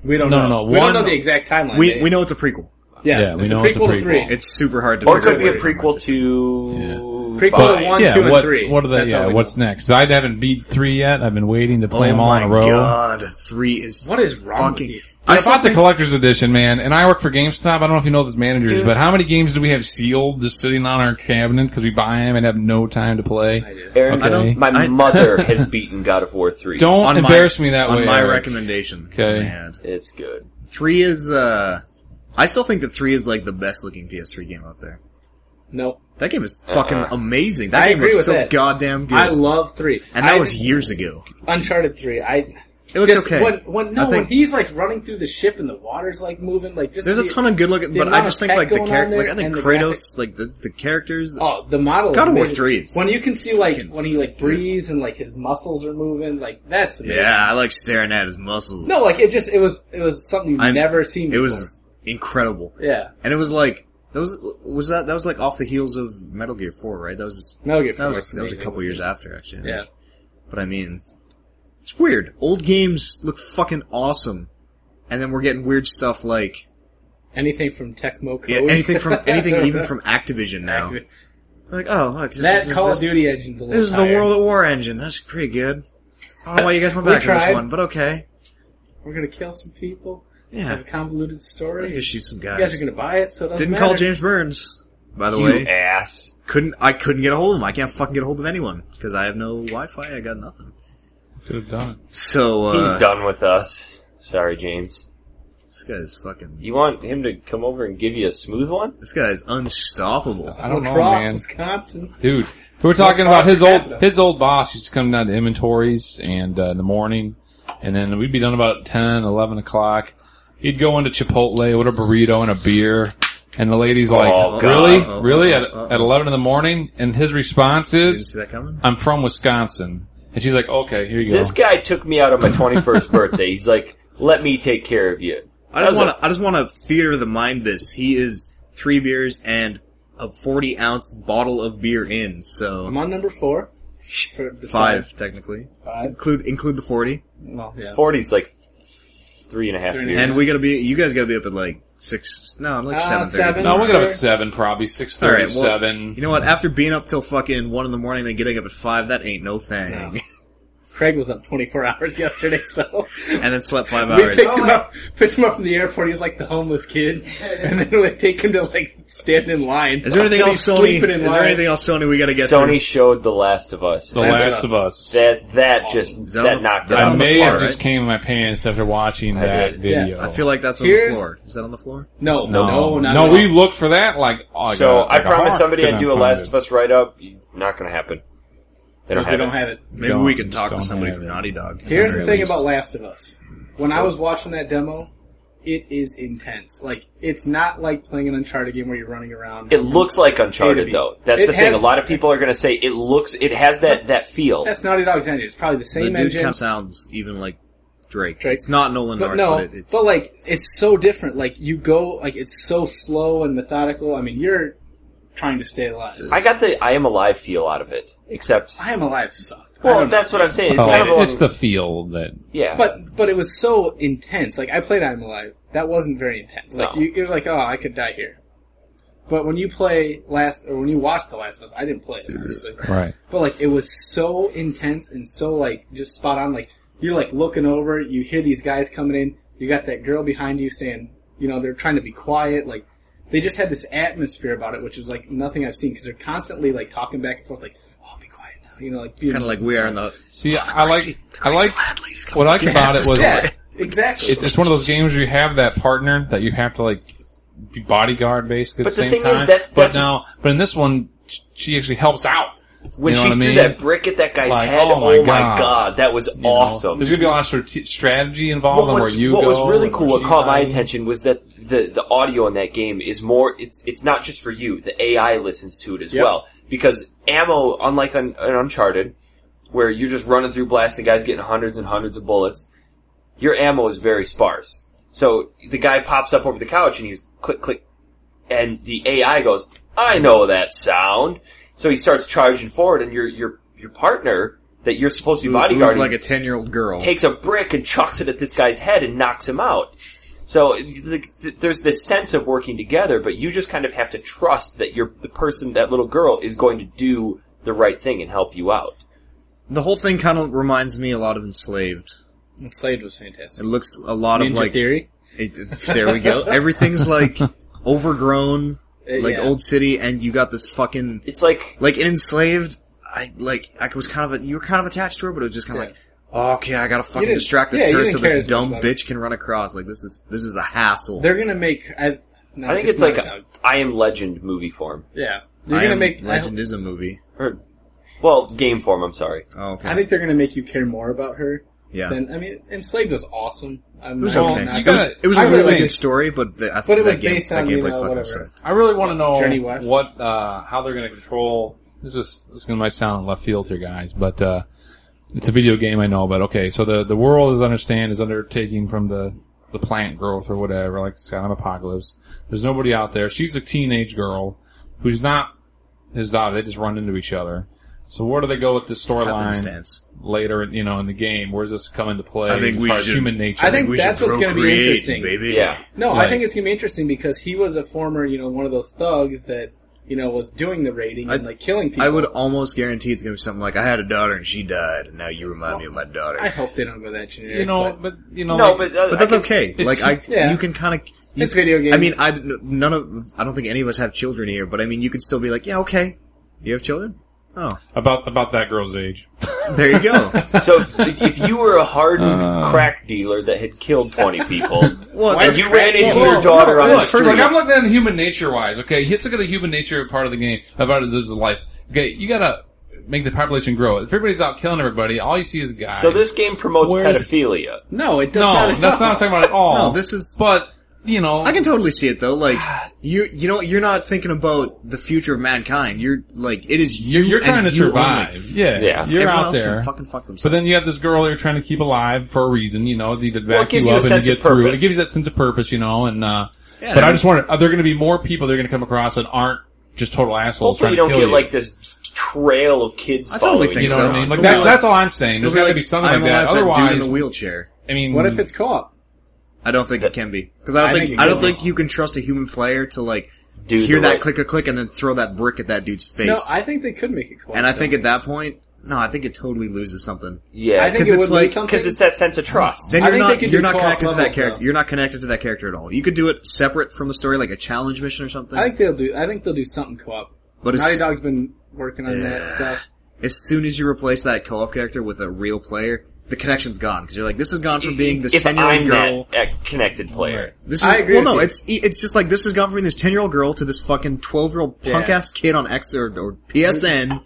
Speaker 4: we don't
Speaker 6: No,
Speaker 4: know.
Speaker 6: no, no.
Speaker 4: We
Speaker 6: One-
Speaker 4: don't know the exact timeline.
Speaker 5: We
Speaker 4: They-
Speaker 5: we know it's a prequel.
Speaker 4: Yes,
Speaker 6: Yeah,
Speaker 4: it's
Speaker 6: we
Speaker 4: a
Speaker 6: know
Speaker 4: prequel
Speaker 6: it's a
Speaker 4: to three.
Speaker 6: prequel.
Speaker 5: It's super hard to.
Speaker 3: Or it could be
Speaker 5: figure
Speaker 3: a
Speaker 5: out what
Speaker 3: prequel
Speaker 6: Yeah.
Speaker 3: to
Speaker 4: Prequel
Speaker 3: five.
Speaker 4: to one,
Speaker 6: yeah,
Speaker 4: two, and
Speaker 6: what,
Speaker 4: three.
Speaker 6: What are the,
Speaker 4: That's
Speaker 6: yeah,
Speaker 4: all we
Speaker 6: what's next? 'Cause I haven't beat three yet. I've been waiting to
Speaker 5: Oh
Speaker 6: play them all
Speaker 5: my
Speaker 6: in a row.
Speaker 5: god, three is
Speaker 4: What is wrong
Speaker 5: fucking.
Speaker 4: with you?
Speaker 6: I
Speaker 5: I saw
Speaker 6: bought the
Speaker 5: the
Speaker 6: collector's edition, man, and I work for GameStop. I don't know if you know this managers, but how many games do we have sealed just sitting on our cabinet because we buy them and have no time to play?
Speaker 4: I do.
Speaker 3: Aaron,
Speaker 6: I don't-
Speaker 3: my
Speaker 5: I-
Speaker 3: mother has beaten God of War three.
Speaker 6: Don't
Speaker 5: on my-
Speaker 6: embarrass me that
Speaker 5: on
Speaker 6: way.
Speaker 5: my
Speaker 6: Eric.
Speaker 5: recommendation.
Speaker 6: Okay.
Speaker 5: man.
Speaker 3: It's good.
Speaker 5: three is uh I still think that three is like the best looking PS3 game out there.
Speaker 4: Nope.
Speaker 5: That game is fucking amazing. That
Speaker 4: I
Speaker 5: game
Speaker 4: agree
Speaker 5: looks
Speaker 4: with
Speaker 5: so
Speaker 4: that.
Speaker 5: goddamn good.
Speaker 4: I love three.
Speaker 5: and that
Speaker 4: I-
Speaker 5: was years ago.
Speaker 4: Uncharted three. I.
Speaker 5: It looks
Speaker 4: just
Speaker 5: okay.
Speaker 4: When, when no,
Speaker 5: I think-
Speaker 4: when he's like running through the ship and the water's like moving, like just
Speaker 5: There's a
Speaker 4: the-
Speaker 5: ton of good looking,
Speaker 4: the
Speaker 5: but I
Speaker 4: amount
Speaker 5: just think
Speaker 4: of tech
Speaker 5: like the
Speaker 4: going on
Speaker 5: character, like
Speaker 4: there
Speaker 5: I think
Speaker 4: and the
Speaker 5: Kratos, like the, the characters.
Speaker 4: Oh, the model.
Speaker 5: God
Speaker 4: is
Speaker 5: of War
Speaker 4: amazing.
Speaker 5: 3 is
Speaker 4: When you can see like
Speaker 5: fucking
Speaker 4: when he like
Speaker 5: sick,
Speaker 4: breathes and like his muscles are moving, like that's amazing.
Speaker 5: yeah, I like staring at his muscles.
Speaker 4: No, like it just it was it was something you've
Speaker 5: I'm-
Speaker 4: never seen.
Speaker 5: it
Speaker 4: Before.
Speaker 5: was incredible,
Speaker 4: yeah.
Speaker 5: and it was like that was was that that was like off the heels of Metal Gear Four, right? That was
Speaker 4: Metal Gear
Speaker 5: that was,
Speaker 4: 4 is
Speaker 5: that was a
Speaker 4: amazing.
Speaker 5: couple years after actually. I think.
Speaker 4: Yeah.
Speaker 5: But I mean, it's weird. Old games look fucking awesome, and then we're getting weird stuff like
Speaker 4: Anything from Tecmo Code.
Speaker 5: yeah, anything from anything even from Activision now.
Speaker 4: Activ-
Speaker 5: Like oh look, this,
Speaker 4: that
Speaker 5: this-
Speaker 4: Call
Speaker 5: this-
Speaker 4: of Duty engine's a little.
Speaker 5: This is the
Speaker 4: tired.
Speaker 5: World at War engine. That's pretty good. I don't know why you guys went
Speaker 4: We
Speaker 5: back to this
Speaker 4: tried.
Speaker 5: one, but okay.
Speaker 4: We're gonna kill some people. Have
Speaker 5: Yeah.
Speaker 4: a convoluted story.
Speaker 5: Let's
Speaker 4: You
Speaker 5: just shoot some guys.
Speaker 4: guys are gonna buy it, so it doesn't
Speaker 5: Didn't
Speaker 4: matter.
Speaker 5: call James Burns, by the
Speaker 3: You
Speaker 5: way.
Speaker 3: ass.
Speaker 5: Couldn't I couldn't get a hold of him. I can't fucking get a hold of anyone because I have no Wi-Fi. I got nothing.
Speaker 8: Could have done it.
Speaker 5: So uh,
Speaker 3: He's done with us. Sorry, James.
Speaker 5: this guy's fucking.
Speaker 3: You want him to come over and give you a smooth one?
Speaker 5: This guy is unstoppable.
Speaker 8: I don't know,
Speaker 4: Lacrosse,
Speaker 8: man.
Speaker 4: Wisconsin.
Speaker 8: dude. We were talking about his
Speaker 4: Parker
Speaker 8: old
Speaker 4: Capital.
Speaker 8: his old boss used to come down to inventories and uh, in the morning, and then we'd be done about 10, 11 o'clock. He'd go into Chipotle with a burrito and a beer, and the lady's like,
Speaker 3: Oh, God.
Speaker 8: "Really,
Speaker 5: Uh-oh,
Speaker 8: really?"
Speaker 5: uh-oh.
Speaker 8: at, at eleven in the morning, and his response
Speaker 5: Didn't
Speaker 8: is,
Speaker 5: see that coming.
Speaker 8: "I'm from Wisconsin," and she's like, "Okay, here you go."
Speaker 3: This guy took me out on my 21st birthday. He's like, let me take care of you.
Speaker 5: I just
Speaker 3: That was
Speaker 5: want to. I just want to theater the mind. This he is three beers and a forty ounce bottle of beer in.
Speaker 4: I'm
Speaker 5: So
Speaker 4: on number four. For the
Speaker 5: five
Speaker 4: size.
Speaker 5: technically
Speaker 4: Five.
Speaker 5: include include the forty.
Speaker 4: Well, yeah.
Speaker 3: 40's like three and a half
Speaker 4: Three and a
Speaker 3: years.
Speaker 5: And we gotta be. You guys gotta be up at like six. No, like
Speaker 4: Uh,
Speaker 5: seven thirty.
Speaker 4: seven.
Speaker 8: no, we got up at seven, probably six
Speaker 5: All
Speaker 8: thirty,
Speaker 5: right, well,
Speaker 8: seven.
Speaker 5: You know what? After being up till fucking one in the morning, then getting up at five, that ain't no thing.
Speaker 4: No. Craig was up 24 hours yesterday, so
Speaker 5: and then slept five
Speaker 4: we
Speaker 5: hours.
Speaker 4: picked him up, picked him up from the airport. He was like the homeless kid, and then we take him to like stand in line.
Speaker 5: Is there anything
Speaker 4: And
Speaker 5: else
Speaker 4: he's
Speaker 5: Sony? Is
Speaker 4: Sleeping in
Speaker 5: there
Speaker 4: line.
Speaker 5: anything else Sony we gotta get?
Speaker 3: Sony showed The Last of Us.
Speaker 8: the
Speaker 4: Last of
Speaker 8: Last of Us.
Speaker 3: That that just
Speaker 5: Is that on
Speaker 3: that,
Speaker 5: the-
Speaker 3: knocked it
Speaker 5: that's on
Speaker 8: I
Speaker 5: the
Speaker 3: out.
Speaker 8: may
Speaker 5: floor,
Speaker 8: have just
Speaker 5: right?
Speaker 8: came in my pants after watching
Speaker 3: I
Speaker 8: that
Speaker 3: did.
Speaker 4: Yeah,
Speaker 8: video.
Speaker 5: Through? I feel like that's on
Speaker 4: Here's-
Speaker 5: the floor. Is that on the floor?
Speaker 4: No, no, no, not
Speaker 8: no.
Speaker 4: at
Speaker 8: We
Speaker 4: all.
Speaker 8: looked for that like. like
Speaker 3: So
Speaker 8: a-
Speaker 3: I
Speaker 8: like a
Speaker 3: promised
Speaker 8: hawk.
Speaker 3: somebody I'd
Speaker 8: Couldn't
Speaker 3: do a
Speaker 8: find
Speaker 3: Last
Speaker 8: it.
Speaker 3: of Us write up. Not going to happen. They don't
Speaker 4: we
Speaker 3: have
Speaker 4: don't
Speaker 3: it.
Speaker 4: have it.
Speaker 5: Maybe
Speaker 8: Don't-
Speaker 5: we can talk to
Speaker 8: don't
Speaker 5: somebody
Speaker 8: have
Speaker 5: from
Speaker 8: it.
Speaker 5: Naughty Dog.
Speaker 4: Here's the
Speaker 5: At
Speaker 4: thing
Speaker 5: least.
Speaker 4: about Last of Us. When I was watching that demo, it is intense. Like it's not like playing an Uncharted game where you're running around.
Speaker 3: It looks like Uncharted
Speaker 4: Maybe.
Speaker 3: though. That's
Speaker 4: It
Speaker 3: the thing. A
Speaker 4: has-
Speaker 3: lot of people are going to say it looks. It has that that feel.
Speaker 4: That's Naughty Dog's engine. It's probably the
Speaker 5: the
Speaker 4: same
Speaker 5: dude
Speaker 4: engine.
Speaker 5: kind of sounds even like Drake.
Speaker 4: Drake.
Speaker 5: It's not Nolan
Speaker 4: but
Speaker 5: North,
Speaker 4: no,
Speaker 5: but it, it's
Speaker 4: but like it's so different. Like you go, like it's so slow and methodical. I mean, you're trying to stay alive.
Speaker 3: I got the I am alive feel out of it. Except
Speaker 4: I am alive sucked. I
Speaker 3: well,
Speaker 4: don't know.
Speaker 3: that's what I'm saying. It's
Speaker 8: Oh,
Speaker 3: kind of along,
Speaker 8: it's the feel that
Speaker 3: yeah.
Speaker 4: But but it was so intense. Like I played I'm Alive. That wasn't very intense. Like
Speaker 3: No.
Speaker 4: you, you're like, oh, I could die here. But when you play last, or when you watch The Last of Us, I didn't play it obviously.
Speaker 8: right.
Speaker 4: But like it was so intense and so like just spot on. Like you're like looking over, you hear these guys coming in. You got that girl behind you saying, you know, they're trying to be quiet. Like they just had this atmosphere about it, which is like nothing I've seen because they're constantly like talking back and forth, like, oh, be quiet now. You know, like being
Speaker 5: kind of like we are in the.
Speaker 8: See, I like, I like, what I like about it was,
Speaker 4: yeah,
Speaker 8: it-
Speaker 4: exactly.
Speaker 8: it's one of those games where you have that partner that you have to like be bodyguard basically.
Speaker 3: But
Speaker 8: at
Speaker 3: the
Speaker 8: the, same
Speaker 3: thing
Speaker 8: time.
Speaker 3: is, that's-
Speaker 8: but
Speaker 3: that's-
Speaker 8: now, but in this one, sh- she actually helps out.
Speaker 3: when
Speaker 8: you know
Speaker 3: she
Speaker 8: what I
Speaker 3: threw
Speaker 8: mean?
Speaker 3: that brick at that guy's
Speaker 8: Like,
Speaker 3: head,
Speaker 8: oh
Speaker 3: oh,
Speaker 8: my
Speaker 3: my,
Speaker 8: God.
Speaker 3: god. that was
Speaker 8: you know?
Speaker 3: awesome.
Speaker 8: There's gonna be a lot of strate- strategy involved on where
Speaker 3: what's-
Speaker 8: you
Speaker 3: what
Speaker 8: go
Speaker 3: was really
Speaker 8: and
Speaker 3: cool,
Speaker 8: where
Speaker 3: what
Speaker 8: she
Speaker 3: caught my
Speaker 8: goes.
Speaker 3: attention was that the, the audio in that game is more, it's, it's not just for you, the AI listens to it as well. Because ammo, unlike on, on Uncharted, where you're just running through blasting guys getting hundreds and hundreds of bullets, your ammo is very sparse. So the guy pops up over the couch and he's click, click, and the AI goes, I know that sound. So he starts charging forward and your, your, your partner that you're supposed to be
Speaker 5: It was
Speaker 3: bodyguarding
Speaker 5: like a ten-year-old girl.
Speaker 3: takes a brick and chucks it at this guy's head and knocks him out. So th- th- there's this sense of working together, but you just kind of have to trust that you're the person, that little girl is going to do the right thing and help you out.
Speaker 5: the whole thing kind of reminds me a lot of Enslaved.
Speaker 4: Enslaved was
Speaker 5: It
Speaker 4: fantastic.
Speaker 5: looks a lot
Speaker 4: Ninja
Speaker 5: of like
Speaker 4: Theory.
Speaker 5: It, there we go. Everything's like overgrown,
Speaker 4: Uh,
Speaker 5: like
Speaker 4: yeah.
Speaker 5: old city, and you got this fucking
Speaker 3: It's like
Speaker 5: like in enslaved. I like I was kind of a, you were kind of attached to her, but it was just kind of
Speaker 4: Yeah.
Speaker 5: like, okay, I gotta fucking
Speaker 4: didn't-
Speaker 5: distract this
Speaker 4: yeah, you
Speaker 5: turret
Speaker 4: didn't
Speaker 5: so
Speaker 4: care
Speaker 5: this
Speaker 4: as much
Speaker 5: dumb
Speaker 4: about it.
Speaker 5: bitch can run across. Like this is this is a hassle.
Speaker 4: They're gonna make. I, no,
Speaker 3: I think it's, like
Speaker 4: not
Speaker 3: a,
Speaker 4: a-
Speaker 3: I Am Legend movie form.
Speaker 4: yeah.
Speaker 5: I
Speaker 4: They're gonna
Speaker 5: Am
Speaker 4: make. I,
Speaker 5: Legend is a movie.
Speaker 3: Or, well, game form, I'm sorry.
Speaker 5: Oh, okay.
Speaker 4: I think they're gonna make you care more about her.
Speaker 5: yeah.
Speaker 4: than I mean, Enslaved was awesome. I'm
Speaker 5: it was
Speaker 4: not-
Speaker 5: okay.
Speaker 4: not-
Speaker 6: you
Speaker 5: it was,
Speaker 6: gotta-
Speaker 5: it was
Speaker 6: I
Speaker 5: a
Speaker 6: really
Speaker 5: really
Speaker 6: think-
Speaker 5: good story, but the, I
Speaker 4: But it
Speaker 5: that
Speaker 4: was
Speaker 5: game,
Speaker 4: based
Speaker 5: that
Speaker 4: on,
Speaker 5: gameplay
Speaker 4: you know,
Speaker 5: fucking
Speaker 4: whatever.
Speaker 5: sucked.
Speaker 6: I really want to know
Speaker 4: Journey West.
Speaker 6: what uh, how they're going to control. This is this is going to might sound left field here, guys, but uh, it's a video game, I know. But okay, so the the world is understand is undertaking from the the plant growth or whatever, like it's kind of apocalypse. There's nobody out there. She's a teenage girl who's not his daughter. They just run into each other. So where do they go with this storyline
Speaker 5: Happenstance.
Speaker 6: later? in- You know, in the game, where's this come into play?
Speaker 5: I think
Speaker 6: as
Speaker 5: we
Speaker 6: far as
Speaker 5: should-
Speaker 6: human nature.
Speaker 4: I think
Speaker 5: we
Speaker 4: that's
Speaker 5: should
Speaker 4: what's gonna be
Speaker 5: procreate,
Speaker 4: interesting.
Speaker 5: baby.
Speaker 3: Yeah.
Speaker 4: No,
Speaker 6: Right.
Speaker 4: I think it's gonna be interesting because he was a former, you know, one of those thugs that you know was doing the raiding and
Speaker 5: I-
Speaker 4: like killing people.
Speaker 5: I would almost guarantee it's gonna be something like I had a daughter and she died, and now you remind me of my daughter.
Speaker 4: I hope they don't go that generic.
Speaker 6: you know,
Speaker 4: but
Speaker 6: but you know,
Speaker 3: No,
Speaker 6: like-
Speaker 3: but, uh,
Speaker 5: but that's okay. Like I,
Speaker 4: yeah.
Speaker 5: you can kind of.
Speaker 4: it's video games.
Speaker 5: I mean, I didn't- none of I don't think any of us have children here, but I mean, you could still be like, yeah, okay, you have children. Oh,
Speaker 6: about about that girl's age.
Speaker 5: there you go.
Speaker 3: So if, if you were a hardened crack dealer that had killed 20 people,
Speaker 5: well,
Speaker 3: and you ran into
Speaker 5: well,
Speaker 3: your daughter
Speaker 5: well,
Speaker 3: on the
Speaker 5: look,
Speaker 3: street,
Speaker 5: first
Speaker 6: Like I'm looking at it human nature wise, okay? Let's look at the human nature part of the game about his life. Okay, you gotta make the population grow. If everybody's out killing everybody, all you see is guys.
Speaker 3: so this game promotes
Speaker 6: Where's-
Speaker 3: pedophilia.
Speaker 4: no, it does
Speaker 6: no,
Speaker 4: not.
Speaker 6: that's not what I'm talking about at all.
Speaker 5: No, this is-
Speaker 6: but you know,
Speaker 5: I can totally see it though. Like
Speaker 6: Ah.
Speaker 5: you, you know, you're not thinking about the future of mankind. You're like, it is you.
Speaker 6: you're, you're
Speaker 5: and
Speaker 6: trying to
Speaker 5: you only.
Speaker 6: survive. Yeah,
Speaker 3: Yeah.
Speaker 6: You're
Speaker 5: Everyone
Speaker 6: out
Speaker 5: else
Speaker 6: there.
Speaker 5: Can fucking fuck themselves.
Speaker 6: But then you have this girl you're trying to keep alive for a reason, you know, to either
Speaker 3: it
Speaker 6: back
Speaker 3: gives
Speaker 6: you
Speaker 3: you a
Speaker 6: up and
Speaker 3: sense
Speaker 6: you
Speaker 3: of
Speaker 6: get through. It
Speaker 3: purpose.
Speaker 6: gives you that sense of purpose, you know, and uh
Speaker 5: Yeah,
Speaker 6: but I
Speaker 5: and-
Speaker 6: just wonder are there gonna be more people they're gonna come across that aren't just total assholes
Speaker 3: Hopefully you don't
Speaker 6: trying to
Speaker 3: get
Speaker 6: kill you?
Speaker 3: like this trail of kids
Speaker 5: I totally
Speaker 3: following
Speaker 5: think
Speaker 6: you know
Speaker 5: so.
Speaker 6: what I mean? Like
Speaker 5: It'll
Speaker 6: that's
Speaker 5: be
Speaker 6: that's all I'm saying. There's
Speaker 5: It'll be
Speaker 6: gotta be something
Speaker 5: I'm
Speaker 6: like that.
Speaker 5: alive, dude
Speaker 6: Otherwise,
Speaker 5: in the wheelchair.
Speaker 6: I mean,
Speaker 4: what if it's co-op?
Speaker 5: I don't think it can be because I don't
Speaker 4: I
Speaker 5: think,
Speaker 4: think it
Speaker 5: I
Speaker 4: can
Speaker 5: don't
Speaker 4: be.
Speaker 5: think you can trust a human player to like
Speaker 3: Do
Speaker 5: hear
Speaker 3: the
Speaker 5: that
Speaker 3: right-
Speaker 5: click a click and then throw that brick at that dude's face.
Speaker 4: No, I think they could make it co-op.
Speaker 5: and I think at that point, no, I think it totally loses something.
Speaker 3: Yeah,
Speaker 4: I think
Speaker 5: 'cause
Speaker 4: it
Speaker 5: it's
Speaker 4: would
Speaker 5: like-
Speaker 4: lose something.
Speaker 3: because it's that sense of trust.
Speaker 5: Then
Speaker 4: I
Speaker 5: you're
Speaker 4: think they
Speaker 5: not
Speaker 4: could
Speaker 5: you're
Speaker 4: do
Speaker 5: not
Speaker 4: co-op
Speaker 5: connected to that
Speaker 4: levels,
Speaker 5: character.
Speaker 4: though.
Speaker 5: You're not connected to that character at all. You could do it separate from the story, like a challenge mission or something.
Speaker 4: I think they'll do. I think they'll do something co-op.
Speaker 5: but
Speaker 4: Naughty
Speaker 5: as,
Speaker 4: Dog's been working on that stuff.
Speaker 5: as soon as you replace that co-op character with a real player, the connection's gone because you're like, this has gone from being this
Speaker 3: if
Speaker 5: ten year
Speaker 3: I'm
Speaker 5: old girl.
Speaker 3: that uh, connected player,
Speaker 5: This is
Speaker 4: I agree
Speaker 5: well, no,
Speaker 4: with you.
Speaker 5: it's e, it's just like this has gone from being this ten year old girl to this fucking twelve year old punk ass kid on X or, or PSN.
Speaker 4: I
Speaker 5: and-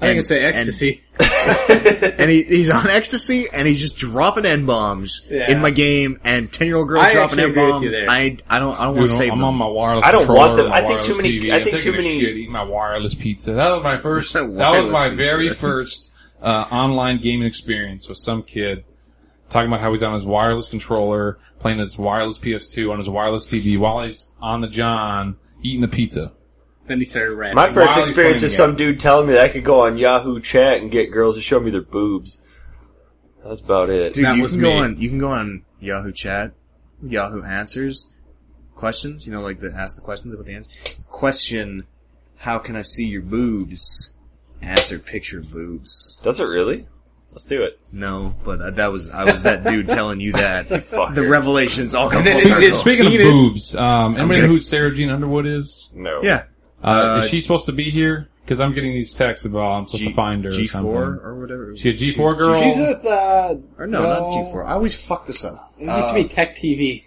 Speaker 4: think it's say
Speaker 5: and-
Speaker 4: ecstasy.
Speaker 5: and, he, he's on ecstasy, and he's just dropping n bombs
Speaker 4: Yeah.
Speaker 5: in my game, and ten year old girl
Speaker 4: I
Speaker 5: dropping
Speaker 4: actually
Speaker 5: n
Speaker 4: agree with you
Speaker 5: bombs.
Speaker 4: there.
Speaker 5: I I don't I don't want
Speaker 6: Dude,
Speaker 5: to save
Speaker 6: I'm
Speaker 5: them.
Speaker 6: on my wireless.
Speaker 3: I don't
Speaker 6: controller
Speaker 3: want them.
Speaker 6: and my
Speaker 3: I think
Speaker 6: wireless
Speaker 3: too many-
Speaker 6: TV.
Speaker 3: I
Speaker 6: I'm
Speaker 3: think
Speaker 6: taking
Speaker 3: too
Speaker 6: a
Speaker 3: many-
Speaker 6: Shit, eating my wireless pizza. That was my first. that was
Speaker 5: Wireless
Speaker 6: my
Speaker 5: pizza.
Speaker 6: very first uh, online gaming experience with some kid talking about how he's on his wireless controller playing his wireless PS2 on his wireless TV while he's on the John eating a pizza.
Speaker 4: then he started rapping.
Speaker 3: my first
Speaker 6: Wildly
Speaker 3: experience
Speaker 6: playing
Speaker 3: is
Speaker 6: the
Speaker 3: some dude telling me that I could go on Yahoo chat and get girls to show me their boobs. That's about it.
Speaker 5: Dude,
Speaker 4: That
Speaker 5: you
Speaker 4: was
Speaker 5: can go
Speaker 4: me.
Speaker 5: on you can go on Yahoo Chat, Yahoo Answers, questions. You know, like the ask the questions about the answer. Question: How can I see your boobs? Answer: Picture boobs.
Speaker 3: Does it really? Let's do it.
Speaker 5: No, but uh, that was I was that dude telling you that. The
Speaker 3: Fucker.
Speaker 5: revelations all come full
Speaker 4: it's-
Speaker 5: circle.
Speaker 4: it's-
Speaker 6: Speaking
Speaker 4: Penis.
Speaker 6: of boobs, um, anybody know
Speaker 5: gonna-
Speaker 6: who Sarah Jean Underwood is?
Speaker 3: No.
Speaker 5: yeah,
Speaker 6: Uh,
Speaker 5: Uh,
Speaker 6: is she supposed to be here? Because I'm getting these texts about I'm supposed
Speaker 5: G-
Speaker 6: to find her. or
Speaker 5: G four
Speaker 6: something.
Speaker 5: or whatever.
Speaker 6: She a G4 girl.
Speaker 4: She's with uh,
Speaker 5: or no, not G four. Uh, I always fuck this up.
Speaker 4: it used to be Tech TV.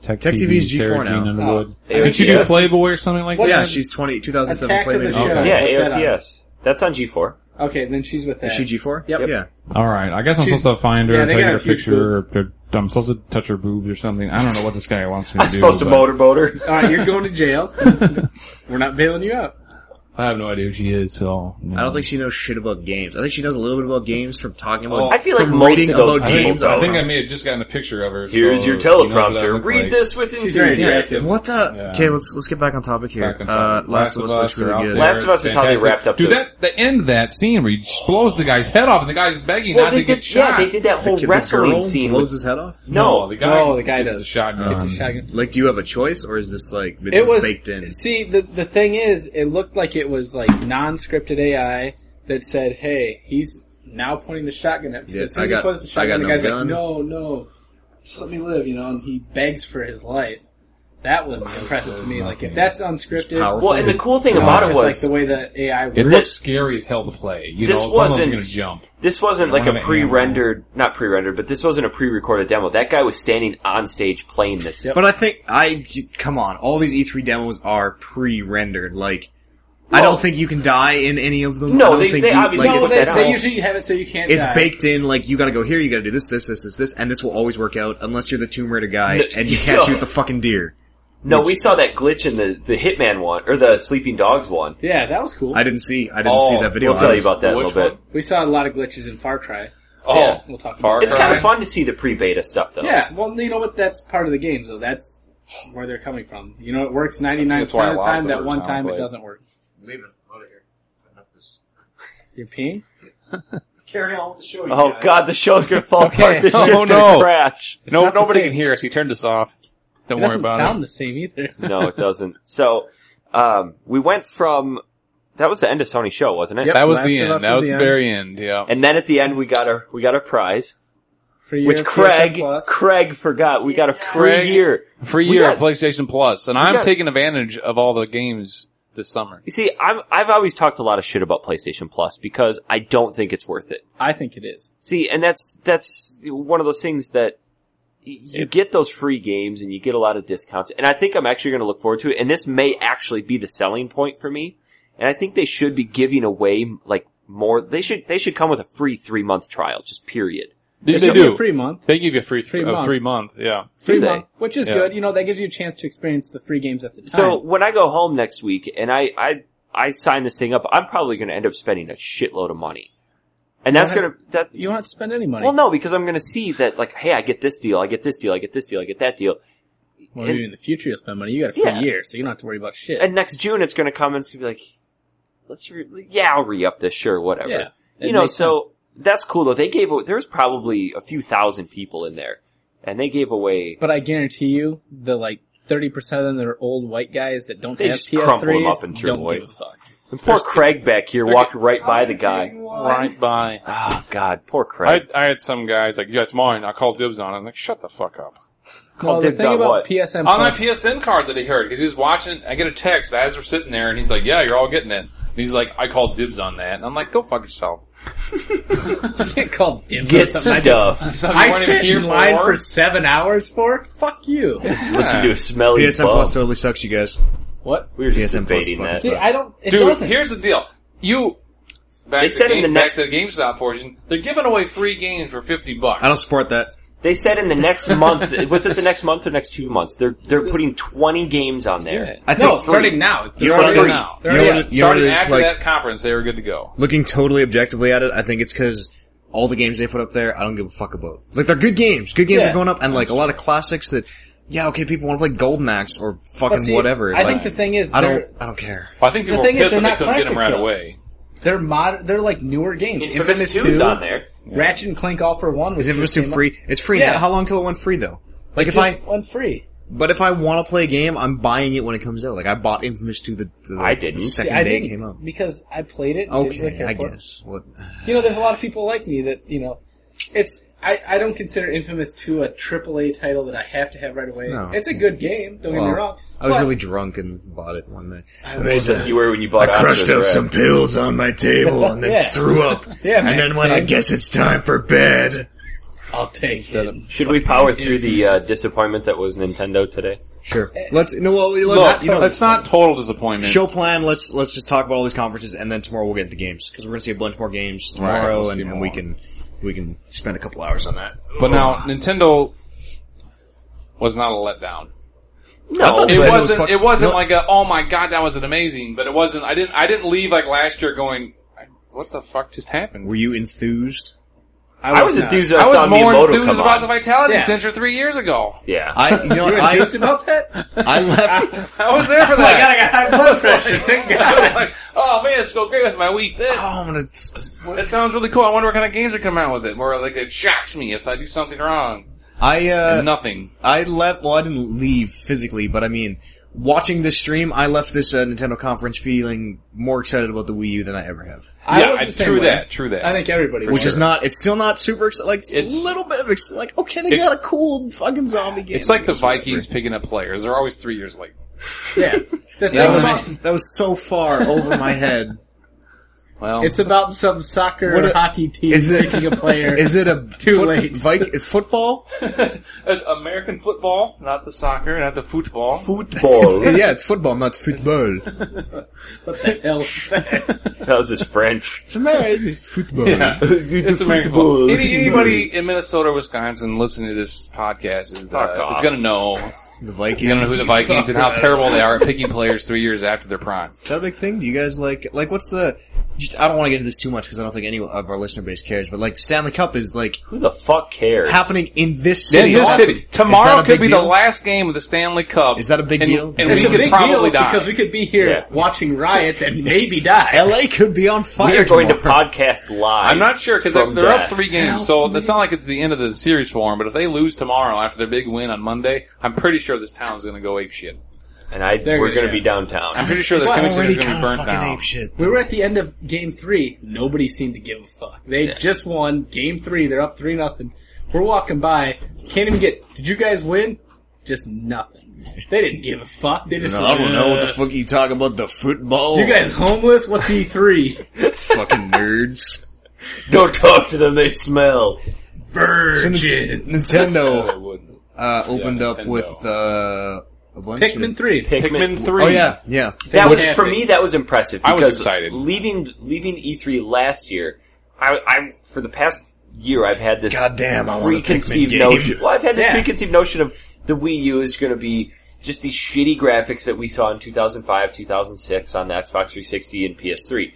Speaker 6: Tech,
Speaker 5: Tech
Speaker 6: TV
Speaker 5: TV is
Speaker 6: 's Sarah
Speaker 5: G4
Speaker 6: Jean
Speaker 5: now.
Speaker 6: Underwood.
Speaker 3: Oh.
Speaker 6: Did she do
Speaker 3: Yes.
Speaker 6: Playboy or something like
Speaker 4: What's
Speaker 5: Yeah,
Speaker 6: that?
Speaker 4: the-
Speaker 5: she's twenty two thousand seven.
Speaker 4: Attack of the
Speaker 5: Playmate.
Speaker 4: Show.
Speaker 6: Okay.
Speaker 3: Yeah,
Speaker 4: What's that on?
Speaker 3: AOTS. That's on G4.
Speaker 4: Okay, then she's with that.
Speaker 5: Is she G four?
Speaker 4: Yep.
Speaker 5: Yeah.
Speaker 6: All right, I guess I'm
Speaker 4: She's-
Speaker 6: supposed to find her,
Speaker 4: yeah,
Speaker 6: and
Speaker 4: they
Speaker 6: take
Speaker 4: got
Speaker 6: her
Speaker 4: a huge
Speaker 6: picture, or, or I'm supposed to touch her boobs or something. I don't know what this guy wants me to
Speaker 3: I'm
Speaker 6: do.
Speaker 3: supposed to
Speaker 6: but
Speaker 3: motorboat her.
Speaker 4: All right, you're going to jail. We're not bailing you out.
Speaker 6: I have no idea who she is, so
Speaker 5: I don't think she knows shit about games. I think she knows a little bit about games from talking about.
Speaker 6: Oh.
Speaker 3: I feel like
Speaker 5: from
Speaker 3: most
Speaker 5: reading
Speaker 3: of those
Speaker 5: about
Speaker 6: I
Speaker 3: people
Speaker 6: think,
Speaker 5: games,
Speaker 3: don't.
Speaker 6: I think I may have just gotten a picture of her.
Speaker 3: Here's
Speaker 6: so
Speaker 3: your
Speaker 6: he knows what I
Speaker 3: teleprompter.
Speaker 6: look
Speaker 3: Read
Speaker 6: like.
Speaker 3: this with
Speaker 4: She's very
Speaker 3: enthusiasm.
Speaker 4: interactive.
Speaker 5: What the?
Speaker 6: Yeah.
Speaker 5: Okay, let's let's get back on topic here.
Speaker 6: Back on
Speaker 5: Uh,
Speaker 6: top.
Speaker 5: Last of Us looks
Speaker 6: are out
Speaker 5: really good.
Speaker 6: there.
Speaker 3: Last of Us
Speaker 6: It's
Speaker 3: is how they
Speaker 6: fantastic.
Speaker 3: wrapped up
Speaker 6: Dude,
Speaker 3: the-
Speaker 6: that the end of that scene where he just blows the guy's head off, and the guy's begging
Speaker 3: Well,
Speaker 6: not
Speaker 3: they
Speaker 6: to get
Speaker 3: did,
Speaker 6: shot.
Speaker 3: yeah, they did that
Speaker 5: The
Speaker 3: whole
Speaker 5: kid- the
Speaker 3: wrestling
Speaker 5: girl
Speaker 3: scene.
Speaker 5: blows
Speaker 3: With,
Speaker 5: his head off.
Speaker 3: no,
Speaker 6: the guy.
Speaker 4: No, the guy
Speaker 6: gets
Speaker 4: does.
Speaker 6: The shotgun.
Speaker 5: Um,
Speaker 4: It's a shotgun.
Speaker 5: Like, do you have a choice, or is this like this
Speaker 4: It was
Speaker 5: baked in?
Speaker 4: See, the the thing is, it looked like it was like non-scripted AI that said, "Hey, he's now pointing the shotgun at."
Speaker 5: Yeah,
Speaker 4: as soon
Speaker 5: I
Speaker 4: as he
Speaker 5: got-
Speaker 4: points the
Speaker 5: I got
Speaker 4: shotgun, the
Speaker 5: no
Speaker 4: guy's
Speaker 5: gun.
Speaker 4: like, "No, no, just let me live," you know, and he begs for his life. That was impressive to me. Like if that's unscripted,
Speaker 5: powerful.
Speaker 3: Well, and the cool thing
Speaker 4: it's
Speaker 3: about it
Speaker 4: just
Speaker 3: was
Speaker 4: like the way that AI
Speaker 8: It
Speaker 4: works.
Speaker 8: looks scary as hell to play. You
Speaker 3: This
Speaker 8: know, one of
Speaker 3: wasn't-
Speaker 8: them's gonna jump.
Speaker 3: This wasn't
Speaker 8: One
Speaker 3: like
Speaker 8: of
Speaker 3: a
Speaker 8: it,
Speaker 3: pre-rendered, not pre-rendered, but this wasn't a pre-recorded demo. That guy was standing on stage playing this.
Speaker 5: But I think I come on. All these E3 demos are pre-rendered. Like, I don't think you can die in any of them.
Speaker 3: No,
Speaker 5: I don't
Speaker 3: they-
Speaker 5: think
Speaker 3: they
Speaker 5: you,
Speaker 3: obviously
Speaker 5: like,
Speaker 4: no,
Speaker 3: it's
Speaker 4: they,
Speaker 3: that
Speaker 4: they
Speaker 3: all-
Speaker 4: usually have it so you can't.
Speaker 5: it's
Speaker 4: die.
Speaker 5: baked in. Like, you got to go here. You got to do this, this, this, this, this, and this will always work out unless you're the Tomb Raider guy
Speaker 3: No,
Speaker 5: and you can't
Speaker 3: yeah.
Speaker 5: shoot the fucking deer.
Speaker 3: No, we saw that glitch in the, the Hitman one, or the Sleeping Dogs one.
Speaker 4: Yeah, that was cool.
Speaker 5: I didn't see. I didn't
Speaker 6: Oh,
Speaker 5: see that video.
Speaker 3: We'll tell
Speaker 5: I
Speaker 3: you
Speaker 5: was-
Speaker 3: about that in a
Speaker 6: Which
Speaker 3: little bit.
Speaker 4: we saw a lot of glitches in Far Cry.
Speaker 6: Oh,
Speaker 4: Yeah, we'll talk
Speaker 6: Far
Speaker 4: about it.
Speaker 3: It's kind
Speaker 6: Cry.
Speaker 3: of fun to see the pre-beta stuff though.
Speaker 4: Yeah, well, you know what? That's part of the game, though. That's where they're coming from. You know, it works 99% of
Speaker 6: That's why I
Speaker 4: the
Speaker 6: lost
Speaker 4: time.
Speaker 6: the
Speaker 4: That one
Speaker 6: first time I
Speaker 4: time it
Speaker 6: played.
Speaker 4: doesn't work.
Speaker 2: Leave it. Out of here. Enough this.
Speaker 4: You're peeing?
Speaker 2: Carry on with the show. you
Speaker 3: Oh
Speaker 2: guys.
Speaker 3: god, the show's gonna fall
Speaker 8: Okay.
Speaker 3: apart. This
Speaker 8: Oh,
Speaker 3: shit's gonna
Speaker 8: no.
Speaker 3: crash.
Speaker 6: no,
Speaker 4: not the
Speaker 6: nobody
Speaker 4: same.
Speaker 6: can hear us. He turned us off. Don't
Speaker 4: It
Speaker 6: worry
Speaker 4: doesn't
Speaker 6: about
Speaker 4: sound
Speaker 6: it.
Speaker 4: the same either.
Speaker 3: No, it doesn't. So, um, we went from, that was the end of Sony's show, wasn't it?
Speaker 4: Yep.
Speaker 6: That was
Speaker 4: Last
Speaker 6: the
Speaker 4: of
Speaker 6: end.
Speaker 4: Us
Speaker 6: That
Speaker 4: was
Speaker 6: was
Speaker 4: the
Speaker 6: the
Speaker 4: end.
Speaker 6: very end. Yeah.
Speaker 3: And then at the end we got our, we got our prize,
Speaker 4: For your
Speaker 3: which
Speaker 4: PSN
Speaker 3: Craig,
Speaker 4: Plus.
Speaker 3: Craig forgot. We got a free
Speaker 6: Craig-
Speaker 3: year.
Speaker 6: Free
Speaker 3: We
Speaker 6: year
Speaker 3: got-
Speaker 6: of PlayStation Plus, and I'm
Speaker 3: got-
Speaker 6: taking advantage of all the games this summer.
Speaker 3: You see, I'm, I've always talked a lot of shit about PlayStation Plus because I don't think it's worth it.
Speaker 4: I think it is.
Speaker 3: See, and that's that's one of those things that y- you get those free games and you get a lot of discounts. And I think I'm actually going to look forward to it. And this may actually be the selling point for me. And I think they should be giving away like more. They should they should come with a free three month trial, just period.
Speaker 6: They,
Speaker 4: It
Speaker 6: they
Speaker 4: should be a
Speaker 6: do.
Speaker 4: free month.
Speaker 6: They give you a free
Speaker 4: Free
Speaker 6: three month.
Speaker 4: month.
Speaker 6: three month. Yeah.
Speaker 4: Free
Speaker 3: they?
Speaker 4: month. Which is
Speaker 6: Yeah.
Speaker 4: good. You know, that gives you a chance to experience the free games at the time.
Speaker 3: So when I go home next week and I I I sign this thing up, I'm probably going to end up spending a shitload of money. And that's
Speaker 4: Right.
Speaker 3: gonna that
Speaker 4: you don't have to spend any money.
Speaker 3: well no because I'm gonna see that like hey I get this deal I get this deal I get this deal I get that deal
Speaker 4: well, maybe in the future you'll spend money. You got a free
Speaker 3: Yeah.
Speaker 4: year, so you don't have to worry about shit.
Speaker 3: and next June it's going to come and it's going to be like, let's re- yeah, I'll re-up this, sure, whatever.
Speaker 4: Yeah, it
Speaker 3: you know,
Speaker 4: makes
Speaker 3: so
Speaker 4: sense.
Speaker 3: that's cool though. They gave there was probably a few thousand people in there, and they gave away.
Speaker 4: But I guarantee you, the like 30% of them that are old white guys that don't
Speaker 3: They
Speaker 4: have
Speaker 3: just crumple 'em
Speaker 4: PS3s
Speaker 3: up and threw 'em
Speaker 4: don't
Speaker 3: away.
Speaker 4: give a fuck.
Speaker 3: And poor Craig back here walked right by the guy.
Speaker 6: Right by.
Speaker 3: Oh God, poor
Speaker 6: I,
Speaker 3: Craig.
Speaker 6: I had some guys like, yeah, it's mine. I called dibs on it. I'm like, shut the fuck up.
Speaker 4: Well, the
Speaker 3: dibs
Speaker 4: thing
Speaker 3: on
Speaker 4: about
Speaker 3: what?
Speaker 4: PSN
Speaker 6: On my
Speaker 4: Plus,
Speaker 6: PSN card that he heard, because he was watching, I get a text as we're sitting there, and he's like, yeah, you're all getting it. And he's like, I called dibs on that. And I'm like, go fuck yourself.
Speaker 4: get called dibs
Speaker 3: Get
Speaker 4: on something.
Speaker 3: stuff.
Speaker 6: So
Speaker 4: I, just, I sit in line for seven hours for? Fuck you.
Speaker 3: Listen to a smelly
Speaker 5: PSN
Speaker 3: bum.
Speaker 5: Plus totally sucks, you guys.
Speaker 4: what?
Speaker 3: we were just
Speaker 5: PSN Plus
Speaker 3: debating
Speaker 5: fucking
Speaker 3: that.
Speaker 4: See, I don't, it
Speaker 6: Dude,
Speaker 4: doesn't.
Speaker 6: here's the deal. You, back
Speaker 3: They
Speaker 6: to
Speaker 3: said in
Speaker 6: game-
Speaker 3: the next-
Speaker 6: back to the GameStop portion, they're giving away free games for 50 bucks.
Speaker 5: I don't support that.
Speaker 3: They said in the next month. Was it the next month or next two months? They're they're putting twenty games on there.
Speaker 5: I think
Speaker 4: no, starting now.
Speaker 5: you know what it
Speaker 6: Starting
Speaker 5: is?
Speaker 6: now.
Speaker 5: You know what it- you know what
Speaker 6: Started
Speaker 5: it is?
Speaker 6: after
Speaker 5: Like
Speaker 6: that conference, they were good to go.
Speaker 5: looking totally objectively at it, I think it's because all the games they put up there, I don't give a fuck about. Like they're good games. Good games
Speaker 4: Yeah.
Speaker 5: are going up, and like a lot of classics that, yeah, okay, people want to play Golden Axe or
Speaker 4: But
Speaker 5: fucking
Speaker 4: see,
Speaker 5: whatever.
Speaker 4: I
Speaker 5: like,
Speaker 4: think the thing is,
Speaker 5: I
Speaker 4: they're,
Speaker 5: don't. I don't care.
Speaker 6: Well, I think
Speaker 4: The
Speaker 6: people were
Speaker 4: thing is,
Speaker 6: pissed
Speaker 4: they're
Speaker 6: that they
Speaker 4: not
Speaker 6: couldn't get them
Speaker 4: classics,
Speaker 6: right
Speaker 4: though.
Speaker 6: away.
Speaker 4: they're mod, they're like newer games.
Speaker 3: Infamous, 2's
Speaker 4: 2,
Speaker 3: on there.
Speaker 4: Ratchet and Clank All for One was
Speaker 5: Is Infamous
Speaker 4: just
Speaker 5: Two
Speaker 4: came out.
Speaker 5: free? It's free.
Speaker 4: Yeah.
Speaker 5: now. How long till it went free though? Like if
Speaker 4: Just
Speaker 5: I,
Speaker 4: went free.
Speaker 5: but if I want to play a game, I'm buying it when it comes out. Like I bought Infamous Two the, the
Speaker 3: I
Speaker 5: the
Speaker 3: didn't. See,
Speaker 5: second
Speaker 4: I
Speaker 5: day
Speaker 4: didn't
Speaker 5: it came out.
Speaker 4: because I played it. did
Speaker 5: Okay, I guess. What?
Speaker 4: You know, there's a lot of people like me that you know. It's I, I don't consider Infamous Two a triple A title that I have to have right away.
Speaker 5: No.
Speaker 4: It's a good game. Don't get
Speaker 5: Well,
Speaker 4: me wrong.
Speaker 5: I was
Speaker 4: but
Speaker 5: really drunk and bought it one night.
Speaker 4: I
Speaker 5: And I
Speaker 4: wasn't.
Speaker 5: said,
Speaker 3: You were when you bought.
Speaker 5: I crushed
Speaker 3: Oscar's
Speaker 5: up
Speaker 3: Red.
Speaker 5: some pills on my table and then
Speaker 4: Yeah.
Speaker 5: threw up.
Speaker 4: Yeah,
Speaker 5: and
Speaker 4: Max
Speaker 5: then when I
Speaker 4: Payne.
Speaker 5: guess it's time for bed.
Speaker 4: I'll take it.
Speaker 3: Should we power through the uh, disappointment that was Nintendo today?
Speaker 5: Sure. Let's no. Well, let's
Speaker 6: Look,
Speaker 5: you know
Speaker 6: it's not total disappointment.
Speaker 5: show plan. Let's let's just talk about all these conferences and then tomorrow we'll get into games because we're gonna see a bunch more games
Speaker 6: Right,
Speaker 5: tomorrow
Speaker 6: we'll
Speaker 5: and,
Speaker 6: see
Speaker 5: and
Speaker 6: more.
Speaker 5: we can we can spend a couple hours on that.
Speaker 6: But now Nintendo was not a letdown.
Speaker 5: No,
Speaker 6: It wasn't. it wasn't like a oh my god that was an amazing. But it wasn't. I didn't. I didn't leave like last year going. "I- What the fuck just happened?
Speaker 5: Were you enthused?
Speaker 3: I was enthused. when I,
Speaker 6: I
Speaker 3: saw
Speaker 6: was more
Speaker 3: Miyamoto
Speaker 6: enthused
Speaker 3: come
Speaker 6: about
Speaker 3: on.
Speaker 6: the Vitality
Speaker 4: Yeah.
Speaker 6: Center three years ago.
Speaker 3: yeah,
Speaker 5: I you know
Speaker 4: You were enthused
Speaker 5: I
Speaker 4: about that?
Speaker 5: I left.
Speaker 6: I was there for that.
Speaker 4: I got high blood pressure. Thank
Speaker 6: I
Speaker 4: God.
Speaker 6: was like, oh man, it's going great with my week.
Speaker 5: Oh,
Speaker 6: That,
Speaker 5: I'm gonna.
Speaker 6: that sounds really cool. I wonder what kind of games are coming out with it. Where like it shocks me if I do something wrong.
Speaker 5: I uh
Speaker 6: Nothing.
Speaker 5: I left. Well, I didn't leave physically, but I mean. watching this stream, I left this uh, Nintendo conference feeling more excited about the Wii U than I ever have.
Speaker 4: I
Speaker 6: yeah,
Speaker 4: was
Speaker 6: I-
Speaker 4: the same
Speaker 6: true
Speaker 4: way.
Speaker 6: that, true that.
Speaker 4: I think everybody
Speaker 5: Which
Speaker 4: was.
Speaker 5: is not, it's still not super excited, like, it's
Speaker 6: It's-
Speaker 5: a little bit of, ex- like, okay, they
Speaker 6: it's-
Speaker 5: got a cool fucking zombie game.
Speaker 6: It's like the
Speaker 5: It's whatever.
Speaker 6: Vikings picking up players. They're always three years late.
Speaker 4: Yeah. The
Speaker 5: That
Speaker 4: thing about-
Speaker 5: was, that was so far over my head.
Speaker 6: Well,
Speaker 4: it's about some soccer
Speaker 5: What
Speaker 4: or
Speaker 5: a-
Speaker 4: hockey team
Speaker 5: is it-
Speaker 4: picking a player.
Speaker 5: Is it a
Speaker 4: Too
Speaker 5: foot-
Speaker 4: late.
Speaker 5: Vik- it's football?
Speaker 6: It's American football, not the soccer, not the football.
Speaker 3: Football.
Speaker 5: yeah, it's football, not football.
Speaker 4: what the hell is that?
Speaker 3: that was his French.
Speaker 5: It's amazing. Football.
Speaker 6: Yeah.
Speaker 3: it's
Speaker 6: It's American football. Any, anybody in Minnesota, Wisconsin, listening to this podcast is,
Speaker 3: Fuck
Speaker 6: uh,
Speaker 3: off.
Speaker 6: is going to know.
Speaker 5: The Vikings.
Speaker 6: You know who the Vikings and how terrible they are at picking players three years after their prime.
Speaker 5: Is that a big thing? Do you guys like like what's the? Just, I don't want to get into this too much because I don't think any of our listener base cares. But like the Stanley Cup is like
Speaker 3: Who the fuck cares?
Speaker 5: happening in this city.
Speaker 6: Kansas
Speaker 5: Awesome.
Speaker 6: City.
Speaker 5: Is that
Speaker 6: Tomorrow
Speaker 5: a
Speaker 6: could
Speaker 5: big
Speaker 6: be the
Speaker 5: deal?
Speaker 6: last game of the Stanley Cup.
Speaker 5: Is that a big
Speaker 6: and,
Speaker 5: deal?
Speaker 6: And
Speaker 4: It's
Speaker 6: we
Speaker 4: a
Speaker 6: could
Speaker 4: big
Speaker 6: probably
Speaker 4: deal
Speaker 6: die.
Speaker 4: because we could be here
Speaker 3: Yeah.
Speaker 4: watching riots and maybe die.
Speaker 5: L.A. could be on fire.
Speaker 3: We are going to
Speaker 5: tomorrow.
Speaker 3: podcast live.
Speaker 6: I'm not sure because they're,
Speaker 3: from
Speaker 6: they're up
Speaker 3: death.
Speaker 6: three games, so it's not like it's the end of the series for them. But if they lose tomorrow after their big win on Monday, I'm pretty sure this town's going to go ape shit.
Speaker 3: and I
Speaker 4: They're
Speaker 3: we're
Speaker 4: gonna-
Speaker 3: going to be downtown.
Speaker 6: I'm pretty sure the
Speaker 5: It's
Speaker 6: Convention
Speaker 5: already
Speaker 6: is going to be
Speaker 5: kinda
Speaker 6: burnt
Speaker 5: fucking
Speaker 6: down.
Speaker 5: ape shit.
Speaker 4: We were at the end of game three. Nobody seemed to give a fuck. They just won game three. They're up three nothing. We're walking by. Can't even get. Did you guys win? Just nothing. They didn't give a fuck. They just.
Speaker 5: I don't know what
Speaker 4: "Uh,
Speaker 5: the fuck you talk about the football.
Speaker 4: You guys homeless? What's E three?
Speaker 5: fucking nerds.
Speaker 3: Don't talk to them; they smell.
Speaker 5: So Nint- Nintendo
Speaker 6: I wouldn't.
Speaker 5: uh, opened
Speaker 6: Yeah,
Speaker 5: up
Speaker 6: Nintendo.
Speaker 5: with uh, a bunch
Speaker 4: Pikmin
Speaker 5: of
Speaker 4: three.
Speaker 6: Pikmin three.
Speaker 5: Oh yeah, yeah.
Speaker 3: That was
Speaker 4: Fantastic.
Speaker 3: for me. That was impressive.
Speaker 6: I
Speaker 3: Because
Speaker 6: was excited.
Speaker 3: leaving leaving E3 last year. I, I for the past year I've had this
Speaker 5: God damn, I want a Pikmin
Speaker 3: preconceived
Speaker 5: game.
Speaker 3: notion. Well, I've had this
Speaker 4: Yeah.
Speaker 3: preconceived notion of the Wii U is going to be just these shitty graphics that we saw in 2005, 2006 on the Xbox 360 and PS3.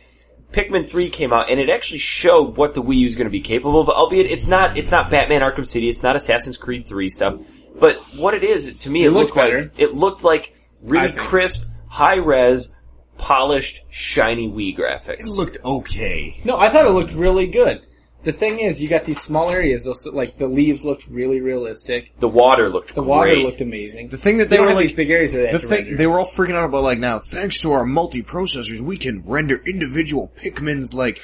Speaker 3: Pikmin 3 came out and it actually showed what the Wii U is going to be capable of, albeit it's not, it's not Batman Arkham City, it's not Assassin's Creed 3 stuff, but what it is, to me, it,
Speaker 4: looked
Speaker 3: looked,
Speaker 4: better.
Speaker 3: like, it looked like
Speaker 4: I
Speaker 3: really
Speaker 4: think.
Speaker 3: crisp, high res, polished, shiny Wii graphics.
Speaker 5: It looked okay.
Speaker 4: No, I thought it looked really good. The thing is, you got these small areas. Those like the leaves looked really realistic.
Speaker 3: the water looked
Speaker 4: The water
Speaker 3: great.
Speaker 4: looked amazing.
Speaker 5: The thing that they
Speaker 4: they don't
Speaker 5: were
Speaker 4: have
Speaker 5: like
Speaker 4: these big areas where they
Speaker 5: the
Speaker 4: have to
Speaker 5: thing
Speaker 4: render.
Speaker 5: they were all freaking out about like now thanks to our multi-processors we can render individual pikmins like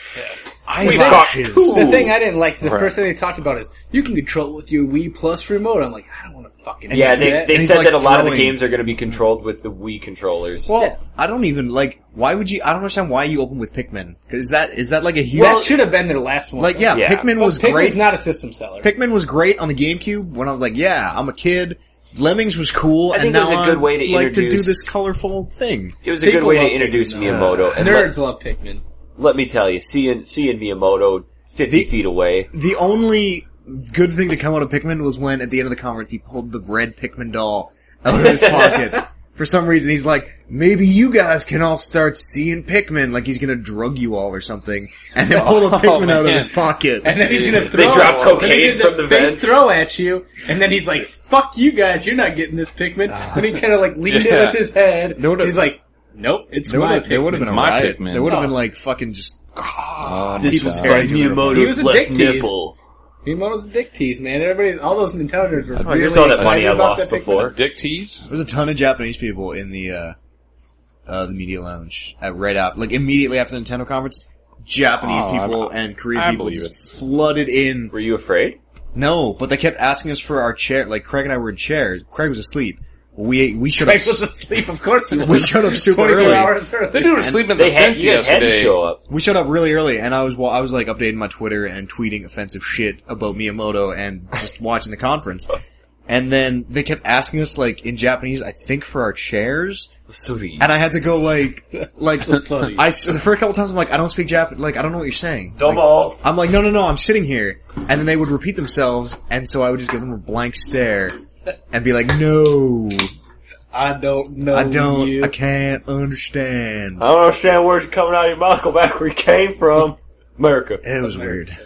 Speaker 5: eyelashes
Speaker 4: The thing I didn't like is the first thing they talked about is you can control it with your Wii Plus remote. I'm like, I don't want to fucking.
Speaker 3: Yeah,
Speaker 4: do
Speaker 3: they,
Speaker 4: that.
Speaker 3: they
Speaker 5: And he's,
Speaker 3: said
Speaker 5: like,
Speaker 3: that a lot of the
Speaker 5: throwing-
Speaker 3: games are going to be controlled with the Wii controllers.
Speaker 5: well i don't even like why would you i don't understand why you open with pikmin because that is that like a huge
Speaker 4: that should have been their last one.
Speaker 5: like yeah,
Speaker 3: Yeah.
Speaker 5: pikmin
Speaker 4: Well,
Speaker 5: was
Speaker 4: Pikmin's
Speaker 5: great
Speaker 4: not a system seller.
Speaker 5: pikmin was great on the gamecube when i was like yeah i'm a kid lemmings was cool
Speaker 3: I
Speaker 5: and
Speaker 3: think
Speaker 5: now
Speaker 3: it was a good
Speaker 5: I'd
Speaker 3: way to
Speaker 5: like to do
Speaker 3: introduce-
Speaker 5: this colorful thing
Speaker 3: It was a
Speaker 4: People
Speaker 3: good way
Speaker 4: love
Speaker 3: to introduce
Speaker 4: Pikmin,
Speaker 3: Miyamoto. And let,
Speaker 4: Nerds love Pikmin.
Speaker 3: let me tell you, seeing seeing Miyamoto
Speaker 5: The-
Speaker 3: fifty feet away,
Speaker 5: the only good thing to come out of Pikmin was when at the end of the conference he pulled the red Pikmin doll out of his pocket. For some reason he's like, maybe you guys can all start seeing Pikmin, like he's gonna drug you all or something, and then pull a
Speaker 6: Oh,
Speaker 5: Pikmin out of
Speaker 6: man.
Speaker 5: his pocket.
Speaker 4: And then he's gonna throw.
Speaker 3: drop
Speaker 4: it.
Speaker 3: cocaine
Speaker 4: And they-
Speaker 3: from the
Speaker 4: they
Speaker 3: vents.
Speaker 4: throw at you, and then he's like, "Fuck you guys, you're not getting this Pikmin." And he kind of like leaned
Speaker 6: Yeah.
Speaker 4: it with his head.
Speaker 5: Ah. They would've-
Speaker 4: he's like, "Nope, it's
Speaker 5: there
Speaker 4: my
Speaker 5: would've, there
Speaker 4: Pikmin."
Speaker 5: would've been a
Speaker 6: My
Speaker 5: riot.
Speaker 6: Pikmin.
Speaker 5: There would've
Speaker 4: Oh.
Speaker 5: been like fucking just ah,
Speaker 3: this
Speaker 5: people
Speaker 3: was by
Speaker 5: tearing each other apart.
Speaker 4: He was
Speaker 3: Miyamoto's
Speaker 4: a dick
Speaker 3: left
Speaker 4: tease.
Speaker 3: nipple.
Speaker 4: Miyamoto's a dick tease, man. Everybody, all those Nintendoers were. really
Speaker 3: Oh, Here's all that
Speaker 4: excited
Speaker 3: money I
Speaker 4: about
Speaker 3: lost
Speaker 4: that Pikmin.
Speaker 3: before.
Speaker 6: Dick tease.
Speaker 5: There was a ton of Japanese people in the uh, uh the media lounge at right after, like immediately after the Nintendo conference. Japanese
Speaker 6: Oh,
Speaker 5: people
Speaker 6: I'm-
Speaker 5: and Korean
Speaker 6: I
Speaker 5: people
Speaker 6: believe
Speaker 5: just flooded in
Speaker 3: Were you afraid?
Speaker 5: No, but they kept asking us for our chair. Like Craig and I were in chairs. Craig was asleep. We we showed
Speaker 4: Craig
Speaker 5: up.
Speaker 4: was asleep. Of course, he was.
Speaker 5: We showed up super
Speaker 4: 24
Speaker 5: early.
Speaker 4: hours
Speaker 6: They
Speaker 4: early.
Speaker 6: were sleeping in the
Speaker 3: They had
Speaker 6: bench
Speaker 3: you guys had to
Speaker 6: yesterday.
Speaker 3: show up.
Speaker 5: We showed up really early, and I was well, I was like updating my Twitter and tweeting offensive shit about Miyamoto and just watching the conference. And then they kept asking us like in Japanese, I think for our chairs,
Speaker 3: Sorry.
Speaker 5: and I had to go like like
Speaker 4: sorry.
Speaker 5: I for a couple times I'm like I don't speak Japanese, like I don't know what you're saying. Like,
Speaker 3: all.
Speaker 5: I'm like, no, no, no, I'm sitting here. And then they would repeat themselves, and so I would just give them a blank stare and be like, no,
Speaker 4: I don't know.
Speaker 5: I don't,
Speaker 4: you.
Speaker 5: I can't understand.
Speaker 3: I don't understand where it's coming out of your mouth. Go back where you came from, America.
Speaker 5: It was weird.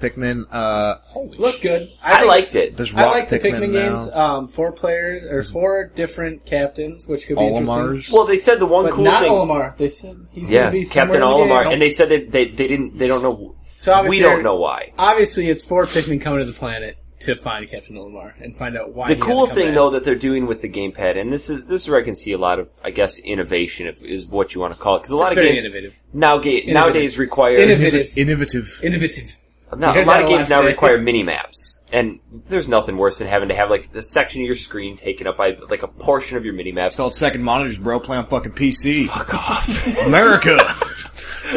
Speaker 5: Pikmin, uh,
Speaker 4: Look good.
Speaker 3: I
Speaker 4: think-
Speaker 3: liked it.
Speaker 5: there's
Speaker 4: I
Speaker 5: Rock
Speaker 4: like the
Speaker 5: Pikmin,
Speaker 4: Pikmin
Speaker 5: now.
Speaker 4: games. Um, four players or four different captains, which could be
Speaker 5: Olimar's.
Speaker 4: interesting.
Speaker 3: Well, they said the one
Speaker 4: But
Speaker 3: cool
Speaker 4: not
Speaker 3: thing.
Speaker 4: Olimar. They said he's
Speaker 3: Yeah,
Speaker 4: going to be
Speaker 3: Captain
Speaker 4: somewhere in the
Speaker 3: Olimar,
Speaker 4: game.
Speaker 3: and they said that they they didn't they don't know.
Speaker 4: So obviously
Speaker 3: we don't know why.
Speaker 4: Obviously, it's four Pikmin coming to the planet. to find Captain Olimar and find out why.
Speaker 3: The
Speaker 4: he
Speaker 3: cool
Speaker 4: hasn't come
Speaker 3: thing
Speaker 4: back.
Speaker 3: though that they're doing with the gamepad, and this is this is where I can see a lot of, I guess, innovation if, is what you want to call it, because a lot
Speaker 4: it's
Speaker 3: of
Speaker 4: very
Speaker 3: games
Speaker 4: innovative.
Speaker 3: now ga- nowadays require
Speaker 4: Innovative.
Speaker 5: Innovative.
Speaker 4: Innovative.
Speaker 3: No,
Speaker 4: You
Speaker 3: a
Speaker 4: heard
Speaker 3: lot
Speaker 4: that
Speaker 3: of
Speaker 4: a
Speaker 3: games
Speaker 4: lot
Speaker 3: now
Speaker 4: today.
Speaker 3: require mini maps, and there's nothing worse than having to have like the section of your screen taken up by like a portion of your mini map.
Speaker 5: It's called second monitors, bro. Play on fucking PC. Fuck off. America.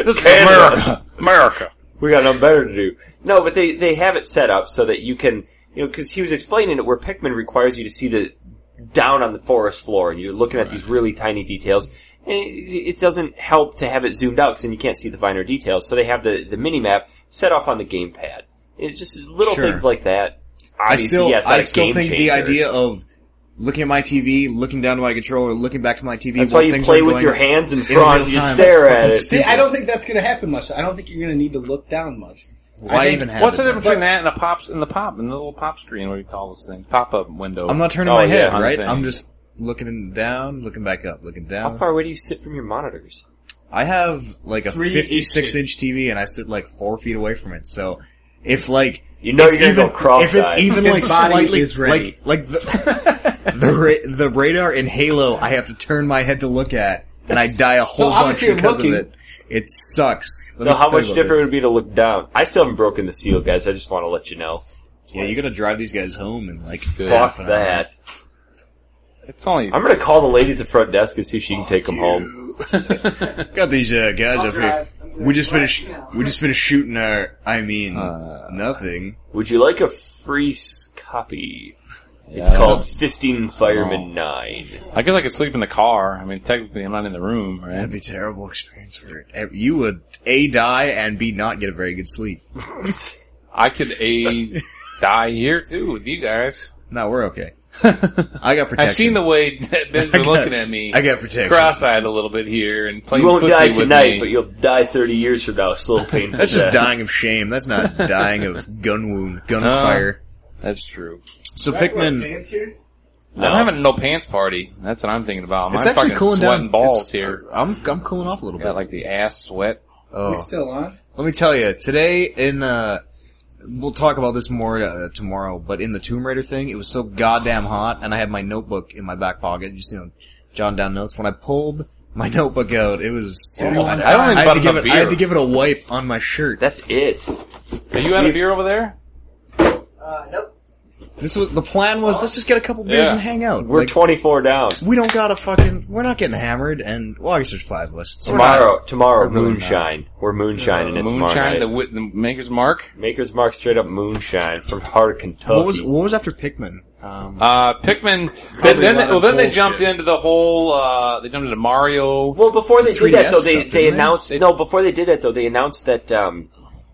Speaker 6: America, America.
Speaker 3: we got nothing better to do. No, but they they have it set up so that you can, you know, because he was explaining it where Pikmin requires you to see the down on the forest floor, and you're looking at these really tiny details. And it, it doesn't help to have it zoomed out because then you can't see the finer details. So they have the the mini map set off on the gamepad. It's just little
Speaker 5: Sure.
Speaker 3: things like that.
Speaker 5: I
Speaker 3: Obviously,
Speaker 5: still,
Speaker 3: yeah, it's not
Speaker 5: I
Speaker 3: a
Speaker 5: still
Speaker 3: game
Speaker 5: think the
Speaker 3: changer.
Speaker 5: idea of looking at my TV, looking down to my controller, looking back to my TV.
Speaker 3: That's
Speaker 5: while
Speaker 3: why you
Speaker 5: things
Speaker 3: play
Speaker 5: are
Speaker 3: with
Speaker 5: going-
Speaker 3: your hands in
Speaker 5: real
Speaker 3: front. You
Speaker 5: time,
Speaker 3: stare
Speaker 5: that's
Speaker 3: at it.
Speaker 4: See, I don't think that's going to happen much. I don't think you're going to need to look down much.
Speaker 5: Why even have
Speaker 6: What's the
Speaker 5: it?
Speaker 6: difference between that and a pops and the pop and the little pop screen? What do you call this thing? Pop up window.
Speaker 5: I'm not turning
Speaker 6: Oh,
Speaker 5: my
Speaker 6: yeah,
Speaker 5: head,
Speaker 6: on the
Speaker 5: right?
Speaker 6: thing.
Speaker 5: I'm just looking down, looking back up, looking
Speaker 3: How
Speaker 5: down.
Speaker 3: far away do you sit from your monitors?
Speaker 5: I have like a
Speaker 4: Three
Speaker 5: 56
Speaker 4: inches.
Speaker 5: inch TV and I sit like four feet away from it. So if like
Speaker 3: You know
Speaker 5: it's
Speaker 3: you're gonna
Speaker 5: even-
Speaker 3: go cross-eyed.
Speaker 5: if it's even
Speaker 4: His
Speaker 5: like
Speaker 4: body
Speaker 5: slightly
Speaker 4: is ready.
Speaker 5: like like the the, ra- the radar in Halo, I have to turn my head to look at, and I die a whole bunch
Speaker 4: obviously you're
Speaker 5: because
Speaker 4: looking.
Speaker 5: of it. It sucks. Let
Speaker 3: So
Speaker 5: me
Speaker 3: how
Speaker 5: tell you
Speaker 3: much
Speaker 5: about
Speaker 3: different
Speaker 5: this.
Speaker 3: would it be to look down? I still haven't broken the seal, guys. I just want to let you know.
Speaker 5: Yeah, you gotta drive these guys home and like
Speaker 3: Fuck
Speaker 5: half an hour.
Speaker 3: that.
Speaker 6: It's only
Speaker 3: I'm gonna call the lady at the front desk and see if she can take them home.
Speaker 5: Got these uh, guys up
Speaker 7: drive.
Speaker 5: here. We just finished. We just finished shooting our. I mean,
Speaker 3: Uh,
Speaker 5: nothing.
Speaker 3: Would you like a free s- copy? It's called Fisting
Speaker 5: Oh.
Speaker 3: Fireman Nine.
Speaker 6: I guess I could sleep in the car. I mean, technically, I'm not in the room, right?
Speaker 5: That'd be a terrible experience for it. You would a die and b not get a very good sleep.
Speaker 6: I could a die here too with you guys.
Speaker 5: No, we're okay. I got protection.
Speaker 6: I've seen the way that Ben's been
Speaker 5: I got-
Speaker 6: looking at me.
Speaker 5: I got protection.
Speaker 6: cross-eyed a little bit here and playing
Speaker 3: You won't
Speaker 6: footsie
Speaker 3: die
Speaker 6: with
Speaker 3: tonight,
Speaker 6: me.
Speaker 3: but you'll die 30 years from now. Slow painful.
Speaker 5: That's just
Speaker 3: death.
Speaker 5: dying of shame. That's not dying of gun wound,
Speaker 6: Uh,
Speaker 5: gunfire.
Speaker 6: That's true.
Speaker 5: so Pikmin,
Speaker 4: here?
Speaker 6: I'm having a no pants party. That's what I'm thinking about.
Speaker 5: it's
Speaker 6: I'm
Speaker 5: actually
Speaker 6: fucking
Speaker 5: cooling
Speaker 6: sweating
Speaker 5: down.
Speaker 6: balls
Speaker 5: it's-
Speaker 6: here.
Speaker 5: I'm I'm cooling off a little bit.
Speaker 6: Got like the ass sweat.
Speaker 5: oh.
Speaker 4: We still on?
Speaker 5: Let me tell you, today in uh we'll talk about this more uh, tomorrow, but in the Tomb Raider thing, it was so goddamn hot and I had my notebook in my back pocket, just you know, jotting down notes. When I pulled my notebook out, it was I,
Speaker 6: I don't even
Speaker 5: had
Speaker 6: bought
Speaker 5: to give
Speaker 6: enough
Speaker 5: it, I had to
Speaker 6: beer.
Speaker 5: give it a wipe on my shirt.
Speaker 3: That's it.
Speaker 6: Are you out of beer over there?
Speaker 7: Uh, nope.
Speaker 5: This was the plan was let's just get a couple beers
Speaker 6: Yeah.
Speaker 5: and hang out.
Speaker 3: We're
Speaker 5: Like,
Speaker 3: 24 down.
Speaker 5: we don't gotta fucking we're not getting hammered and well I guess there's five of us. So
Speaker 3: Tomorrow, tomorrow,
Speaker 6: We're really not.
Speaker 3: moonshine. We're moonshining
Speaker 5: Uh,
Speaker 3: it tomorrow
Speaker 6: Moonshine,
Speaker 3: night.
Speaker 6: the, wit- the maker's mark.
Speaker 3: Maker's Mark straight up moonshine from Hard Kentucky.
Speaker 5: what was what was after Pikmin? Um
Speaker 6: Uh, Pikmin. Then, then, well, then they jumped into the whole. Uh, they jumped into Mario.
Speaker 3: well, before they did
Speaker 5: 3DS
Speaker 3: that though,
Speaker 5: stuff,
Speaker 3: they, they
Speaker 5: didn't they?
Speaker 3: announced no. Before they did that though, they announced that um,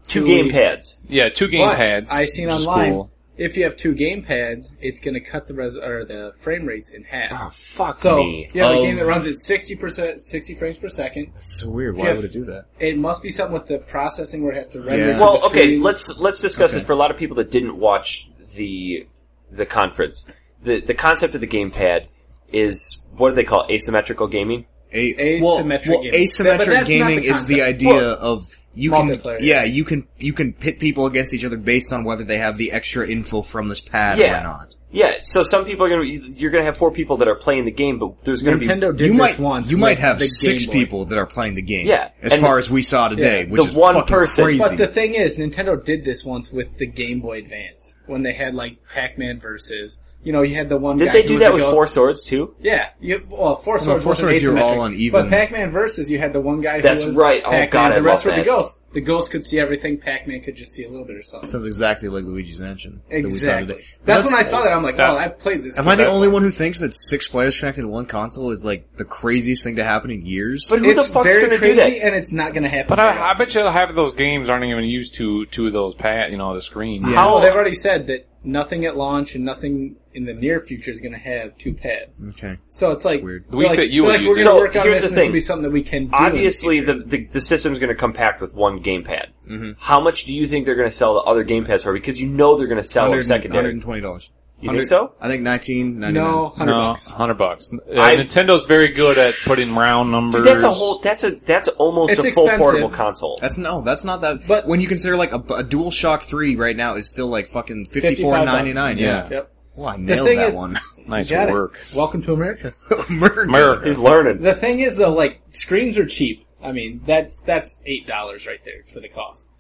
Speaker 3: two
Speaker 4: Two-
Speaker 3: gamepads.
Speaker 6: Yeah, two game
Speaker 4: But
Speaker 6: pads.
Speaker 4: I seen
Speaker 6: which is
Speaker 4: online.
Speaker 6: cool.
Speaker 4: If you have two game pads, it's going to cut the res or the frame rates in half.
Speaker 3: Oh fuck
Speaker 4: so
Speaker 3: me! Um,
Speaker 4: you have
Speaker 5: Oh.
Speaker 4: a game that runs at sixty percent, sixty frames per second.
Speaker 5: it's so weird,
Speaker 4: Yeah.
Speaker 5: why would it do that?
Speaker 4: It must be something with the processing where it has to render.
Speaker 5: Yeah.
Speaker 4: to
Speaker 3: Well,
Speaker 4: the
Speaker 3: okay,
Speaker 4: screens.
Speaker 3: let's let's discuss this for a lot of people that didn't watch the the conference. the The concept of the gamepad is what do they call it? asymmetrical gaming?
Speaker 5: A-
Speaker 4: Asymmetric
Speaker 5: well, well,
Speaker 4: gaming. But
Speaker 5: asymmetric
Speaker 4: that's not
Speaker 5: gaming
Speaker 4: the
Speaker 5: is the
Speaker 4: concept.
Speaker 5: idea
Speaker 4: Well,
Speaker 5: of you can,
Speaker 4: multiplayer.
Speaker 5: yeah, you can you can pit people against each other based on whether they have the extra info from this pad
Speaker 3: Yeah.
Speaker 5: or not.
Speaker 3: Yeah. So some people are gonna you're gonna have four people that are playing the game, but there's gonna be
Speaker 4: Nintendo did
Speaker 5: you
Speaker 4: this
Speaker 5: might
Speaker 4: once.
Speaker 5: you
Speaker 4: with
Speaker 5: might have
Speaker 4: the Game
Speaker 5: six
Speaker 4: Boy.
Speaker 5: people that are playing the game.
Speaker 3: Yeah,
Speaker 5: as
Speaker 3: and
Speaker 5: far
Speaker 3: the-
Speaker 5: as we saw today,
Speaker 4: yeah,
Speaker 5: which
Speaker 3: the
Speaker 5: is
Speaker 3: one
Speaker 5: fucking
Speaker 3: person.
Speaker 5: crazy.
Speaker 4: But the thing is, Nintendo did this once with the Game Boy Advance when they had like Pac-Man versus. You know, you had the one.
Speaker 3: Did
Speaker 4: guy
Speaker 3: they
Speaker 4: who
Speaker 3: do
Speaker 4: was oh, a
Speaker 3: that with
Speaker 4: go-
Speaker 3: Four Swords too?
Speaker 4: Yeah, you, well, four swords.
Speaker 5: Four
Speaker 4: wasn't
Speaker 5: Swords, you're
Speaker 4: asymmetric.
Speaker 5: all uneven.
Speaker 4: But Pac-Man versus, you had the one guy.
Speaker 3: That's
Speaker 4: who was
Speaker 3: right. Oh,
Speaker 4: Pac-Man,
Speaker 3: God, I
Speaker 4: the rest
Speaker 3: love
Speaker 4: were the
Speaker 3: that.
Speaker 4: ghosts. The ghosts could see everything. Pac-Man could just see a little bit or something.
Speaker 5: sounds exactly like Luigi's Mansion. that we saw
Speaker 4: exactly.
Speaker 5: today.
Speaker 4: That's, when I saw that. I'm like,
Speaker 6: that-
Speaker 4: oh, I played this.
Speaker 5: Am I the only one who thinks that six players connected to one console is like the craziest thing to happen in years?
Speaker 3: But who
Speaker 4: It's
Speaker 3: the fuck's
Speaker 4: very
Speaker 3: gonna
Speaker 4: crazy,
Speaker 3: do that?
Speaker 4: and it's not going to happen.
Speaker 6: But
Speaker 4: very
Speaker 6: I, I
Speaker 4: often.
Speaker 6: bet you half of those games aren't even used to two of those pad. You know, the screen.
Speaker 5: Yeah.
Speaker 4: Oh, they've already said that nothing at launch and nothing in the near future is going to have two pads.
Speaker 5: okay.
Speaker 4: So it's like
Speaker 5: weird.
Speaker 4: they're
Speaker 6: We
Speaker 4: like,
Speaker 6: fit you
Speaker 4: they're
Speaker 6: would
Speaker 4: like,
Speaker 6: use
Speaker 4: we're
Speaker 6: it.
Speaker 4: going to
Speaker 3: So,
Speaker 4: work on
Speaker 3: here's
Speaker 4: this.
Speaker 3: the
Speaker 4: and This
Speaker 3: thing.
Speaker 4: will be something that we can do. in the
Speaker 3: obviously
Speaker 4: future.
Speaker 3: the, the, the system's going to compact with one gamepad.
Speaker 4: Mm-hmm.
Speaker 3: How much do you think they're going to sell the other gamepads for? Because you know they're going to sell them
Speaker 5: Hundred
Speaker 3: secondary.
Speaker 5: and twenty dollars.
Speaker 3: You think so?
Speaker 5: I think nineteen ninety nine.
Speaker 4: No, hundred
Speaker 6: No,
Speaker 4: bucks.
Speaker 6: hundred bucks. Uh,
Speaker 3: I-
Speaker 6: Nintendo's very good at putting round numbers.
Speaker 3: Dude, that's a whole. That's a. That's almost
Speaker 4: It's
Speaker 3: a full
Speaker 4: expensive.
Speaker 3: portable console.
Speaker 5: That's no, that's not that.
Speaker 4: But-
Speaker 5: But when you consider like a, a DualShock Three right now is still like fucking fifty four ninety nine. Yeah.
Speaker 4: Yep.
Speaker 5: Well, I
Speaker 4: nailed
Speaker 5: nailed
Speaker 4: thing that
Speaker 5: that
Speaker 4: is- one.
Speaker 5: one.
Speaker 6: nice
Speaker 4: Got it.
Speaker 6: work.
Speaker 4: Welcome to America.
Speaker 6: America.
Speaker 3: He's learning.
Speaker 4: The thing is though, like screens are cheap. I mean, that's that's eight dollars right there for the cost.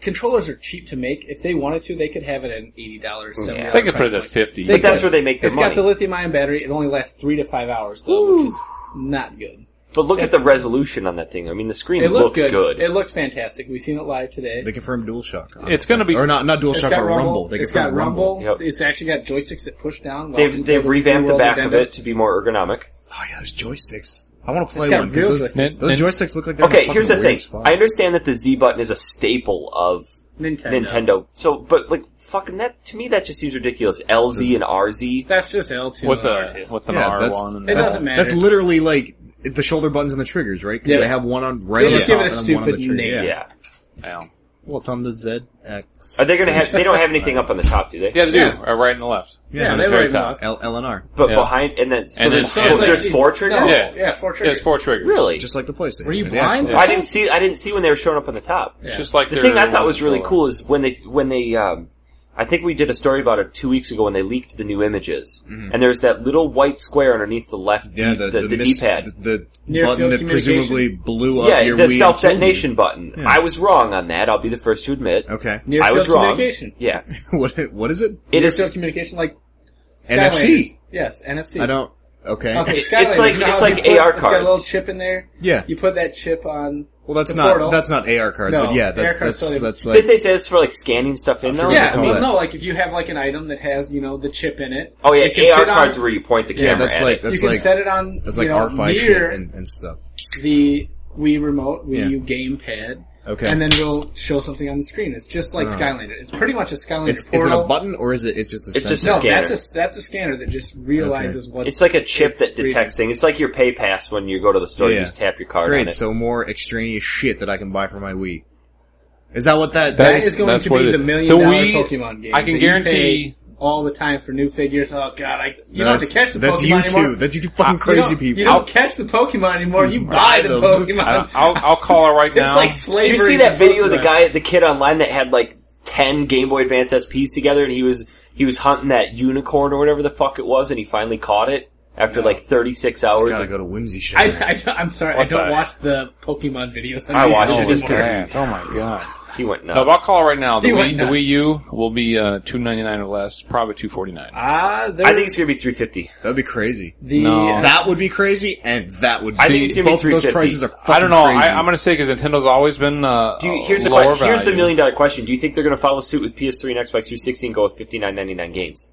Speaker 4: Controllers are cheap to make. If they wanted to, they could have it at an eighty dollars.
Speaker 6: They could put it at fifty.
Speaker 4: They
Speaker 3: But that's
Speaker 4: could.
Speaker 3: where they make their
Speaker 4: It's
Speaker 3: money.
Speaker 4: got the lithium ion battery. It only lasts three to five hours though, which is not good.
Speaker 3: but look at the resolution on that thing. I mean, the screen
Speaker 4: It
Speaker 3: looks
Speaker 4: looks
Speaker 3: good.
Speaker 4: It looks fantastic. We've seen it live today.
Speaker 5: They confirmed DualShock.
Speaker 6: It's gonna be.
Speaker 5: or not not
Speaker 4: It's
Speaker 5: DualShock
Speaker 4: got
Speaker 5: or
Speaker 4: rumble.
Speaker 5: Rumble. They
Speaker 4: It's got
Speaker 5: confirmed
Speaker 4: rumble.
Speaker 3: Yep.
Speaker 4: It's actually got joysticks that push down. while
Speaker 3: They've
Speaker 4: you
Speaker 3: they've
Speaker 4: go to
Speaker 3: revamped the
Speaker 4: World
Speaker 3: back of
Speaker 4: Nintendo.
Speaker 3: it to be more ergonomic.
Speaker 5: Oh yeah, those joysticks. I want to play
Speaker 4: It's got
Speaker 5: one 'cause
Speaker 4: real
Speaker 5: those,
Speaker 4: joysticks.
Speaker 5: those
Speaker 10: And-
Speaker 5: joysticks look like they're in a
Speaker 3: Okay, here's the
Speaker 5: fucking
Speaker 3: thing.
Speaker 5: weird spot.
Speaker 3: I understand that the Z button is a staple of
Speaker 4: Nintendo.
Speaker 3: Nintendo. So, but like fucking that to me, that just seems ridiculous. LZ and RZ.
Speaker 4: That's just L two.
Speaker 6: With the
Speaker 4: R2.
Speaker 6: with an
Speaker 5: Yeah,
Speaker 6: R
Speaker 5: that's-
Speaker 6: one,
Speaker 4: It
Speaker 6: and
Speaker 4: doesn't matter.
Speaker 5: That's literally like the shoulder buttons and the triggers, right? 'Cause
Speaker 4: Yeah.
Speaker 5: they have one on right.
Speaker 4: They
Speaker 5: on
Speaker 4: just
Speaker 5: the
Speaker 4: give it
Speaker 5: top
Speaker 4: a
Speaker 5: and then one on the
Speaker 4: stupid
Speaker 5: trigger.
Speaker 4: name.
Speaker 3: Yeah.
Speaker 5: Yeah.
Speaker 6: yeah,
Speaker 5: Well, it's on the ZX.
Speaker 3: Are they gonna have? They don't have anything up on the top, do they?
Speaker 6: yeah, they do.
Speaker 4: Yeah.
Speaker 6: Uh, Right and left.
Speaker 5: Yeah,
Speaker 6: on
Speaker 4: they
Speaker 6: the very
Speaker 4: write them
Speaker 6: top.
Speaker 4: up.
Speaker 5: L- LNR,
Speaker 3: But
Speaker 6: Yeah.
Speaker 3: behind and then so
Speaker 6: And
Speaker 3: there's,
Speaker 6: then-
Speaker 3: oh, there's
Speaker 4: like-
Speaker 3: four
Speaker 4: No,
Speaker 3: triggers.
Speaker 4: yeah.
Speaker 6: Yeah.
Speaker 4: four
Speaker 6: Yeah,
Speaker 4: triggers.
Speaker 6: it's four triggers.
Speaker 3: Really?
Speaker 5: just like the PlayStation.
Speaker 4: Were you
Speaker 5: The
Speaker 4: blind?
Speaker 5: Xbox.
Speaker 3: I didn't see. I didn't see when they were showing up on the top.
Speaker 6: It's just like
Speaker 3: The
Speaker 6: their
Speaker 3: thing I thought
Speaker 6: own
Speaker 3: was really
Speaker 6: controller.
Speaker 3: cool is when they when they um, I think we did a story about it two weeks ago when they leaked the new images, and there's that little white square underneath the left,
Speaker 5: Yeah,
Speaker 3: D-
Speaker 5: the
Speaker 3: the, the,
Speaker 5: miss-
Speaker 3: D-pad.
Speaker 5: the, the
Speaker 4: Near
Speaker 5: button
Speaker 4: field
Speaker 5: that
Speaker 4: communication.
Speaker 5: presumably blew up
Speaker 3: yeah,
Speaker 5: your
Speaker 3: the
Speaker 5: Wii
Speaker 3: self
Speaker 5: and killed
Speaker 3: detonation button.
Speaker 5: Yeah.
Speaker 3: I was wrong on that. I'll be the first to admit.
Speaker 5: you. Okay,
Speaker 4: Near
Speaker 3: I was
Speaker 4: field
Speaker 3: wrong.
Speaker 4: Communication.
Speaker 3: Yeah,
Speaker 5: what what is it?
Speaker 3: it
Speaker 4: Near
Speaker 3: is.
Speaker 4: field communication like
Speaker 5: NFC.
Speaker 4: Skylanders. Yes, NFC.
Speaker 5: I don't. Okay.
Speaker 4: Okay,
Speaker 3: It's
Speaker 4: Skylanders,
Speaker 3: like-
Speaker 4: you know
Speaker 3: it's
Speaker 4: how you
Speaker 3: like
Speaker 4: put-
Speaker 3: AR
Speaker 4: It's got a little
Speaker 3: cards.
Speaker 4: chip in there.
Speaker 5: Yeah.
Speaker 4: You put that chip on.
Speaker 5: Well, that's
Speaker 4: the
Speaker 5: not
Speaker 4: portal.
Speaker 5: that's not AR card,
Speaker 4: No,
Speaker 5: but yeah,
Speaker 4: AR
Speaker 5: that's that's
Speaker 4: card's totally-
Speaker 5: that's
Speaker 3: Did
Speaker 5: like
Speaker 3: they say it's for like scanning stuff in though?
Speaker 5: forgot
Speaker 4: Yeah,
Speaker 5: they
Speaker 4: I
Speaker 5: call
Speaker 4: mean,
Speaker 5: that?
Speaker 4: no, like if you have like an item that has you know the chip in it.
Speaker 3: Oh yeah,
Speaker 4: you can
Speaker 3: AR
Speaker 4: sit on-
Speaker 3: cards where you point the
Speaker 5: yeah,
Speaker 3: camera.
Speaker 5: that's
Speaker 3: at
Speaker 5: like
Speaker 3: it.
Speaker 5: that's
Speaker 4: you can
Speaker 5: like
Speaker 4: set it on
Speaker 5: that's
Speaker 4: you
Speaker 5: like
Speaker 4: know,
Speaker 5: R five
Speaker 4: near
Speaker 5: shit and, and stuff.
Speaker 4: the Wii remote, Wii
Speaker 5: Yeah.
Speaker 4: U gamepad.
Speaker 5: Okay. Uh-huh.
Speaker 4: And then we'll show something on the screen. It's just like Skylander. It's pretty much a Skylander
Speaker 5: It's is
Speaker 4: portal.
Speaker 5: it a button or is it it's just a
Speaker 3: It's just
Speaker 5: sensor?
Speaker 4: no,
Speaker 3: Scanner.
Speaker 4: that's a that's a scanner that just realizes what
Speaker 3: It's like a chip
Speaker 4: It's
Speaker 3: that
Speaker 4: reading.
Speaker 3: detects things. It's like your pay pass when you go to the store, you
Speaker 5: Yeah.
Speaker 3: just tap your card on
Speaker 5: Great,
Speaker 3: it.
Speaker 5: so more extraneous shit that I can buy for my Wii. Is that what that
Speaker 4: that
Speaker 6: That's-
Speaker 4: is going
Speaker 6: that's
Speaker 4: to
Speaker 6: what
Speaker 4: be
Speaker 6: it
Speaker 4: the
Speaker 6: is.
Speaker 4: million
Speaker 6: The
Speaker 4: dollar
Speaker 6: Wii-
Speaker 4: Pokemon game.
Speaker 6: I can
Speaker 4: that you
Speaker 6: guarantee-
Speaker 4: pay all the time for new figures. Oh god, I you don't have to
Speaker 5: that's-
Speaker 4: catch the
Speaker 5: That's
Speaker 4: Pokemon
Speaker 5: you
Speaker 4: anymore.
Speaker 5: too. That's you two fucking
Speaker 4: you
Speaker 5: crazy
Speaker 4: don't,
Speaker 5: people.
Speaker 4: You don't catch the Pokemon anymore. You buy the
Speaker 5: them.
Speaker 6: I-
Speaker 4: Pokemon.
Speaker 6: I'll I'll call her right
Speaker 4: It's
Speaker 6: now.
Speaker 4: like
Speaker 3: Did
Speaker 4: slavery.
Speaker 3: you see
Speaker 4: to
Speaker 3: that video of the
Speaker 4: Pokemon.
Speaker 3: guy, the kid online that had like ten Game Boy Advance SPs together, and he was he was hunting that unicorn or whatever the fuck it was, and he finally caught it after like thirty six
Speaker 5: Just
Speaker 3: hours.
Speaker 5: gotta go to whimsy shop.
Speaker 4: I, I, I'm sorry, I
Speaker 6: What
Speaker 4: don't
Speaker 6: the-
Speaker 4: watch the Pokemon videos. On
Speaker 3: I watch
Speaker 4: YouTube
Speaker 3: it just 'cause-
Speaker 4: anymore.
Speaker 6: Man, oh my god.
Speaker 3: he went nuts.
Speaker 6: No, but I'll call right now. The
Speaker 4: He went
Speaker 6: Wii, the
Speaker 4: nuts.
Speaker 6: Wii U will be uh, two ninety nine or less, probably two forty nine.
Speaker 4: Ah, there,
Speaker 3: I think it's gonna be three fifty.
Speaker 5: That'd be crazy.
Speaker 4: the
Speaker 6: No.
Speaker 4: uh,
Speaker 5: That would be crazy, and that would. Be,
Speaker 3: I think it's gonna be
Speaker 5: both of those
Speaker 3: 350.
Speaker 5: prices are. Fucking
Speaker 6: I don't know.
Speaker 5: Crazy.
Speaker 6: I, I'm going to say because Nintendo's always been uh,
Speaker 3: Do you, here's the
Speaker 6: lower
Speaker 3: question. Here's the
Speaker 6: value.
Speaker 3: million dollar question. Do you think they're gonna follow suit with PS3 and Xbox 360 and go with fifty nine ninety nine games?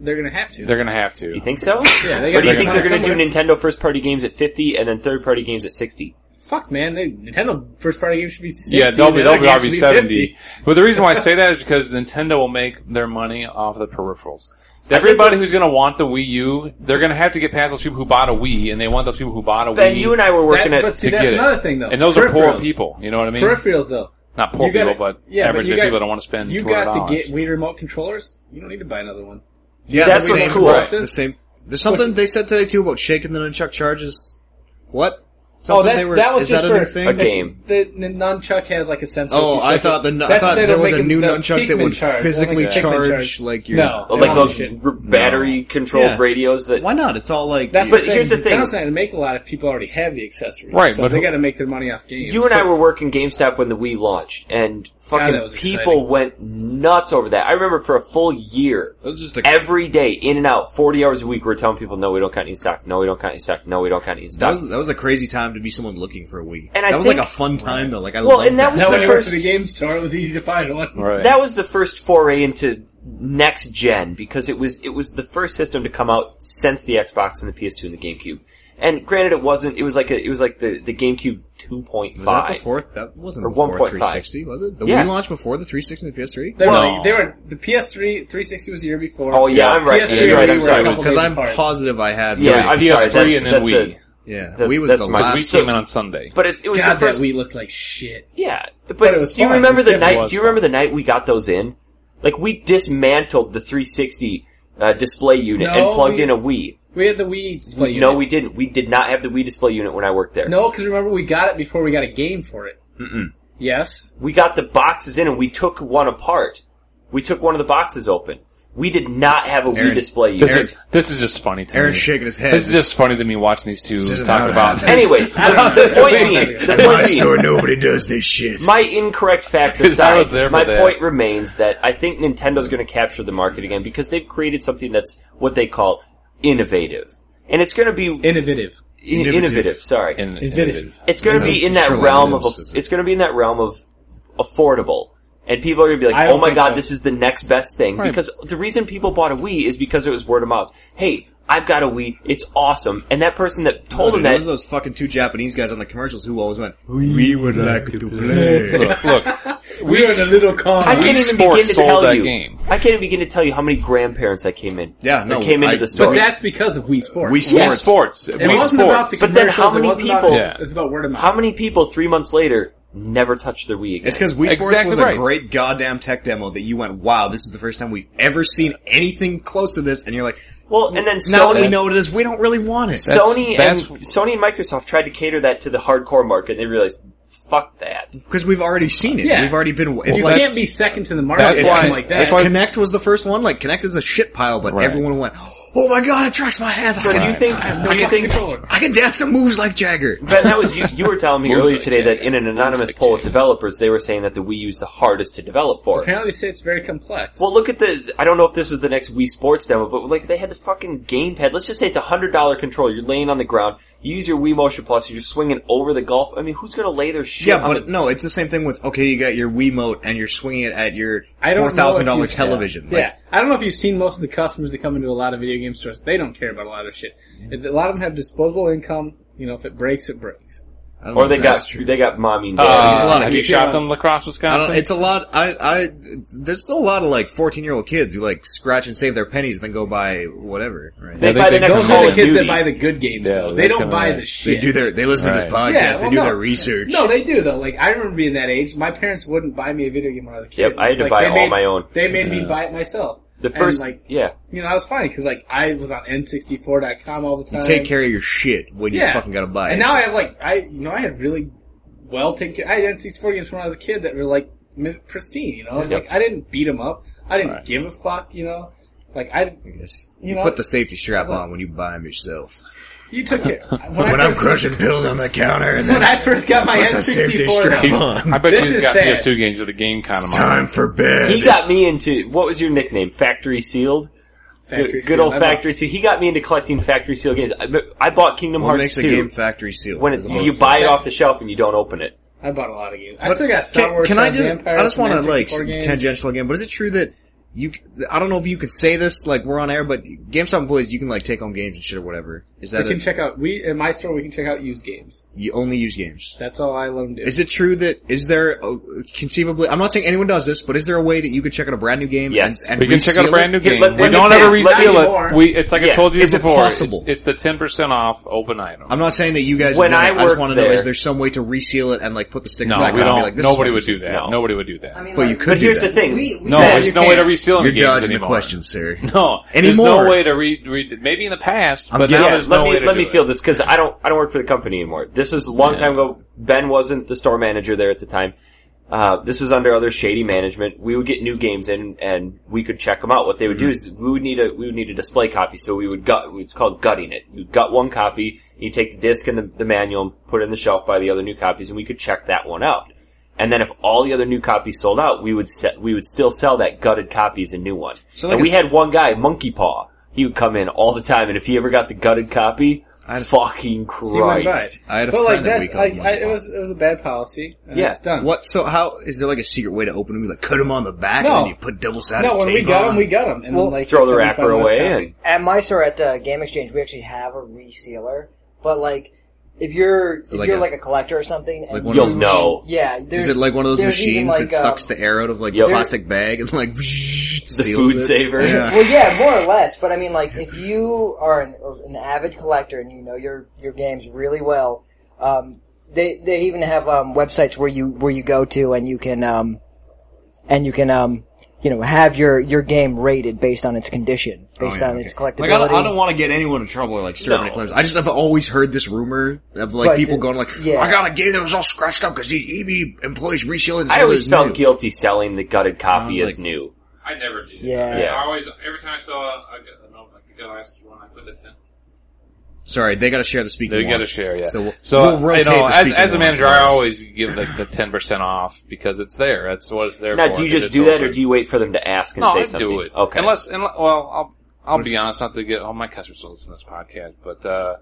Speaker 4: they're gonna have to.
Speaker 6: They're going to have to.
Speaker 3: You think so?
Speaker 4: yeah, they
Speaker 3: Or
Speaker 4: gotta
Speaker 3: do you
Speaker 4: get
Speaker 3: think
Speaker 4: money
Speaker 3: they're gonna do
Speaker 4: somewhere.
Speaker 3: Nintendo first party games at fifty and then third party games at sixty?
Speaker 4: Fuck, man, they, Nintendo first party games should be 60,
Speaker 6: yeah, they'll be
Speaker 4: and
Speaker 6: they'll
Speaker 4: other
Speaker 6: be
Speaker 4: games
Speaker 6: RV
Speaker 4: should
Speaker 6: seventy. But the reason why I say that is because Nintendo will make their money off of the peripherals.
Speaker 3: think
Speaker 6: Everybody
Speaker 3: it's-
Speaker 6: who's going to want the Wii U, they're going to have to get past those people who bought a Wii, and they want those people who bought a
Speaker 3: Ben,
Speaker 6: Wii.
Speaker 3: you and I were
Speaker 4: That,
Speaker 3: working
Speaker 4: but
Speaker 3: at.
Speaker 4: see,
Speaker 6: to
Speaker 4: that's
Speaker 6: get it.
Speaker 4: another thing though.
Speaker 6: and those are poor
Speaker 4: Peripherals.
Speaker 6: people. You know what I mean?
Speaker 4: Peripherals though.
Speaker 6: Not poor
Speaker 4: You gotta-
Speaker 6: people, but
Speaker 4: yeah, but
Speaker 6: average
Speaker 4: you
Speaker 6: people
Speaker 4: got-
Speaker 6: that don't want to spend
Speaker 4: You
Speaker 6: two
Speaker 4: got
Speaker 6: hundred
Speaker 4: the
Speaker 6: dollars.
Speaker 4: get Wii remote controllers. You don't need to buy another one.
Speaker 5: Yeah,
Speaker 3: That's
Speaker 5: the
Speaker 3: what's
Speaker 5: same,
Speaker 3: cool.
Speaker 5: Right. The same. There's something they said today too about shaking the nunchuck charges. What? Something
Speaker 4: oh, that's,
Speaker 5: they were-
Speaker 4: that was
Speaker 5: is
Speaker 4: just
Speaker 5: that a new
Speaker 4: for
Speaker 5: thing?
Speaker 3: A game.
Speaker 4: The, the nunchuck has like a sensor.
Speaker 5: Oh,
Speaker 4: if you
Speaker 5: I
Speaker 4: shake
Speaker 5: thought
Speaker 4: it.
Speaker 5: the nu- I
Speaker 4: That's-
Speaker 5: thought
Speaker 4: they
Speaker 5: there
Speaker 4: don't
Speaker 5: was
Speaker 4: make
Speaker 5: a new
Speaker 4: it the
Speaker 5: nunchuck that
Speaker 4: Pikmin
Speaker 5: would
Speaker 4: charge. They don't
Speaker 5: physically
Speaker 4: make it Pikmin
Speaker 5: charge, like your-
Speaker 4: no,
Speaker 3: Like
Speaker 4: no
Speaker 3: those
Speaker 4: shit.
Speaker 3: r- battery controlled
Speaker 5: Yeah.
Speaker 3: radios that
Speaker 5: Why not? It's all like.
Speaker 4: That's
Speaker 3: But
Speaker 4: the thing.
Speaker 3: here's the thing.
Speaker 4: Nintendo's not going to make a lot if people already have the accessories,
Speaker 6: Right,
Speaker 4: So
Speaker 6: but-
Speaker 4: they got to make their money off games.
Speaker 3: You and I
Speaker 4: So-
Speaker 3: were working GameStop when the Wii launched, and fucking
Speaker 4: that was
Speaker 3: people
Speaker 4: exciting.
Speaker 3: went nuts over that. I remember for a full year,
Speaker 5: That was just a.
Speaker 3: every day, in and out, 40 hours a week, we are telling people, no, we don't count any stock, no, we don't count any stock, no, we don't count any
Speaker 5: that
Speaker 3: stock.
Speaker 5: was that was a crazy time to be someone looking for a Wii.
Speaker 3: And I
Speaker 5: that was
Speaker 3: think-
Speaker 5: like a fun time though. Like I
Speaker 3: Well,
Speaker 5: loved
Speaker 3: and that was
Speaker 4: Now
Speaker 3: the
Speaker 4: when you went to
Speaker 3: first-
Speaker 4: the game store, it was easy to find one.
Speaker 6: Right.
Speaker 3: that was the first foray into next gen, because it was, it was the first system to come out since the Xbox and the PS2 and the GameCube. And granted, it wasn't, it was like a, it was like the, the GameCube 2.5.
Speaker 5: Was that before? That wasn't
Speaker 3: Or
Speaker 5: before
Speaker 3: 1.5.
Speaker 5: 360, was it? The
Speaker 3: Yeah.
Speaker 5: Wii launched before the 360 and the PS3.
Speaker 4: They,
Speaker 6: Well-
Speaker 4: were, they were the PS3 360 was the year before.
Speaker 3: Oh yeah, I'm right.
Speaker 4: PS3
Speaker 3: You're right.
Speaker 4: and
Speaker 3: I'm
Speaker 4: Wii
Speaker 3: sorry.
Speaker 4: were a couple
Speaker 5: Because
Speaker 4: days
Speaker 5: I'm
Speaker 4: apart.
Speaker 5: positive I had.
Speaker 3: Yeah,
Speaker 5: Wii.
Speaker 3: I'm
Speaker 6: PS3
Speaker 3: sorry. That's,
Speaker 6: and then
Speaker 3: that's
Speaker 6: Wii.
Speaker 3: A,
Speaker 5: yeah.
Speaker 3: that-
Speaker 5: Wii was
Speaker 3: that's
Speaker 5: the
Speaker 3: my-
Speaker 5: last.
Speaker 6: Because Wii came in on Sunday.
Speaker 3: but it, it was
Speaker 4: God,
Speaker 3: the first
Speaker 4: that Wii looked like shit.
Speaker 3: Yeah, but
Speaker 4: But it was
Speaker 3: do you
Speaker 4: fun.
Speaker 3: remember
Speaker 4: It
Speaker 3: the
Speaker 4: definitely
Speaker 3: night?
Speaker 6: was
Speaker 3: Do you remember the night we got those in? Like we dismantled the 360 uh, display unit
Speaker 4: No,
Speaker 3: and plugged
Speaker 4: we-
Speaker 3: in a Wii.
Speaker 4: We had the Wii display unit.
Speaker 3: No, we didn't. We did not have the Wii display unit when I worked there.
Speaker 4: No, because remember we got it before we got a game for it. Mm-mm. Yes.
Speaker 3: We got the boxes in and we took one apart. We took one of the boxes open. We did not have a Wii
Speaker 5: Aaron,
Speaker 3: display unit.
Speaker 6: This is this is just funny to me.
Speaker 5: Aaron's shaking his head.
Speaker 6: This is just funny to me watching these two
Speaker 5: is
Speaker 6: talk
Speaker 5: not
Speaker 6: about.
Speaker 5: happening.
Speaker 3: Anyways, the, the point being, the
Speaker 5: In my
Speaker 3: point being,
Speaker 5: store, nobody does this shit.
Speaker 3: my incorrect facts
Speaker 6: 'Cause I was
Speaker 3: aside,
Speaker 6: there for
Speaker 3: my
Speaker 6: that.
Speaker 3: point remains that I think Nintendo's going to capture the market again because they've created something that's what they call innovative, and it's going to be
Speaker 4: Innovative.
Speaker 3: in-
Speaker 5: innovative.
Speaker 3: innovative. Sorry,
Speaker 6: In,
Speaker 4: Innovative.
Speaker 3: it's going to be in that
Speaker 5: Sherlock
Speaker 3: realm of
Speaker 5: Holmes is-
Speaker 3: it's going to be in that realm of affordable. And people are gonna be
Speaker 4: I
Speaker 3: like,
Speaker 4: don't
Speaker 3: "Oh my
Speaker 4: think
Speaker 3: god,
Speaker 4: so.
Speaker 3: this is the next best thing." Because the reason people bought a Wii is because it was word of mouth. Hey, I've got a Wii. It's awesome. And that person that told
Speaker 5: Dude,
Speaker 3: him that
Speaker 5: those are those fucking two Japanese guys on the commercials who always went, "We would like to play."
Speaker 6: Look, look,
Speaker 4: We are in a little car.
Speaker 3: I can't even
Speaker 6: Sports
Speaker 3: begin to
Speaker 6: sold
Speaker 3: tell
Speaker 6: that
Speaker 3: you.
Speaker 6: game.
Speaker 3: I can't even begin to tell you how many grandparents I came in.
Speaker 5: Yeah,
Speaker 3: that
Speaker 5: no,
Speaker 3: came into
Speaker 5: I-
Speaker 3: the
Speaker 5: but
Speaker 4: But
Speaker 3: store.
Speaker 4: that's because of Wii Sports.
Speaker 5: We
Speaker 6: yeah,
Speaker 5: sports.
Speaker 6: sports.
Speaker 4: It
Speaker 6: We
Speaker 4: wasn't
Speaker 6: sports.
Speaker 4: about the
Speaker 3: But then how
Speaker 4: commercials,
Speaker 3: many
Speaker 4: it wasn't
Speaker 3: people-
Speaker 4: About,
Speaker 6: Yeah.
Speaker 4: It's about word of mouth.
Speaker 3: how many people three months later never touched their Wii again?
Speaker 5: It's because Wii Sports
Speaker 6: Exactly
Speaker 5: was
Speaker 6: right.
Speaker 5: a great goddamn tech demo that you went, "Wow, this is the first time we've ever seen anything close to this," and you're like,
Speaker 3: well, and then
Speaker 5: "Now that we
Speaker 3: Sony,
Speaker 5: know what it is, we don't really want it."
Speaker 3: Sony,
Speaker 6: that's-
Speaker 3: and Sony and Microsoft tried to cater that to the hardcore market. and They realized, fuck that.
Speaker 5: Because we've already seen it.
Speaker 4: Yeah.
Speaker 5: We've already been. It's
Speaker 4: you
Speaker 5: like,
Speaker 4: can't be second to the market
Speaker 6: that's
Speaker 4: or
Speaker 6: why-
Speaker 4: something like that.
Speaker 5: Like Connect was the first one. Like Connect is a shit pile, but
Speaker 6: Right.
Speaker 5: everyone went, "Oh my god, it tracks my hands."
Speaker 3: So
Speaker 5: I,
Speaker 3: do
Speaker 5: can,
Speaker 3: you think?
Speaker 4: no
Speaker 3: do you
Speaker 4: fucking
Speaker 3: think?
Speaker 4: controller.
Speaker 5: I can dance the moves like Jagger.
Speaker 3: Ben, that was you. You were telling me
Speaker 6: Moves
Speaker 3: earlier
Speaker 6: like
Speaker 3: today
Speaker 6: Jack.
Speaker 3: that in an anonymous
Speaker 6: like
Speaker 3: poll with
Speaker 6: Jack.
Speaker 3: developers, they were saying that the Wii U is the hardest to develop for.
Speaker 4: Apparently, they say it's very complex.
Speaker 3: Well, look at the. I don't know if this was the next Wii Sports demo, but like they had the fucking gamepad. Let's just say it's a hundred dollar controller. You're laying on the ground. You use your Wii Motion Plus. You're swinging over the golf. I mean, who's gonna lay their shit?
Speaker 5: Yeah,
Speaker 3: on
Speaker 5: but
Speaker 3: the-
Speaker 5: no, it's the same thing with okay, you got your Wiimote and you're swinging it at your
Speaker 4: I
Speaker 5: four
Speaker 4: don't know if
Speaker 5: thousand dollar
Speaker 4: you've-
Speaker 5: television.
Speaker 4: Yeah.
Speaker 5: Like,
Speaker 4: Yeah. I don't know if you've seen most of the customers that come into a lot of video game stores. They don't care about a lot of shit. A lot of them have disposable income. You know, if it breaks, it breaks.
Speaker 5: I don't know
Speaker 3: or
Speaker 5: if
Speaker 3: they
Speaker 5: that's
Speaker 3: got
Speaker 5: true.
Speaker 3: they got mommy and daddy.
Speaker 5: It's a
Speaker 6: Uh,
Speaker 5: lot of
Speaker 6: have you
Speaker 5: kids.
Speaker 6: shopped in Lacrosse,
Speaker 5: I
Speaker 6: Wisconsin?
Speaker 5: don't, it's a lot. I, I, there's still a lot of like 14 year old kids who like scratch and save their pennies and then go buy whatever. Right?
Speaker 3: they
Speaker 6: I think
Speaker 3: buy the
Speaker 6: they-
Speaker 3: next
Speaker 4: Those
Speaker 3: Call
Speaker 4: are the
Speaker 3: of
Speaker 4: kids
Speaker 3: Duty.
Speaker 4: that buy the good games.
Speaker 6: Yeah,
Speaker 4: though.
Speaker 6: they
Speaker 4: They don't
Speaker 6: come
Speaker 4: buy
Speaker 6: in.
Speaker 4: the
Speaker 6: They
Speaker 4: shit.
Speaker 5: They do their. They listen to this podcast.
Speaker 6: Right.
Speaker 5: they
Speaker 4: well,
Speaker 5: do
Speaker 4: no.
Speaker 5: their research.
Speaker 4: No, they do though. Like I remember being that age. My parents wouldn't buy me a video game when I was a kid.
Speaker 3: Yep, I had to
Speaker 4: Like,
Speaker 3: buy
Speaker 4: they
Speaker 3: all
Speaker 4: made-
Speaker 3: my own.
Speaker 4: They made me buy it myself.
Speaker 3: the
Speaker 4: And,
Speaker 3: first,
Speaker 4: like
Speaker 3: yeah,
Speaker 4: you know, I was fine because like I was on n64.com all the time.
Speaker 5: Take care of your shit when you fucking gotta buy it.
Speaker 4: And now I have like I you know I had really well taken care. I had N64 games when I was a kid that were like mi- pristine. You know, like I didn't beat them up. I didn't give a fuck. You know, like I
Speaker 5: Yes.
Speaker 4: You
Speaker 5: You
Speaker 4: know-
Speaker 5: put the safety strap
Speaker 4: like-
Speaker 5: on when you buy them yourself.
Speaker 4: you took it when,
Speaker 5: When
Speaker 4: I
Speaker 5: I'm
Speaker 4: first,
Speaker 5: crushing pills on the counter and
Speaker 4: when
Speaker 5: then
Speaker 4: I first got my
Speaker 5: put the safety
Speaker 4: N64.
Speaker 5: strap
Speaker 4: though,
Speaker 5: on.
Speaker 6: I bet
Speaker 4: This
Speaker 6: he's
Speaker 4: is
Speaker 6: got
Speaker 4: sad.
Speaker 6: PS2 games with a game kind of
Speaker 5: It's
Speaker 6: mind.
Speaker 5: time for bed.
Speaker 3: he got me into what was your nickname? Factory Sealed.
Speaker 4: Factory
Speaker 3: good, good
Speaker 4: Seal,
Speaker 3: old
Speaker 4: I bought-
Speaker 3: Factory Sealed. He got me into collecting Factory Sealed games. I, I bought Kingdom
Speaker 5: What
Speaker 3: Hearts
Speaker 5: makes a game
Speaker 3: two
Speaker 5: factory seal?
Speaker 3: when it's, you buy it off the shelf and you don't open it.
Speaker 4: I bought a lot of games. I still got Star
Speaker 5: can,
Speaker 4: Wars.
Speaker 5: Can I
Speaker 4: Shadow of
Speaker 5: just?
Speaker 4: the Empire,
Speaker 5: I just
Speaker 4: some
Speaker 5: want to like
Speaker 4: N64 games.
Speaker 5: tangential again. But is it true that you? c- I don't know if you could say this. Like we're on air, but GameStop employees, you can like take home games and shit or whatever. Is
Speaker 4: We
Speaker 5: that
Speaker 4: can
Speaker 5: a,
Speaker 4: check out we in my store. We can check out used games.
Speaker 5: you only use games?
Speaker 4: That's all I let them do.
Speaker 5: Is it true that is there uh, conceivably? I'm not saying anyone does this, but is there a way that you could check out a brand new game?
Speaker 3: Yes.
Speaker 5: and, and
Speaker 6: We can check out a
Speaker 5: reseal
Speaker 6: brand
Speaker 5: it?
Speaker 6: new game.
Speaker 3: let-
Speaker 6: we
Speaker 3: let me
Speaker 6: don't
Speaker 3: say
Speaker 6: ever
Speaker 3: it's not
Speaker 6: reseal
Speaker 4: anymore.
Speaker 6: it. We, it's like I
Speaker 3: Yeah.
Speaker 6: told you
Speaker 5: Is it
Speaker 6: before. it's-
Speaker 5: possible?
Speaker 6: It's, the ten percent off open item.
Speaker 5: I'm not saying that you guys.
Speaker 3: When
Speaker 5: do it.
Speaker 3: I
Speaker 5: I just
Speaker 3: worked
Speaker 5: want to know:
Speaker 3: there-
Speaker 5: is there some way to reseal it and like put the stickers
Speaker 6: no,
Speaker 5: back
Speaker 6: we
Speaker 5: on? and
Speaker 6: don't.
Speaker 5: be like, this is
Speaker 6: nobody
Speaker 5: what
Speaker 6: would
Speaker 5: you
Speaker 6: do that.
Speaker 3: No.
Speaker 6: Nobody would do that.
Speaker 7: I mean,
Speaker 5: But
Speaker 7: like,
Speaker 5: you could.
Speaker 3: But
Speaker 5: do
Speaker 3: here's
Speaker 5: that.
Speaker 3: the thing.
Speaker 7: We, we
Speaker 6: no,
Speaker 7: had-
Speaker 6: there's no way to reseal
Speaker 5: You're
Speaker 6: games
Speaker 5: dodging the
Speaker 6: anymore.
Speaker 5: question, sir.
Speaker 6: No, there's
Speaker 5: Anymore.
Speaker 6: no way to read. read maybe in the past,
Speaker 5: I'm
Speaker 6: but
Speaker 5: getting-
Speaker 6: now
Speaker 3: Yeah,
Speaker 6: there's
Speaker 3: let
Speaker 6: no
Speaker 3: me
Speaker 6: way to
Speaker 3: let
Speaker 6: do
Speaker 3: me
Speaker 6: it.
Speaker 3: feel this because I don't I don't work for the company anymore. This was a long time ago. Ben wasn't the store manager there at the time. Uh, this was under other shady management. We would get new games in and we could check them out. What they would do
Speaker 6: Mm-hmm.
Speaker 3: is we would need a we would need a display copy, so we would gut. It's called gutting it. You gut one copy, you take the disc and the, the manual, and put it in the shelf by the other new copies, and we could check that one out. And then if all the other new copies sold out, we would set, we would still sell that gutted copy as a new one.
Speaker 5: So like
Speaker 3: and we
Speaker 5: it's-
Speaker 3: had one guy, Monkey Paw. He would come in all the time, and if he ever got the gutted copy,
Speaker 5: I'd-
Speaker 3: fucking
Speaker 4: He went by
Speaker 3: Christ.
Speaker 4: it.
Speaker 5: I had a
Speaker 4: but
Speaker 5: friend
Speaker 4: like
Speaker 5: that
Speaker 4: that's
Speaker 5: we called
Speaker 4: like
Speaker 5: him
Speaker 4: I,
Speaker 5: on the
Speaker 4: it was it was a bad policy. And
Speaker 3: Yeah.
Speaker 4: it's done.
Speaker 5: What? So how is there like a secret way to open them? You like cut them on the back
Speaker 4: No.
Speaker 5: and then you put double sided
Speaker 4: No,
Speaker 5: tape
Speaker 4: when we got
Speaker 5: on?
Speaker 4: them, we got them, and
Speaker 7: Well,
Speaker 4: like
Speaker 3: Throw the
Speaker 4: somebody's
Speaker 3: wrapper
Speaker 4: buying us
Speaker 3: away.
Speaker 4: copy.
Speaker 3: And,
Speaker 7: at my store at uh, Game Exchange, we actually have a resealer. But like, if you're if
Speaker 5: like
Speaker 7: you're
Speaker 5: a-
Speaker 7: like a collector or something,
Speaker 5: like
Speaker 7: and
Speaker 5: one of
Speaker 3: you'll
Speaker 5: those-
Speaker 3: know.
Speaker 7: yeah, there's,
Speaker 5: Is it like one of those
Speaker 7: there's even,
Speaker 5: machines
Speaker 7: like,
Speaker 5: that sucks
Speaker 7: uh,
Speaker 5: the air out of like
Speaker 3: Yep.
Speaker 5: the plastic bag and like steals
Speaker 3: The food
Speaker 5: it?
Speaker 3: saver.
Speaker 5: Yeah.
Speaker 7: well, yeah, more or less. But I mean, like, if you are an, or an avid collector and you know your your games really well, um, they they even have um, websites where you where you go to and you can um, and you can um, you know, have your, your game rated based on its condition,
Speaker 5: Oh,
Speaker 7: based
Speaker 5: yeah,
Speaker 7: on
Speaker 5: okay.
Speaker 7: its collectability.
Speaker 5: Like I don't, I don't want to get anyone in trouble like Strawberry
Speaker 11: No.
Speaker 5: Flames. I just have always heard this rumor of like
Speaker 7: But
Speaker 5: people
Speaker 7: the-
Speaker 5: going like,
Speaker 7: yeah.
Speaker 5: I got a game that was all scratched up because these EB employees resealed it.
Speaker 3: I always felt
Speaker 5: new.
Speaker 3: guilty selling the gutted copy
Speaker 5: I was
Speaker 3: as
Speaker 5: like-
Speaker 3: new.
Speaker 6: I never did.
Speaker 7: Yeah.
Speaker 3: Yeah.
Speaker 6: I always, every time I saw a, a, a, like the last one, I put the ten.
Speaker 5: Sorry, they got to share the speaking.
Speaker 6: They
Speaker 5: one.
Speaker 6: got to share, yeah.
Speaker 5: So
Speaker 6: So,
Speaker 5: we'll- we'll rotate
Speaker 6: you know,
Speaker 5: the
Speaker 6: as,
Speaker 5: speaking
Speaker 6: as
Speaker 5: one
Speaker 6: a manager, I
Speaker 5: tomorrow.
Speaker 6: always give like the ten percent off because it's there. That's what it's there
Speaker 3: Now,
Speaker 6: for.
Speaker 3: do you
Speaker 6: If
Speaker 3: just
Speaker 6: it's
Speaker 3: do that,
Speaker 6: over.
Speaker 3: or do you wait for them to ask and
Speaker 6: no,
Speaker 3: say
Speaker 6: I
Speaker 3: something?
Speaker 6: do it.
Speaker 3: Okay.
Speaker 6: Unless, unless, well, I'll I'll be honest, not to get all my customers to listen to this podcast, but uh,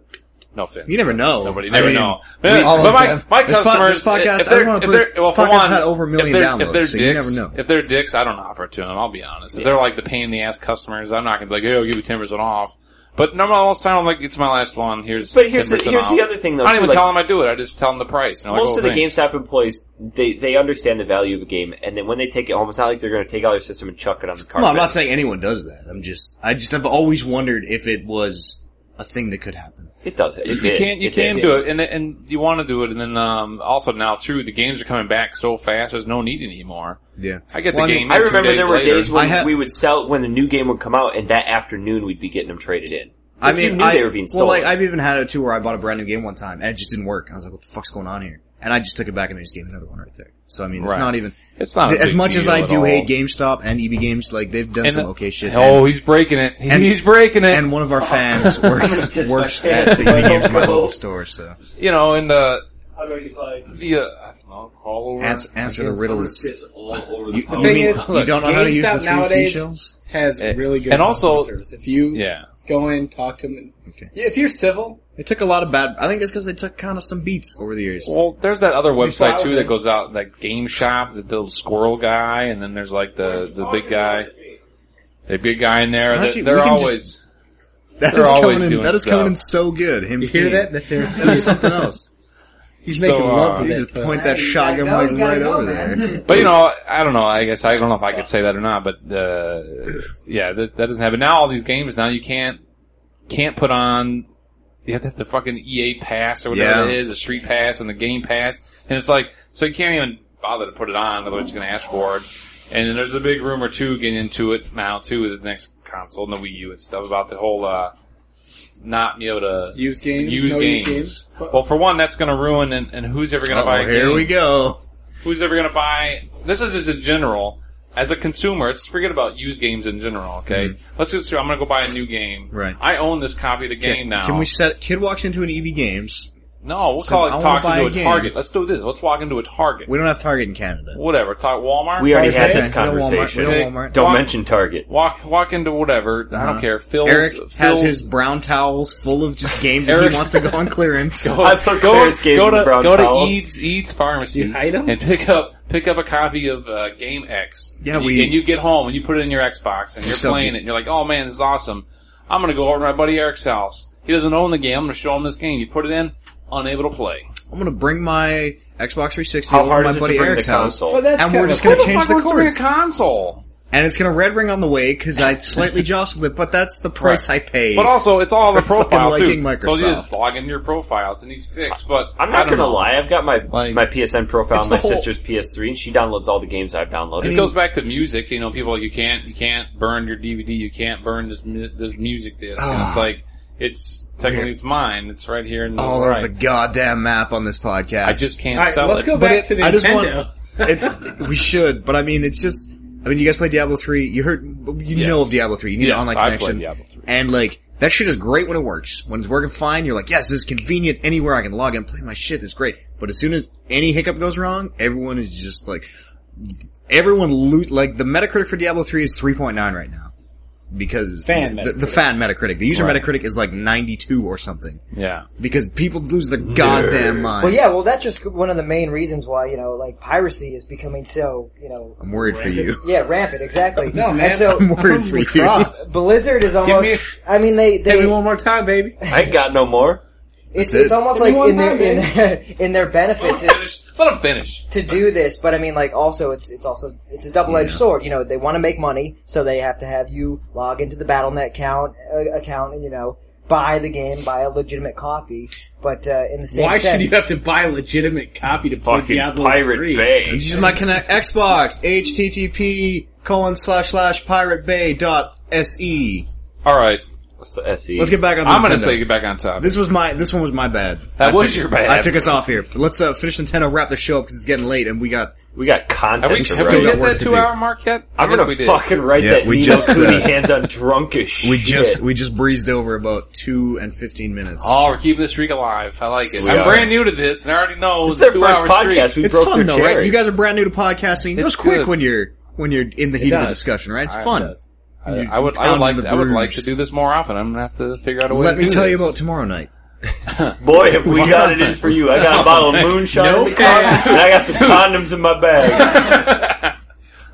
Speaker 6: no offense.
Speaker 5: You never know.
Speaker 6: Nobody you
Speaker 5: I
Speaker 6: never
Speaker 5: mean,
Speaker 6: know.
Speaker 5: we-
Speaker 6: But,
Speaker 5: all
Speaker 6: but
Speaker 5: of
Speaker 6: my,
Speaker 5: them.
Speaker 6: my
Speaker 5: This po-
Speaker 6: customers,
Speaker 5: this podcast-
Speaker 6: if
Speaker 5: I just
Speaker 6: they're,
Speaker 5: wanna
Speaker 6: if
Speaker 5: put
Speaker 6: they're,
Speaker 5: it-
Speaker 6: well,
Speaker 5: this
Speaker 6: for
Speaker 5: podcast
Speaker 6: one,
Speaker 5: had over a million
Speaker 6: if they're,
Speaker 5: downloads,
Speaker 6: if they're
Speaker 5: so you
Speaker 6: dicks,
Speaker 5: never know.
Speaker 6: If they're dicks, I don't offer it to them. I'll be honest. If they're like the pain in the ass customers, I'm not gonna be like, hey, I'll give you ten percent off. But normally, most time, I'm like, it's my last one. Here's
Speaker 3: But here's the,
Speaker 6: 10%
Speaker 3: here's the
Speaker 6: off.
Speaker 3: other thing though.
Speaker 6: I don't
Speaker 3: too,
Speaker 6: even
Speaker 3: like,
Speaker 6: tell them I do it. I just tell them the price. And they're
Speaker 3: most
Speaker 6: like,
Speaker 3: of
Speaker 6: oh,
Speaker 3: the
Speaker 6: thanks.
Speaker 3: GameStop employees, they, they understand the value of a game, and then when they take it home, it's not like they're going to take out their system and chuck it on the
Speaker 5: No,
Speaker 3: carpet.
Speaker 5: I'm not saying anyone does that. I'm just, I just have always wondered if it was a thing that could happen.
Speaker 3: It does. It
Speaker 6: You
Speaker 3: did.
Speaker 6: can't. You
Speaker 3: it
Speaker 6: can
Speaker 3: did.
Speaker 6: do it, and then- and you want to do it, and then um, also now too, the games are coming back so fast. There's no need anymore.
Speaker 5: Yeah.
Speaker 6: I get
Speaker 5: Well,
Speaker 6: the
Speaker 5: I mean-
Speaker 6: game.
Speaker 3: I
Speaker 6: two
Speaker 3: remember there were
Speaker 6: later.
Speaker 3: days
Speaker 5: I
Speaker 3: when
Speaker 5: had-
Speaker 3: we would sell when a new game would come out, and that afternoon we'd be getting them traded in.
Speaker 5: I
Speaker 3: Like, you
Speaker 5: mean,
Speaker 3: knew
Speaker 5: I,
Speaker 3: they were being
Speaker 5: well,
Speaker 3: stolen.
Speaker 5: like I've even had it too where I bought a brand new game one time and it just didn't work. I was like, what the fuck's going on here? And I just took it back and they just gave me another one right there. So I mean, it's
Speaker 6: Right.
Speaker 5: not even,
Speaker 6: It's not a
Speaker 5: as
Speaker 6: big
Speaker 5: much as
Speaker 6: deal
Speaker 5: I
Speaker 6: at
Speaker 5: do
Speaker 6: all.
Speaker 5: hate GameStop and EB Games, like they've done
Speaker 6: And-
Speaker 5: some okay shit.
Speaker 6: Oh,
Speaker 5: and,
Speaker 6: he's breaking it.
Speaker 5: and-
Speaker 6: he's breaking it.
Speaker 5: and one of our fans works,
Speaker 3: kiss my
Speaker 5: works
Speaker 3: hand.
Speaker 5: at the EB Games, my
Speaker 3: Oh, no.
Speaker 5: local store, so.
Speaker 6: you know, and uh,
Speaker 2: I'm ready to play.
Speaker 6: the uh, I don't know, call over.
Speaker 5: Answer, answer the riddle is,
Speaker 2: Piss all over the
Speaker 5: you,
Speaker 2: power.
Speaker 5: you
Speaker 4: thing
Speaker 5: mean,
Speaker 4: is,
Speaker 5: you don't know how to use
Speaker 4: GameStop
Speaker 5: the three
Speaker 4: nowadays-
Speaker 5: seashells?
Speaker 4: has
Speaker 6: Eh,
Speaker 4: really good
Speaker 6: and
Speaker 4: customer
Speaker 6: also-
Speaker 4: service. If you
Speaker 6: yeah.
Speaker 4: go in, talk to them.
Speaker 5: Okay.
Speaker 4: If you're civil,
Speaker 5: They took a lot of bad, I think it's cause they took kind of some beats over the years.
Speaker 6: Well, there's that other website
Speaker 4: browsing.
Speaker 6: too that goes out, like Game Shop, the little squirrel guy, and then there's like the the big guy, the big guy in there.
Speaker 5: Why don't
Speaker 6: That,
Speaker 5: you- we
Speaker 6: they're
Speaker 5: can just-
Speaker 6: always.
Speaker 5: That
Speaker 6: They're
Speaker 5: is
Speaker 6: always
Speaker 5: coming in.
Speaker 6: doing
Speaker 5: That is
Speaker 6: stuff.
Speaker 5: coming in so good. Him.
Speaker 4: you hear
Speaker 5: peeing.
Speaker 4: that? That's, their,
Speaker 5: That is something else.
Speaker 4: he's making
Speaker 6: So, uh,
Speaker 4: love to
Speaker 5: You
Speaker 4: that
Speaker 5: just
Speaker 4: pussy.
Speaker 5: point that shotgun
Speaker 7: gotta
Speaker 5: like
Speaker 7: go, you gotta
Speaker 5: right
Speaker 7: go,
Speaker 5: over
Speaker 7: man.
Speaker 5: there.
Speaker 6: But you know, I don't know. I guess I don't know if I could say that or not. But uh, yeah, that, that doesn't happen. Now all these games now you can't can't put on. You have to have the fucking EA pass or whatever
Speaker 5: Yeah.
Speaker 6: it is, the street pass and the game pass, and it's like so you can't even bother to put it on. Otherwise, you're going to ask for it. And then there's a big rumor too, getting into it now too with the next console and the Wii U and stuff about the whole uh not be able to
Speaker 4: Use games,
Speaker 6: Use
Speaker 4: no
Speaker 6: games.
Speaker 4: use games. But-
Speaker 6: Well, for one, that's going to ruin and, and who's ever going to buy?
Speaker 5: Oh,
Speaker 6: a
Speaker 5: here
Speaker 6: game?
Speaker 5: we go.
Speaker 6: who's ever going to buy? This is just a general. As a consumer, let's forget about used games in general. Okay, let's just. I'm going to go buy a new game.
Speaker 5: Mm-hmm. Right.
Speaker 6: I own this copy of the game now.
Speaker 5: Can we set? Kid walks into an EB Games.
Speaker 6: No, we'll
Speaker 5: says,
Speaker 6: call
Speaker 5: "I
Speaker 6: it
Speaker 5: wanna
Speaker 6: talks
Speaker 5: buy
Speaker 6: into
Speaker 5: a
Speaker 6: a,
Speaker 5: game."
Speaker 6: Target. Let's do this. Let's walk into a Target.
Speaker 5: We don't have Target in Canada.
Speaker 6: Whatever. Talk Walmart.
Speaker 3: we already
Speaker 6: Target.
Speaker 5: Okay.
Speaker 3: had this
Speaker 5: We don't Walmart.
Speaker 3: conversation.
Speaker 5: We don't Walmart.
Speaker 3: Don't
Speaker 6: Walmart.
Speaker 3: mention Target.
Speaker 6: Walk walk into whatever. I
Speaker 5: Uh-huh.
Speaker 6: don't care. Phil's,
Speaker 5: Eric
Speaker 6: Phil's,
Speaker 5: has his brown towels full of just games that
Speaker 6: Eric-
Speaker 5: he wants to go on clearance.
Speaker 6: Go,
Speaker 3: I put
Speaker 6: go,
Speaker 3: Clarence Games
Speaker 6: go
Speaker 3: in the
Speaker 6: to
Speaker 3: brown
Speaker 6: go
Speaker 3: towels.
Speaker 6: to Eads Eads Pharmacy
Speaker 4: You hide 'em?
Speaker 6: and pick up pick up a copy of uh, Game X.
Speaker 5: Yeah,
Speaker 6: and you,
Speaker 5: we-
Speaker 6: and you get home and you put it in your Xbox and you're
Speaker 5: So
Speaker 6: playing
Speaker 5: good.
Speaker 6: it. and You're like, oh man, this is awesome. I'm gonna go over to my buddy Eric's house. He doesn't own the game. I'm gonna show him this game. You put it in, unable to play.
Speaker 5: I'm gonna bring my Xbox 360
Speaker 3: How
Speaker 5: over
Speaker 3: hard
Speaker 5: to my
Speaker 3: is it to
Speaker 5: buddy
Speaker 3: bring
Speaker 5: Eric's
Speaker 3: the
Speaker 5: house,
Speaker 3: console?
Speaker 4: Well, that's
Speaker 5: and we're
Speaker 4: kind
Speaker 5: just
Speaker 4: of-
Speaker 5: gonna
Speaker 6: Who
Speaker 5: change
Speaker 6: fuck
Speaker 5: the
Speaker 6: wants to bring
Speaker 5: cords.
Speaker 6: a console.
Speaker 5: And it's gonna red ring on the way because I slightly jostled it, but that's the price I paid.
Speaker 6: But also, it's all the
Speaker 5: For fucking
Speaker 6: profile too.
Speaker 5: liking
Speaker 6: So you just
Speaker 5: Microsoft.
Speaker 6: log into your profiles and these fix. But
Speaker 3: I'm
Speaker 6: I
Speaker 3: not
Speaker 6: don't
Speaker 3: going to
Speaker 6: know.
Speaker 3: lie. I've got my
Speaker 6: Like-
Speaker 3: my PSN profile,
Speaker 5: It's
Speaker 3: on my
Speaker 5: the whole-
Speaker 3: sister's PS3, and she downloads all the games I've downloaded.
Speaker 6: It goes back to music. You know, people are like you can't you can't burn your DVD. You can't burn this mu- this music disc. and it's like it's technically it's mine. It's right here in the
Speaker 5: Ah. all over
Speaker 6: right.
Speaker 5: the goddamn map on this podcast.
Speaker 6: I just can't
Speaker 4: All right,
Speaker 6: sell
Speaker 4: let's
Speaker 6: it.
Speaker 4: go
Speaker 5: But
Speaker 4: back
Speaker 5: it-
Speaker 4: to Nintendo.
Speaker 5: I just want- it's, we should, but I mean, it's just. I mean, you guys play Diablo three. You heard, you
Speaker 6: Yes.
Speaker 5: know of Diablo three. You need
Speaker 6: Yes,
Speaker 5: an online
Speaker 6: I've played
Speaker 5: connection,
Speaker 6: Diablo 3.
Speaker 5: and like that shit is great when it works. When it's working fine, you're like, yes, this is convenient. Anywhere I can log in, and play my shit. It's great. But as soon as any hiccup goes wrong, everyone is just like, everyone loot. Like the Metacritic for Diablo three is three point nine right now because
Speaker 4: Fan
Speaker 5: the, the fan Metacritic, the user Metacritic is like ninety two or something
Speaker 6: Yeah,
Speaker 5: because people lose their goddamn mind.
Speaker 7: Well, yeah, well, that's just one of the main reasons why, you know, like, piracy is becoming so, you know,
Speaker 5: I'm worried for you.
Speaker 7: yeah, rampant, exactly.
Speaker 4: no, man.
Speaker 7: And so,
Speaker 5: I'm worried for you.
Speaker 4: Cross.
Speaker 7: Blizzard is almost,
Speaker 4: me-
Speaker 7: I mean, they,
Speaker 4: Hit
Speaker 7: they,
Speaker 4: me one more time, baby.
Speaker 3: I ain't got no more.
Speaker 7: it's,
Speaker 5: That's it.
Speaker 7: it's almost
Speaker 4: Give me
Speaker 7: like
Speaker 4: one
Speaker 7: in their,
Speaker 4: more,
Speaker 7: in their, in their benefits
Speaker 6: let him
Speaker 7: is,
Speaker 6: finish. Let him finish.
Speaker 7: to do this, but I mean, like, also, it's it's also it's a double edged sword. You know, they want to make money, so they have to have you log into the BattleNet account uh, account and you know buy the game, buy a legitimate copy. But uh, in the same
Speaker 4: Why should
Speaker 7: sense,
Speaker 4: you have to buy a legitimate copy to play
Speaker 3: Fucking
Speaker 4: Diablo
Speaker 3: Pirate
Speaker 4: 3?
Speaker 3: Bay.
Speaker 5: Use my connect Xbox, HTTP colon slash slash pirate bay dot se.
Speaker 6: All right,
Speaker 12: What's the
Speaker 3: E?
Speaker 12: SE?
Speaker 5: Let's get back on. The
Speaker 6: I'm gonna
Speaker 5: Nintendo.
Speaker 6: say get back on top.
Speaker 5: this was my this one was my bad.
Speaker 6: that
Speaker 5: I
Speaker 6: was
Speaker 5: took,
Speaker 6: your bad.
Speaker 5: I took us off here. Let's uh, finish Nintendo, wrap the show up because it's getting late, and we got
Speaker 12: we got content.
Speaker 6: have we,
Speaker 12: to
Speaker 6: have
Speaker 5: still
Speaker 12: write.
Speaker 6: we
Speaker 5: got
Speaker 6: hit
Speaker 5: work
Speaker 6: that
Speaker 5: to
Speaker 6: two
Speaker 5: do.
Speaker 6: hour mark yet? I
Speaker 12: I'm
Speaker 6: think
Speaker 12: gonna
Speaker 6: we did.
Speaker 12: fucking write
Speaker 5: Yeah,
Speaker 12: that
Speaker 5: we
Speaker 12: Nino
Speaker 5: just, uh,
Speaker 12: Cooney hands on drunk as shit.
Speaker 5: we just we just breezed over about two and fifteen minutes.
Speaker 6: Oh, we're keeping the streak alive. I like it.
Speaker 5: We
Speaker 6: I'm
Speaker 5: are.
Speaker 6: brand new to this, and I already know
Speaker 12: It's their
Speaker 6: two
Speaker 12: first
Speaker 6: hour
Speaker 12: podcast. We
Speaker 5: it's
Speaker 12: broke
Speaker 5: fun
Speaker 12: their
Speaker 5: though,
Speaker 12: cherry.
Speaker 5: right? You guys are brand new to podcasting. It
Speaker 6: It's
Speaker 5: goes quick
Speaker 6: good.
Speaker 5: when you're when you're in the heat of the
Speaker 4: does.
Speaker 5: discussion, right? It's
Speaker 6: I- it
Speaker 5: fun.
Speaker 4: does.
Speaker 6: I,
Speaker 5: You-
Speaker 6: I would. I
Speaker 5: down
Speaker 6: would like.
Speaker 5: the
Speaker 6: To, I would like to
Speaker 5: bruise.
Speaker 6: do this more often. I'm gonna have to figure out a way.
Speaker 5: Let
Speaker 6: to
Speaker 5: me
Speaker 6: do
Speaker 5: tell you
Speaker 6: this.
Speaker 5: about tomorrow night.
Speaker 12: Boy, have we got it in for you. I got a bottle of moonshine in the car, and I got some condoms in my bag.
Speaker 6: I'm gonna,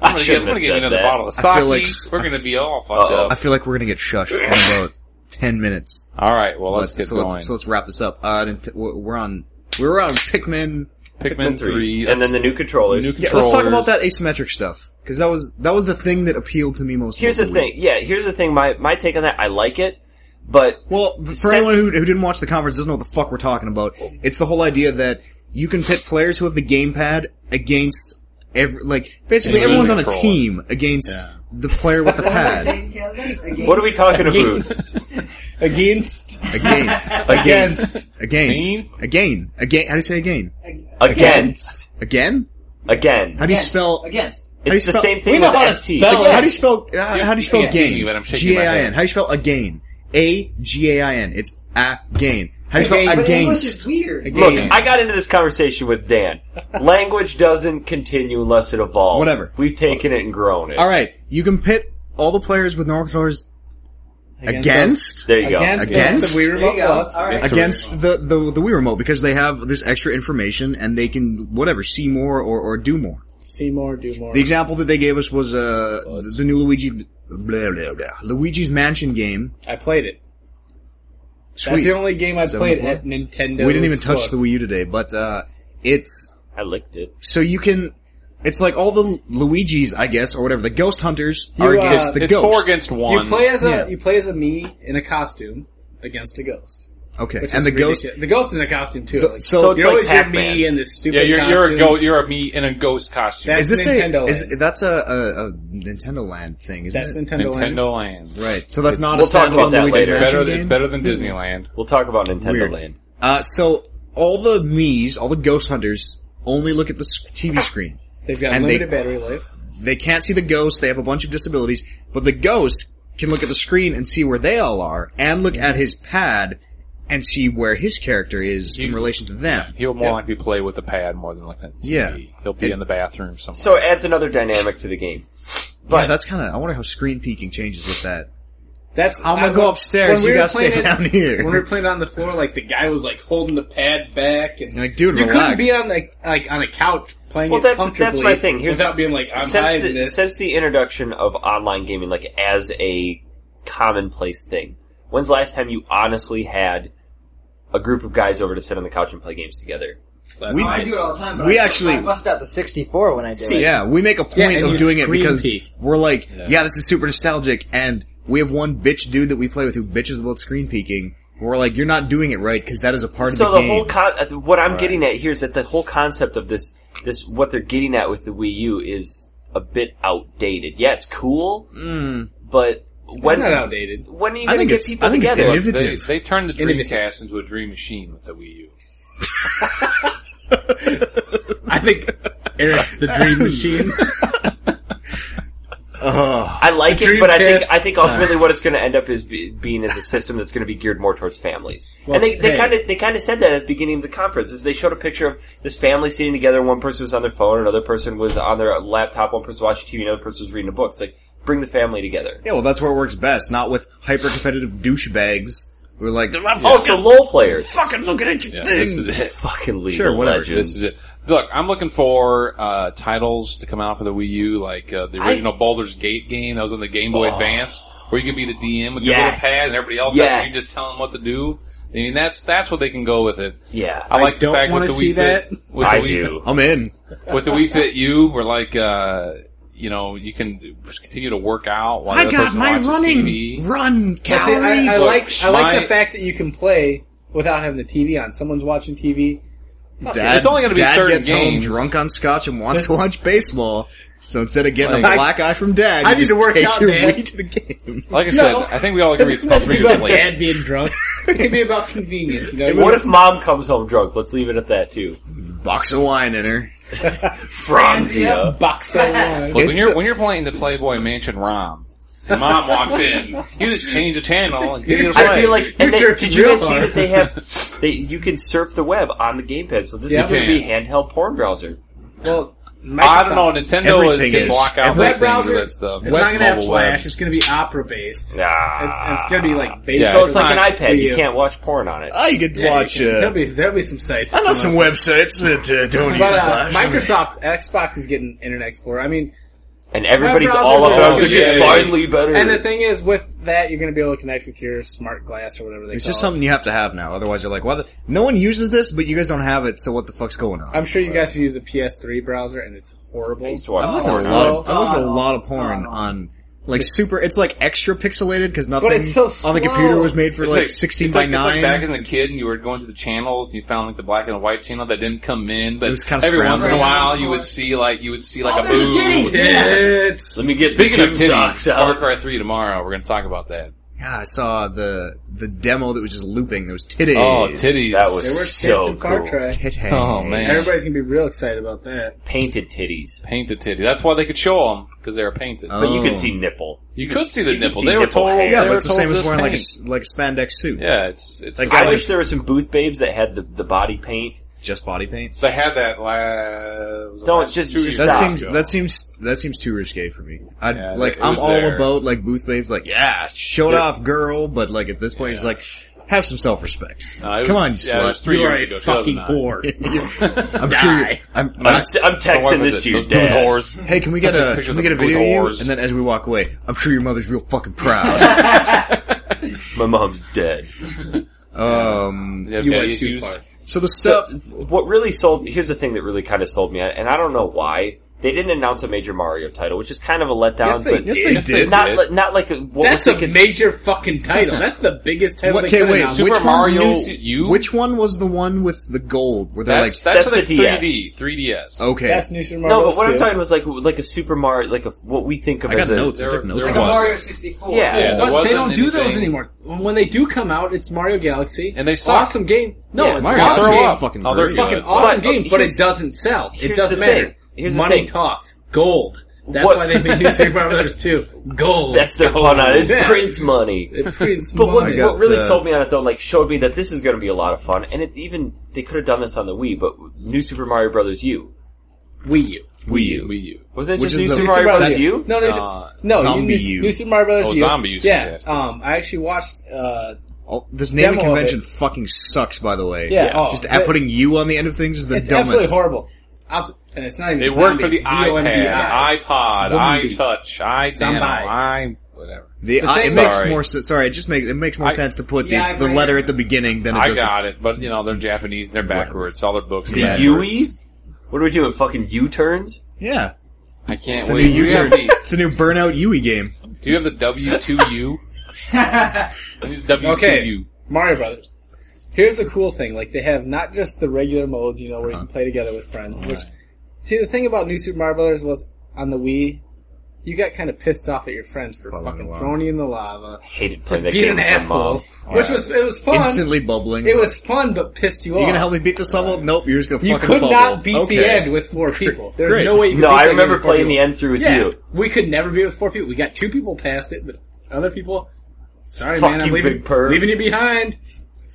Speaker 12: I
Speaker 6: get,
Speaker 12: shouldn't
Speaker 6: I'm gonna
Speaker 12: have
Speaker 6: give you
Speaker 12: said
Speaker 6: another
Speaker 12: that.
Speaker 6: bottle of
Speaker 5: I
Speaker 6: sake.
Speaker 5: feel like-
Speaker 6: We're gonna be all fucked
Speaker 12: Uh-oh.
Speaker 5: I
Speaker 6: up.
Speaker 5: feel like we're gonna get shushed in about ten minutes.
Speaker 6: All right. Well, let's, get
Speaker 5: so
Speaker 6: going.
Speaker 5: Let's, so let's wrap this up. Uh, Nint- we're we're on we're on Pikmin.
Speaker 6: Pikmin three,
Speaker 12: and then the new controllers.
Speaker 6: new
Speaker 5: Yeah, let's talk
Speaker 6: controllers.
Speaker 5: about that asymmetric stuff because that was that was the thing that appealed to me most.
Speaker 3: Here's
Speaker 5: about
Speaker 3: the thing. Yeah, here's the thing. My my take on that. I like it, but
Speaker 5: Wii. Well, for anyone who, who didn't watch the conference, doesn't know what the fuck we're talking about. It's the whole idea that you can pit players who have the gamepad against every like basically
Speaker 6: Anyone
Speaker 5: everyone's on
Speaker 6: with a
Speaker 5: a
Speaker 6: controller.
Speaker 5: team against the player with the pad.
Speaker 3: what are we talking about?
Speaker 4: Against. Against.
Speaker 5: against
Speaker 4: Against.
Speaker 5: against again again. How do you say again?
Speaker 3: Against
Speaker 5: Again?
Speaker 3: again.
Speaker 5: How do you spell?
Speaker 7: Against.
Speaker 5: How do you
Speaker 3: It's the
Speaker 5: spell-
Speaker 3: same thing
Speaker 4: We know
Speaker 3: with
Speaker 4: how to
Speaker 3: ST.
Speaker 4: spell
Speaker 5: How
Speaker 4: it.
Speaker 5: do you spell? Uh, how do you spell
Speaker 6: can't see
Speaker 5: gain?
Speaker 6: me, but I'm shaking
Speaker 5: G
Speaker 6: my
Speaker 5: a i
Speaker 6: head.
Speaker 5: n. How do you spell again? A g a i n. It's a gain. How do you spell
Speaker 7: But English is
Speaker 5: against?
Speaker 7: weird.
Speaker 5: Against.
Speaker 3: Look, I got into this conversation with Dan. Language doesn't continue unless it evolves.
Speaker 5: Whatever.
Speaker 3: We've taken it and grown it.
Speaker 5: All right, you can pit all the players with normal controllers against
Speaker 3: There you go.
Speaker 4: Against.
Speaker 5: Against?
Speaker 4: The Wii Remote
Speaker 7: There you go.
Speaker 4: Plus.
Speaker 7: All right.
Speaker 5: against the, the the Wii remote because they have this extra information and they can whatever see more or, or do more.
Speaker 4: See more, do more.
Speaker 5: The example that they gave us was uh the new Luigi blah, blah, blah, Luigi's Mansion game.
Speaker 4: I played it. That's
Speaker 5: Sweet.
Speaker 4: the only game I
Speaker 5: Seven
Speaker 4: played
Speaker 5: four?
Speaker 4: at Nintendo.
Speaker 5: We didn't even touch the Wii U today, but uh it's
Speaker 3: I licked it.
Speaker 5: so you can. It's like all the Luigi's, I guess, or whatever. The ghost hunters are
Speaker 4: You, uh,
Speaker 5: against the
Speaker 6: It's
Speaker 5: ghost.
Speaker 6: four against one.
Speaker 4: You play as a
Speaker 5: Yeah.
Speaker 4: you play as a me in a costume against a ghost.
Speaker 5: okay,
Speaker 4: Which
Speaker 5: and
Speaker 4: is
Speaker 5: the
Speaker 4: ridiculous.
Speaker 5: ghost.
Speaker 4: The ghost is in a costume too. like,
Speaker 5: so
Speaker 3: So it's
Speaker 4: you're
Speaker 3: like
Speaker 4: always your
Speaker 3: Pac-Man.
Speaker 4: me in this stupid.
Speaker 6: yeah, you're, you're a
Speaker 4: costume.
Speaker 6: go. You're a me in a ghost costume.
Speaker 4: That's
Speaker 5: is this
Speaker 4: Nintendo
Speaker 5: a? Is,
Speaker 4: Land.
Speaker 5: that's a, a, a Nintendo Land thing, isn't
Speaker 4: That's
Speaker 5: it?
Speaker 4: Nintendo. Land.
Speaker 6: Nintendo Land.
Speaker 5: right. So that's not
Speaker 3: we'll
Speaker 5: a
Speaker 3: talk about
Speaker 5: standalone
Speaker 3: that
Speaker 5: Luigi's
Speaker 3: later.
Speaker 6: It's
Speaker 5: Mansion
Speaker 6: better. It's
Speaker 5: game?
Speaker 6: better than Disneyland.
Speaker 3: We'll talk about Nintendo
Speaker 5: Weird.
Speaker 3: Land.
Speaker 5: Uh, so all the me's, all the ghost hunters, only look at the s- TV screen.
Speaker 4: They've got
Speaker 5: And they-
Speaker 4: limited battery life.
Speaker 5: They can't see the ghosts. They have a bunch of disabilities, but the ghost can look at the screen and see where they all are, and look at his pad and see where his character is in relation to them.
Speaker 6: He'll more likely play with a pad more than looking at the
Speaker 5: Yeah.
Speaker 6: TV. He'll be
Speaker 5: It-
Speaker 6: in the bathroom somewhere.
Speaker 3: So it adds another dynamic to the game.
Speaker 5: yeah, that's kind of. I wonder how screen peaking changes with that.
Speaker 4: That's
Speaker 5: I'm
Speaker 4: I
Speaker 5: gonna go
Speaker 4: love-
Speaker 5: upstairs.
Speaker 4: when we
Speaker 5: You
Speaker 4: were
Speaker 5: gotta stay
Speaker 4: playing it-
Speaker 5: down here.
Speaker 4: When we were playing it on the floor, like the guy was like holding the pad back, and
Speaker 5: You're like, dude,
Speaker 4: you
Speaker 5: relax.
Speaker 4: couldn't be on like like on a couch playing
Speaker 3: Well,
Speaker 4: it
Speaker 3: that's-
Speaker 4: comfortably
Speaker 3: that's my thing. Here's-
Speaker 4: without being like I'm
Speaker 3: since
Speaker 4: hiding
Speaker 3: the,
Speaker 4: this.
Speaker 3: since the introduction of online gaming, like as a commonplace thing, when's the last time you honestly had a group of guys over to sit on the couch and play games together?
Speaker 5: we,
Speaker 7: I do it all the time. But
Speaker 5: We
Speaker 7: I,
Speaker 5: actually-
Speaker 7: I bust out the 64 when I do it.
Speaker 5: yeah, we make a point
Speaker 4: and
Speaker 5: of
Speaker 4: you
Speaker 5: doing it
Speaker 4: screen
Speaker 5: because
Speaker 4: peek.
Speaker 5: we're like, yeah. this is super nostalgic, and we have one bitch dude that we play with who bitches about screen peeking. We're like, you're not doing it right because that is a part
Speaker 3: so
Speaker 5: of
Speaker 3: the,
Speaker 5: the, game.
Speaker 3: whole con- uh, what I'm getting at here is that the whole concept of this this what they're getting at with the Wii U is a bit outdated. Yeah, it's cool, but
Speaker 4: it's
Speaker 3: when
Speaker 4: not outdated.
Speaker 3: when are you
Speaker 5: I think
Speaker 3: going to get
Speaker 5: it's-
Speaker 3: people
Speaker 5: I think it's
Speaker 3: together?
Speaker 5: innovative.
Speaker 6: They, they turned the
Speaker 4: Innovative.
Speaker 6: Dreamcast into a dream machine with the Wii U.
Speaker 4: I think Eric's the dream machine.
Speaker 3: I like it, but I
Speaker 4: Dreamcast.
Speaker 3: think I think ultimately what it's going to end up is be, being as a system that's going to be geared more towards families. and they they
Speaker 4: hey.
Speaker 3: kind of they kind of said that at the beginning of the conference. Is they showed a picture of this family sitting together. One person was on their phone, another person was on their laptop, one person watching TV, another person was reading a book. It's like bring the family together.
Speaker 5: yeah, well, that's where it works best. Not with hyper competitive douchebags. We're like,
Speaker 3: Also, LOL players.
Speaker 5: fucking looking at your
Speaker 6: Yeah, this
Speaker 5: thing.
Speaker 6: is it.
Speaker 3: Fucking League
Speaker 5: Sure,
Speaker 3: of
Speaker 5: whatever.
Speaker 3: Legends.
Speaker 6: This is it. Look, I'm looking for uh, titles to come out for the Wii U, like uh, the original Baldur's Gate game that was on the Game
Speaker 5: Oh.
Speaker 6: Boy Advance, where you could be the DM with your little
Speaker 3: Yes.
Speaker 6: pad and everybody else.
Speaker 3: Yes.
Speaker 6: has- You just tell them what to do. I mean, that's that's what they can go with it.
Speaker 3: yeah.
Speaker 6: I like
Speaker 4: don't
Speaker 6: the fact
Speaker 4: wanna
Speaker 6: with the Wii
Speaker 4: see
Speaker 6: Fit,
Speaker 4: that.
Speaker 6: With the
Speaker 3: I
Speaker 6: Wii
Speaker 3: do.
Speaker 5: I'm in.
Speaker 6: Fit, with the Wii Fit U, we're like, uh, you know, you can just continue to work out while the
Speaker 5: I
Speaker 6: other
Speaker 5: got
Speaker 6: person
Speaker 5: my
Speaker 6: watches
Speaker 5: running
Speaker 6: TV.
Speaker 5: run
Speaker 4: But see, I,
Speaker 5: calories.
Speaker 4: I like I like
Speaker 6: my-
Speaker 4: the fact that you can play without having the TV on. Someone's watching TV.
Speaker 5: Dad,
Speaker 6: It's only gonna be
Speaker 5: Dad
Speaker 6: certain
Speaker 5: gets home
Speaker 6: games.
Speaker 5: drunk on scotch and wants to watch baseball. So instead of getting
Speaker 6: Like-
Speaker 5: a black eye from dad,
Speaker 4: I
Speaker 5: you
Speaker 4: need
Speaker 5: just
Speaker 4: to work
Speaker 5: take
Speaker 4: out,
Speaker 5: your
Speaker 4: man.
Speaker 5: way to the game.
Speaker 6: Like I
Speaker 4: No.
Speaker 6: said, I think we all agree it's about three to
Speaker 4: about
Speaker 6: play.
Speaker 4: dad being drunk. It could be about convenience. You know,
Speaker 3: What if mom comes home drunk? Let's leave it at that too.
Speaker 5: Box of wine in her.
Speaker 3: Franzia.
Speaker 4: box of wine?
Speaker 6: Look, when
Speaker 5: It's
Speaker 6: you're
Speaker 5: a-
Speaker 6: when you're playing the Playboy Mansion ROM, and mom walks in, you just change the channel and get it
Speaker 3: I
Speaker 6: away.
Speaker 3: feel like and
Speaker 4: You're
Speaker 3: they,
Speaker 4: jerking
Speaker 3: did you guys
Speaker 4: real
Speaker 3: see
Speaker 4: hard.
Speaker 3: that they have they you can surf the web on the gamepad, so this
Speaker 4: Yeah.
Speaker 3: is gonna be handheld porn browser.
Speaker 4: Well,
Speaker 6: I don't know. Nintendo is
Speaker 5: Everything
Speaker 6: to
Speaker 5: is.
Speaker 6: block out
Speaker 5: Every
Speaker 6: those things
Speaker 4: browser-
Speaker 6: with that stuff.
Speaker 4: It's not gonna have
Speaker 6: Mobile
Speaker 4: flash.
Speaker 6: web.
Speaker 4: It's gonna be opera based. It's,
Speaker 3: Nah.
Speaker 4: it's gonna be like based.
Speaker 6: Yeah,
Speaker 3: so Ah. it's like an
Speaker 4: on
Speaker 3: iPad.
Speaker 4: Wii
Speaker 3: You
Speaker 4: U.
Speaker 3: can't watch porn on it.
Speaker 5: I get to
Speaker 4: Yeah, you
Speaker 5: watch.
Speaker 4: can-
Speaker 5: Uh,
Speaker 4: There'll be there'll be some sites.
Speaker 5: I know some websites that uh, don't
Speaker 4: But
Speaker 5: use
Speaker 4: uh,
Speaker 5: flash. I mean,
Speaker 4: Microsoft Xbox is getting Internet Explorer. I mean,
Speaker 3: And everybody's
Speaker 4: browsers
Speaker 3: all
Speaker 4: are
Speaker 3: about
Speaker 6: always
Speaker 3: it. It's
Speaker 6: good. Yeah, yeah, yeah.
Speaker 3: finally better.
Speaker 4: and the thing is, with that, you're gonna be able to connect with your smart glass or whatever they
Speaker 5: it's
Speaker 4: call
Speaker 5: just
Speaker 4: it.
Speaker 5: something you have to have now. Otherwise, you're like, "Well, the- no one uses this, but you guys don't have it, so what the fuck's going on?"
Speaker 4: I'm sure you guys have used the PS3 browser, and it's horrible.
Speaker 3: I used to watch
Speaker 5: I've looked
Speaker 3: porn
Speaker 5: at a
Speaker 3: on it.
Speaker 5: lot. Of, I've looked at a
Speaker 4: Oh,
Speaker 5: lot of porn
Speaker 4: oh.
Speaker 5: on like super. It's like extra pixelated because nothing
Speaker 4: it's so
Speaker 5: on the
Speaker 4: slow.
Speaker 5: computer was made for
Speaker 6: It's
Speaker 5: like, sixteen
Speaker 6: it's
Speaker 5: by
Speaker 6: like,
Speaker 5: nine.
Speaker 6: It's like back as a kid, and you were going to the channels, and you found like the black and white channel that didn't come in. But
Speaker 5: It was kinda
Speaker 6: every once in a
Speaker 5: scrambled.
Speaker 6: while, you would see like you would see like
Speaker 7: Oh,
Speaker 6: a boob.
Speaker 4: Tits.
Speaker 3: Let me get
Speaker 6: Speaking
Speaker 3: the
Speaker 6: of
Speaker 3: tube
Speaker 6: titties,
Speaker 3: socks uh,
Speaker 6: Far
Speaker 3: out.
Speaker 6: Cry Three tomorrow. We're going to talk about that.
Speaker 5: yeah, I saw the the demo that was just looping. There was titties.
Speaker 6: Oh, titties!
Speaker 3: That
Speaker 4: There were
Speaker 3: was
Speaker 4: tits
Speaker 3: so
Speaker 4: in Far
Speaker 3: cool.
Speaker 4: Cry.
Speaker 5: Titties.
Speaker 6: Oh, man.
Speaker 4: Everybody's gonna be real excited about that.
Speaker 3: Painted titties.
Speaker 6: painted titty. That's why they could show them because they were painted.
Speaker 5: Oh.
Speaker 3: But you could see nipple.
Speaker 6: you could see the
Speaker 3: you could
Speaker 6: nipple.
Speaker 3: see
Speaker 6: they were
Speaker 3: nipple
Speaker 6: told.
Speaker 5: Yeah,
Speaker 3: hair.
Speaker 6: they
Speaker 5: but
Speaker 6: were
Speaker 5: it's the
Speaker 6: told
Speaker 5: same as
Speaker 6: this
Speaker 5: wearing like a,
Speaker 6: paint.
Speaker 5: s- like a spandex suit.
Speaker 6: Yeah, it's it's.
Speaker 5: Like,
Speaker 3: I
Speaker 5: I
Speaker 3: wish there were some booth babes that had the, the body paint.
Speaker 5: Just body paint.
Speaker 6: they had that last.
Speaker 3: Don't,
Speaker 6: last
Speaker 3: just-
Speaker 6: two
Speaker 3: just
Speaker 6: years
Speaker 5: That
Speaker 3: Stop.
Speaker 5: seems
Speaker 6: ago.
Speaker 5: that seems that seems too risque for me. I
Speaker 6: Yeah,
Speaker 5: would like
Speaker 6: it
Speaker 5: I'm
Speaker 6: was
Speaker 5: all
Speaker 6: there.
Speaker 5: about like booth babes. Like yeah, show it off, girl. But like at this point, it's like have some self respect.
Speaker 6: No, it
Speaker 5: Come
Speaker 6: was-
Speaker 5: on, you
Speaker 6: yeah, it was
Speaker 5: slut.
Speaker 6: Three
Speaker 4: you are
Speaker 6: years
Speaker 4: a
Speaker 6: ago,
Speaker 4: fucking
Speaker 6: 2009.
Speaker 4: whore.
Speaker 5: I'm sure. You, I'm,
Speaker 3: I'm, s am texting this to your dad.
Speaker 5: Hey, can we get
Speaker 6: That's a
Speaker 5: a
Speaker 6: picture
Speaker 5: can we
Speaker 6: of
Speaker 5: get a
Speaker 6: the
Speaker 5: video of you?
Speaker 6: whores.
Speaker 5: And then as we walk away, I'm sure your mother's real fucking proud.
Speaker 3: My mom's dead.
Speaker 5: um,
Speaker 6: You,
Speaker 4: You
Speaker 6: have
Speaker 4: went
Speaker 6: daddy
Speaker 4: too
Speaker 6: issues?
Speaker 4: far.
Speaker 5: so the stuff.
Speaker 3: What really sold, here's the thing that really kind of sold me, and I don't know why. They didn't announce a major Mario title, which is kind of a letdown,
Speaker 4: Yes, they
Speaker 3: but
Speaker 5: yes,
Speaker 4: did.
Speaker 5: they
Speaker 6: Yes, they
Speaker 5: did.
Speaker 3: not,
Speaker 6: did.
Speaker 3: li- not like a, what
Speaker 4: That's
Speaker 3: was
Speaker 4: a major fucking title. That's the biggest title.
Speaker 5: What-
Speaker 4: they
Speaker 5: okay,
Speaker 4: could've
Speaker 5: wait,
Speaker 4: announced.
Speaker 5: which
Speaker 6: Super
Speaker 5: one
Speaker 6: Mario
Speaker 3: new se-
Speaker 6: U.
Speaker 5: Which one was the one with the gold? Where they're
Speaker 6: That's
Speaker 5: like,
Speaker 6: that's,
Speaker 3: That's
Speaker 6: like
Speaker 3: the
Speaker 6: 3D, 3DS.
Speaker 5: okay,
Speaker 4: That's New Super Mario
Speaker 3: no, but
Speaker 4: Bros.
Speaker 3: what I'm
Speaker 4: 2.
Speaker 3: talking was like like a Super Mario, like a, what we think of
Speaker 5: I got
Speaker 3: as a
Speaker 5: notes. I
Speaker 6: there-
Speaker 5: took notes.
Speaker 6: there
Speaker 5: I
Speaker 7: Like
Speaker 5: got
Speaker 7: a
Speaker 6: was.
Speaker 5: notes.
Speaker 7: Mario 64.
Speaker 3: Yeah.
Speaker 6: Yeah, there
Speaker 4: But they
Speaker 6: wasn't
Speaker 4: don't do those
Speaker 6: anything.
Speaker 4: anymore. When they do come out, it's Mario Galaxy,
Speaker 6: And they suck.
Speaker 4: awesome game. No,
Speaker 3: Yeah,
Speaker 4: it's
Speaker 5: Mario
Speaker 4: awesome
Speaker 5: Galaxy
Speaker 4: game.
Speaker 5: is fucking
Speaker 6: Oh, they're
Speaker 5: great.
Speaker 4: fucking
Speaker 6: good.
Speaker 4: awesome
Speaker 3: But-
Speaker 4: game, but
Speaker 3: here's-
Speaker 4: it doesn't sell. It
Speaker 3: here's the
Speaker 4: doesn't matter.
Speaker 3: thing. Here's the
Speaker 4: Money
Speaker 3: thing.
Speaker 4: talks. Gold. That's
Speaker 3: What-
Speaker 4: why they made New Super Mario Brothers 2. Gold.
Speaker 3: That's their pun on it.
Speaker 4: Yeah.
Speaker 3: It prints money.
Speaker 4: it prints
Speaker 3: But what,
Speaker 5: I
Speaker 4: money.
Speaker 5: got,
Speaker 3: what really
Speaker 5: uh,
Speaker 3: sold me on it though, like showed me that this is going to be a lot of fun, and it even they could have done this on the Wii, but New Super Mario Brothers U
Speaker 4: Wii U.
Speaker 6: Wii U. Wii U.
Speaker 3: wasn't it
Speaker 5: Which
Speaker 3: just New
Speaker 5: is the-
Speaker 3: Super Mario Brothers
Speaker 5: that-
Speaker 3: U?
Speaker 4: No, there's
Speaker 6: Uh,
Speaker 4: no
Speaker 5: Zombie
Speaker 4: New,
Speaker 5: U.
Speaker 4: New Super Mario Brothers
Speaker 6: Oh,
Speaker 4: U.
Speaker 6: Zombie U's
Speaker 4: Yeah.
Speaker 6: fantastic.
Speaker 4: Um, I actually watched. Uh,
Speaker 5: Oh, this naming
Speaker 4: Demo of
Speaker 5: convention
Speaker 4: it.
Speaker 5: fucking sucks. By the way,
Speaker 4: Yeah, oh,
Speaker 5: just
Speaker 4: that-
Speaker 5: at putting you on the end of things is the
Speaker 4: it's absolutely
Speaker 5: dumbest.
Speaker 4: horrible. Abs- and it's not even.
Speaker 6: It worked for the
Speaker 4: zombies,
Speaker 6: iPad, iPod,
Speaker 4: Zombie.
Speaker 6: iTouch, iNano,
Speaker 4: Zombie.
Speaker 6: i whatever.
Speaker 5: The, I, it
Speaker 6: thing-
Speaker 5: makes
Speaker 6: Sorry.
Speaker 5: more sense. Sorry, it just makes it makes more
Speaker 6: I-
Speaker 5: sense to put the,
Speaker 4: Yeah, I
Speaker 5: the
Speaker 4: agree.
Speaker 5: letter at the beginning than it
Speaker 6: I
Speaker 5: does the-
Speaker 6: got it, but you know they're Japanese and they're backwards. All their books. Are
Speaker 5: Yeah.
Speaker 6: backwards.
Speaker 3: Yui? What are we doing? Fucking U turns?
Speaker 5: yeah.
Speaker 6: I can't
Speaker 5: The
Speaker 6: wait.
Speaker 5: new
Speaker 6: Do you,
Speaker 5: U-turn.
Speaker 6: have the,
Speaker 5: It's a new Burnout Yui game.
Speaker 6: do you have the W two U? W
Speaker 4: Okay.
Speaker 6: two U.
Speaker 4: Mario Brothers. Here's the cool thing: like they have not just the regular modes, you know, where you can play together with friends. Which, see, the thing about New Super Mario Brothers was on the Wii, you got kind of pissed off at your friends for
Speaker 5: Falling
Speaker 4: fucking
Speaker 5: in lava.
Speaker 4: throwing you in the lava,
Speaker 3: Hated
Speaker 4: just
Speaker 3: playing that
Speaker 4: being
Speaker 3: game
Speaker 4: an
Speaker 3: with my mom.
Speaker 4: asshole. Which was it was fun.
Speaker 5: Instantly bubbling.
Speaker 4: It was fun, but pissed you off.
Speaker 5: You gonna help me beat this level? Nope, you're just gonna
Speaker 4: You
Speaker 5: fucking
Speaker 4: could
Speaker 5: bubble.
Speaker 4: not beat the
Speaker 5: Okay.
Speaker 4: end with four people. There's
Speaker 5: Great.
Speaker 4: no way. You could
Speaker 3: No,
Speaker 4: beat
Speaker 3: I
Speaker 4: that
Speaker 3: remember
Speaker 4: game with four
Speaker 3: playing the
Speaker 4: people.
Speaker 3: end through with
Speaker 4: Yeah,
Speaker 3: you.
Speaker 4: we could never beat it with four people. We got two people past it, but other people. Sorry,
Speaker 3: Fuck
Speaker 4: man,
Speaker 3: you,
Speaker 4: I'm leaving,
Speaker 3: big perv.
Speaker 4: leaving you behind.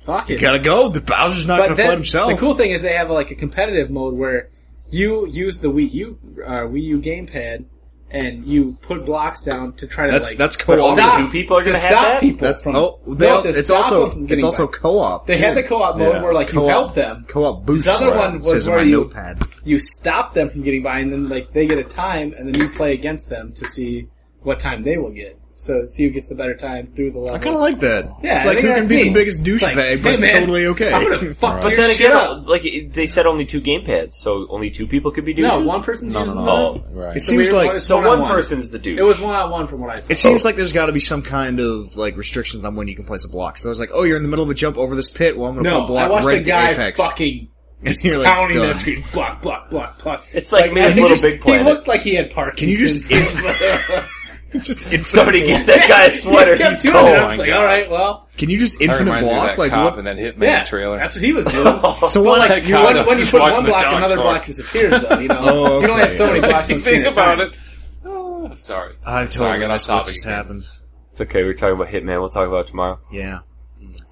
Speaker 4: Fuck it.
Speaker 5: Gotta go. The Bowser's not
Speaker 4: But
Speaker 5: gonna
Speaker 4: then,
Speaker 5: flood himself.
Speaker 4: the cool thing is they have like a competitive mode where you use the Wii U uh, Wii U gamepad and you put blocks down to try to
Speaker 5: That's-
Speaker 4: like
Speaker 5: that's co-op.
Speaker 4: to stop-
Speaker 3: Only two people are gonna
Speaker 4: to
Speaker 3: have
Speaker 4: stop
Speaker 3: that?
Speaker 4: people
Speaker 5: That's
Speaker 4: from
Speaker 5: oh,
Speaker 4: no,
Speaker 5: they
Speaker 4: to
Speaker 5: all, it's
Speaker 4: stop
Speaker 5: also
Speaker 4: them from
Speaker 5: it's
Speaker 4: getting
Speaker 5: also
Speaker 4: back.
Speaker 5: co-op.
Speaker 4: They
Speaker 5: too.
Speaker 4: had the co-op mode
Speaker 5: Yeah.
Speaker 4: where like you
Speaker 5: Co-op-
Speaker 4: help them.
Speaker 5: Co-op boost.
Speaker 4: This other one was
Speaker 5: says in
Speaker 4: where
Speaker 5: my
Speaker 4: you-
Speaker 5: notepad.
Speaker 4: You stop them from getting by and then like they get a time and then you play against them to see what time they will get. So see who gets the better time through the level.
Speaker 5: I kind of like that.
Speaker 4: Yeah,
Speaker 5: it's like who
Speaker 4: I think
Speaker 5: can
Speaker 4: that's
Speaker 5: be the
Speaker 4: neat.
Speaker 5: biggest douchebag,
Speaker 4: It's like,
Speaker 5: but
Speaker 4: hey,
Speaker 5: it's
Speaker 4: man,
Speaker 5: totally okay.
Speaker 4: I'm gonna fuck
Speaker 3: But
Speaker 4: your
Speaker 3: then
Speaker 4: shit
Speaker 3: again,
Speaker 4: up.
Speaker 3: like it- they said only two gamepads, so only two people could be doing
Speaker 4: No, one person's
Speaker 6: No, no,
Speaker 4: using
Speaker 6: no.
Speaker 3: Oh,
Speaker 6: Right.
Speaker 5: it seems like
Speaker 3: So one person's the dude.
Speaker 4: It was one on one from what I saw.
Speaker 6: Oh.
Speaker 5: it seems like there's got to be some kind of like restrictions on when you can place a block. So I was like, oh, you're in the middle of a jump over this pit. Well, I'm gonna put a
Speaker 4: No,
Speaker 5: block
Speaker 4: I watched
Speaker 5: right
Speaker 4: a guy
Speaker 5: to apex.
Speaker 4: fucking
Speaker 5: And you're like,
Speaker 4: pounding
Speaker 5: done.
Speaker 4: that screen, block, block, block, block.
Speaker 11: It's like me with
Speaker 4: and he
Speaker 11: Little
Speaker 4: just-
Speaker 11: Big Planet.
Speaker 4: He looked like he had Parkinson's. Can
Speaker 5: you just-
Speaker 4: just
Speaker 11: Somebody get that guy a sweater.
Speaker 4: He kept
Speaker 11: He's
Speaker 4: doing
Speaker 11: cold.
Speaker 4: it. I was
Speaker 6: my
Speaker 4: like,
Speaker 6: God.
Speaker 4: all right, well,
Speaker 5: Can you just
Speaker 6: That
Speaker 5: infinite
Speaker 6: reminds me of
Speaker 5: block?
Speaker 6: that
Speaker 5: Like
Speaker 6: cop
Speaker 5: what?
Speaker 6: in that Hitman
Speaker 4: yeah,
Speaker 6: trailer.
Speaker 4: that's what he was doing.
Speaker 5: So what?
Speaker 6: That
Speaker 5: Like
Speaker 6: cop
Speaker 4: when,
Speaker 6: that
Speaker 4: when you
Speaker 6: was
Speaker 4: put
Speaker 6: walking
Speaker 4: one
Speaker 6: the
Speaker 4: block,
Speaker 6: dog
Speaker 4: another
Speaker 6: park.
Speaker 4: block disappears. Though you know,
Speaker 5: Oh,
Speaker 4: you don't have
Speaker 5: okay.
Speaker 4: so many blocks on screen
Speaker 6: Think
Speaker 4: at a
Speaker 6: about
Speaker 4: time.
Speaker 6: it. Oh, Sorry.
Speaker 5: I've
Speaker 6: Sorry, I
Speaker 5: totally
Speaker 6: got off
Speaker 5: missed what
Speaker 6: topic
Speaker 5: just
Speaker 6: again.
Speaker 5: happened.
Speaker 3: It's okay. We're talking about Hitman. We'll talk about it tomorrow.
Speaker 5: Yeah.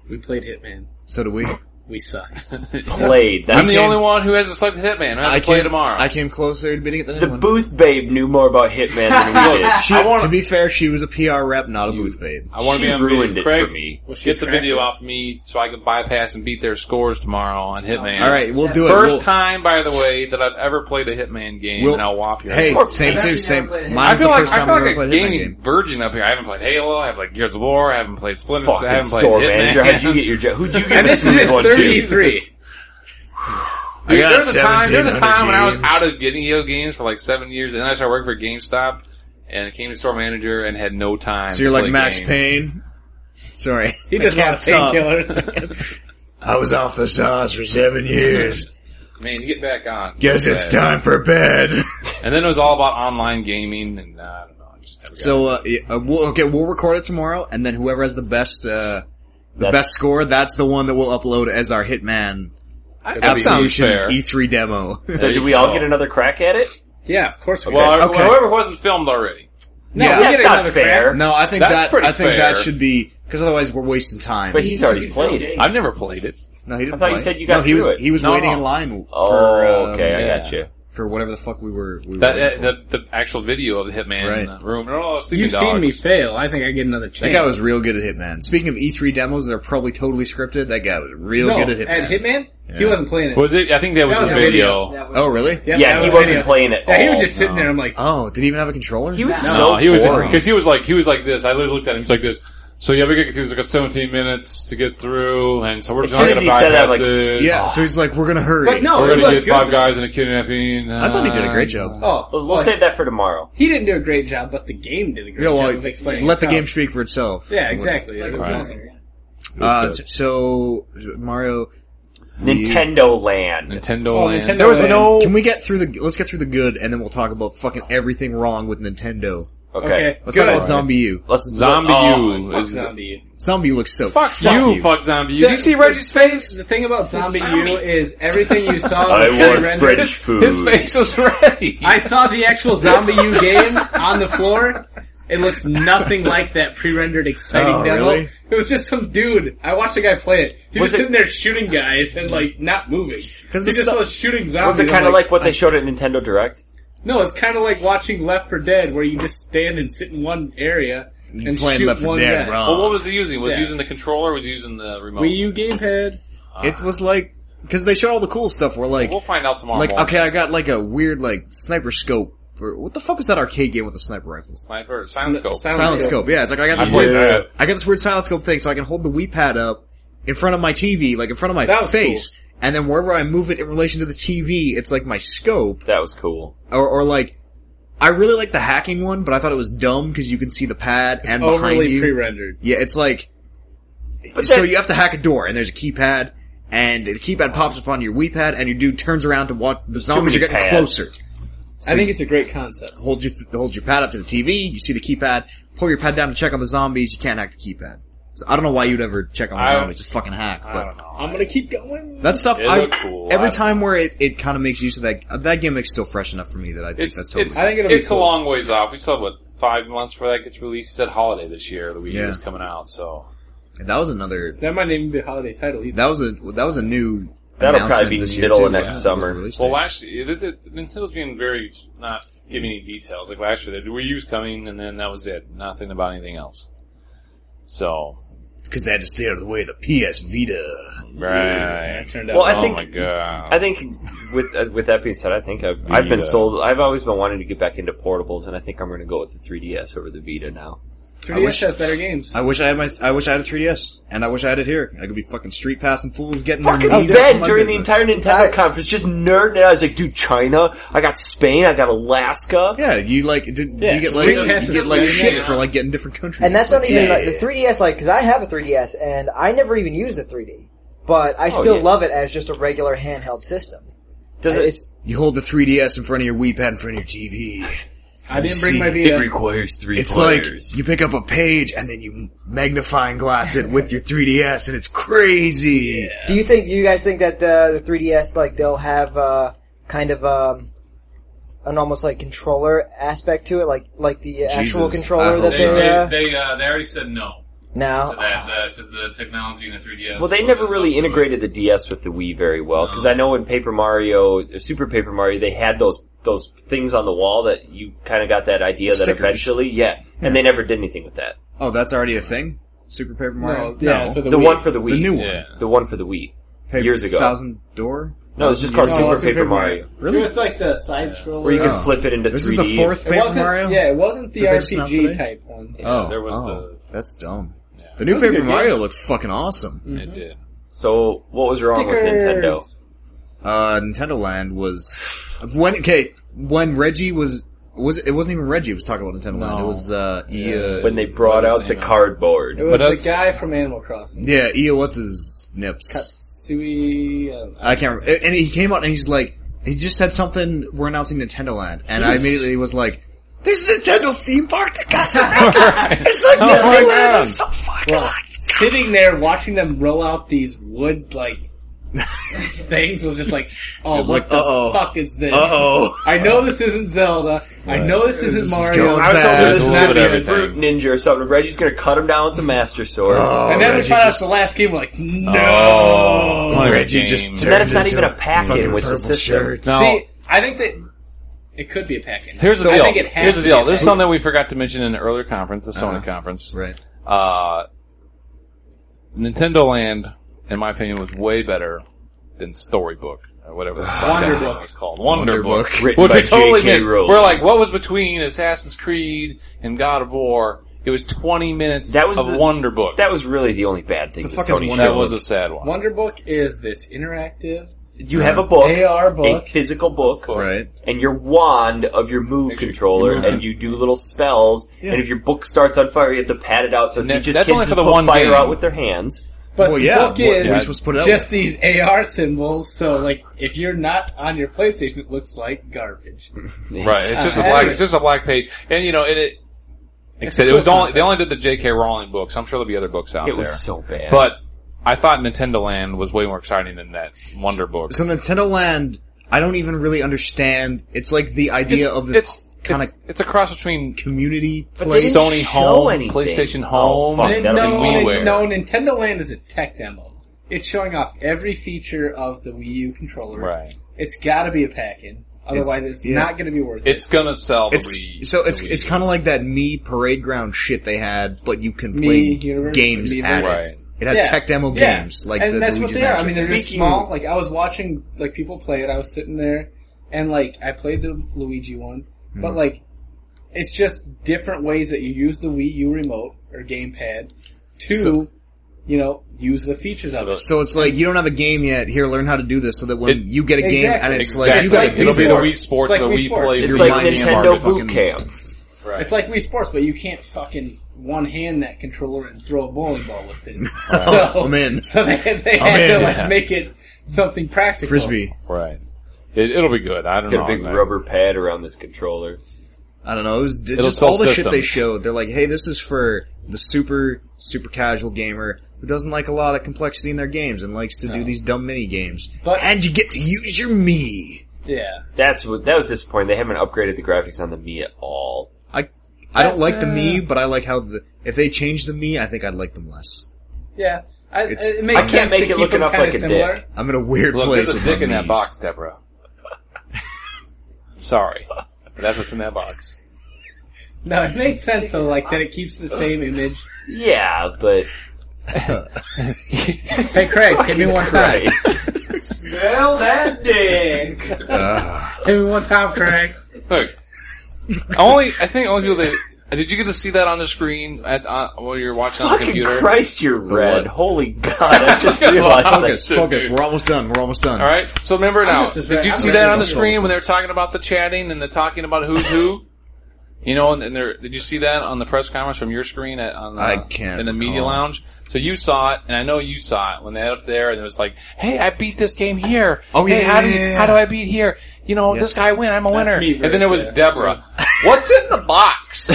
Speaker 4: We played Hitman.
Speaker 5: So do we.
Speaker 4: We sucked.
Speaker 11: Played. That's
Speaker 6: I'm the only one who hasn't slept with Hitman. I have to play
Speaker 5: came,
Speaker 6: tomorrow.
Speaker 5: I came closer to beating it than
Speaker 11: the
Speaker 5: anyone.
Speaker 11: booth babe knew more about Hitman than we did.
Speaker 5: She,
Speaker 6: I wanna-
Speaker 5: to be fair, she was a PR rep, not a booth babe.
Speaker 6: I want to
Speaker 11: she
Speaker 6: be on
Speaker 11: ruined
Speaker 6: video.
Speaker 11: it
Speaker 6: Craig,
Speaker 11: for me.
Speaker 4: Well, she
Speaker 6: Get the
Speaker 4: cracked
Speaker 6: video
Speaker 4: it.
Speaker 6: off me so I can bypass and beat their scores tomorrow on Hitman.
Speaker 5: All right, we'll do it.
Speaker 6: 1st
Speaker 5: We'll-
Speaker 6: time, by the way, that I've ever played a Hitman game,
Speaker 5: We'll-
Speaker 6: and I'll whop your
Speaker 5: Hey,
Speaker 6: ass.
Speaker 5: same
Speaker 7: I've
Speaker 5: too.
Speaker 7: actually
Speaker 5: Same.
Speaker 7: never played
Speaker 5: Mine's
Speaker 6: I feel
Speaker 5: the
Speaker 6: like
Speaker 5: first
Speaker 6: I
Speaker 5: time
Speaker 6: feel
Speaker 5: I've
Speaker 6: like
Speaker 5: ever played
Speaker 6: a
Speaker 5: a Hitman
Speaker 6: gaming
Speaker 5: game.
Speaker 6: virgin up here. I haven't played Halo. I haven't played Gears of War. I haven't played Splinter. Cell, I
Speaker 11: Fucking
Speaker 6: haven't played
Speaker 11: store manager.
Speaker 6: Hitman.
Speaker 11: How'd you get your job? Who'd you get
Speaker 4: And
Speaker 11: a
Speaker 4: this is
Speaker 11: smooth
Speaker 4: at
Speaker 11: one to?
Speaker 4: 33.
Speaker 5: I
Speaker 6: Dude,
Speaker 5: got
Speaker 6: there was a time, there was
Speaker 5: 1700
Speaker 6: a time when I was
Speaker 5: games.
Speaker 6: out of video games for like seven years, and then I started working for GameStop, and I came to store manager and had no time.
Speaker 5: So you're
Speaker 6: to
Speaker 5: like
Speaker 6: play
Speaker 5: Max
Speaker 6: games.
Speaker 5: Payne. Sorry,
Speaker 4: He
Speaker 5: I
Speaker 4: does a lot
Speaker 5: can't
Speaker 4: of
Speaker 5: stop.
Speaker 4: painkillers.
Speaker 5: I was off the sauce for seven years.
Speaker 6: Man, you get back on.
Speaker 5: Guess
Speaker 6: Yeah.
Speaker 5: it's time for bed.
Speaker 6: And then it was all about online gaming, and uh, I don't know. I just never got it.
Speaker 5: so uh, yeah, uh, we'll, okay, we'll record it tomorrow, and then whoever has the best uh, the
Speaker 11: That's-
Speaker 5: best score, that's the one that we'll upload as our Hitman
Speaker 6: I- that sounds
Speaker 5: Absolution
Speaker 6: fair.
Speaker 5: E3 demo.
Speaker 11: So
Speaker 6: There
Speaker 11: did
Speaker 6: you
Speaker 11: we all
Speaker 6: go.
Speaker 11: get another crack at it?
Speaker 4: yeah, of course we
Speaker 6: Well,
Speaker 4: did.
Speaker 6: I-
Speaker 5: Okay.
Speaker 6: whoever wasn't filmed already.
Speaker 4: No,
Speaker 5: yeah.
Speaker 4: we
Speaker 11: That's
Speaker 4: get
Speaker 11: not
Speaker 4: another
Speaker 11: fair.
Speaker 4: crack.
Speaker 5: no, I think
Speaker 6: That's
Speaker 5: that
Speaker 6: pretty
Speaker 5: I think
Speaker 6: fair.
Speaker 5: that should be because otherwise we're wasting time.
Speaker 11: But he's already played it.
Speaker 6: I've never played it.
Speaker 5: no, he didn't.
Speaker 11: I thought you
Speaker 5: play.
Speaker 11: said you got
Speaker 5: no, he
Speaker 11: through
Speaker 5: was
Speaker 11: it.
Speaker 5: he was
Speaker 6: No.
Speaker 5: waiting in line for
Speaker 11: Oh,
Speaker 5: um,
Speaker 11: okay, I
Speaker 5: yeah,
Speaker 11: got you.
Speaker 5: for whatever the fuck we were. We were
Speaker 6: That,
Speaker 5: waiting
Speaker 6: uh,
Speaker 5: for.
Speaker 6: the, the actual video of the Hitman
Speaker 5: Right.
Speaker 6: in the room. Oh, sleeping
Speaker 4: You've
Speaker 6: dogs.
Speaker 4: seen me fail. I think I get another
Speaker 5: That
Speaker 4: chance.
Speaker 5: guy was real good at Hitman. Speaking of E3 demos that are probably totally scripted, that guy was real
Speaker 4: no,
Speaker 5: good at Hitman.
Speaker 4: Hitman? He
Speaker 5: Yeah.
Speaker 4: wasn't playing it.
Speaker 6: Was it? I think that was
Speaker 4: That
Speaker 6: the
Speaker 4: was a
Speaker 6: video.
Speaker 5: Oh, really?
Speaker 11: Yeah,
Speaker 4: Yeah, that
Speaker 11: he
Speaker 4: was
Speaker 11: wasn't
Speaker 4: video.
Speaker 11: playing at all.
Speaker 4: Yeah, he was just sitting there. I'm like,
Speaker 5: Oh, did he even have a controller?
Speaker 11: He was
Speaker 6: No,
Speaker 11: so
Speaker 6: he was
Speaker 11: boring.
Speaker 6: because he was like he was like this. I literally looked at him. He's like this. So yeah, we got we got 17 minutes to get through, and so we're
Speaker 11: As
Speaker 6: just
Speaker 11: soon
Speaker 6: going
Speaker 11: as
Speaker 6: to
Speaker 11: he said that,
Speaker 6: bypass
Speaker 11: like,
Speaker 6: this.
Speaker 5: Yeah, so he's like, we're gonna hurry.
Speaker 4: but no,
Speaker 6: we're
Speaker 4: he
Speaker 6: going to get
Speaker 4: looked good.
Speaker 6: five guys in a kidnapping. uh,
Speaker 5: I thought he did a great job.
Speaker 4: Oh,
Speaker 11: We'll
Speaker 4: well,
Speaker 11: save that for tomorrow.
Speaker 4: He didn't do a great job, but the game did a great
Speaker 5: Yeah, well,
Speaker 4: job of explaining.
Speaker 5: let the
Speaker 4: itself.
Speaker 5: game speak for itself.
Speaker 4: Yeah, exactly. It was
Speaker 6: Right.
Speaker 4: awesome.
Speaker 5: Uh, t- so, Mario... we-
Speaker 11: Nintendo Land.
Speaker 6: Nintendo.
Speaker 4: Oh,
Speaker 6: Land.
Speaker 4: Nintendo
Speaker 6: there was
Speaker 4: Land.
Speaker 6: no.
Speaker 5: Can we get through the... Let's get through the good, and then we'll talk about fucking everything wrong with Nintendo.
Speaker 11: Okay.
Speaker 4: Okay,
Speaker 5: Let's
Speaker 4: good.
Speaker 5: talk about Zombie U.
Speaker 11: Let's
Speaker 6: Zombie
Speaker 11: oh,
Speaker 6: U
Speaker 4: Fuck
Speaker 6: is
Speaker 4: zombie. U.
Speaker 5: Zombie U looks so...
Speaker 6: fuck, you, fuck zombie you. Did you see Reggie's face?
Speaker 4: The thing about Zombie U is everything you saw
Speaker 11: I
Speaker 4: was
Speaker 11: want
Speaker 4: rendered.
Speaker 11: French food.
Speaker 6: His face was ready.
Speaker 4: I saw the actual Zombie U game on the floor. It looks nothing like that pre-rendered exciting
Speaker 5: Oh,
Speaker 4: demo.
Speaker 5: really?
Speaker 4: It was just some dude. I watched the guy play it. He was
Speaker 11: Was it-
Speaker 4: sitting there shooting guys and like not moving. Because
Speaker 5: the
Speaker 4: he just
Speaker 5: stu-
Speaker 4: was shooting zombies.
Speaker 11: Was it
Speaker 4: I'm
Speaker 11: kind of like, what they showed at Nintendo Direct?
Speaker 4: no? It's kind of like watching Left for Dead, where you just stand and sit in one area and
Speaker 5: Playing
Speaker 4: shoot
Speaker 5: Left 4
Speaker 4: one
Speaker 5: Dead
Speaker 4: guy.
Speaker 5: wrong.
Speaker 6: Well, what was he using? Was
Speaker 4: Yeah.
Speaker 6: he using the controller? or Was he using the remote?
Speaker 4: Wii U gamepad.
Speaker 5: It was like... Because they showed all the cool stuff where, like...
Speaker 6: We'll find out tomorrow.
Speaker 5: Like,
Speaker 6: morning.
Speaker 5: okay, I got like a weird like sniper scope. Or, what the fuck was that arcade game with the sniper rifles?
Speaker 6: Sniper, silent scope.
Speaker 4: Silent
Speaker 5: Silent
Speaker 4: scope.
Speaker 5: scope. Yeah, it's like I got this
Speaker 6: I
Speaker 5: weird,
Speaker 6: played that.
Speaker 5: I got this weird silent scope thing, so I can hold the Wii pad up in front of my TV, like in front of my
Speaker 4: That was
Speaker 5: face, and then wherever I move it in relation to the TV, it's like my scope,
Speaker 11: That was cool.
Speaker 5: or, or like. I really like the hacking one, but I thought it was dumb because you can see the pad and behind
Speaker 4: Overly
Speaker 5: you.
Speaker 4: pre-rendered.
Speaker 5: Yeah, it's like so you have to hack a door, and there's a keypad, and the keypad pops up on your Wii pad, and your dude turns around to watch the zombies
Speaker 11: many
Speaker 5: are getting
Speaker 11: pads.
Speaker 5: closer.
Speaker 4: I think it's a great concept.
Speaker 5: Hold your hold your pad up to the TV. You see the keypad. Pull your pad down to check on the zombies. You can't hack the keypad. So I don't know why you'd ever check on the
Speaker 6: I-
Speaker 5: zombies. Just fucking hack.
Speaker 6: I don't
Speaker 5: But
Speaker 6: know.
Speaker 4: I'm gonna keep going.
Speaker 5: that stuff,
Speaker 6: It
Speaker 5: I,
Speaker 6: looked cool. I
Speaker 5: every
Speaker 6: don't
Speaker 5: time where it, it kind of makes use of that that gimmick's still fresh enough for me that I think
Speaker 6: It's
Speaker 5: that's totally.
Speaker 6: it's,
Speaker 4: I think it'll be
Speaker 6: it's
Speaker 4: cool.
Speaker 6: a long ways off. We still have what five months before that gets released. It's at holiday this year. The weekend
Speaker 5: Yeah.
Speaker 6: is coming out, so
Speaker 5: that was another.
Speaker 4: That might not even be a holiday title either.
Speaker 5: That was a that was a new.
Speaker 11: That'll
Speaker 5: announcement
Speaker 11: probably be
Speaker 5: this year,
Speaker 11: middle
Speaker 5: too,
Speaker 11: of next
Speaker 5: was the
Speaker 11: summer.
Speaker 5: release
Speaker 6: well
Speaker 5: date.
Speaker 6: last year the, the, Nintendo's being very not giving any details. Like last year, the Wii U's coming, and then that was it. Nothing about anything else. So
Speaker 5: because they had to stay out of the way of the PS Vita.
Speaker 4: Yeah, it
Speaker 6: right.
Speaker 4: turned out.
Speaker 11: Well, I
Speaker 6: oh
Speaker 11: think-
Speaker 6: my god.
Speaker 11: I think with uh, with that being said, I think I've I've been
Speaker 5: uh,
Speaker 6: Vita.
Speaker 11: sold. I've always been wanting to get back into portables, and I think I'm going to go with the 3DS over the Vita now.
Speaker 4: 3DS
Speaker 5: wish-
Speaker 4: has better games.
Speaker 5: I wish I had my. I wish I had a 3DS, and I wish I had it here. I could be fucking street passing fools getting
Speaker 11: Fucking
Speaker 5: their knees up in
Speaker 11: bed
Speaker 5: my
Speaker 11: during
Speaker 5: business.
Speaker 11: the entire Nintendo conference, just nerding. out. I was like, dude, China. I got Spain. I got Alaska.
Speaker 5: Yeah, you like do, do
Speaker 4: Yeah,
Speaker 5: you get like
Speaker 4: street
Speaker 5: you
Speaker 4: passes
Speaker 5: get
Speaker 4: are
Speaker 5: like
Speaker 4: better
Speaker 5: shit
Speaker 4: now.
Speaker 5: for like getting different countries.
Speaker 7: And that's
Speaker 5: It's
Speaker 7: not even
Speaker 5: yeah.
Speaker 7: like the 3DS, like because I have a 3DS and I never even used the 3D. but I still
Speaker 3: yeah.
Speaker 7: love it as just a regular handheld system.
Speaker 3: Does it?
Speaker 7: It's
Speaker 5: You hold the 3DS in front of your Wii Pad in front of your TV.
Speaker 4: I didn't
Speaker 5: See,
Speaker 4: bring my
Speaker 3: It
Speaker 4: Vita.
Speaker 3: requires three
Speaker 5: It's
Speaker 3: players.
Speaker 5: like you pick up a page and then you magnifying glass it with your 3DS, and it's crazy.
Speaker 7: Do you think? Do you guys think that uh, the 3DS like they'll have uh, kind of um, an almost like controller aspect to it, like like the uh,
Speaker 5: Jesus,
Speaker 7: actual
Speaker 5: I
Speaker 7: controller
Speaker 5: hope
Speaker 7: that
Speaker 5: not.
Speaker 7: they, uh,
Speaker 13: They, they, they, uh, they already said no to
Speaker 7: now.
Speaker 13: that because the technology in the 3DS.
Speaker 3: Well, they
Speaker 13: wasn't
Speaker 3: never really
Speaker 13: up to it.
Speaker 3: integrated the DS with the Wii very well because I know in Paper Mario, Super Paper Mario, they had those those things on the wall that you kind of got that idea that
Speaker 5: Stickers.
Speaker 3: eventually, yeah, and they never did anything with that.
Speaker 5: Oh, that's already a thing. Super Paper Mario.
Speaker 4: No, yeah, for
Speaker 3: The,
Speaker 4: the, Wii.
Speaker 3: one for the Wii,
Speaker 5: new one.
Speaker 6: Yeah.
Speaker 3: the one for the Wii.
Speaker 5: Paper-
Speaker 3: years ago.
Speaker 5: Thousand Door.
Speaker 3: No, it's just called
Speaker 4: No,
Speaker 3: Super
Speaker 4: Super
Speaker 3: Paper
Speaker 4: Paper
Speaker 3: Mario,
Speaker 4: It was like the side scroller.
Speaker 3: where you
Speaker 5: Oh.
Speaker 3: can flip it into
Speaker 5: This
Speaker 3: 3D.
Speaker 5: is the fourth
Speaker 4: it
Speaker 5: Paper
Speaker 4: wasn't,
Speaker 5: Mario.
Speaker 4: Yeah, it wasn't the
Speaker 5: Did they just announce
Speaker 4: RPG
Speaker 5: today?
Speaker 4: type one.
Speaker 5: Oh,
Speaker 6: there was
Speaker 5: oh, that's dumb.
Speaker 6: Yeah.
Speaker 5: The new
Speaker 4: That was a
Speaker 5: Paper
Speaker 4: good
Speaker 5: Mario
Speaker 4: game.
Speaker 5: looked fucking awesome.
Speaker 6: It did.
Speaker 3: So what was wrong with Nintendo?
Speaker 4: Stickers.
Speaker 5: Uh, Nintendo Land was when okay when Reggie was was it, it wasn't even Reggie was talking about Nintendo Land. It
Speaker 6: No.
Speaker 5: was uh, Ia,
Speaker 3: When they brought
Speaker 6: What was
Speaker 3: out the
Speaker 6: name of it?
Speaker 3: cardboard,
Speaker 4: It was the
Speaker 6: that's-
Speaker 4: guy from Animal Crossing.
Speaker 5: yeah Ia what's his nips.
Speaker 4: Katsui. I don't know.
Speaker 5: I can't remember. And he came out and he's like, he just said something, we're announcing Nintendo Land. And I immediately was like, there's a Nintendo theme park to Casa Rica! It's like Disneyland!
Speaker 6: Oh God.
Speaker 5: I'm so fucking
Speaker 4: Well, sitting there watching them roll out these wood like things was just like, oh,
Speaker 5: You're
Speaker 4: what
Speaker 5: like,
Speaker 4: the
Speaker 5: uh-oh.
Speaker 4: fuck is this?
Speaker 5: Uh-oh.
Speaker 4: I know this isn't Zelda. I know this isn't
Speaker 5: is
Speaker 4: Mario.
Speaker 5: going
Speaker 3: I was
Speaker 5: bad.
Speaker 3: hoping
Speaker 6: There's
Speaker 3: this
Speaker 6: a
Speaker 3: was
Speaker 6: little
Speaker 3: gonna be
Speaker 6: bit
Speaker 3: a
Speaker 6: of
Speaker 3: fruit ninja or something. Reggie's gonna cut him down with the master sword.
Speaker 5: Oh,
Speaker 4: and then we
Speaker 5: Reggie
Speaker 4: found out it's
Speaker 5: just, Oh.
Speaker 4: the last game, we're like, no.
Speaker 6: Only
Speaker 5: Reggie
Speaker 6: game.
Speaker 5: just
Speaker 6: And
Speaker 5: turned
Speaker 3: then it's not
Speaker 5: into
Speaker 3: even a pack-in
Speaker 5: fucking
Speaker 3: with the
Speaker 5: purple
Speaker 3: system.
Speaker 5: shirt.
Speaker 6: Now,
Speaker 4: See, I think that it could be a pack in.
Speaker 6: here's the
Speaker 4: I
Speaker 6: deal.
Speaker 4: think it has
Speaker 6: Here's the
Speaker 4: to be
Speaker 6: deal.
Speaker 4: a
Speaker 6: There's
Speaker 4: pack-in.
Speaker 6: something we forgot to mention in the earlier conference, the Sony
Speaker 5: Uh-huh.
Speaker 6: conference.
Speaker 5: Right.
Speaker 6: Uh, Nintendo Land, in my opinion, was way better than Storybook or whatever the
Speaker 3: Ah,
Speaker 6: fuck that
Speaker 4: Wonderbook.
Speaker 6: was called. Wonder Book.
Speaker 5: Book.
Speaker 3: Written
Speaker 6: Which
Speaker 3: by
Speaker 6: we totally
Speaker 3: J.K.
Speaker 6: missed.
Speaker 3: Rowling.
Speaker 6: We're like, what was between Assassin's Creed and God of War? It was 20 minutes
Speaker 3: That was
Speaker 6: of
Speaker 3: the-
Speaker 6: Wonder Book.
Speaker 3: that was really the only bad thing.
Speaker 5: The
Speaker 3: that
Speaker 5: fuck is
Speaker 3: Sony
Speaker 5: Wonder
Speaker 6: that
Speaker 3: showed.
Speaker 6: was a sad one.
Speaker 4: Wonder Book is this interactive
Speaker 3: You have a book,
Speaker 4: AR
Speaker 3: a
Speaker 4: book.
Speaker 3: physical book,
Speaker 5: Right.
Speaker 3: and your wand of your move controller, and you do little spells. And if your book starts on fire, you have to pat it out. So it
Speaker 6: that-
Speaker 3: teaches
Speaker 6: that's
Speaker 3: kids
Speaker 6: only
Speaker 3: to
Speaker 6: for the
Speaker 3: put
Speaker 6: one
Speaker 3: fire
Speaker 6: game.
Speaker 3: out with their hands.
Speaker 4: But
Speaker 5: Well,
Speaker 4: the
Speaker 5: yeah, what-
Speaker 4: book
Speaker 5: what
Speaker 4: is
Speaker 5: are you supposed to put up
Speaker 4: just these AR symbols. So, like, if you're not on your PlayStation, it looks like garbage.
Speaker 6: Right. It's just a
Speaker 4: Uh,
Speaker 6: black. It's just a black page, and you know it. it like I said, it was only they only did the J.K. Rowling books. I'm sure there'll be other books out
Speaker 3: It
Speaker 6: there.
Speaker 3: was so bad.
Speaker 6: but I thought Nintendo Land was way more exciting than that Wonder Book.
Speaker 5: So Nintendo Land, I don't even really understand. It's like the idea
Speaker 6: It's-
Speaker 5: of this
Speaker 6: it's,
Speaker 5: kind of
Speaker 6: it's, it's a cross between
Speaker 5: community
Speaker 3: But they
Speaker 5: place.
Speaker 3: didn't
Speaker 6: Sony
Speaker 3: show
Speaker 6: Home,
Speaker 3: anything.
Speaker 6: PlayStation
Speaker 3: Oh,
Speaker 6: Home,
Speaker 3: fuck,
Speaker 4: Nin-
Speaker 3: that'll be
Speaker 4: no,
Speaker 3: weird.
Speaker 6: WiiWare.
Speaker 4: Nin- no, Nintendo Land is a tech demo. It's showing off every feature of the Wii U controller.
Speaker 6: right.
Speaker 4: It's got to be a pack-in, otherwise it's,
Speaker 5: yeah.
Speaker 4: not going to be worth it.
Speaker 6: It's gonna sell. The Wii,
Speaker 5: It's so it's
Speaker 6: the Wii
Speaker 5: it's
Speaker 6: U.
Speaker 5: kind of like that me parade ground shit they had, but you can
Speaker 4: Me
Speaker 5: play
Speaker 4: universe,
Speaker 5: games
Speaker 4: me
Speaker 5: at
Speaker 6: universe.
Speaker 5: it. It has
Speaker 4: Yeah.
Speaker 5: tech demo
Speaker 4: Yeah.
Speaker 5: games like
Speaker 4: and
Speaker 5: the
Speaker 4: that's what
Speaker 5: Luigi's
Speaker 4: they are. I mean,
Speaker 5: Mansion.
Speaker 4: they're just
Speaker 3: Speaking-
Speaker 4: small. Like I was watching like people play it. I was sitting there, and like I played the Luigi one, but
Speaker 5: Hmm.
Speaker 4: like it's just different ways that you use the Wii U remote or gamepad to,
Speaker 5: So-
Speaker 4: you know, use the features of it.
Speaker 5: so it's like you don't have a game yet. Here, learn how to do this, so that when
Speaker 6: It-
Speaker 5: you get a game
Speaker 4: Exactly.
Speaker 5: and it's like
Speaker 6: exactly.
Speaker 5: you got
Speaker 4: like
Speaker 5: to do
Speaker 6: it'll be the
Speaker 5: this.
Speaker 6: Wii Sports,
Speaker 4: It's like
Speaker 6: the
Speaker 4: Wii
Speaker 6: Wii
Speaker 4: Sports.
Speaker 6: Play.
Speaker 5: It's
Speaker 3: it's
Speaker 5: you're
Speaker 6: through
Speaker 3: like
Speaker 5: reminding them
Speaker 3: Nintendo
Speaker 5: of our
Speaker 3: Boot
Speaker 5: fucking-
Speaker 3: Camp.
Speaker 6: Right.
Speaker 4: It's like Wii Sports, but you can't fucking one hand that controller and throw a bowling ball with it. so
Speaker 5: Oh, I'm in.
Speaker 4: So they,
Speaker 5: I'm
Speaker 4: they had
Speaker 5: in.
Speaker 4: to like make it something practical.
Speaker 5: frisbee.
Speaker 6: right. It, it'll be good. I don't
Speaker 3: Got
Speaker 6: know.
Speaker 3: a big
Speaker 6: man.
Speaker 3: rubber pad around this controller.
Speaker 5: I don't know. It was it's
Speaker 6: It'll
Speaker 5: just
Speaker 6: sell
Speaker 5: all the shit
Speaker 6: systems.
Speaker 5: they showed. They're like, hey, this is for the super super casual gamer who doesn't like a lot of complexity in their games and likes to do these dumb mini games.
Speaker 4: But-
Speaker 5: and you get to use your me.
Speaker 4: Yeah.
Speaker 3: That's what that was disappointing. They haven't upgraded the graphics on the Mii at all.
Speaker 5: I I don't like the me, but I like how the if they change the me, I think I'd like them less.
Speaker 4: Yeah. I,
Speaker 5: It's-
Speaker 4: it makes
Speaker 3: I can't
Speaker 4: sense
Speaker 3: make
Speaker 4: to
Speaker 3: it
Speaker 4: keep
Speaker 3: look
Speaker 4: them
Speaker 3: enough
Speaker 4: kinda
Speaker 3: like a
Speaker 4: similar.
Speaker 3: dick.
Speaker 5: I'm in a weird
Speaker 6: Look,
Speaker 5: place
Speaker 6: there's a
Speaker 5: with
Speaker 6: dick
Speaker 5: my
Speaker 6: in that
Speaker 5: Mii's.
Speaker 6: box, Deborah. Sorry, but that's what's in that box.
Speaker 4: No, it makes sense though, like that it keeps the same image.
Speaker 3: Yeah, but
Speaker 4: Hey Craig, hit me one time.
Speaker 3: right.
Speaker 4: Smell that dick. hit me one time, Craig.
Speaker 6: Look, only I think only people that did you get to see that on the screen at uh, while you're watching on the
Speaker 3: Fucking
Speaker 6: computer?
Speaker 3: Christ, you're red.
Speaker 5: what?
Speaker 3: Holy God, I just realized that.
Speaker 5: Focus, focus. We're almost done. We're almost done.
Speaker 6: All right. So remember now,
Speaker 4: just as
Speaker 6: did
Speaker 4: bad-
Speaker 6: you
Speaker 4: I'm
Speaker 6: see
Speaker 4: ready
Speaker 6: that
Speaker 4: to
Speaker 6: on the
Speaker 5: go.
Speaker 6: screen when they were talking about the chatting and the talking about who's who? You know, and, and there, did you see that on the press conference from your screen at, on the,
Speaker 11: I can't
Speaker 6: in the media
Speaker 11: recall.
Speaker 6: lounge? So you saw it, and I know you saw it when they had up there, and it was like, "Hey, I beat this game here.
Speaker 11: Oh,
Speaker 6: Hey,
Speaker 11: yeah,
Speaker 6: how,
Speaker 11: yeah,
Speaker 6: do,
Speaker 11: yeah, yeah.
Speaker 6: how do I beat here? You know, this guy win. I'm a winner."
Speaker 14: me
Speaker 6: and then it was
Speaker 14: versus-
Speaker 6: Deborah. What's in the box?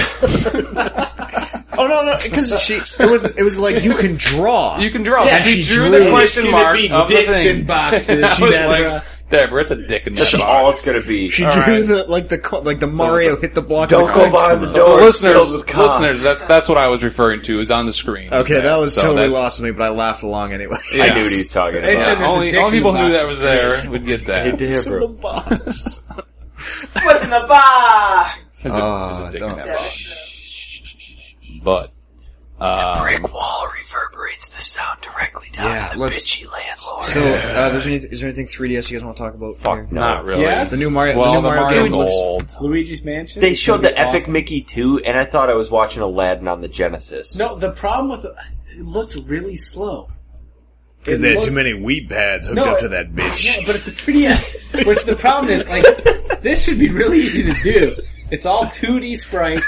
Speaker 11: Oh no, no, because she it was it was like you can draw.
Speaker 6: You can draw.
Speaker 11: Yeah,
Speaker 6: she,
Speaker 11: she
Speaker 6: drew,
Speaker 11: drew
Speaker 6: the
Speaker 11: it.
Speaker 6: question
Speaker 14: It's gonna
Speaker 6: mark
Speaker 14: be
Speaker 6: of the
Speaker 14: dicks
Speaker 6: thing.
Speaker 14: in boxes,
Speaker 6: And I
Speaker 14: she
Speaker 6: was
Speaker 14: better-
Speaker 4: uh,
Speaker 6: like, oh, Deborah, it's a dick in the
Speaker 3: That's
Speaker 6: box.
Speaker 3: all it's going to be.
Speaker 11: she
Speaker 6: all
Speaker 11: drew
Speaker 6: right.
Speaker 11: the like the co- like the Mario hit the block. and
Speaker 3: Don't
Speaker 11: the
Speaker 3: go
Speaker 11: coins
Speaker 3: by
Speaker 11: come
Speaker 3: the
Speaker 11: out.
Speaker 3: door.
Speaker 6: listeners,
Speaker 3: filled with cocks.
Speaker 6: listeners, that's that's what I was referring to. Is on the screen. Uh,
Speaker 11: Okay, that was
Speaker 6: So
Speaker 11: totally
Speaker 6: that's-
Speaker 11: lost me, but I laughed along anyway.
Speaker 6: Yeah.
Speaker 3: I knew what he was talking about.
Speaker 14: Yeah.
Speaker 6: Yeah,
Speaker 14: There's a
Speaker 6: only
Speaker 14: dick
Speaker 6: only
Speaker 14: in
Speaker 6: people
Speaker 14: the
Speaker 6: who knew
Speaker 14: box.
Speaker 6: that was there would get that.
Speaker 11: It's in the box.
Speaker 3: What's in the box?
Speaker 6: There's a-
Speaker 11: Ah,
Speaker 6: there's a dick
Speaker 11: don't-
Speaker 6: in that box. Uh, But uh,
Speaker 5: Brick wall reverberates the sound directly down
Speaker 11: Yeah,
Speaker 5: to the
Speaker 11: let's-
Speaker 5: bitchy landlord.
Speaker 11: So, uh, there's any, is there anything 3DS you guys want to talk about? here?
Speaker 6: not really.
Speaker 4: Yes.
Speaker 11: The new Mario,
Speaker 6: Well,
Speaker 11: the new Mario, game looks-
Speaker 6: Gold.
Speaker 4: Luigi's Mansion.
Speaker 3: They
Speaker 4: is
Speaker 3: showed
Speaker 4: gonna
Speaker 3: the
Speaker 4: be
Speaker 3: epic
Speaker 4: awesome.
Speaker 3: Mickey 2, and I thought I was watching Aladdin on the Genesis.
Speaker 4: No, the problem with it, it looked really slow.
Speaker 11: Because
Speaker 4: It
Speaker 11: they had
Speaker 4: looks-
Speaker 11: too many weed pads hooked
Speaker 4: No,
Speaker 11: up
Speaker 4: it-
Speaker 11: to that
Speaker 4: Yeah,
Speaker 11: bitch.
Speaker 4: but it's a 3DS. Which the problem is, like, this should be really easy to do. It's all 2D sprites,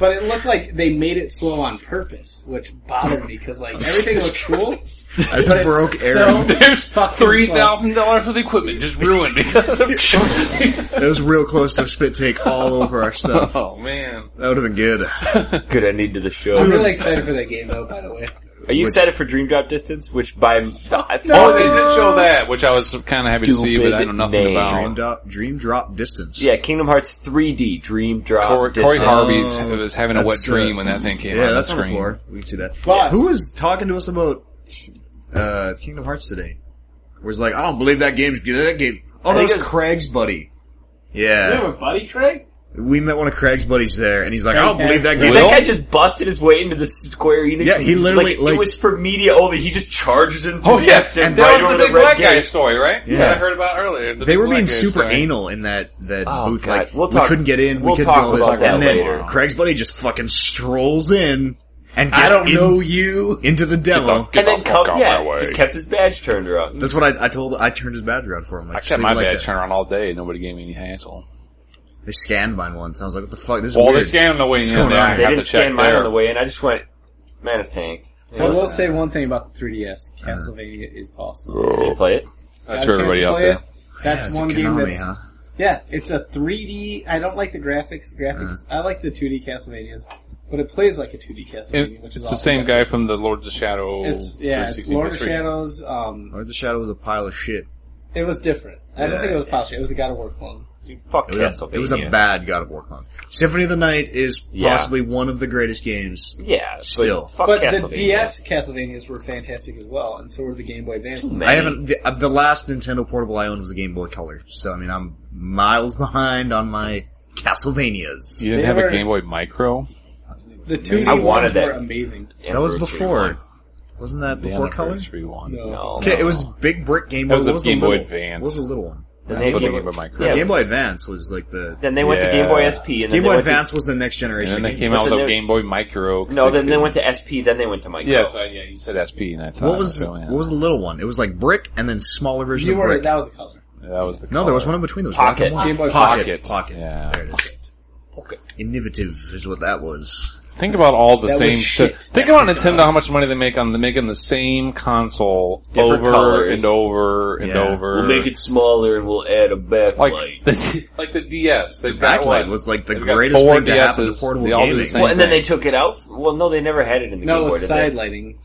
Speaker 4: but it looked like they made it slow on purpose, which bothered me because, like, everything looked cool.
Speaker 11: I just
Speaker 4: but it's
Speaker 11: broke
Speaker 4: so-
Speaker 11: Aaron.
Speaker 6: There's
Speaker 4: Fucking
Speaker 6: three thousand dollars worth of equipment just ruined because of
Speaker 11: It was real close to a spit take all over our stuff.
Speaker 6: Oh man.
Speaker 11: That would have been good.
Speaker 3: Good ending to the show.
Speaker 4: I'm really excited for that game, though. By the way,
Speaker 3: Are you excited for Dream Drop Distance? Which by I
Speaker 6: Oh, they did show that, which I was kind of happy to see, but I know nothing
Speaker 3: Stupid
Speaker 6: about.
Speaker 11: Dream, drop, dream drop distance.
Speaker 3: yeah, Kingdom Hearts 3D Dream Drop.
Speaker 6: Corey, Corey
Speaker 3: Distance.
Speaker 6: Harvey's was having a wet
Speaker 11: That's, uh,
Speaker 6: dream when that thing came out
Speaker 11: Yeah,
Speaker 6: on
Speaker 11: that's
Speaker 6: the
Speaker 11: on the
Speaker 6: screen.
Speaker 11: floor. We can see that.
Speaker 4: But-
Speaker 11: Who was talking to us about uh, Kingdom Hearts today? Was like, I don't believe that game's good. That game. Oh, that
Speaker 3: think
Speaker 11: was
Speaker 3: it's-
Speaker 11: Craig's buddy.
Speaker 4: you
Speaker 11: Yeah,
Speaker 4: have a buddy, Craig.
Speaker 11: we met one of Craig's buddies there, and he's like, I don't
Speaker 4: Craig
Speaker 11: believe
Speaker 4: has-
Speaker 11: that
Speaker 3: Dude,
Speaker 11: game.
Speaker 6: Will?
Speaker 3: That guy just busted his way into the Square Enix.
Speaker 11: Yeah, he literally,
Speaker 3: it
Speaker 11: like-
Speaker 3: was for media only. He just charges in.
Speaker 6: Oh yeah,
Speaker 3: yes, and
Speaker 6: that
Speaker 3: right
Speaker 6: was
Speaker 3: over
Speaker 6: the
Speaker 3: the,
Speaker 6: big
Speaker 3: red
Speaker 6: black guy
Speaker 3: gate.
Speaker 6: story, right?
Speaker 11: Yeah.
Speaker 6: That I heard about earlier. The
Speaker 11: They
Speaker 6: big
Speaker 11: were
Speaker 6: black
Speaker 11: being
Speaker 6: guy
Speaker 11: super
Speaker 6: story.
Speaker 11: anal in that that
Speaker 3: Oh,
Speaker 11: booth.
Speaker 3: God.
Speaker 11: Like
Speaker 3: We'll
Speaker 11: we
Speaker 3: talk-
Speaker 11: couldn't get in. we
Speaker 3: we'll
Speaker 11: couldn't
Speaker 3: talk
Speaker 11: do all this,
Speaker 3: about that
Speaker 11: and then
Speaker 3: later.
Speaker 11: Craig's buddy just fucking strolls in and gets in-
Speaker 4: you.
Speaker 11: into the demo.
Speaker 3: and
Speaker 6: Get
Speaker 3: then
Speaker 6: the fuck
Speaker 3: come,
Speaker 6: out
Speaker 3: yeah,
Speaker 6: my way.
Speaker 3: just kept his badge turned around.
Speaker 11: That's what I, I told. I turned his badge around for him. Like,
Speaker 6: I
Speaker 11: just
Speaker 6: kept
Speaker 11: leave
Speaker 6: my
Speaker 11: it like
Speaker 6: badge
Speaker 11: that.
Speaker 6: turned around all day. and Nobody gave me any hassle.
Speaker 11: They scanned mine once. I was like, "What the fuck? This is
Speaker 6: Well, they
Speaker 11: weird."
Speaker 6: scanned on the way in.
Speaker 11: going
Speaker 6: there.
Speaker 11: on?
Speaker 6: I
Speaker 3: They
Speaker 6: have
Speaker 3: didn't
Speaker 6: to check
Speaker 3: scan mine
Speaker 6: there.
Speaker 3: on the way in. I just went, man, a tank.
Speaker 4: I will say one thing about the 3DS: Castlevania is awesome.
Speaker 3: Did
Speaker 6: Oh.
Speaker 3: you play it?
Speaker 6: That's for
Speaker 4: Got a chance
Speaker 6: everybody
Speaker 4: to
Speaker 6: out
Speaker 4: play
Speaker 6: there.
Speaker 4: it? That's
Speaker 11: That's
Speaker 4: one
Speaker 11: a
Speaker 4: game
Speaker 11: Konami,
Speaker 4: that's
Speaker 11: huh?
Speaker 4: Yeah, it's a 3D. I don't like the graphics.
Speaker 11: Mm.
Speaker 4: Graphics. I like the 2D Castlevanias, but it plays like a 2D Castlevania,
Speaker 6: It-
Speaker 4: which
Speaker 6: It's
Speaker 4: is
Speaker 6: the
Speaker 4: awesome.
Speaker 6: same guy from the Lord of the Shadow.
Speaker 4: It's yeah, it's
Speaker 6: 360
Speaker 4: Lord of
Speaker 6: PS3.
Speaker 4: Shadows. Um,
Speaker 11: Lord of the Shadow was a pile of shit.
Speaker 4: it was different. I don't think it was a pile of shit. It was a God of War clone.
Speaker 3: Fuck
Speaker 11: It was, a,
Speaker 3: Castlevania.
Speaker 11: it was a bad God of War clone. Symphony of the Night is
Speaker 3: Yeah.
Speaker 11: possibly one of the greatest games.
Speaker 3: Yeah, but
Speaker 11: Still.
Speaker 3: fuck
Speaker 4: But the
Speaker 3: Castlevania.
Speaker 4: DS Castlevanias were fantastic as well, and so were the Game Boy Advance. ones.
Speaker 11: I haven't. The, uh, the last Nintendo portable I owned was the Game Boy Color, so I mean I'm miles behind on my Castlevanias.
Speaker 6: You didn't
Speaker 4: They
Speaker 6: have
Speaker 4: were-
Speaker 6: a Game Boy Micro.
Speaker 4: The 2D
Speaker 3: I wanted
Speaker 4: ones
Speaker 3: that.
Speaker 4: were amazing.
Speaker 11: that was
Speaker 3: Anniversary
Speaker 11: before,
Speaker 3: one.
Speaker 11: wasn't that
Speaker 6: The
Speaker 11: before Color?
Speaker 6: anniversary one.
Speaker 4: No.
Speaker 3: No.
Speaker 11: Okay, it was big brick Game Boy.
Speaker 6: was a
Speaker 11: What the
Speaker 6: Game Boy
Speaker 11: little-
Speaker 6: Advance.
Speaker 11: What was the little one?
Speaker 3: Then
Speaker 6: That's
Speaker 3: they
Speaker 6: what
Speaker 3: gave
Speaker 6: they
Speaker 3: it-
Speaker 6: gave it Micro.
Speaker 3: yeah,
Speaker 11: Game Boy Advance was like the
Speaker 3: Then they went to Game Boy
Speaker 6: Yeah.
Speaker 3: SP. And then
Speaker 11: Game Boy
Speaker 3: they went to-
Speaker 11: Advance was the next generation.
Speaker 6: And then
Speaker 11: of
Speaker 6: they
Speaker 11: Game
Speaker 6: came out
Speaker 3: What's
Speaker 6: with
Speaker 3: in
Speaker 6: a
Speaker 3: there?
Speaker 6: Game Boy Micro. 'cause
Speaker 3: no, then they
Speaker 6: couldn't-
Speaker 3: went to SP. Then they went to Micro.
Speaker 6: Yeah, so, yeah, you said SP, and I thought
Speaker 11: What was
Speaker 6: oh, yeah.
Speaker 11: what was the little one? It was like brick and then smaller version
Speaker 4: You
Speaker 11: of
Speaker 4: were
Speaker 11: brick.
Speaker 4: that was the color.
Speaker 6: that was the
Speaker 11: no, there was one
Speaker 6: color.
Speaker 11: in between. There was
Speaker 3: Pocket.
Speaker 11: black and white.
Speaker 4: Game Boy
Speaker 11: pocket,
Speaker 6: Pocket.
Speaker 11: pocket.
Speaker 6: Yeah.
Speaker 11: There it is. Innovative is what that was.
Speaker 6: Think about all the
Speaker 4: That was
Speaker 6: same
Speaker 4: shit.
Speaker 6: shit. Think about Nintendo, how much money they make on the making the same console
Speaker 3: Different
Speaker 6: over
Speaker 3: colors.
Speaker 6: and over and
Speaker 11: Yeah.
Speaker 6: over.
Speaker 3: We'll make it smaller and we'll add a backlight.
Speaker 6: like the, like the DS. They've got
Speaker 11: Backlight
Speaker 6: what?
Speaker 11: was like the
Speaker 6: They've got
Speaker 11: greatest
Speaker 6: four
Speaker 11: thing to happen to
Speaker 6: DSs.
Speaker 11: portable
Speaker 6: They all do the
Speaker 11: gaming.
Speaker 6: same
Speaker 3: well, and then
Speaker 6: thing.
Speaker 3: they took it out. Well, no, they never had it in the
Speaker 4: No,
Speaker 3: Game
Speaker 4: it
Speaker 3: Boy.
Speaker 4: was
Speaker 3: did they?
Speaker 4: side lighting.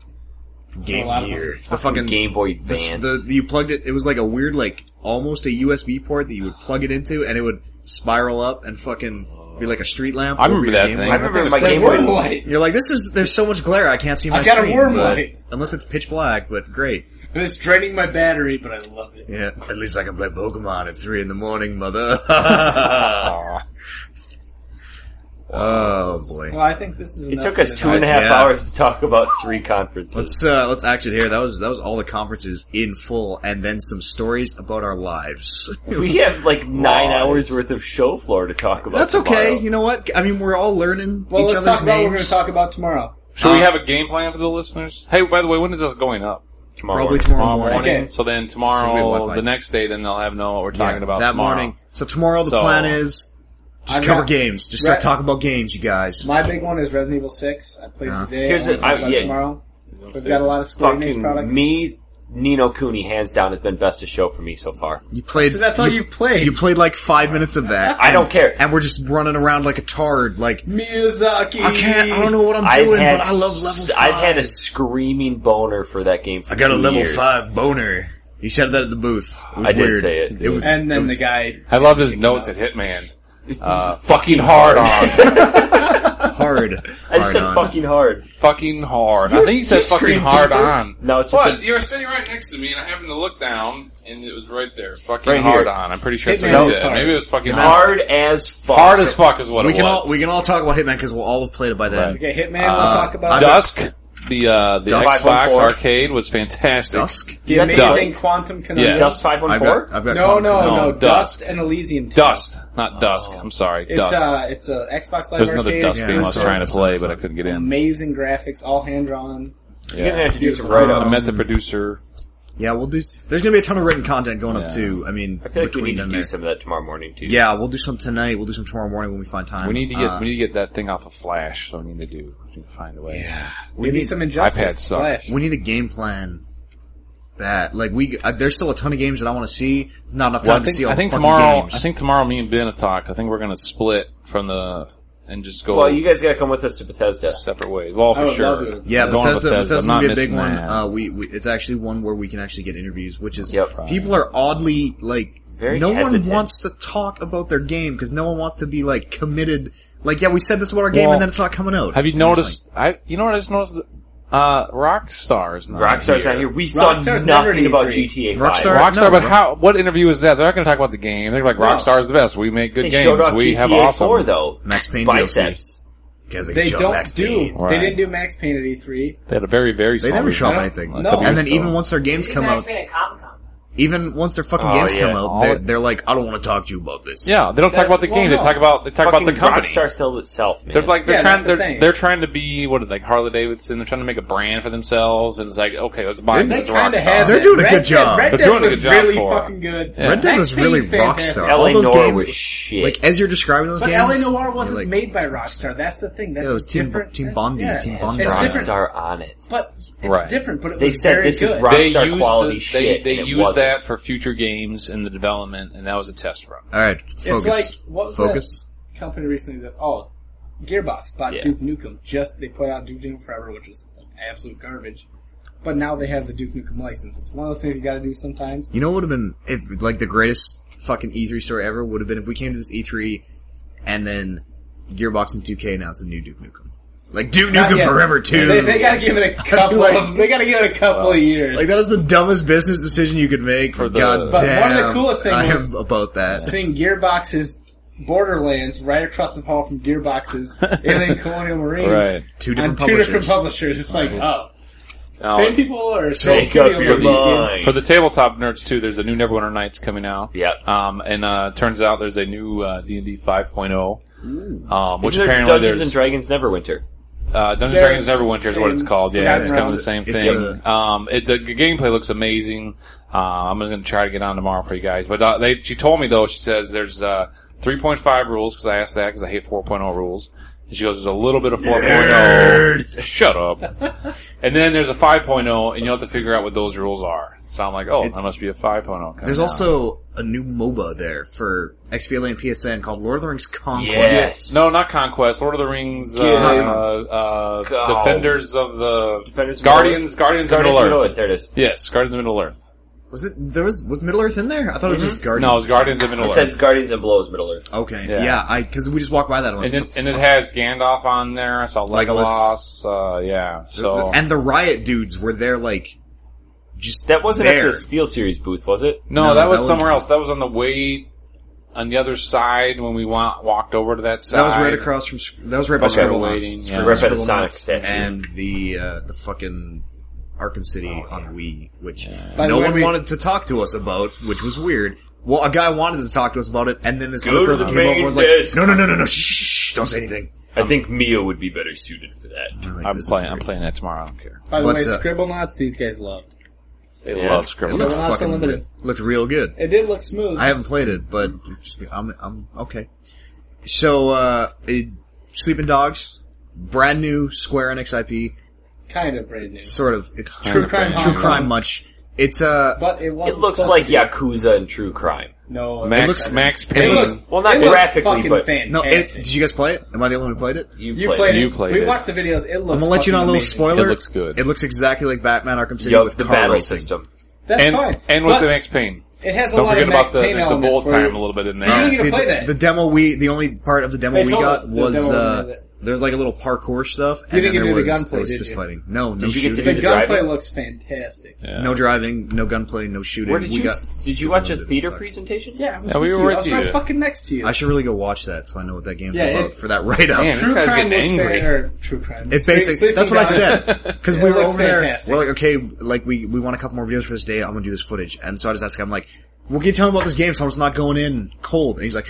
Speaker 11: Game
Speaker 4: A lot of
Speaker 11: Gear,
Speaker 4: them.
Speaker 11: the fucking
Speaker 3: Game Boy
Speaker 11: the,
Speaker 3: Advance.
Speaker 11: the- you plugged it. It was like a weird, like almost a USB port that you would plug it into, and it would spiral up and fucking be like a street lamp.
Speaker 6: I
Speaker 11: over
Speaker 6: remember
Speaker 11: your
Speaker 6: that
Speaker 11: Game
Speaker 6: thing.
Speaker 11: Boy.
Speaker 3: I remember my
Speaker 4: That
Speaker 3: Game
Speaker 4: worm
Speaker 3: Boy.
Speaker 4: light.
Speaker 11: You're like, this is. There's so much glare. I can't see my.
Speaker 4: I got a
Speaker 11: screen,
Speaker 4: worm
Speaker 11: but-
Speaker 4: light.
Speaker 11: Unless it's pitch black, but great.
Speaker 4: And it's draining my battery, but I love it.
Speaker 11: Yeah, at least I can play Pokemon at three in the morning, mother. oh boy. Oh,
Speaker 4: Well, I think this is.
Speaker 3: It took us two and a half
Speaker 11: Yeah.
Speaker 3: hours to talk about three conferences.
Speaker 11: Let's uh, let's act it here. That was that was all the conferences in full, and then some stories about our lives.
Speaker 3: we have like nine hours worth of show floor to talk about.
Speaker 11: That's okay.
Speaker 3: tomorrow.
Speaker 11: You know what? I mean, we're all learning
Speaker 4: Well,
Speaker 11: each
Speaker 4: let's
Speaker 11: other's
Speaker 4: talk about what
Speaker 11: names.
Speaker 4: we're going to talk about tomorrow.
Speaker 6: Should we have a game plan for the listeners? Hey, by the way, when is this going up?
Speaker 3: Tomorrow
Speaker 11: Probably
Speaker 3: morning.
Speaker 11: tomorrow,
Speaker 6: Tomorrow
Speaker 11: morning.
Speaker 6: morning.
Speaker 4: Okay.
Speaker 6: So then
Speaker 11: So we have
Speaker 6: tomorrow,
Speaker 11: Wi-Fi.
Speaker 6: the next day, then they'll have know what we're talking
Speaker 11: Yeah,
Speaker 6: about
Speaker 11: that
Speaker 6: tomorrow.
Speaker 11: morning. So tomorrow the
Speaker 6: So-
Speaker 11: plan is Just
Speaker 4: I've
Speaker 11: cover
Speaker 4: got-
Speaker 11: games. Just start
Speaker 4: Right.
Speaker 11: talking about games, you guys.
Speaker 4: My big one is Resident Evil Six. I played
Speaker 11: Uh-huh.
Speaker 4: it today.
Speaker 15: Here's
Speaker 4: Here's
Speaker 15: the- I- yeah.
Speaker 4: tomorrow. We've got a lot of Square Enix
Speaker 3: Fucking
Speaker 4: products.
Speaker 3: me, Nino Cooney, hands down, has been best of show for me so far.
Speaker 11: You played.
Speaker 4: 'Cause that's all you've played.
Speaker 11: You played like five minutes of that.
Speaker 3: I don't care.
Speaker 11: And we're just running around like a tard. Like
Speaker 4: Miyazaki.
Speaker 11: I can't. I don't know what I'm
Speaker 3: I've
Speaker 11: doing,
Speaker 3: had
Speaker 11: but I love
Speaker 3: s-
Speaker 11: level.
Speaker 3: I've
Speaker 11: Five.
Speaker 3: had a screaming boner for that game for
Speaker 11: I got a
Speaker 3: two
Speaker 11: level
Speaker 3: years.
Speaker 11: five boner. He said that at the booth. It was
Speaker 3: I did
Speaker 11: weird.
Speaker 3: say it.
Speaker 11: It was.
Speaker 4: And then the guy.
Speaker 6: I love his notes at Hitman. Uh, fucking hard on.
Speaker 11: hard.
Speaker 3: I just
Speaker 11: hard
Speaker 3: said
Speaker 11: on.
Speaker 3: fucking hard.
Speaker 6: fucking hard. I think you said fucking hard on.
Speaker 3: No, it's just
Speaker 6: What?
Speaker 3: a-
Speaker 6: You were sitting right next to me, and I happened to look down, and it was right there. Fucking
Speaker 3: Right here.
Speaker 6: hard on. I'm pretty sure that's
Speaker 4: Hitman's
Speaker 6: what you said.
Speaker 4: hard.
Speaker 6: Maybe it was fucking hard.
Speaker 3: hard as fuck.
Speaker 6: Hard as fuck is what
Speaker 11: We
Speaker 6: it
Speaker 11: can
Speaker 6: was.
Speaker 11: all we can all talk about Hitman because we'll all have played it by then.
Speaker 6: Right.
Speaker 4: Okay, Hitman. we'll
Speaker 6: Uh,
Speaker 4: talk about
Speaker 6: Dusk. The uh, the
Speaker 11: Dusk.
Speaker 6: Xbox
Speaker 11: 514.
Speaker 6: arcade was fantastic.
Speaker 11: Dusk.
Speaker 4: the
Speaker 3: Yeah,
Speaker 4: amazing
Speaker 6: Dusk.
Speaker 4: quantum conundrum.
Speaker 6: Yes.
Speaker 3: Dust five one
Speaker 11: I've
Speaker 3: four.
Speaker 11: got. I've got.
Speaker 4: No, no,
Speaker 6: No,
Speaker 4: no,
Speaker 6: Dust.
Speaker 4: Dust and Elysium. Town.
Speaker 6: Dust, not dusk. I'm sorry,
Speaker 4: It's
Speaker 6: dust.
Speaker 4: uh, it's a Xbox Live
Speaker 6: There's
Speaker 4: Arcade.
Speaker 6: another
Speaker 11: Oh.
Speaker 6: dust
Speaker 11: Yeah,
Speaker 6: game I
Speaker 11: I
Speaker 6: was
Speaker 11: saw
Speaker 6: trying to
Speaker 11: it.
Speaker 6: play, but I couldn't get in.
Speaker 4: Amazing graphics, all hand drawn.
Speaker 3: You're gonna
Speaker 6: Yeah.
Speaker 3: have to do some
Speaker 11: Right
Speaker 3: write
Speaker 11: up.
Speaker 6: I met the producer.
Speaker 11: Yeah, we'll do. s- There's gonna be a ton of written content going
Speaker 6: Yeah.
Speaker 11: up too. I mean,
Speaker 3: I feel like we
Speaker 11: between
Speaker 3: need to
Speaker 11: them
Speaker 3: do
Speaker 11: there.
Speaker 3: some of that tomorrow morning too.
Speaker 11: Yeah, we'll do some tonight. We'll do some tomorrow morning when we find time.
Speaker 6: We need to get
Speaker 11: Uh,
Speaker 6: we need to get that thing off of Flash, so we need to do we need to find a way. Yeah.
Speaker 4: We need some injustice.
Speaker 6: iPad sucks.
Speaker 4: Flash.
Speaker 11: We need a game plan. That like we uh, there's still a ton of games that I want to see. There's Not enough time
Speaker 6: Well, I
Speaker 11: to see
Speaker 6: think,
Speaker 11: all
Speaker 6: I
Speaker 11: the
Speaker 6: think
Speaker 11: fucking
Speaker 6: tomorrow
Speaker 11: games.
Speaker 6: I think tomorrow me and Ben have talked. I think we're gonna split from the and just go
Speaker 3: Well, you guys gotta come with us to Bethesda.
Speaker 6: separate ways. Well,
Speaker 4: I
Speaker 6: for
Speaker 4: would
Speaker 6: sure.
Speaker 4: love to.
Speaker 11: yeah,
Speaker 6: We're going to
Speaker 11: Bethesda,
Speaker 6: Bethesda.
Speaker 11: Bethesda's
Speaker 6: I'm not
Speaker 11: gonna be a big
Speaker 6: missing
Speaker 11: one.
Speaker 6: that.
Speaker 11: Uh, we, we it's actually one where we can actually get interviews, which is
Speaker 3: Yep.
Speaker 11: people are oddly like
Speaker 3: Very
Speaker 11: no
Speaker 3: hesitant.
Speaker 11: one wants to talk about their game because no one wants to be like committed. Like yeah, we said this about our game
Speaker 6: Well,
Speaker 11: and then it's not coming out.
Speaker 6: Have you
Speaker 11: And it's
Speaker 6: noticed? I you know what I just noticed? Uh, Rockstar is not
Speaker 3: Rockstar's
Speaker 6: here.
Speaker 3: not here. We
Speaker 4: Rockstar's
Speaker 3: saw
Speaker 4: never at
Speaker 3: nothing about
Speaker 4: E3.
Speaker 3: GTA Five.
Speaker 11: Rockstar-
Speaker 6: Rockstar,
Speaker 11: No,
Speaker 6: but
Speaker 11: Ro-
Speaker 6: how? What interview is that? They're not going to talk about the game. They're like,
Speaker 4: No.
Speaker 6: Rockstar's the best. We make good
Speaker 3: They showed
Speaker 6: games.
Speaker 3: off
Speaker 6: We
Speaker 3: GTA
Speaker 6: have awesome.
Speaker 3: Four though.
Speaker 11: Max Payne
Speaker 3: biceps.
Speaker 11: like, 'cause
Speaker 4: They
Speaker 11: showed
Speaker 4: don't
Speaker 11: Max
Speaker 4: do.
Speaker 11: Payne.
Speaker 6: Right.
Speaker 4: They didn't do Max Payne at E3.
Speaker 6: They had a very very.
Speaker 11: They
Speaker 6: small
Speaker 11: never
Speaker 6: review.
Speaker 11: shot
Speaker 4: No.
Speaker 11: anything.
Speaker 4: No.
Speaker 11: And then
Speaker 6: Years
Speaker 11: even
Speaker 6: ago.
Speaker 11: once their games come out,
Speaker 16: at Comic Con.
Speaker 11: even once their fucking
Speaker 3: Oh,
Speaker 11: games
Speaker 3: yeah.
Speaker 11: come
Speaker 6: All
Speaker 11: out, they're,
Speaker 6: it-
Speaker 11: they're like, I don't want to talk to you about this.
Speaker 6: Yeah, they don't talk
Speaker 4: That's-
Speaker 6: about the game.
Speaker 4: well,
Speaker 6: They
Speaker 4: no.
Speaker 6: talk about they talk about
Speaker 3: Fucking
Speaker 6: the company.
Speaker 3: Rockstar sells itself, man.
Speaker 6: They're like they're
Speaker 4: Yeah,
Speaker 6: trying
Speaker 4: that's
Speaker 6: they're,
Speaker 4: the thing.
Speaker 6: they're trying to be what is it, like Harley Davidson. They're trying to make a brand for themselves, and it's like okay, let's buy.
Speaker 4: They
Speaker 6: It's
Speaker 4: kind
Speaker 6: Rockstar.
Speaker 4: of have.
Speaker 11: They're
Speaker 4: it.
Speaker 11: doing a
Speaker 4: Red
Speaker 11: good job.
Speaker 4: Dead, Red
Speaker 6: They're
Speaker 4: Dead
Speaker 6: doing a
Speaker 4: was
Speaker 6: good job
Speaker 4: really
Speaker 6: for 'em.
Speaker 4: fucking good.
Speaker 6: Yeah.
Speaker 11: Red Dead
Speaker 4: Max
Speaker 11: was really
Speaker 4: Payne's fantastic.
Speaker 11: Rockstar.
Speaker 3: LA
Speaker 11: All those
Speaker 3: Noir
Speaker 11: games,
Speaker 3: was shit.
Speaker 11: like as you're describing those
Speaker 4: But
Speaker 11: games,
Speaker 4: LA Noir
Speaker 11: you're
Speaker 4: wasn't
Speaker 11: like,
Speaker 4: made by Rockstar. That's the thing. That's
Speaker 11: Yeah, it was Team-
Speaker 4: different.
Speaker 11: Team
Speaker 4: that's-
Speaker 11: Bondi,
Speaker 4: Yeah.
Speaker 11: Team
Speaker 4: It's
Speaker 11: Bondi.
Speaker 4: different,
Speaker 3: Rockstar on it.
Speaker 4: but it's
Speaker 6: Right.
Speaker 4: different. But it
Speaker 3: They
Speaker 4: was
Speaker 3: said
Speaker 4: very
Speaker 3: this is
Speaker 4: good.
Speaker 3: Rockstar
Speaker 6: They used
Speaker 3: quality
Speaker 6: the,
Speaker 3: shit,
Speaker 6: They, they
Speaker 3: and it
Speaker 6: used
Speaker 3: wasn't.
Speaker 6: that for future games in the development, and that was a test run.
Speaker 11: All right,
Speaker 4: It's
Speaker 11: focus.
Speaker 4: like what was
Speaker 11: focus.
Speaker 4: that company recently that oh, Gearbox bought
Speaker 3: Yeah.
Speaker 4: Duke Nukem. Just they put out Duke Nukem Forever, which was absolute garbage. But now they have the Duke Nukem license. It's one of those things you got to do sometimes.
Speaker 11: You know what would have been if like the greatest fucking E3 story ever would have been if we came to this E E3 and then Gearbox and 2K announced a new Duke Nukem, like Duke
Speaker 4: Not
Speaker 11: Nukem
Speaker 4: yet.
Speaker 11: Forever Two.
Speaker 4: They, they got to give it a couple.
Speaker 11: Like-
Speaker 4: of, they got to give it a couple of years.
Speaker 11: like that is the dumbest business decision you could make.
Speaker 6: For the-
Speaker 11: God
Speaker 4: But
Speaker 11: damn,
Speaker 4: one of the coolest things
Speaker 11: I
Speaker 4: was-
Speaker 11: am about that.
Speaker 4: seeing Gearbox's Borderlands right across the hall from Gearbox's Alien Colonial Marines
Speaker 6: Right.
Speaker 11: Two
Speaker 4: on
Speaker 11: different
Speaker 4: two
Speaker 11: publishers.
Speaker 4: different publishers. It's like oh,
Speaker 6: Now,
Speaker 4: same people or same
Speaker 3: Make up
Speaker 4: studio,
Speaker 3: your
Speaker 4: but these games-
Speaker 3: mind.
Speaker 6: For the tabletop nerds too, there's a new Neverwinter Nights coming out.
Speaker 3: Yep.
Speaker 6: Um, and uh, turns out there's a new uh, D&D 5.0, oh, um, which
Speaker 3: Isn't there
Speaker 6: apparently
Speaker 3: Dungeons and
Speaker 6: there's
Speaker 3: Dragons Neverwinter.
Speaker 6: uh, Dungeons
Speaker 4: They're
Speaker 6: Dragons Neverwinter is what it's
Speaker 4: same-
Speaker 6: called. Yeah,
Speaker 4: Yeah,
Speaker 6: it's kind of
Speaker 4: it's-
Speaker 6: the same
Speaker 11: it's
Speaker 6: thing. um, it, the, g- gameplay looks amazing. Uh, I'm going to try to get on tomorrow for you guys. But uh, they, she told me though, she says there's uh, 3.5 rules because I asked that because I hate 4.0 rules. And she goes, there's a little bit of 4.0. Shut up. and then there's a 5.0, and you'll have to figure out what those rules are. So I'm like, oh,
Speaker 11: It's-
Speaker 6: that must be a 5.0. coming
Speaker 11: There's
Speaker 6: out.
Speaker 11: also a new MOBA there for XBLA and PSN called Lord of the Rings Conquest.
Speaker 3: Yes.
Speaker 6: No, not Conquest. Lord of the Rings. Uh, uh,
Speaker 3: Go.
Speaker 6: uh, Defenders of the
Speaker 3: Defenders of
Speaker 6: Guardians. Guardians of Middle
Speaker 3: Guardians of
Speaker 6: Earth.
Speaker 3: There it is.
Speaker 6: Yes, Guardians of Middle Earth.
Speaker 11: Was it there was was Middle Earth in there? I thought it was just Guardian.
Speaker 6: No, it's Guardians of Middle
Speaker 3: It
Speaker 6: Earth.
Speaker 3: says Guardians and Blows Middle Earth.
Speaker 11: Okay.
Speaker 6: Yeah.
Speaker 11: Yeah, I because we just walked by that one.
Speaker 6: and it, and it has Gandalf on there. I saw
Speaker 11: Legolas.
Speaker 6: Legolas. Uh, yeah. So
Speaker 11: and the Riot dudes were there like just
Speaker 3: That wasn't at
Speaker 11: there.
Speaker 3: the Steel Series booth, was it?
Speaker 6: no,
Speaker 11: No,
Speaker 6: that was
Speaker 11: that was-
Speaker 6: somewhere else. That was on the way on the other side when we wa- walked over to that side.
Speaker 11: that was right across from Sc- that was right by
Speaker 3: Okay,
Speaker 11: Scribble
Speaker 6: we're
Speaker 11: Knots.
Speaker 6: waiting, yeah.
Speaker 11: Scribble-
Speaker 3: Right by the
Speaker 11: Scribble
Speaker 3: Sonic
Speaker 11: Knots
Speaker 3: statue.
Speaker 11: and the uh, the fucking Arkham City on Wii, which
Speaker 4: By
Speaker 11: no
Speaker 4: the way,
Speaker 11: one
Speaker 4: we-
Speaker 11: wanted to talk to us about, which was weird. Well, a guy wanted to talk to us about it, and then this other
Speaker 3: to
Speaker 11: person
Speaker 3: the
Speaker 11: came over
Speaker 3: main
Speaker 11: and was like,
Speaker 3: desk.
Speaker 11: "No, no, no, no, no, shh, shh, shh, shh, don't say anything."
Speaker 3: I think Mia would be better suited for that.
Speaker 11: I'm, like,
Speaker 6: I'm
Speaker 11: this is
Speaker 6: playing. I'm
Speaker 11: weird.
Speaker 6: playing that tomorrow. I don't care.
Speaker 4: By the
Speaker 11: But,
Speaker 4: way,
Speaker 11: uh,
Speaker 4: Scribble Knots these guys loved.
Speaker 6: They
Speaker 3: Yeah.
Speaker 6: love
Speaker 11: It
Speaker 6: Scribblenauts.
Speaker 11: looked
Speaker 4: Scribble Knots
Speaker 11: fucking
Speaker 4: Unlimited.
Speaker 11: looked real good.
Speaker 4: It did look smooth.
Speaker 11: I haven't played it, but I'm I'm okay. So, uh, it- Sleeping Dogs, brand new Square Enix IP,
Speaker 4: Kind of brand new.
Speaker 11: sort of it-
Speaker 4: True crime.
Speaker 11: true
Speaker 4: horror.
Speaker 11: crime much. It's uh,
Speaker 4: But it was
Speaker 3: It looks like Yakuza and True Crime.
Speaker 4: No. it
Speaker 6: Max
Speaker 11: looks-
Speaker 6: Max
Speaker 11: it
Speaker 6: Payne.
Speaker 11: looks
Speaker 3: Well, not
Speaker 4: it looks
Speaker 3: graphically,
Speaker 4: fucking
Speaker 3: but-
Speaker 4: fantastic.
Speaker 11: no. It, did you guys play it? Am I the only one who played it?
Speaker 3: You,
Speaker 4: you
Speaker 3: played,
Speaker 4: played it.
Speaker 6: You played
Speaker 4: we
Speaker 6: it.
Speaker 4: watched the videos. It looks
Speaker 11: I'm gonna let you know a
Speaker 4: fucking
Speaker 11: little
Speaker 4: amazing.
Speaker 11: spoiler.
Speaker 6: It looks good.
Speaker 11: It looks exactly like Batman Arkham City
Speaker 3: Yo,
Speaker 11: with
Speaker 3: the
Speaker 11: car
Speaker 3: battle
Speaker 11: racing.
Speaker 3: system.
Speaker 4: That's
Speaker 6: and
Speaker 4: fine.
Speaker 6: and with
Speaker 4: But
Speaker 6: the Max Payne.
Speaker 4: It has a
Speaker 6: Don't
Speaker 4: lot of
Speaker 6: forget
Speaker 4: Max
Speaker 6: about the
Speaker 4: Payne
Speaker 6: there's the
Speaker 4: elements
Speaker 6: bullet
Speaker 4: where-
Speaker 6: time a little bit in
Speaker 4: Yeah.
Speaker 6: there.
Speaker 4: need to play
Speaker 11: the,
Speaker 4: that.
Speaker 11: the demo we, the only part of the demo
Speaker 4: They
Speaker 11: we
Speaker 4: told
Speaker 11: got
Speaker 4: us the
Speaker 11: was
Speaker 4: demo wasn't
Speaker 11: uh,
Speaker 4: in
Speaker 11: there's like a little parkour stuff, and
Speaker 4: You
Speaker 11: then
Speaker 4: didn't get
Speaker 11: there
Speaker 4: to do the
Speaker 11: was,
Speaker 4: gunplay,
Speaker 11: there was
Speaker 4: did
Speaker 11: just
Speaker 4: you?
Speaker 11: fighting. No, no
Speaker 3: Did you get to
Speaker 11: shooting,
Speaker 3: do
Speaker 4: The
Speaker 3: the
Speaker 4: gunplay
Speaker 3: driving?
Speaker 4: looks fantastic.
Speaker 6: Yeah.
Speaker 11: no driving, no gunplay, no shooting.
Speaker 3: Where did
Speaker 11: we
Speaker 3: you
Speaker 11: got
Speaker 3: did you watch a
Speaker 11: super
Speaker 3: theater
Speaker 11: sucked.
Speaker 3: presentation?
Speaker 4: Yeah, I was
Speaker 6: Yeah, we were
Speaker 4: with you.
Speaker 6: with
Speaker 4: I was
Speaker 6: you.
Speaker 4: right fucking next to you.
Speaker 11: I should really go watch that so I know what that game's
Speaker 4: Yeah,
Speaker 11: about
Speaker 4: it-
Speaker 11: for that write up.
Speaker 6: Man,
Speaker 4: True
Speaker 6: this guy's
Speaker 4: crime
Speaker 6: getting
Speaker 4: looks
Speaker 6: angry.
Speaker 4: fa- or true crime.
Speaker 11: It's basically that's what I said because we
Speaker 4: It
Speaker 11: were
Speaker 4: looks
Speaker 11: over
Speaker 4: fantastic.
Speaker 11: there. We're like, okay, like we we want a couple more videos for this day. I'm gonna do this footage, and so I just asked him like, "Well, can you tell me about this game?" So I'm just not going in cold. And he's like,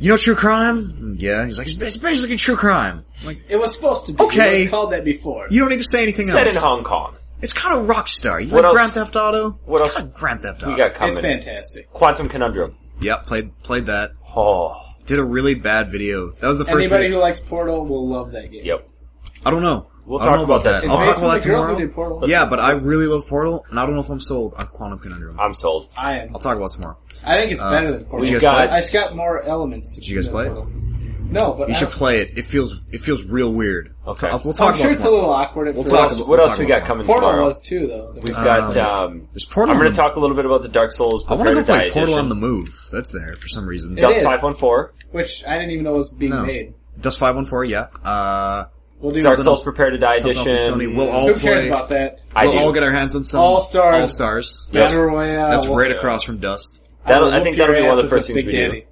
Speaker 11: "You know, true crime? Mm, Yeah." He's like, "It's it's basically true crime.
Speaker 4: It was supposed to be.
Speaker 11: Okay.
Speaker 4: It was called that before.
Speaker 11: You don't need to say anything
Speaker 3: Set
Speaker 11: else."
Speaker 3: in Hong Kong.
Speaker 11: It's kind of Rockstar. You like
Speaker 3: What else-
Speaker 11: Grand Theft Auto?
Speaker 3: what
Speaker 11: It's
Speaker 3: else-
Speaker 11: kinda Grand Theft
Speaker 3: We
Speaker 11: Auto.
Speaker 3: got
Speaker 4: it's
Speaker 3: coming.
Speaker 4: fantastic.
Speaker 3: Quantum Conundrum.
Speaker 11: Yep, played played that.
Speaker 3: Oh,
Speaker 11: Did a really bad video. That was the first.
Speaker 4: Anybody
Speaker 11: Video.
Speaker 4: who likes Portal will love that game.
Speaker 3: yep.
Speaker 11: I don't know.
Speaker 3: We'll
Speaker 11: I don't
Speaker 3: talk
Speaker 11: know about,
Speaker 3: about that
Speaker 11: that. I'll
Speaker 4: It's
Speaker 11: talk
Speaker 4: made
Speaker 11: about that
Speaker 4: from the girl who
Speaker 11: tomorrow.
Speaker 4: did Portal.
Speaker 11: Yeah, but I really love Portal, and I don't know if I'm sold on Quantum Conundrum.
Speaker 3: I'm sold.
Speaker 4: I am.
Speaker 11: I'll talk about it tomorrow.
Speaker 4: I think it's
Speaker 11: Uh,
Speaker 4: better than Portal.
Speaker 11: Did you guys
Speaker 3: got-
Speaker 11: play it?
Speaker 4: I- It's got more elements to Did
Speaker 11: you guys play it?
Speaker 4: No, but
Speaker 11: You
Speaker 4: I
Speaker 11: should
Speaker 4: don't-
Speaker 11: play it. It feels it feels real weird. I'll
Speaker 3: Okay.
Speaker 11: ta- we'll talk
Speaker 4: I'm
Speaker 11: about
Speaker 4: sure
Speaker 11: it
Speaker 4: it's a
Speaker 11: tomorrow.
Speaker 4: little awkward at
Speaker 11: We'll
Speaker 4: first.
Speaker 11: talk
Speaker 3: What,
Speaker 11: about-
Speaker 3: what
Speaker 11: we'll
Speaker 3: else
Speaker 11: talk
Speaker 3: we
Speaker 11: about
Speaker 3: got coming
Speaker 4: Portal
Speaker 3: tomorrow?
Speaker 4: was too, though.
Speaker 3: We've got.
Speaker 11: Um,
Speaker 3: Um,
Speaker 11: There's Portal.
Speaker 3: I'm
Speaker 11: on
Speaker 3: going
Speaker 11: the-
Speaker 3: to talk a little bit about the Dark Souls.
Speaker 11: I want to go play
Speaker 3: Prepared to Die
Speaker 11: Portal on
Speaker 3: edition.
Speaker 11: the Move. That's there for some reason.
Speaker 4: It
Speaker 3: Dust
Speaker 4: is.
Speaker 3: five one four.
Speaker 4: which I didn't even know was being
Speaker 11: No.
Speaker 4: made.
Speaker 11: Dust five one four. Yeah. Uh,
Speaker 4: We'll do.
Speaker 3: Dark
Speaker 11: something
Speaker 3: Souls
Speaker 11: else-
Speaker 3: Prepare to Die
Speaker 11: something else that
Speaker 3: edition.
Speaker 11: Sony. We'll all
Speaker 4: Who cares
Speaker 11: play.
Speaker 4: about that?
Speaker 3: I
Speaker 11: we'll
Speaker 3: do.
Speaker 11: all get our hands on some
Speaker 4: All Stars.
Speaker 11: All stars.
Speaker 3: Yep.
Speaker 4: Battle Royale.
Speaker 11: That's right across from Dust.
Speaker 3: That'll-
Speaker 4: will
Speaker 3: I
Speaker 4: whoop
Speaker 3: think that'll
Speaker 4: your
Speaker 3: be one of the first
Speaker 4: asses with
Speaker 3: things we
Speaker 4: Big
Speaker 3: do.
Speaker 4: Daddy.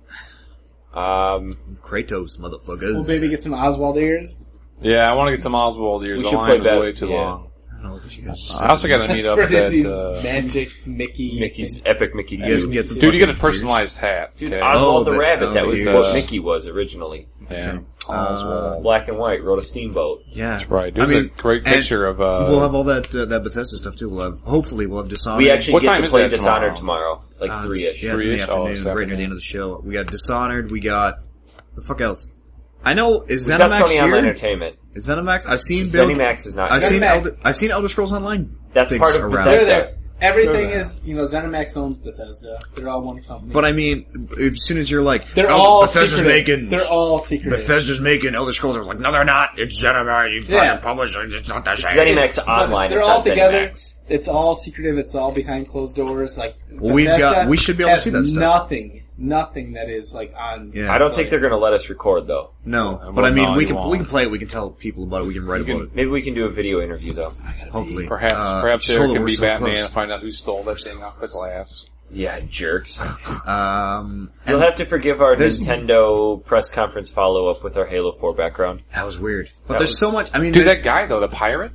Speaker 3: Um,
Speaker 11: Kratos, motherfuckers.
Speaker 4: We'll maybe get some Oswald ears.
Speaker 6: Yeah, I want to get some Oswald ears.
Speaker 3: We
Speaker 6: The
Speaker 3: should
Speaker 6: line
Speaker 3: play
Speaker 6: is
Speaker 3: that-
Speaker 6: way too
Speaker 3: yeah.
Speaker 6: long.
Speaker 11: I don't know what you guys.
Speaker 6: I also got to meet up
Speaker 4: For
Speaker 6: with
Speaker 4: Disney's
Speaker 6: that. Uh,
Speaker 4: magic Mickey.
Speaker 3: Mickey's epic Mickey.
Speaker 11: you guys
Speaker 3: Dude,
Speaker 11: can get some.
Speaker 6: dude, you get a
Speaker 11: fucking
Speaker 6: personalized hat.
Speaker 3: Dude,
Speaker 6: okay?
Speaker 3: Oswald
Speaker 11: Oh,
Speaker 3: the
Speaker 11: the-
Speaker 3: Rabbit.
Speaker 11: oh,
Speaker 3: that
Speaker 11: the
Speaker 3: was
Speaker 11: ears.
Speaker 3: what Mickey was originally.
Speaker 6: yeah.
Speaker 11: Oswald.
Speaker 3: Black and white. Rode a steamboat.
Speaker 11: Yeah,
Speaker 6: That's right. There's
Speaker 11: I mean,
Speaker 6: a great
Speaker 11: and
Speaker 6: picture of. Uh,
Speaker 11: we'll have all that uh, that Bethesda stuff too. We'll have hopefully we'll have Dishonored.
Speaker 3: We actually
Speaker 6: What
Speaker 3: get
Speaker 6: time
Speaker 3: to
Speaker 6: is
Speaker 3: play
Speaker 6: that
Speaker 3: Dishonored tomorrow, like
Speaker 11: Uh,
Speaker 3: three ish.
Speaker 11: Yeah, it's in the
Speaker 6: Three-ish? Oh,
Speaker 11: afternoon,
Speaker 6: it's
Speaker 11: right near the
Speaker 6: afternoon.
Speaker 11: end of the show. We got Dishonored. We got the fuck else. I know is
Speaker 3: That's
Speaker 11: ZeniMax
Speaker 3: Sony Online
Speaker 11: here?
Speaker 3: Entertainment.
Speaker 11: Is ZeniMax? I've seen
Speaker 3: Sony
Speaker 11: Bill.
Speaker 3: Max is not.
Speaker 11: I've
Speaker 3: here.
Speaker 11: seen
Speaker 4: ZeniMax.
Speaker 11: Elder. I've seen Elder Scrolls Online.
Speaker 3: That's
Speaker 11: things
Speaker 3: part of
Speaker 11: around.
Speaker 3: Bethesda.
Speaker 4: They're there. Everything
Speaker 6: They're there.
Speaker 4: is, you know, ZeniMax owns Bethesda. They're all one company.
Speaker 11: But I mean, as soon as you're like,
Speaker 4: they're
Speaker 11: oh,
Speaker 4: all
Speaker 11: Bethesda's
Speaker 4: secretive.
Speaker 11: making
Speaker 4: They're all secretive.
Speaker 11: Bethesda's making Elder Scrolls. I was like, no, they're not. It's ZeniMax. You fucking
Speaker 4: Yeah.
Speaker 11: publisher. It's not that shit.
Speaker 3: ZeniMax Online.
Speaker 4: They're
Speaker 3: is
Speaker 4: all
Speaker 3: not
Speaker 4: together.
Speaker 3: ZeniMax.
Speaker 4: It's all secretive. It's all behind closed doors. Like
Speaker 11: We've
Speaker 4: Bethesda
Speaker 11: got- we should be able to
Speaker 4: has
Speaker 11: see that stuff.
Speaker 4: Nothing, nothing that is like on.
Speaker 11: Yeah.
Speaker 3: I don't think they're going to let us record though.
Speaker 11: No,
Speaker 6: Well,
Speaker 11: but I mean,
Speaker 6: no,
Speaker 11: we
Speaker 6: you
Speaker 11: can
Speaker 6: won't.
Speaker 11: we can play it. We can tell people about it. We can write
Speaker 6: You
Speaker 11: about
Speaker 3: Maybe we can do a video interview though.
Speaker 11: it. Hopefully,
Speaker 6: Perhaps,
Speaker 11: Uh,
Speaker 6: perhaps
Speaker 11: just
Speaker 6: there
Speaker 11: hold it,
Speaker 6: can
Speaker 11: we're
Speaker 6: be
Speaker 11: so
Speaker 6: Batman
Speaker 11: close.
Speaker 6: and find out who stole that thing off the glass.
Speaker 3: Yeah, jerks.
Speaker 11: Um,
Speaker 3: You'll have to forgive our
Speaker 11: There's-
Speaker 3: Nintendo press conference follow up with our Halo 4 background.
Speaker 11: that was weird. But
Speaker 3: That
Speaker 11: there's
Speaker 3: was-
Speaker 11: so much. I mean,
Speaker 6: Dude,
Speaker 11: there's-
Speaker 6: that guy though, the pirate.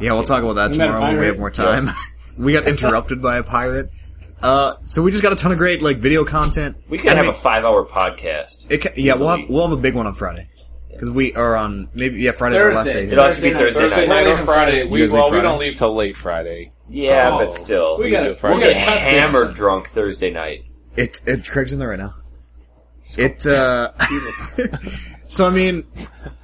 Speaker 11: yeah, we'll talk about that
Speaker 4: You met a
Speaker 11: tomorrow when we
Speaker 4: pirate?
Speaker 11: have more time. we got interrupted by a pirate. Uh, so we just got a ton of great like video content.
Speaker 3: We could
Speaker 11: And
Speaker 3: have a five hour podcast.
Speaker 11: it ca- yeah, we'll have,
Speaker 3: easily.
Speaker 11: we'll have a big one on Friday because we are on maybe yeah Friday's our last
Speaker 4: Thursday.
Speaker 11: day.
Speaker 3: It'll have to be
Speaker 4: Thursday
Speaker 3: Thursday,
Speaker 4: night.
Speaker 3: night.
Speaker 6: Thursday night
Speaker 4: Friday
Speaker 6: or
Speaker 4: and
Speaker 6: Friday.
Speaker 4: Friday.
Speaker 6: We,
Speaker 11: You guys leave
Speaker 6: well, we
Speaker 11: Friday?
Speaker 6: don't leave till late Friday.
Speaker 3: Yeah,
Speaker 6: So-
Speaker 3: but still.
Speaker 4: We
Speaker 3: We
Speaker 4: gotta,
Speaker 6: do
Speaker 4: we
Speaker 6: Friday.
Speaker 3: get
Speaker 4: gotta cut
Speaker 3: hammered drunk Thursday night.
Speaker 11: It it Craig's in there right now. It uh, so I mean,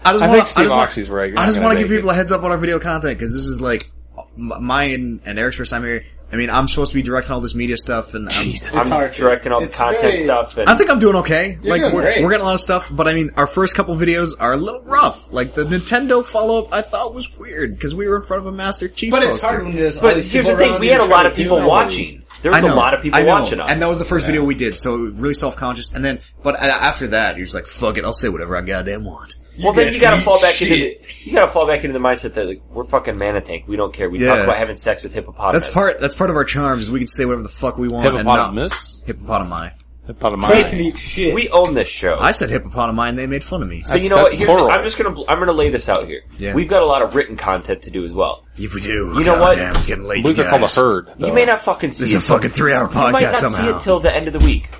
Speaker 11: I just
Speaker 6: I
Speaker 11: want
Speaker 6: think Steve Oxy's right. You're
Speaker 11: I
Speaker 6: not
Speaker 11: just
Speaker 6: gonna
Speaker 11: want to give
Speaker 6: make
Speaker 11: people a heads up on our video content because this is like m- mine and Eric's first time here. I mean, I'm supposed to be directing all this media stuff, and I'm,
Speaker 4: It's
Speaker 3: I'm
Speaker 4: hard.
Speaker 3: directing all the
Speaker 4: It's
Speaker 3: content
Speaker 4: very-
Speaker 3: stuff and
Speaker 11: I think I'm doing okay. like
Speaker 4: doing
Speaker 11: we're,
Speaker 4: great.
Speaker 11: we're getting a lot of stuff, but I mean, our first couple videos are a little rough. Like the Nintendo follow up, I thought was weird because we were in front of a Master Chief.
Speaker 4: But it's
Speaker 11: poster.
Speaker 4: hard when there's. all
Speaker 3: But
Speaker 4: these
Speaker 3: here's the
Speaker 4: people
Speaker 3: thing,
Speaker 4: around
Speaker 3: we
Speaker 4: you
Speaker 3: had a
Speaker 4: trying
Speaker 3: lot
Speaker 4: to
Speaker 3: of
Speaker 4: do
Speaker 3: people
Speaker 4: it.
Speaker 3: watching. There was
Speaker 11: I know,
Speaker 3: a lot of
Speaker 11: I
Speaker 3: people
Speaker 11: know.
Speaker 3: watching us.
Speaker 11: and that was the first video we did, so really self conscious. And then, but a- after that, you're just like, "Fuck it, I'll say whatever I goddamn want."
Speaker 3: well, then
Speaker 11: guys
Speaker 3: you gotta
Speaker 11: eat
Speaker 3: fall back into
Speaker 11: shit.
Speaker 3: the, you gotta fall back into the mindset that like, we're fucking Manitank. We don't care. We
Speaker 11: Yeah.
Speaker 3: talk about having sex with hippopotamus.
Speaker 11: That's part. That's part of our charms. We can say whatever the fuck we want.
Speaker 6: Hippopotamus.
Speaker 11: And not, hippopotami.
Speaker 4: They can
Speaker 6: Hippopotami.
Speaker 4: eat shit.
Speaker 3: We own this show.
Speaker 11: I said hippopotami, and they made fun of me.
Speaker 3: So you know what?
Speaker 6: That's
Speaker 3: Here's,
Speaker 6: plural.
Speaker 3: I'm just gonna I'm gonna lay this out here.
Speaker 11: Yeah.
Speaker 3: We've got a lot of written content to do as well.
Speaker 11: If we do,
Speaker 3: You know
Speaker 11: God
Speaker 3: what?
Speaker 11: Damn, it's getting late.
Speaker 6: I believe
Speaker 11: you
Speaker 6: they're called a
Speaker 11: guys.
Speaker 6: herd.
Speaker 3: You
Speaker 11: Uh,
Speaker 6: though.
Speaker 3: may not fucking see
Speaker 11: This is a
Speaker 3: it.
Speaker 11: fucking three-hour
Speaker 3: you might
Speaker 11: podcast
Speaker 3: not see
Speaker 11: somehow.
Speaker 3: it till the end of the week.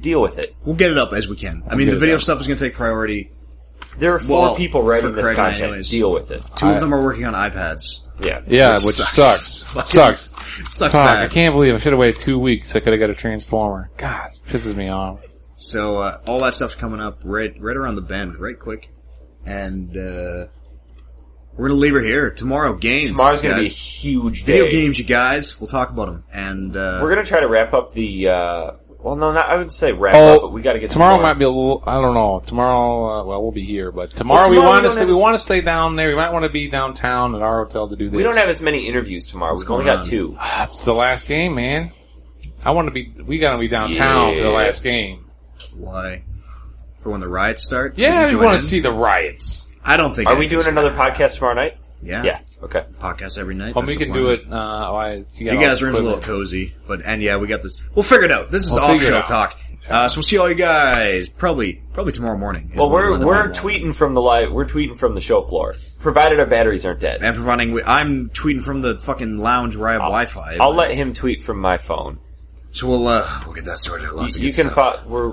Speaker 3: Deal with it.
Speaker 11: we'll get it up as we can. I mean,
Speaker 6: get
Speaker 11: the
Speaker 6: it
Speaker 11: video
Speaker 6: up.
Speaker 11: stuff is going to take priority.
Speaker 3: There are four
Speaker 11: Well,
Speaker 3: people
Speaker 11: for
Speaker 3: writing this
Speaker 11: Craig and I
Speaker 3: content.
Speaker 11: anyways.
Speaker 3: Deal with it.
Speaker 11: Two of them are working on iPads.
Speaker 3: Yeah.
Speaker 6: Yeah, which
Speaker 11: sucks.
Speaker 6: sucks.
Speaker 11: Fucking-
Speaker 6: Sucks.
Speaker 11: Sucks
Speaker 6: Fuck, I
Speaker 11: bad.
Speaker 6: can't believe I should have waited two weeks. I could have got a transformer. God, it pisses me off.
Speaker 11: So uh, all that stuff's coming up right right around the bend, right quick, and uh, we're gonna leave her here tomorrow. Games
Speaker 3: Tomorrow's going to be a
Speaker 11: guys.
Speaker 3: huge day.
Speaker 11: video games, you guys. We'll talk about them, and uh,
Speaker 3: We're going to try to wrap up the. Uh, well, no, not, I would say wrap
Speaker 6: Oh,
Speaker 3: up, but we got to get
Speaker 6: Tomorrow
Speaker 3: some more.
Speaker 6: might be a little. I don't know. Tomorrow, uh, well, we'll be here, but tomorrow,
Speaker 3: tomorrow
Speaker 6: we
Speaker 3: we
Speaker 6: want to
Speaker 3: don't
Speaker 6: stay.
Speaker 3: have-
Speaker 6: We want to stay down there. We might want to be downtown at our hotel to do this.
Speaker 3: We don't have as many interviews tomorrow. We've only
Speaker 11: going
Speaker 3: got
Speaker 11: on?
Speaker 3: two.
Speaker 6: That's the last game, man. I want to be. We gotta be downtown for the
Speaker 3: Yeah.
Speaker 6: last game.
Speaker 11: why for when the riots start?
Speaker 6: Yeah,
Speaker 11: can
Speaker 6: we
Speaker 11: join
Speaker 6: want
Speaker 11: in.
Speaker 6: to see the riots.
Speaker 11: I don't think.
Speaker 3: Are
Speaker 11: I
Speaker 3: we
Speaker 11: can
Speaker 3: doing
Speaker 11: join
Speaker 3: another
Speaker 11: in.
Speaker 3: podcast tomorrow night?
Speaker 11: Yeah,
Speaker 3: Yeah. Okay.
Speaker 11: podcast every night.
Speaker 6: Well,
Speaker 11: that's
Speaker 6: we
Speaker 11: the
Speaker 6: can
Speaker 11: plan.
Speaker 6: do it. Uh, I, you,
Speaker 11: You
Speaker 6: got
Speaker 11: guys
Speaker 6: all
Speaker 11: are in a little
Speaker 6: equipment.
Speaker 11: cozy, but and yeah, we got this. We'll figure it out. This is
Speaker 6: We'll
Speaker 11: the off
Speaker 6: figure it
Speaker 11: show
Speaker 6: out.
Speaker 11: talk. Uh, so we'll see all you guys probably probably tomorrow morning. is
Speaker 3: Well,
Speaker 11: when
Speaker 3: we're
Speaker 11: we'll
Speaker 3: we're
Speaker 11: end up.
Speaker 3: tweeting from the live. We're tweeting from the show floor, provided our batteries aren't dead.
Speaker 11: and providing we, I'm tweeting from the fucking lounge where I have Wi-Fi.
Speaker 3: I'll let him tweet from my phone.
Speaker 11: So we'll uh, we'll get that sorted. out. Lots of
Speaker 3: you
Speaker 11: good
Speaker 3: can
Speaker 11: stuff.
Speaker 3: fo- we're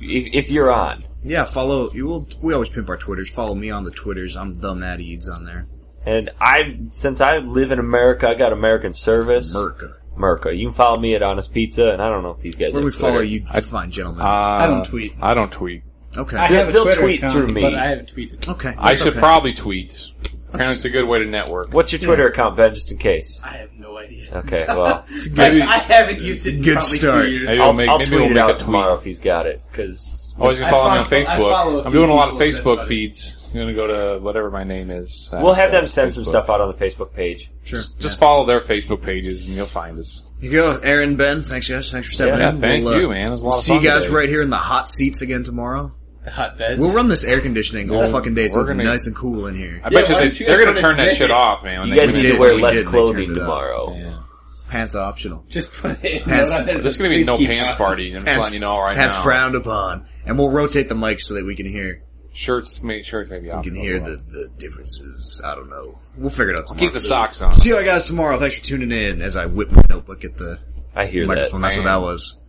Speaker 3: if, if you're on.
Speaker 11: Yeah, follow. You will. We always pimp our twitters. Follow me on the twitters. I'm the Matt Eads on there.
Speaker 3: And I since I live in America, I got American service.
Speaker 11: Merca.
Speaker 3: Merca. You can follow me at Honest Pizza, and I don't know if these guys.
Speaker 11: Where
Speaker 3: have
Speaker 11: would
Speaker 3: Twitter.
Speaker 11: follow you? fine, gentlemen.
Speaker 6: Uh,
Speaker 4: I don't tweet.
Speaker 6: I don't tweet.
Speaker 11: okay.
Speaker 4: I have a
Speaker 3: they'll
Speaker 4: Twitter
Speaker 3: tweet
Speaker 4: account,
Speaker 3: through me.
Speaker 4: but I haven't tweeted.
Speaker 11: okay.
Speaker 6: I
Speaker 11: that's
Speaker 6: should
Speaker 11: okay.
Speaker 6: probably tweet. Apparently, it's a good way to network.
Speaker 3: What's your Twitter account, Ben? Just in case.
Speaker 4: I have no idea.
Speaker 3: Okay. Well,
Speaker 4: I, I haven't used it in
Speaker 11: Good
Speaker 4: probably
Speaker 11: start.
Speaker 4: two years.
Speaker 6: Maybe
Speaker 3: I'll,
Speaker 6: we'll make,
Speaker 3: I'll
Speaker 6: maybe
Speaker 3: tweet
Speaker 6: we'll
Speaker 3: it
Speaker 6: make
Speaker 3: out
Speaker 6: a tweet.
Speaker 3: tomorrow if he's got it. Because
Speaker 6: Oh, you can
Speaker 4: I
Speaker 6: follow me on
Speaker 4: follow- I follow
Speaker 6: Facebook.
Speaker 4: a
Speaker 6: I'm doing a
Speaker 4: few
Speaker 6: lot of
Speaker 4: people, that's
Speaker 6: Facebook
Speaker 4: funny.
Speaker 6: feeds. I'm gonna go to whatever my name is.
Speaker 3: we'll have
Speaker 6: Uh,
Speaker 3: them send some
Speaker 6: Facebook.
Speaker 3: stuff out on the Facebook page.
Speaker 11: Sure.
Speaker 6: Just follow their Facebook pages and you'll find us.
Speaker 11: You go, Aaron, Ben. Thanks, guys. Thanks for stepping
Speaker 6: Yeah,
Speaker 11: in.
Speaker 6: thank
Speaker 11: We'll, uh,
Speaker 6: you, man. It was a lot of
Speaker 11: See
Speaker 6: fun
Speaker 11: you guys
Speaker 6: today.
Speaker 11: right here in the hot seats again tomorrow.
Speaker 4: The hotbeds.
Speaker 11: We'll run this air conditioning all
Speaker 6: Yeah,
Speaker 11: fucking day, so
Speaker 6: we're
Speaker 11: it's
Speaker 6: gonna-
Speaker 11: nice and cool in here.
Speaker 6: I
Speaker 4: Yeah,
Speaker 6: bet
Speaker 4: why
Speaker 6: you
Speaker 4: don't
Speaker 6: they,
Speaker 4: you
Speaker 6: they're
Speaker 4: guys
Speaker 6: gonna
Speaker 4: come
Speaker 6: turn that
Speaker 4: and-
Speaker 6: shit off, man. when
Speaker 3: You
Speaker 6: they-
Speaker 3: guys
Speaker 11: we
Speaker 3: need to
Speaker 11: did,
Speaker 3: wear
Speaker 11: we
Speaker 3: less
Speaker 11: did, they
Speaker 3: cleaning
Speaker 11: turned it up.
Speaker 3: tomorrow.
Speaker 6: Yeah.
Speaker 11: Pants optional.
Speaker 4: Just put it.
Speaker 11: Pants-
Speaker 4: no, no,
Speaker 6: There's gonna be no
Speaker 4: please keep
Speaker 6: pants
Speaker 4: on.
Speaker 6: party. I'm just
Speaker 11: Pants-
Speaker 6: letting you know right
Speaker 11: Pants
Speaker 6: now.
Speaker 11: frowned upon, and we'll rotate the mic so that we can hear.
Speaker 6: Shirts, may, shirts maybe off.
Speaker 11: We can hear the, the differences. I don't know. We'll figure it out tomorrow.
Speaker 6: keep the socks on.
Speaker 11: See you guys tomorrow. Thanks for tuning in. As I whip my notebook at the
Speaker 3: I hear that.
Speaker 11: microphone. That's what that was.